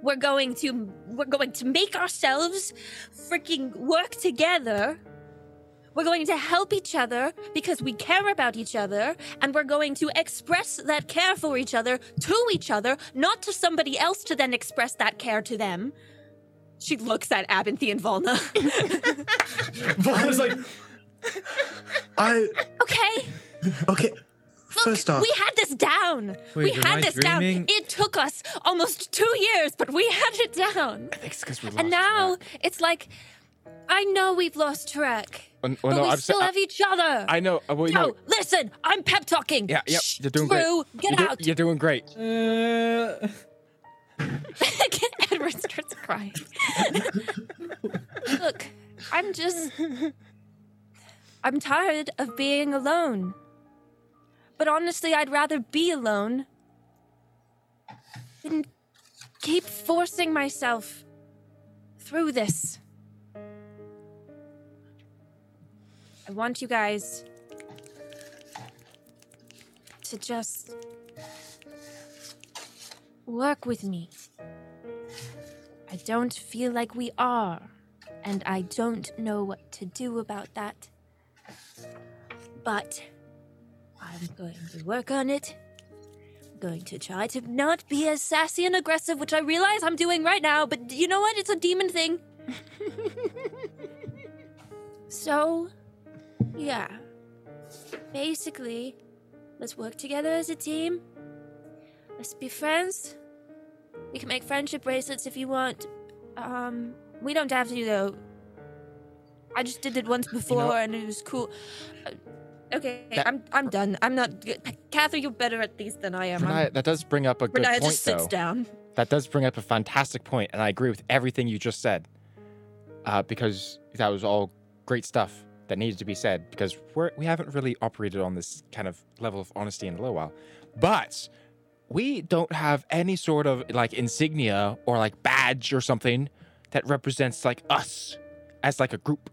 S5: We're going to we're going to make ourselves freaking work together. We're going to help each other because we care about each other and we're going to express that care for each other to each other, not to somebody else to then express that care to them. She looks at Abinthy and Volna.
S2: Volna's like,
S8: I
S5: Okay.
S8: okay.
S5: Look,
S8: First off,
S5: we had this down. we
S3: Wait, am
S5: had
S3: I
S5: this
S3: dreaming?
S5: down. It took us almost two years, but we had it down.
S6: I think it's because we lost
S5: And now it's like, I know we've lost track,
S6: track.
S5: but we
S6: Oh, I'm
S5: still
S6: I,
S5: have each other.
S6: I know. Uh, well,
S5: no,
S6: no.
S5: listen, I'm pep talking.
S6: Yeah, yeah.
S5: Shh,
S6: You're doing
S5: Drew,
S6: great.
S5: Get
S6: you're, do-
S5: out.
S6: you're doing great.
S3: Uh,
S5: Edward starts crying. Look, I'm just. I'm tired of being alone. But honestly, I'd rather be alone than keep forcing myself through this. I want you guys to just Work with me. I don't feel like we are, and I don't know what to do about that. But I'm going to work on it. I'm going to try to not be as sassy and aggressive, which I realize I'm doing right now, but you know what? It's a demon thing. so, yeah. Basically, let's work together as a team. Let's be friends. We can make friendship bracelets if you want. Um, we don't have to though. I just did it once before and it was cool. Uh, okay,
S6: That-
S5: I'm I'm done. I'm not good. Catherine, you're better at these than I am. I'm-
S6: Renaya, that does bring up a good
S5: Renaya
S6: point,
S5: just sits
S6: though.
S5: down.
S6: That does bring up a fantastic point, and I agree with everything you just said. Uh, because that was all great stuff that needed to be said. Because we're, we haven't really operated on this kind of level of honesty in a little while, but we don't have any sort of like insignia or like badge or something that represents like us as like a group.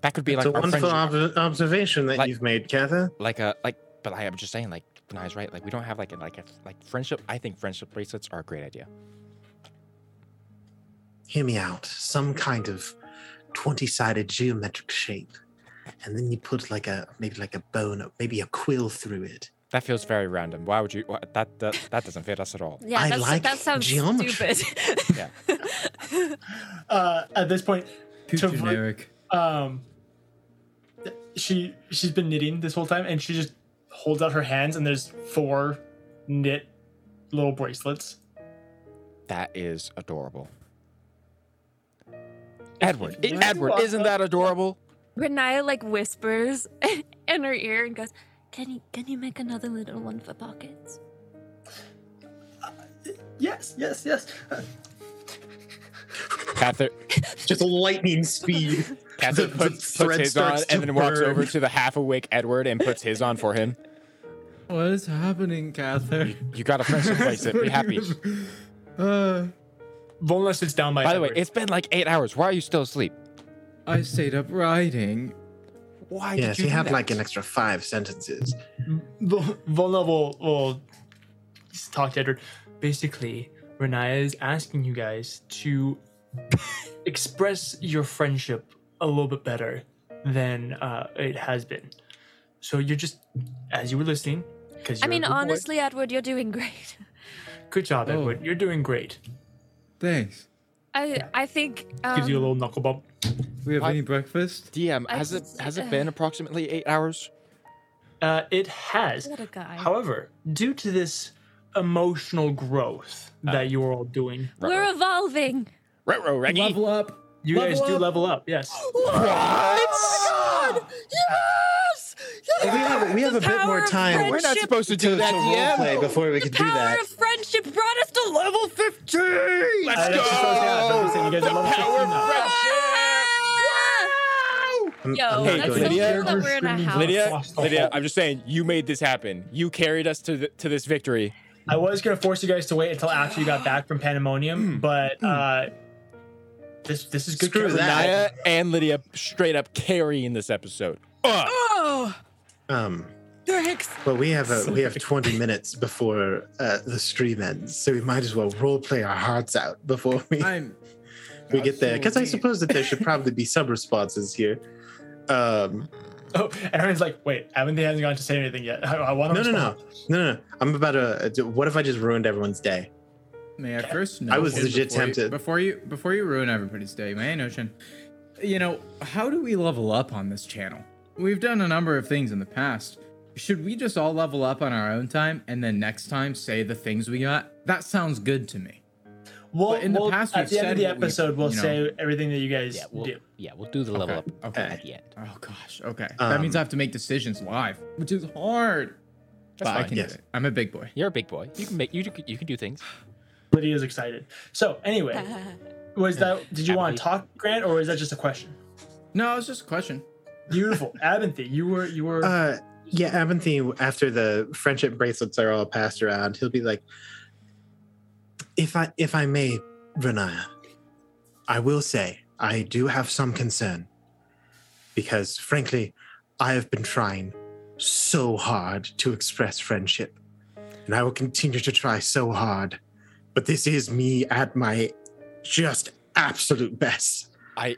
S6: That could be
S4: It's
S6: like
S4: a
S6: our
S4: wonderful
S6: friendship-
S4: ob- observation that
S6: Like-
S4: you've made, Cather.
S6: like a like but I am just saying like Renai's right like we don't have like a like a like friendship I think friendship bracelets are a great idea.
S8: hear me out, some kind of 20 sided geometric shape. And then you put like a maybe like a bone, or maybe a quill through it.
S6: That feels very random. Why would you wha- that that, that doesn't fit us at all.
S5: Yeah,
S8: I
S5: that's,
S8: like
S5: that sounds
S8: geometry.
S5: stupid.
S6: Yeah.
S2: Uh, at this point,
S3: Too
S2: To-
S3: generic.
S2: um, th- she she's been knitting this whole time, and she just holds out her hands, and there's four knit little bracelets.
S6: That is adorable. Edward, i-
S2: Right.
S6: Edward, isn't that adorable?
S5: Renaya like whispers in her ear and goes, "Can you can you make another little one for pockets?"
S2: Yes, yes, yes.
S6: Cather,
S4: Just lightning speed.
S6: Cather
S4: The- the
S6: puts, puts
S4: thread
S6: his on
S4: starts to
S6: and then walks
S4: burn.
S6: over to the half awake Edward and puts his on for him.
S3: What is happening, Cather?
S6: You got a friendship bracelet. Be happy.
S3: Uh,
S2: Volna sits down by.
S6: By the way,
S2: Edward.
S6: it's been like eight hours. Why are you still asleep?
S3: I stayed up writing.
S6: Why
S8: Yes,
S6: did you
S8: you
S6: do
S8: have
S6: that?
S8: like an extra five sentences.
S2: Vol- Volna will, will s- talk to Edward. Basically, Renaya is asking you guys to express your friendship a little bit better than uh, it has been. So you're just, as you were listening, because
S5: I mean, honestly, Edward, you're doing great.
S2: good job,
S3: Oh.
S2: Edward. You're doing great.
S3: Thanks.
S5: I I think um,
S2: Gives you a little knuckle bump.
S3: We have
S6: What?
S3: any breakfast?
S6: DM,
S5: I
S6: has it
S5: just-
S6: has it been approximately eight hours?
S2: Uh, it has.
S5: What a guy.
S2: However, due to this emotional growth that you are all doing,
S5: We're evolving.
S6: Retro Reggie.
S3: Level up.
S2: you
S3: Level
S2: guys do
S3: up.
S2: level up. Yes.
S5: Oh Yes!
S4: we have we have a bit
S5: power
S4: more
S5: of
S4: time.
S5: friendship.
S6: supposed to
S4: to, to roleplay before we could do
S5: Power
S4: that.
S5: of friendship brought us to level 15!
S2: Uh, that's just what I was saying. That's what I was saying. You guys are level 15 now.
S4: I'm- I'm
S5: Yo,
S4: not
S6: Hey,
S5: that's
S4: going
S6: Lydia?
S5: so cool that we're in a house.
S6: Lydia,
S2: Across the
S6: Lydia,
S2: hall.
S6: I'm just saying, you made this happen. You carried us to the, to this victory.
S2: I was gonna force you guys to wait until after you got back from Pandemonium, but uh, this this is good.
S4: Screw
S2: coverage.
S4: that.
S6: Naya and Lydia straight up carrying this episode. Uh,
S5: Oh,
S8: Um,
S5: thanks.
S8: but we have a, we have 20 minutes before uh, the stream ends, so we might as well role play our hearts out before we,
S3: I'm.
S8: we get there. Because I
S3: Absolutely.
S8: suppose that there should probably be sub responses here. Um,
S2: Oh, and Aaron's like, wait, haven't they hasn't gone to say anything yet? I, I want to.
S8: no, no, no, no, no, no. I'm about to. uh, What if I just ruined everyone's day?
S3: May I first know?
S8: I was legit
S3: before You,
S8: tempted.
S3: before you, before you ruin everybody's day, may I notion? You know, how do we level up on this channel? We've done a number of things in the past. Should we just all level up on our own time and then next time say the things we got? That sounds good to me.
S2: We'll,
S3: But in the
S2: we'll-
S3: past
S2: at
S3: we've
S2: the end of
S3: said
S2: the
S3: what we've-
S2: episode, we'll
S3: you know.
S2: say everything that you guys
S6: yeah, we'll,
S2: do.
S6: yeah, we'll do the level
S3: Okay,
S6: up
S3: okay.
S6: at the end.
S3: Oh gosh. Okay. that
S8: Um,
S3: means I have to make decisions live, which is hard.
S6: That's
S3: but I
S6: fine.
S3: can
S8: Yes.
S3: do it. I'm a big boy.
S6: You're a big boy. You can make you can- you can do things.
S2: Lydia's excited. So anyway, was that? Did you want
S6: Abby.
S2: to talk, Grant, or is that just a question?
S3: No, it's just a question.
S2: Beautiful, Abinthy, you were you were.
S8: Uh, yeah, Aventhy, after the friendship bracelets are all passed around, he'll be like, "If I, if I may, Renaya, I will say I do have some concern because, frankly, I have been trying so hard to express friendship, and I will continue to try so hard. But this is me at my just absolute best.
S6: I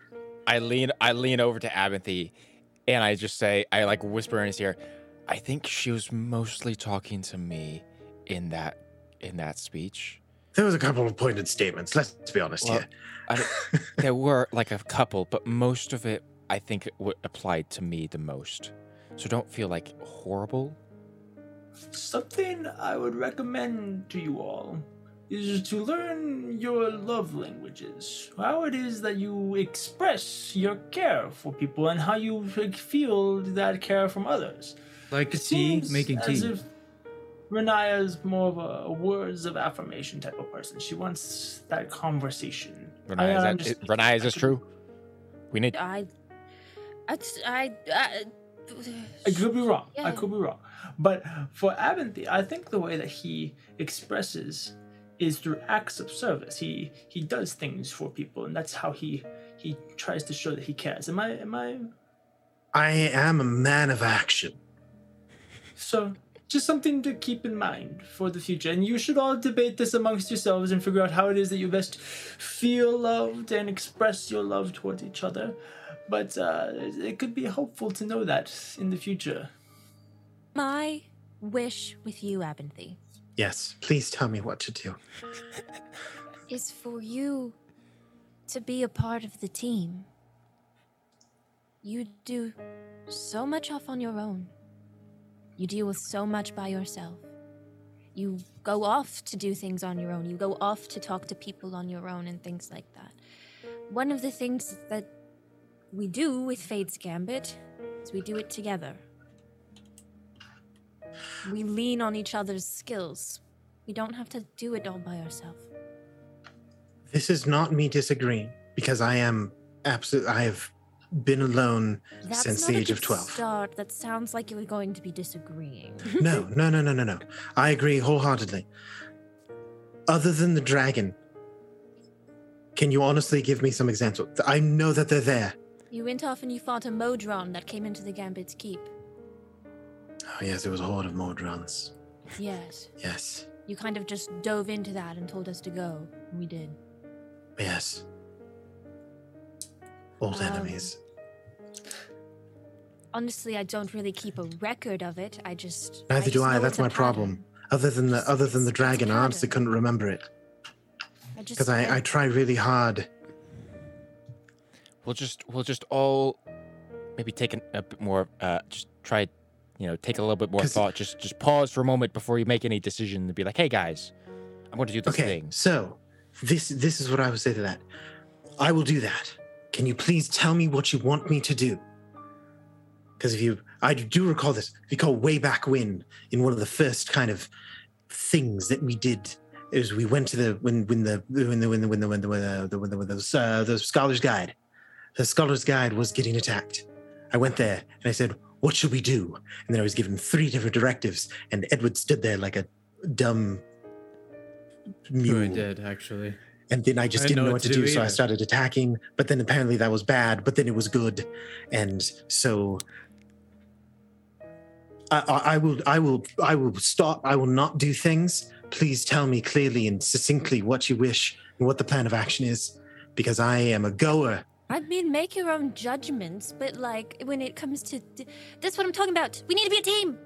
S6: lean I lean over to Abinthy and I just say I like whisper in his ear, I think she was mostly talking to me in that in that speech.
S8: There was a couple of pointed statements. Let's be honest
S6: Well,
S8: here.
S6: There were like a couple, but most of it I think it w- applied to me the most. So don't feel like horrible.
S2: Something I would recommend to you all is to learn your love languages, how it is that you express your care for people, and how you like, feel that care from others.
S3: Like
S2: It
S3: tea,
S2: seems
S3: making
S2: as
S3: tea.
S2: if Renaya is more of a words of affirmation type of person. She wants that conversation.
S6: Renai,
S2: I
S6: is, that, is,
S2: understand.
S6: Renai, is this true? We need
S5: I, I, I, I
S2: I could be wrong. I
S5: Yeah.
S2: could be wrong. But for Abinthy, I think the way that he expresses is through acts of service. He he does things for people, and that's how he he tries to show that he cares. Am I am I
S8: I am a man of action.
S2: so? Just something to keep in mind for the future, and you should all debate this amongst yourselves and figure out how it is that you best feel loved and express your love towards each other. But uh, it it could be helpful to know that in the future.
S5: my wish with you, Abinthy,
S8: Yes, please tell me what to do.
S5: is for you to be a part of the team. You do so much off on your own. You deal with so much by yourself. You go off to do things on your own. You go off to talk to people on your own and things like that. One of the things that we do with Fade's Gambit is we do it together. We lean on each other's skills. We don't have to do it all by ourselves.
S8: This is not me disagreeing because I am absolute. I have been alone.
S5: That's
S8: Since
S5: not
S8: the
S5: a
S8: age of
S5: good
S8: 12.
S5: Start. That sounds like you were going to be disagreeing.
S8: No, no, no, no, no, no. I agree wholeheartedly. Other than the dragon, can you honestly give me some examples? I know that they're there.
S5: you went off and you fought a Modron that came into the Gambit's keep.
S8: Oh yes, it was a horde of Mordrons.
S5: Yes.
S8: Yes,
S5: You kind of just dove into that and told us to go. and We did.
S8: yes. Old
S5: Um,
S8: enemies.
S5: Honestly, I don't really keep a record of it. I just.
S8: Neither
S5: just
S8: do I.
S5: know
S8: That's
S5: it's a
S8: my
S5: pattern.
S8: problem. Other than the other than
S5: It's-
S8: the
S5: it's
S8: dragon, I honestly
S5: pattern.
S8: couldn't remember it
S5: I just.
S8: because I, I try really hard.
S6: we'll just we'll just all maybe take an, a bit more uh just try you know take a little bit more
S8: 'Cause-
S6: thought just just pause for a moment before you make any decision and be like hey guys i'm going to do this
S8: Okay,
S6: thing
S8: so this this is what I would say to that. I will do that. Can you please tell me what you want me to do? Because if you, I do recall this. If you call way back when, in one of the first kind of things that we did, is we went to the when when the when the when the when the when the when the when the, when the, uh, the Scholar's Guide. The Scholar's Guide was getting attacked. I went there and I said, "What should we do?" And then I was given three different directives, and Edward stood there like a dumb mule
S3: Who I did actually.
S8: and then I just
S3: I
S8: didn't know
S3: know
S8: what to do, so I
S3: either.
S8: started attacking. But then apparently that was bad. But then it was good, and so I, I, I will, I will, I will stop. I will not do things. Please tell me clearly and succinctly what you wish and what the plan of action is, because I am a goer.
S5: I mean, make your own judgments, but like when it comes to, d- that's what I'm talking about. We need to be a team.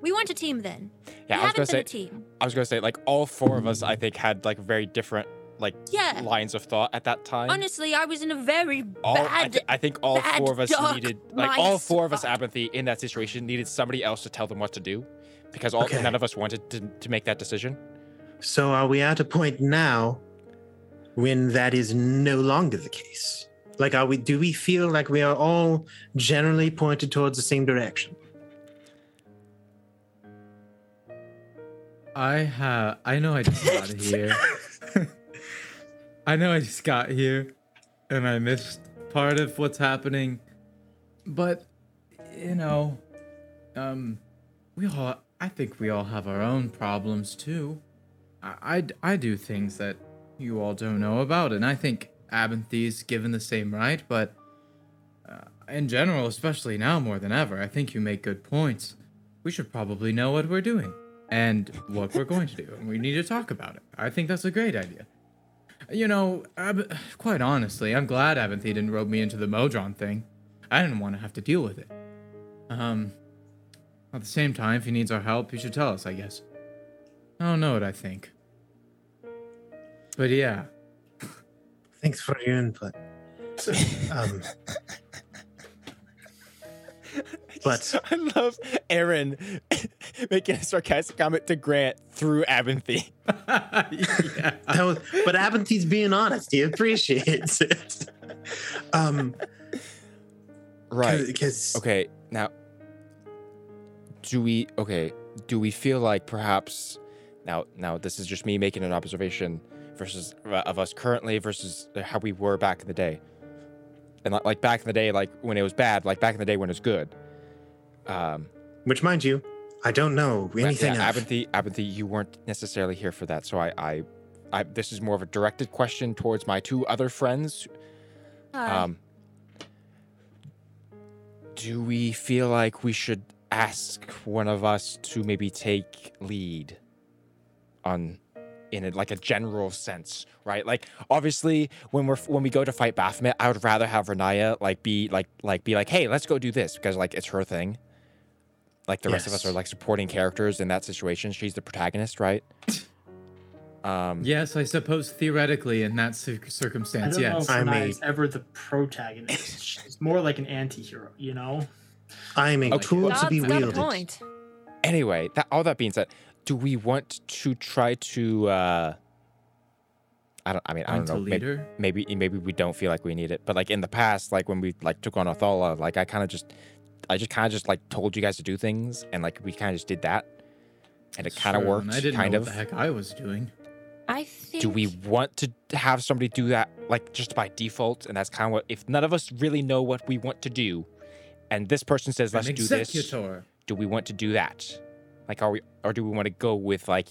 S5: We weren't a team then.
S6: yeah i
S5: we
S6: was
S5: haven't
S6: going
S5: been
S6: to say
S5: a team.
S6: i was going to say like all four of us i think had like very different like
S5: Yeah.
S6: lines of thought at that time
S5: Honestly, I was in a very
S6: all, I,
S5: bad
S6: thi- I think all
S5: bad,
S6: four of us
S5: dark
S6: needed like
S5: mind
S6: all four of us
S5: spot.
S6: apathy in that situation needed somebody else to tell them what to do because all
S8: Okay.
S6: none of us wanted to, to make that decision
S8: So are we at a point now when that is no longer the case? Like, are we? Do we feel like we are all generally pointed towards the same direction?
S3: I have. I know I just got here. I know I just got here, and I missed part of what's happening. But you know, um, we all. I think we all have our own problems too. I I, I do things that you all don't know about, and I think Abinthy's given the same right, but. Uh, in general, especially now more than ever, I think you make good points. We should probably know what we're doing and what we're going to do, and we need to talk about it. I think that's a great idea. You know, Ab- quite honestly, I'm glad Aventhy didn't rope me into the Modron thing. I didn't want to have to deal with it. Um, at the same time, if he needs our help, he should tell us, I guess. I don't know what I think. But yeah,
S8: Thanks for your input. Um, but
S6: I love Aaron making a sarcastic comment to Grant through Abenthy.
S3: yeah.
S4: That was, but Abentee's being honest. He appreciates it.
S8: um,
S6: Right.
S8: because
S6: Okay. Now, do we? Okay. Do we feel like perhaps? Now, now this is just me making an observation versus uh, of us currently versus uh, how we were back in the day, and like, like back in the day, like when it was bad, like back in the day when it was good. Um,
S8: which mind you, I don't know
S6: But
S8: anything.
S6: Yeah,
S8: of.
S6: Abinthy, Abinthy, you weren't necessarily here for that, so I, I, I, this is more of a directed question towards my two other friends.
S5: Uh,
S6: Um, do we feel like we should ask one of us to maybe take lead on? In a, like a general sense, right? Like obviously, when we're when we go to fight Baphomet, I would rather have Renaya like be like like be like, hey, let's go do this because like it's her thing. Like the rest of us
S8: Yes.
S6: are like supporting characters in that situation. She's the protagonist, right? Um,
S3: Yes, I suppose theoretically in that cir-
S2: I
S3: circumstance,
S2: don't know
S3: yes.
S2: if
S8: I'm
S2: Renai
S8: a-
S2: is ever the protagonist. She's more like an anti-hero, you know?
S8: I'm a
S6: Okay.
S8: tool to
S5: God's
S8: be
S5: got a
S8: wielded.
S5: point.
S6: anyway, that all that being said, do we want to try to? uh I don't. I mean, I don't
S3: Find a
S6: know. may-
S3: leader.
S6: Maybe, maybe we don't feel like we need it, but like in the past, like when we like took on Othala, like I kind of just, I just kind of just like told you guys to do things, and like we kind of just did that, and it
S3: It's
S6: kind of
S3: true,
S6: worked.
S3: and I didn't
S6: kind
S3: know
S6: of.
S3: what the heck I was doing.
S5: I think.
S6: Do we want to have somebody do that like just by default? And that's kind of what if none of us really know what we want to do, and this person says let's
S3: An
S6: do this
S3: executor.
S6: do we want to do that? Like, are we, or do we want to go with like,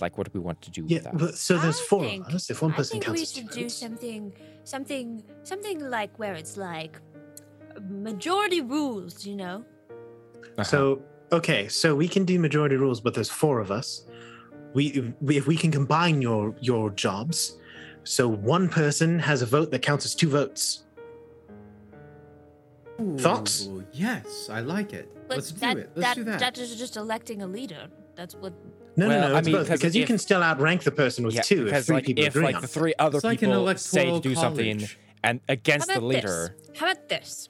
S6: like, what do we want to do
S8: Yeah,
S6: with that?
S8: but, so there's
S5: I
S8: four
S5: think-
S8: of us. If one
S5: I
S8: person
S5: think we
S8: counts as
S5: should
S8: two
S5: do something, something, something like where it's like majority rules. You know,
S6: Uh-huh.
S8: So okay, so we can do majority rules, but there's four of us. We, we if we can combine your your jobs, so one person has a vote that counts as two votes. Thoughts?
S3: Ooh, yes, I like it.
S5: but
S3: Let's
S5: that,
S3: do it. Let's do that.
S5: That is just electing a leader. That's what.
S8: No,
S6: Well,
S8: no, no,
S6: I
S8: it's
S6: mean,
S8: both,
S6: 'cause
S8: because you
S6: if-
S8: can still outrank the person with
S6: yeah,
S8: two
S6: because
S8: if three
S6: like
S8: people
S6: if
S8: agree
S6: like
S8: on.
S6: the
S8: it.
S6: three other
S3: it's like an
S6: people
S3: electoral
S6: say to do something
S3: college.
S6: and against the
S5: How about
S6: leader,
S5: This? How about this?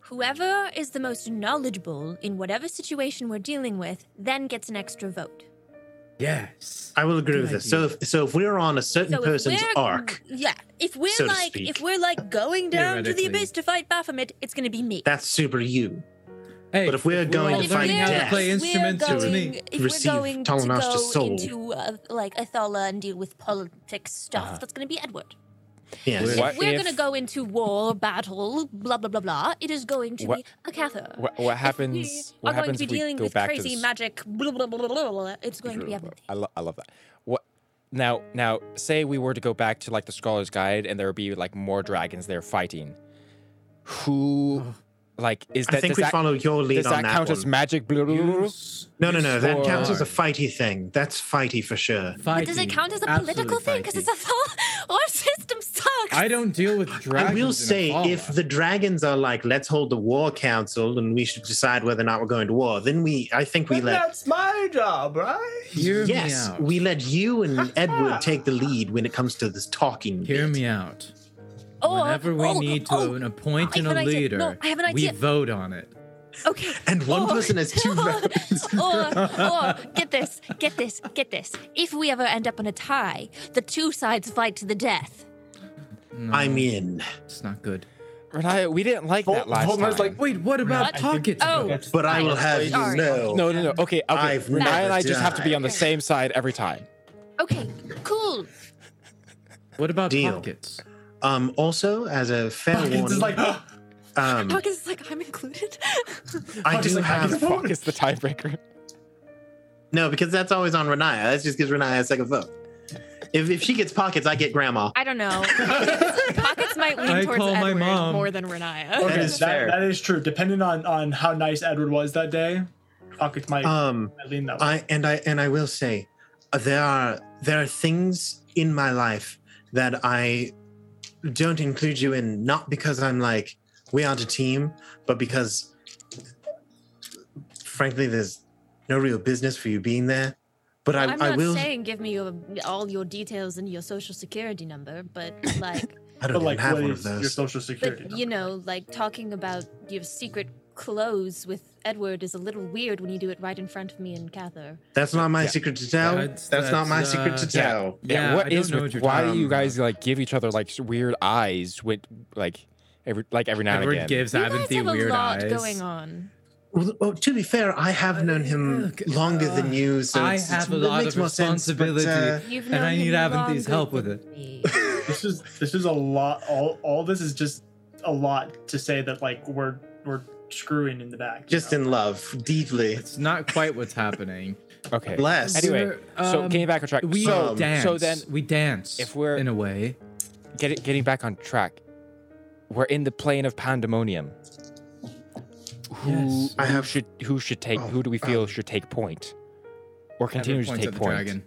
S5: Whoever is the most knowledgeable in whatever situation we're dealing with then gets an extra vote.
S3: Yes.
S8: I will agree
S3: Good
S8: with this. So if, so if we're on a certain
S5: if
S8: person's
S5: we're-
S8: arc,
S5: Yeah, if we're
S8: so to
S5: like if
S8: speak.
S5: we're like going down to the
S3: Theoretically.
S5: abyss to fight Baphomet, it's gonna be me.
S8: that's super you.
S3: Hey,
S8: But if we're going
S3: all
S8: to
S5: if
S8: find
S3: learning
S5: we're-
S3: how to
S8: death,
S3: play
S5: if we're
S3: instruments, it's
S5: going-
S3: me.
S5: If
S8: Receive
S5: we're going
S8: Talonas's
S5: to go
S8: soul.
S5: into uh, like Athala and deal with politics stuff, that's going to be Edward.
S8: Yes.
S6: What
S5: if we're
S6: Uh-huh. if-
S5: going to go into war, battle, blah blah blah blah, it is going to
S6: What-
S5: be a Cather.
S6: what, what
S5: we
S6: happens?
S5: are
S6: What
S5: going
S6: happens
S5: to be
S6: if we
S5: dealing
S6: go
S5: with
S6: back to
S5: crazy
S6: this?
S5: magic. Blah, blah, blah, blah, blah, blah. It's going to be Edward.
S6: I, lo- I love that. What now? Now, say we were to go back to like the Scholar's Guide, and there would be like more dragons there fighting. Who, like, is that?
S8: I think
S6: does
S8: we
S6: that,
S8: follow your
S6: does
S8: lead
S6: that
S8: on that
S6: count
S8: one.
S6: as magic? Blah, blah, blah, blah?
S3: Use
S8: no, no, no. That
S6: Or-
S8: counts as a fighty thing. That's fighty for sure.
S5: But does it
S3: fighting.
S5: count as a
S3: Absolute
S5: political thing? Because it's
S3: fighting.
S5: a our system sucks.
S3: I don't deal with dragons.
S8: I will
S3: in
S8: say, if
S3: Apala.
S8: the dragons are like, let's hold the war council and we should decide whether or not we're going to war, then we, I think we
S2: But
S8: let,
S2: that's my job, right?
S3: Hear me
S8: yes,
S3: out.
S8: we let you and Edward take the lead when it comes to this talking.
S3: Hear
S8: bit.
S3: me out.
S5: Or-
S3: Whenever we
S5: oh,
S3: need to
S5: oh,
S3: appoint
S5: I
S3: an
S5: have an
S3: a
S5: idea.
S3: leader,
S5: No, I have an
S3: we
S5: idea.
S3: vote on it.
S5: Okay. Oh,
S8: And one person has two votes.
S5: or, or oh, get this, get this, get this. If we ever end up in a tie, the two sides fight to the death.
S3: No,
S8: I'm in.
S3: It's not good.
S6: Renaya, we didn't like that
S2: Vol-
S6: last
S2: Volmer's
S6: time.
S2: like,
S3: Wait, what
S2: about
S3: about Target?
S5: Oh.
S2: That's-
S8: But I will have you
S5: Sorry.
S8: know.
S6: no, no, no. Okay, okay.
S8: I've
S6: Renaya and I
S8: never
S6: just have to be on the
S5: died.
S6: same side every time.
S5: Okay, cool.
S3: What about
S8: Deal.
S3: Targets?
S8: Um, also, as a fair
S2: It's
S8: warning,
S2: just like,
S8: um,
S5: Dog is like, I'm included.
S8: I
S2: Hawkins
S8: do
S2: like,
S8: have.
S2: Hawkins-
S6: Fuck is the tiebreaker.
S8: No, because that's always on Renaya. That's just gives Renaya a second vote.
S4: If, if she gets pockets, I get grandma.
S5: I don't know. Pockets, Pockets might lean
S3: I
S5: towards
S3: call my
S5: Edward
S3: mom.
S5: more than Renaya.
S4: That is fair.
S2: that is true. Depending on on how nice Edward was that day, pockets might
S8: Um,
S2: might lean that way.
S8: I and I and I will say, uh, there are there are things in my life that I don't include you in, not because I'm like we aren't a team, but because, frankly, there's no real business for you being there. But I,
S5: I'm
S8: I
S5: not
S8: will.
S5: saying give me your, all your details and your social security number, but like,
S8: I
S2: but
S8: don't even
S2: like,
S8: have
S2: what
S8: one of
S2: is your
S8: those.
S2: social security?
S5: but you
S2: number?
S5: know, like talking about your secret clothes with Edward is a little weird when you do it right in front of me and Cather.
S8: That's not my
S6: Yeah.
S8: secret to tell.
S3: That's-
S8: That's, not my
S3: that's,
S8: secret to
S3: uh,
S6: yeah.
S8: tell.
S3: Yeah, I
S6: what
S3: don't
S6: is
S3: know
S6: with-
S3: what you're
S6: why do
S3: talking
S6: you
S3: about.
S6: guys like give each other like s- weird eyes with like every like every now and
S3: Edward
S6: again?
S3: gives
S5: You guys
S3: Abernathy
S5: have a
S3: weird
S5: lot
S3: eyes.
S5: going on.
S8: Well, well, to be fair, I
S3: Uh,
S8: have known him
S3: Look,
S8: longer than you, so
S3: Uh, I
S8: it's-
S3: have
S8: it's-
S3: a
S8: it
S3: lot
S8: makes
S3: of
S8: more sense, but,
S3: responsibility.
S8: uh,
S5: You've
S3: And
S5: known
S3: I need
S5: him
S3: Abernathy's
S5: longer
S3: help with
S5: than
S3: it.
S5: me.
S2: this is this is a lot. All all this is just a lot to say that like we're we're screwing in the
S8: uh,
S2: back. you
S4: Just
S2: know?
S4: in love, deeply.
S3: It's not quite what's happening.
S6: Okay.
S4: Less.
S6: Anyway, so
S3: Um,
S6: getting back on track.
S3: We
S6: so,
S3: dance.
S6: so then
S3: we dance.
S6: if we're-
S3: in a way,
S6: get it, getting back on track. We're in the plane of pandemonium. Who,
S3: Yes.
S6: who
S8: I have-
S6: should who should take
S8: Oh,
S6: who do we feel
S8: um,
S6: should take point? Or continue
S3: Edward
S6: to
S3: points
S6: take
S3: at the
S6: point.
S3: dragon.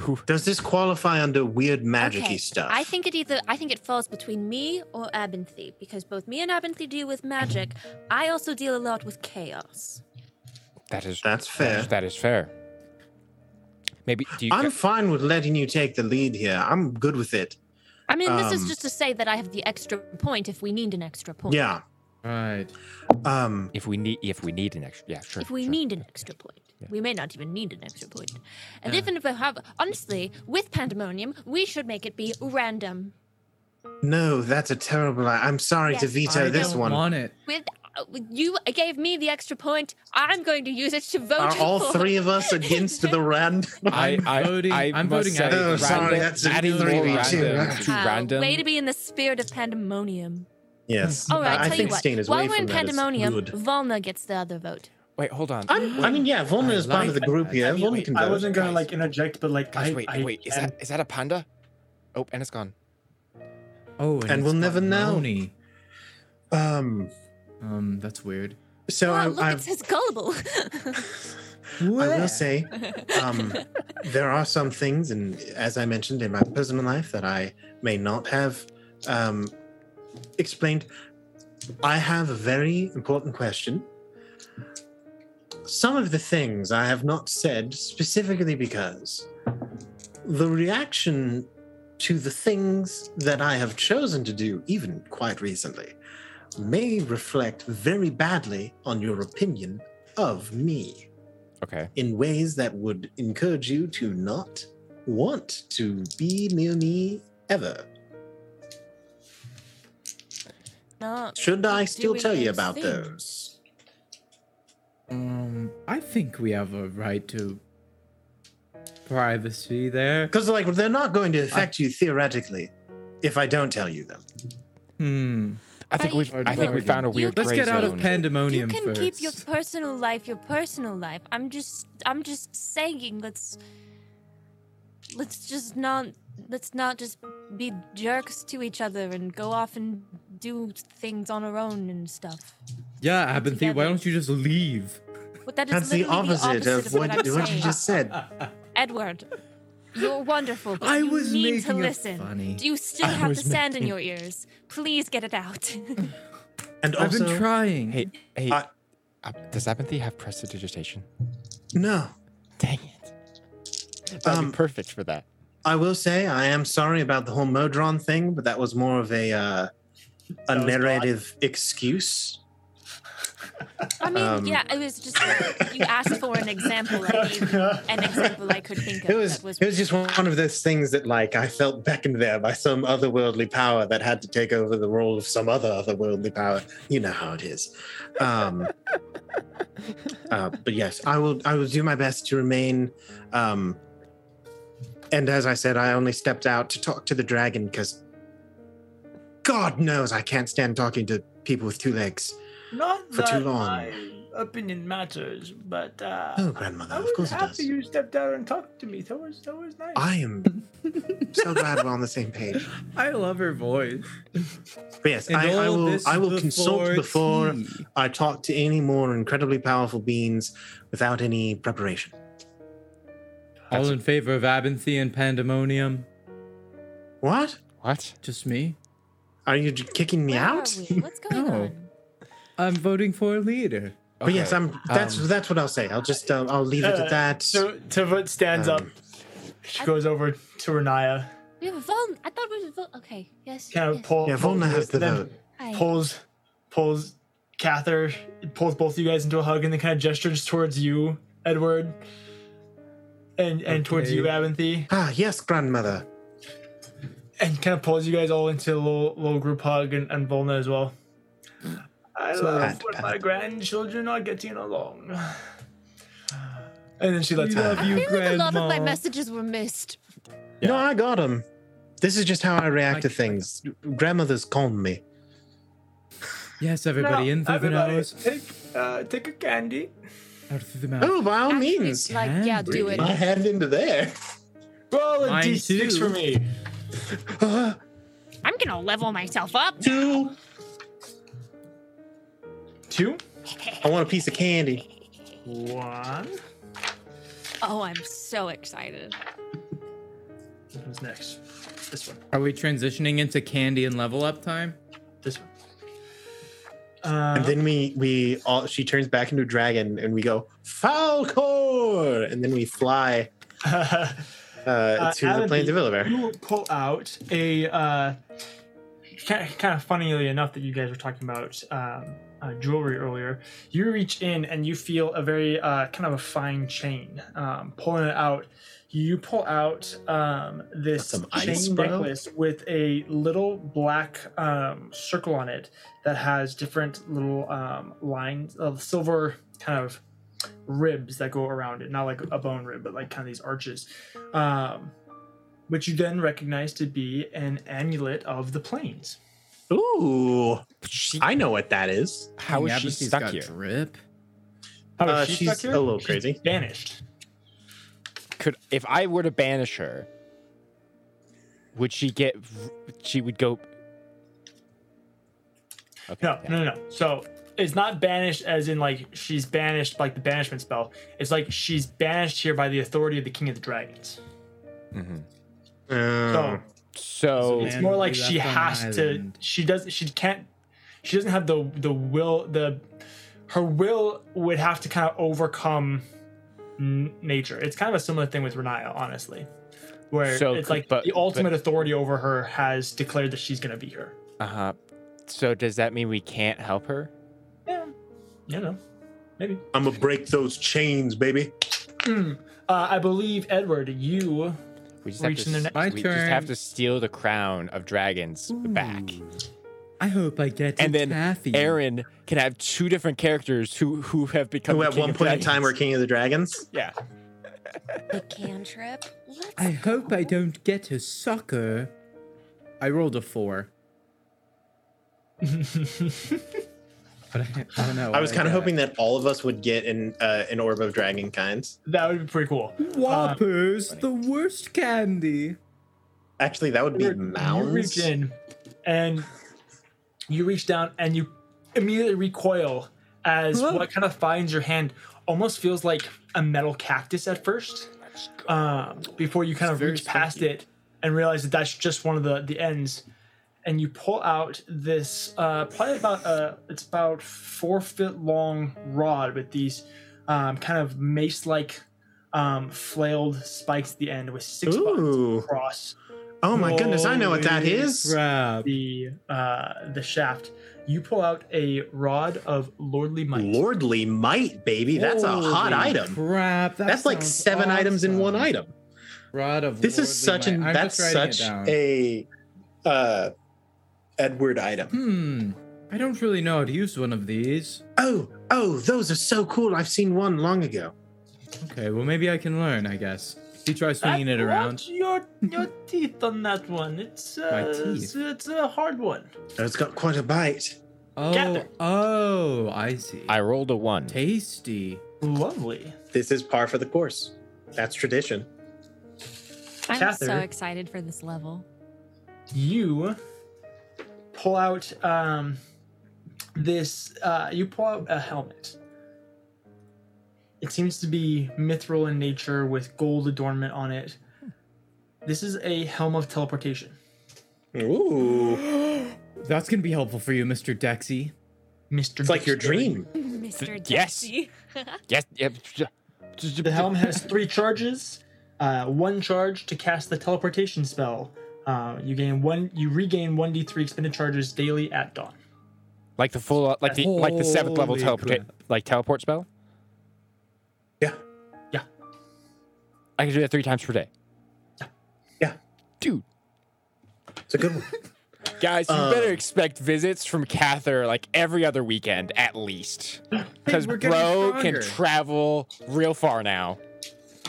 S6: Who
S8: Does this qualify under weird magic
S5: Okay,
S8: stuff?
S5: I think it either I think it falls between me or Abinthy because both me and Abinthy deal with magic. I also deal a lot with chaos.
S6: that is
S8: that's
S6: that
S8: fair.
S6: is, that is fair. Maybe do you
S8: I'm fine with letting you take the lead here. I'm good with it.
S5: I mean, this is
S8: Um,
S5: just to say that I have the extra point if we need an extra point.
S8: Yeah.
S3: Right.
S8: Um,
S6: if we need if we need an extra yeah, sure.
S5: If we
S6: sure.
S5: need an extra point, we may not even need an extra point. And even if we have, honestly, with pandemonium, we should make it be random.
S8: no, that's a terrible. I- I'm sorry to
S5: Yes.
S8: veto
S3: I
S8: this
S3: don't
S8: one.
S3: want it.
S5: With uh, you gave me the extra point, I'm going to use it to vote.
S8: Are all
S5: for-
S8: three of us against the rand?
S6: I,
S3: I'm
S6: I,
S3: voting-
S6: I
S3: I'm
S6: must
S3: voting
S6: say,
S3: Abernathy.
S8: Oh, sorry,
S6: random-
S8: that's a
S6: adding more
S8: 3v2.
S6: random to
S5: Wow,
S6: random.
S5: Way to be in the spirit of pandemonium.
S4: Yes.
S5: All right,
S4: Uh, I
S5: tell
S4: think
S5: you what.
S4: staying is
S5: While
S4: way
S5: we're
S4: from
S5: in
S4: that is
S5: pandemonium,
S4: good.
S5: Volna gets the other vote.
S6: Wait, hold on.
S4: I'm, I mean, yeah, Volna
S6: I
S4: is part of
S6: like-
S4: the group here.
S6: I mean,
S4: Volna
S6: wait,
S4: can
S2: I
S4: vote.
S2: wasn't gonna
S6: Guys.
S2: like interject, but like
S6: Gosh,
S2: I
S6: wait,
S2: I
S6: wait, is
S2: am-
S6: that is that a panda? Oh, and it's gone.
S3: Oh, and,
S8: And
S3: it's
S8: we'll
S3: got
S8: never know.
S3: Noni.
S8: Um,
S3: Um, that's weird.
S8: so
S5: oh,
S8: I,
S5: look,
S8: I,
S5: it says gullible.
S8: I will say um, there are some things, and as I mentioned in my personal life, that I may not have um, explained. I have a very important question. Some of the things I have not said specifically because the reaction to the things that I have chosen to do, even quite recently, may reflect very badly on your opinion of me
S6: Okay.
S8: in ways that would encourage you to not want to be near me ever.
S5: Not
S8: Should I still
S5: doing
S8: tell you
S5: those
S8: about
S5: things.
S8: those?
S3: Um, I think we have a right to privacy there.
S8: Because like they're not going to affect you theoretically if I don't tell you them.
S3: Hmm.
S6: I think
S5: I-
S6: we've I think we
S3: Look,
S6: found a
S5: you-
S6: weird
S3: Let's
S6: gray
S3: get out of
S6: zone.
S3: pandemonium
S5: you can
S3: first.
S5: keep your personal life your personal life i'm just i'm just saying let's let's just not let's not just be jerks to each other and go off and do things on our own and stuff
S3: yeah, Abinthy, why
S5: together.
S3: don't you just leave?
S5: but that is
S8: That's the
S5: literally
S8: opposite, of what,
S5: I'm
S8: what you
S5: saying.
S8: just said.
S5: edward you're wonderful but
S3: I
S5: you
S3: was
S5: need to
S3: making it
S5: listen
S3: funny.
S5: do you still
S6: I
S5: have the
S6: was
S5: sand in your ears please get it out
S8: And
S3: I've
S8: also,
S3: been trying.
S6: Hey, hey,
S8: I-
S6: uh, does Apathy have prestidigitation?
S8: no,
S6: Dang it. That'd
S8: Um,
S6: be perfect for that.
S8: I will say I am sorry about the whole Modron thing, but that was more of a uh, a
S2: That was
S8: narrative excuse.
S5: i mean
S8: Um.
S5: yeah it was just like, you asked for an example I gave you an example I could think of.
S4: It was,
S5: that was,
S4: it was just one of those things that like I felt beckoned there by some otherworldly power that had to take over the role of some other otherworldly power.
S8: you know how it is. Um, uh, but yes, I will. I will do my best to remain. Um, and as I said, I only stepped out to talk to the dragon because God knows I can't stand talking to people with two legs.
S2: not
S8: for too
S2: that
S8: long.
S2: I opinion matters, but uh,
S8: Oh, grandmother,
S2: I
S8: of
S2: was
S8: course it does.
S2: happy you stepped out and talked to me. That was that was nice.
S8: I am so glad we're on the same page.
S3: I love her voice.
S8: But yes, I, I
S3: all
S8: will.
S3: this
S8: I will consult before
S3: tea.
S8: I talk to any more incredibly powerful beings without any preparation.
S3: All in favor of Abinthy and Pandemonium?
S8: What?
S6: What?
S3: Just me?
S8: Are you j- kicking me
S5: Where are
S8: out?
S5: we? What's going
S3: No.
S5: on?
S3: I'm voting for a leader.
S8: But yes,
S6: Okay.
S8: I'm. That's
S3: um,
S8: that's what I'll say. I'll just. Um, I'll leave it
S2: Uh,
S8: at that.
S2: So Tavut stands up.
S8: Um,
S2: She goes over to Renaya,
S5: We have a vote. I thought we were vote. Okay. Yes.
S2: kind of
S5: yes.
S2: pull,
S8: yeah, Volna has the
S2: then
S8: vote.
S5: Hi.
S2: Pulls, pulls, Cather pulls both of you guys into a hug, and then kind of gestures towards you, Edward, and and towards
S3: Okay.
S2: you, Abinthy,
S8: Ah, yes, grandmother.
S2: and kind of pulls you guys all into a little little group hug, and, and Volna as well. I
S8: So-
S2: love
S8: Pat,
S2: when
S8: pat.
S2: my grandchildren are getting along. And then she lets
S3: We
S2: out.
S3: love
S5: I
S3: you,
S5: feel like a lot of my
S3: Grandma.
S5: messages were missed.
S8: No, I got him. This is just how I react
S3: I-
S8: to things. Grandmother's calmed me.
S3: Yes, everybody
S2: Now,
S3: in through the
S2: everybody,
S3: nose,
S2: Take, uh, take a candy.
S3: out through the mouth.
S8: Oh, by all
S5: Actually,
S8: means.
S5: Like, yeah, do
S3: Henry.
S5: it.
S8: My hand into there.
S2: Roll a
S3: Mine
S2: d6
S3: too.
S2: for me.
S8: Ah,
S5: I'm gonna level myself up.
S8: two.
S2: Two.
S8: I want a piece of candy.
S2: One.
S5: Oh, I'm so excited.
S2: What's next? This one.
S3: Are we transitioning into candy and level up time?
S2: This one. Uh,
S4: And
S8: And then we we all she turns back into a dragon and we go Falcor and then we fly uh, to the
S2: Alan,
S8: plains of Illiver.
S2: you pull out a uh, kind, of, kind of funnily enough that you guys were talking about um, uh, jewelry earlier. You reach in and you feel a very uh, kind of a fine chain. Um, pulling it out, you pull out um, this
S8: That's some ice,
S2: chain
S8: bro.
S2: necklace with a little black um, circle on it that has different little um, lines of silver kind of ribs that go around it not like a bone rib but like kind of these arches um, which you then recognize to be an amulet of the plains.
S8: Ooh,
S6: She,
S8: I know what that is.
S6: how is she
S3: Abinthy's
S6: stuck
S3: got
S6: here?
S3: Drip.
S2: How
S8: Uh,
S2: is she stuck
S8: she's
S2: here?
S8: a little
S2: She's
S8: crazy.
S2: banished.
S6: Could if I were to banish her, would she get? She would go. Okay.
S2: No,
S6: yeah.
S2: no, no, no. So it's not banished as in like she's banished like the banishment spell. It's like she's banished here by the authority of the king of the dragons.
S6: Mm-hmm.
S1: Mhm.
S2: So
S8: Um,
S6: So
S2: it's
S3: And
S2: more like
S3: we
S2: she
S3: left on
S2: has
S3: an
S2: to.
S3: island.
S2: She does. She can't. She doesn't have the the will. The her will would have to kind of overcome n- nature. It's kind of a similar thing with Renaya, honestly, where
S6: So
S2: it's
S6: could-
S2: like
S6: but-
S2: the
S6: but-
S2: ultimate authority over her has declared that she's gonna be her.
S6: uh huh. So does that mean we can't help her?
S2: Yeah, you know, maybe.
S8: I'm gonna break those chains, baby.
S2: Hmm. Uh, I believe Edward, you
S6: We just
S2: Reach in
S6: have
S2: the
S6: to. s-
S2: next-
S3: My
S6: we just have
S3: turn.
S6: to steal the crown of dragons back.
S3: I hope I get
S6: and
S3: to
S6: then
S3: Taffy.
S6: Aaron can have two different characters who who have become
S8: Who
S6: the
S8: at
S6: king
S8: one
S6: of
S8: point in time were
S6: dragons.
S8: king of the dragons.
S6: yeah.
S5: The cantrip. Let's
S3: I hope I don't get to sucker. I rolled a four. But I, I don't know.
S4: I
S3: what
S4: was
S8: Kind of
S3: got.
S8: hoping that all of us would get an uh, an orb of dragon kinds.
S2: that would be pretty cool.
S3: Whoppers, the worst candy.
S8: Actually, that would be
S2: Edward, You reach
S8: mounds.
S2: in and you reach down and you immediately recoil as
S3: Whoa.
S2: what kind of finds your hand almost feels like a metal cactus at first. Um, before you kind
S3: It's
S2: of
S3: very
S2: reach past
S3: stinky.
S2: it and realize that that's just one of the, the ends. And you pull out this uh, probably about uh, it's about four foot long rod with these um, kind of mace like um, flailed spikes at the end with six
S8: Ooh.
S2: buttons across
S8: Oh my goodness, I know what that
S3: Holy
S8: is.
S3: crap.
S2: the uh, the shaft, you pull out a rod of lordly might.
S8: Lordly might, baby. That's a hot
S3: Holy
S8: item.
S3: Crap, that
S8: that's like
S3: sounds
S8: seven items in one
S3: awesome.
S8: item.
S3: Rod of
S8: This is
S3: lordly
S8: such an
S3: might. I'm
S8: that's
S3: just writing it
S8: such
S3: down.
S8: a uh Edward item.
S3: Hmm. I don't really know how to use one of these.
S8: Oh, oh, those are so cool. I've seen one long ago.
S3: Okay, well maybe I can learn. I guess. He tries swinging it around.
S2: Watch your your teeth on that one. It's uh,
S3: My teeth?
S2: It's, it's a hard one.
S8: Oh, it's got quite a bite.
S3: Oh,
S2: Gather.
S3: oh, I see.
S6: I rolled a one.
S3: Tasty.
S2: Lovely.
S4: This is par for the course. That's tradition.
S5: I'm so
S2: Cather.
S5: excited for this level.
S2: you pull out um, this uh, you pull out a helmet it seems to be mithril in nature with gold adornment on it this is a helm of teleportation
S4: Ooh.
S3: That's gonna be helpful for you, Mr. Dexy.
S2: mr
S4: It's like your
S2: Dexterity.
S4: dream.
S5: Mr.
S6: yes.
S5: Dexy.
S6: Yes. yep.
S2: the helm has three charges uh, one charge to cast the teleportation spell uh, you gain one you regain 1d3 expended charges daily at dawn
S6: Like the full, uh, like the like the seventh level
S3: Holy
S6: teleport,
S3: crap.
S6: like teleport spell.
S4: Yeah.
S2: Yeah.
S6: I can do that three times per day.
S4: Yeah.
S6: Dude,
S4: It's a good one.
S6: guys, you
S4: Uh,
S6: better expect visits from Cather like every other weekend at least, because
S3: we're getting
S6: bro can
S3: stronger.
S6: travel real far now.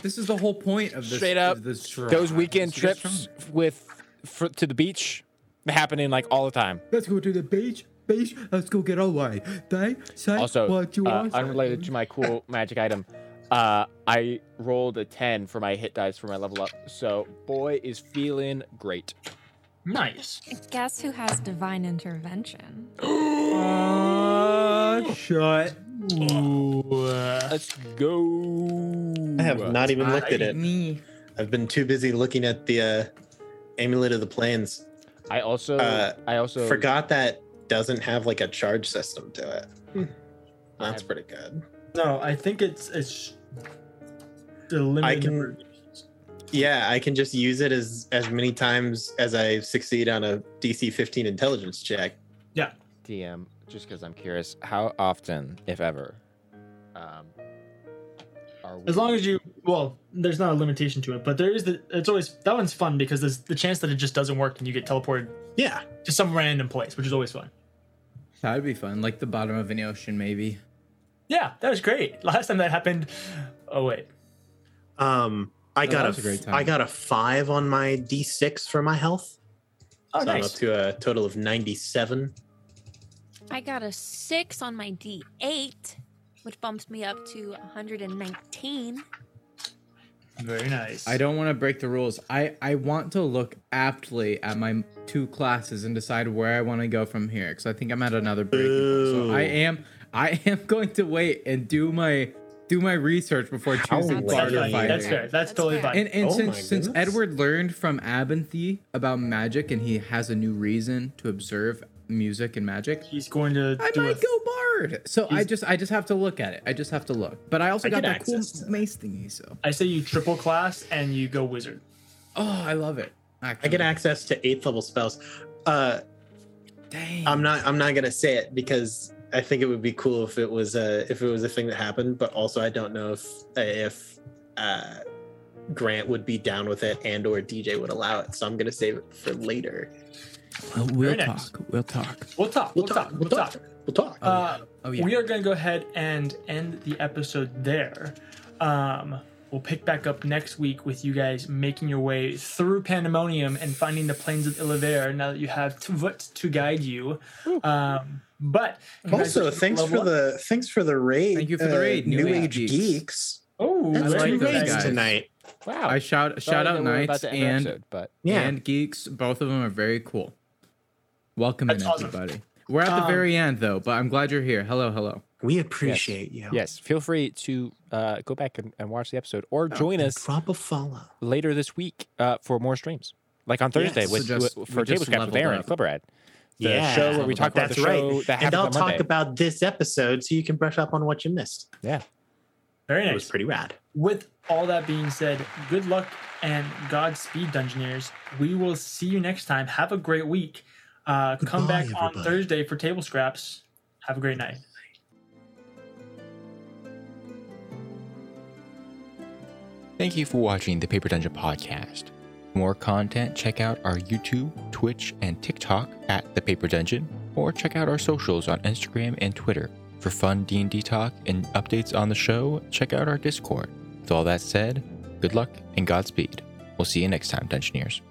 S3: This is the whole point of this.
S6: Straight up,
S3: of this trial,
S6: Those
S3: is
S6: weekend
S3: to get
S6: trips
S3: stronger.
S6: with for, to the beach happening like all the time.
S3: Let's go to the beach. Beach. Let's go get away. They say
S6: also
S3: what you
S6: uh,
S3: want.
S6: unrelated to my cool magic item uh, i rolled a 10 for my hit dice for my level up so boy is feeling great
S2: nice
S5: Guess who has divine intervention?
S3: Uh, shut.
S6: let's go
S4: I have not even looked at it.
S3: Me.
S4: I've been too busy looking at the uh, amulet of the plains.
S6: i also
S4: Uh,
S6: i also
S4: Forgot that doesn't have like a charge system to it. That's pretty good.
S2: no i think it's it's the limited
S4: I can-
S2: number of uses.
S4: Yeah, I can just use it as as many times as I succeed on a DC 15 intelligence check.
S6: dm just because i'm curious how often if ever um are we
S2: As long as you, well, there's not a limitation to it, but there is the. It's always that one's fun because there's the chance that it just doesn't work and you get teleported
S4: Yeah.
S2: to some random place, which is always fun.
S3: That'd be fun. Like the bottom of an ocean, maybe.
S2: Yeah, that was great. Last time that happened. Oh wait,
S4: Um, I
S3: Oh,
S4: got
S3: that
S4: a,
S3: was a great
S4: f-
S3: time.
S4: I got a five on my D6 for my health.
S2: oh
S4: so I'm up
S2: nice.
S4: to a total of 97.
S5: I got a six on my D8, which bumps me up to 119.
S2: Very nice.
S3: I don't want to break the rules. I, I want to look aptly at my two classes and decide where I want to go from here because I think I'm at another break. So
S4: Boo.
S3: I am I am going to wait and do my do my research before
S4: How
S3: choosing
S4: late?
S2: That's,
S3: barter
S2: fine.
S4: fighting.
S2: That's fair.
S3: fighting.
S2: That's,
S5: That's
S2: totally
S5: fair.
S2: fine.
S3: And and
S4: Oh my
S3: since since
S4: goodness.
S3: Edward learned from Abinthy about magic and he has a new reason to observe music and magic,
S2: He's going to
S3: I
S2: do a
S3: might go bard. So I just I just have to look at it. I just have to look. But I also
S4: I
S3: got
S4: get
S3: that cool
S4: access to that.
S3: mace thingy. So
S2: I say you triple class and you go wizard.
S3: oh, I love it.
S4: I get
S3: actually.
S4: access to eighth level spells. Uh,
S3: Dang.
S4: I'm not I'm not gonna say it because I think it would be cool if it was a if it was a thing that happened, but also I don't know if if uh, Grant would be down with it and or DJ would allow it. So I'm gonna save it for later.
S3: Well, Uh, we'll
S2: Very nice.
S3: talk. We'll talk.
S2: We'll talk. We'll, talk. We'll talk.
S4: We'll talk.
S2: Uh,
S3: Oh, yeah.
S2: We are going to go ahead and end the episode there. Um, we'll pick back up next week with you guys making your way through Pandemonium and finding the plains of Illaver now that you have Tvut to guide you. Um, but
S4: also, thanks for the thanks for the raid.
S3: Thank you for the
S4: uh,
S3: raid,
S4: New, Age Geeks.
S2: Oh,
S4: That's
S3: I like
S4: two
S3: those
S4: raids
S3: guys.
S4: tonight.
S6: wow
S3: I shout
S6: Sorry
S3: shout
S6: that
S3: out
S6: we're about
S3: knights
S6: to end our
S3: and
S6: episode, but
S4: Yeah.
S3: and geeks. Both of them are very cool. Welcome in
S2: That's awesome.
S3: everybody. We're at the
S2: Um,
S3: very end though, but I'm glad you're here. Hello, hello.
S8: We appreciate you.
S6: yes feel free to uh, go back and, and watch the episode or
S4: Oh,
S6: join
S8: And
S6: us
S8: Drop a follow.
S6: later this week uh, for more streams, like on Thursday
S4: Yes.
S6: with,
S3: So just-
S6: with-
S3: we
S6: for
S3: just
S6: Tablescap with
S3: leveled
S6: Aaron
S3: up.
S6: Clipperad. The
S4: Yeah.
S6: show where we talk about
S4: That's
S6: the show
S4: right.
S6: that
S4: and
S6: happened
S4: I'll
S6: on
S4: talk
S6: Monday.
S4: about this episode so you can brush up on what you missed.
S6: yeah.
S2: very
S4: It was
S2: nice.
S4: pretty rad.
S2: With all that being said, good luck and Godspeed, Dungeoneers. We will see you next time. Have a great week. Uh, come
S8: Goodbye,
S2: back on
S8: everybody.
S2: Thursday for table scraps. Have a great night.
S1: Thank you for watching the Paper Dungeon Podcast. For more content, check out our YouTube, Twitch, and TikTok at The Paper Dungeon, or check out our socials on Instagram and Twitter. For fun D&D talk and updates on the show, check out our Discord. With all that said, good luck and Godspeed. We'll see you next time, Dungeoneers.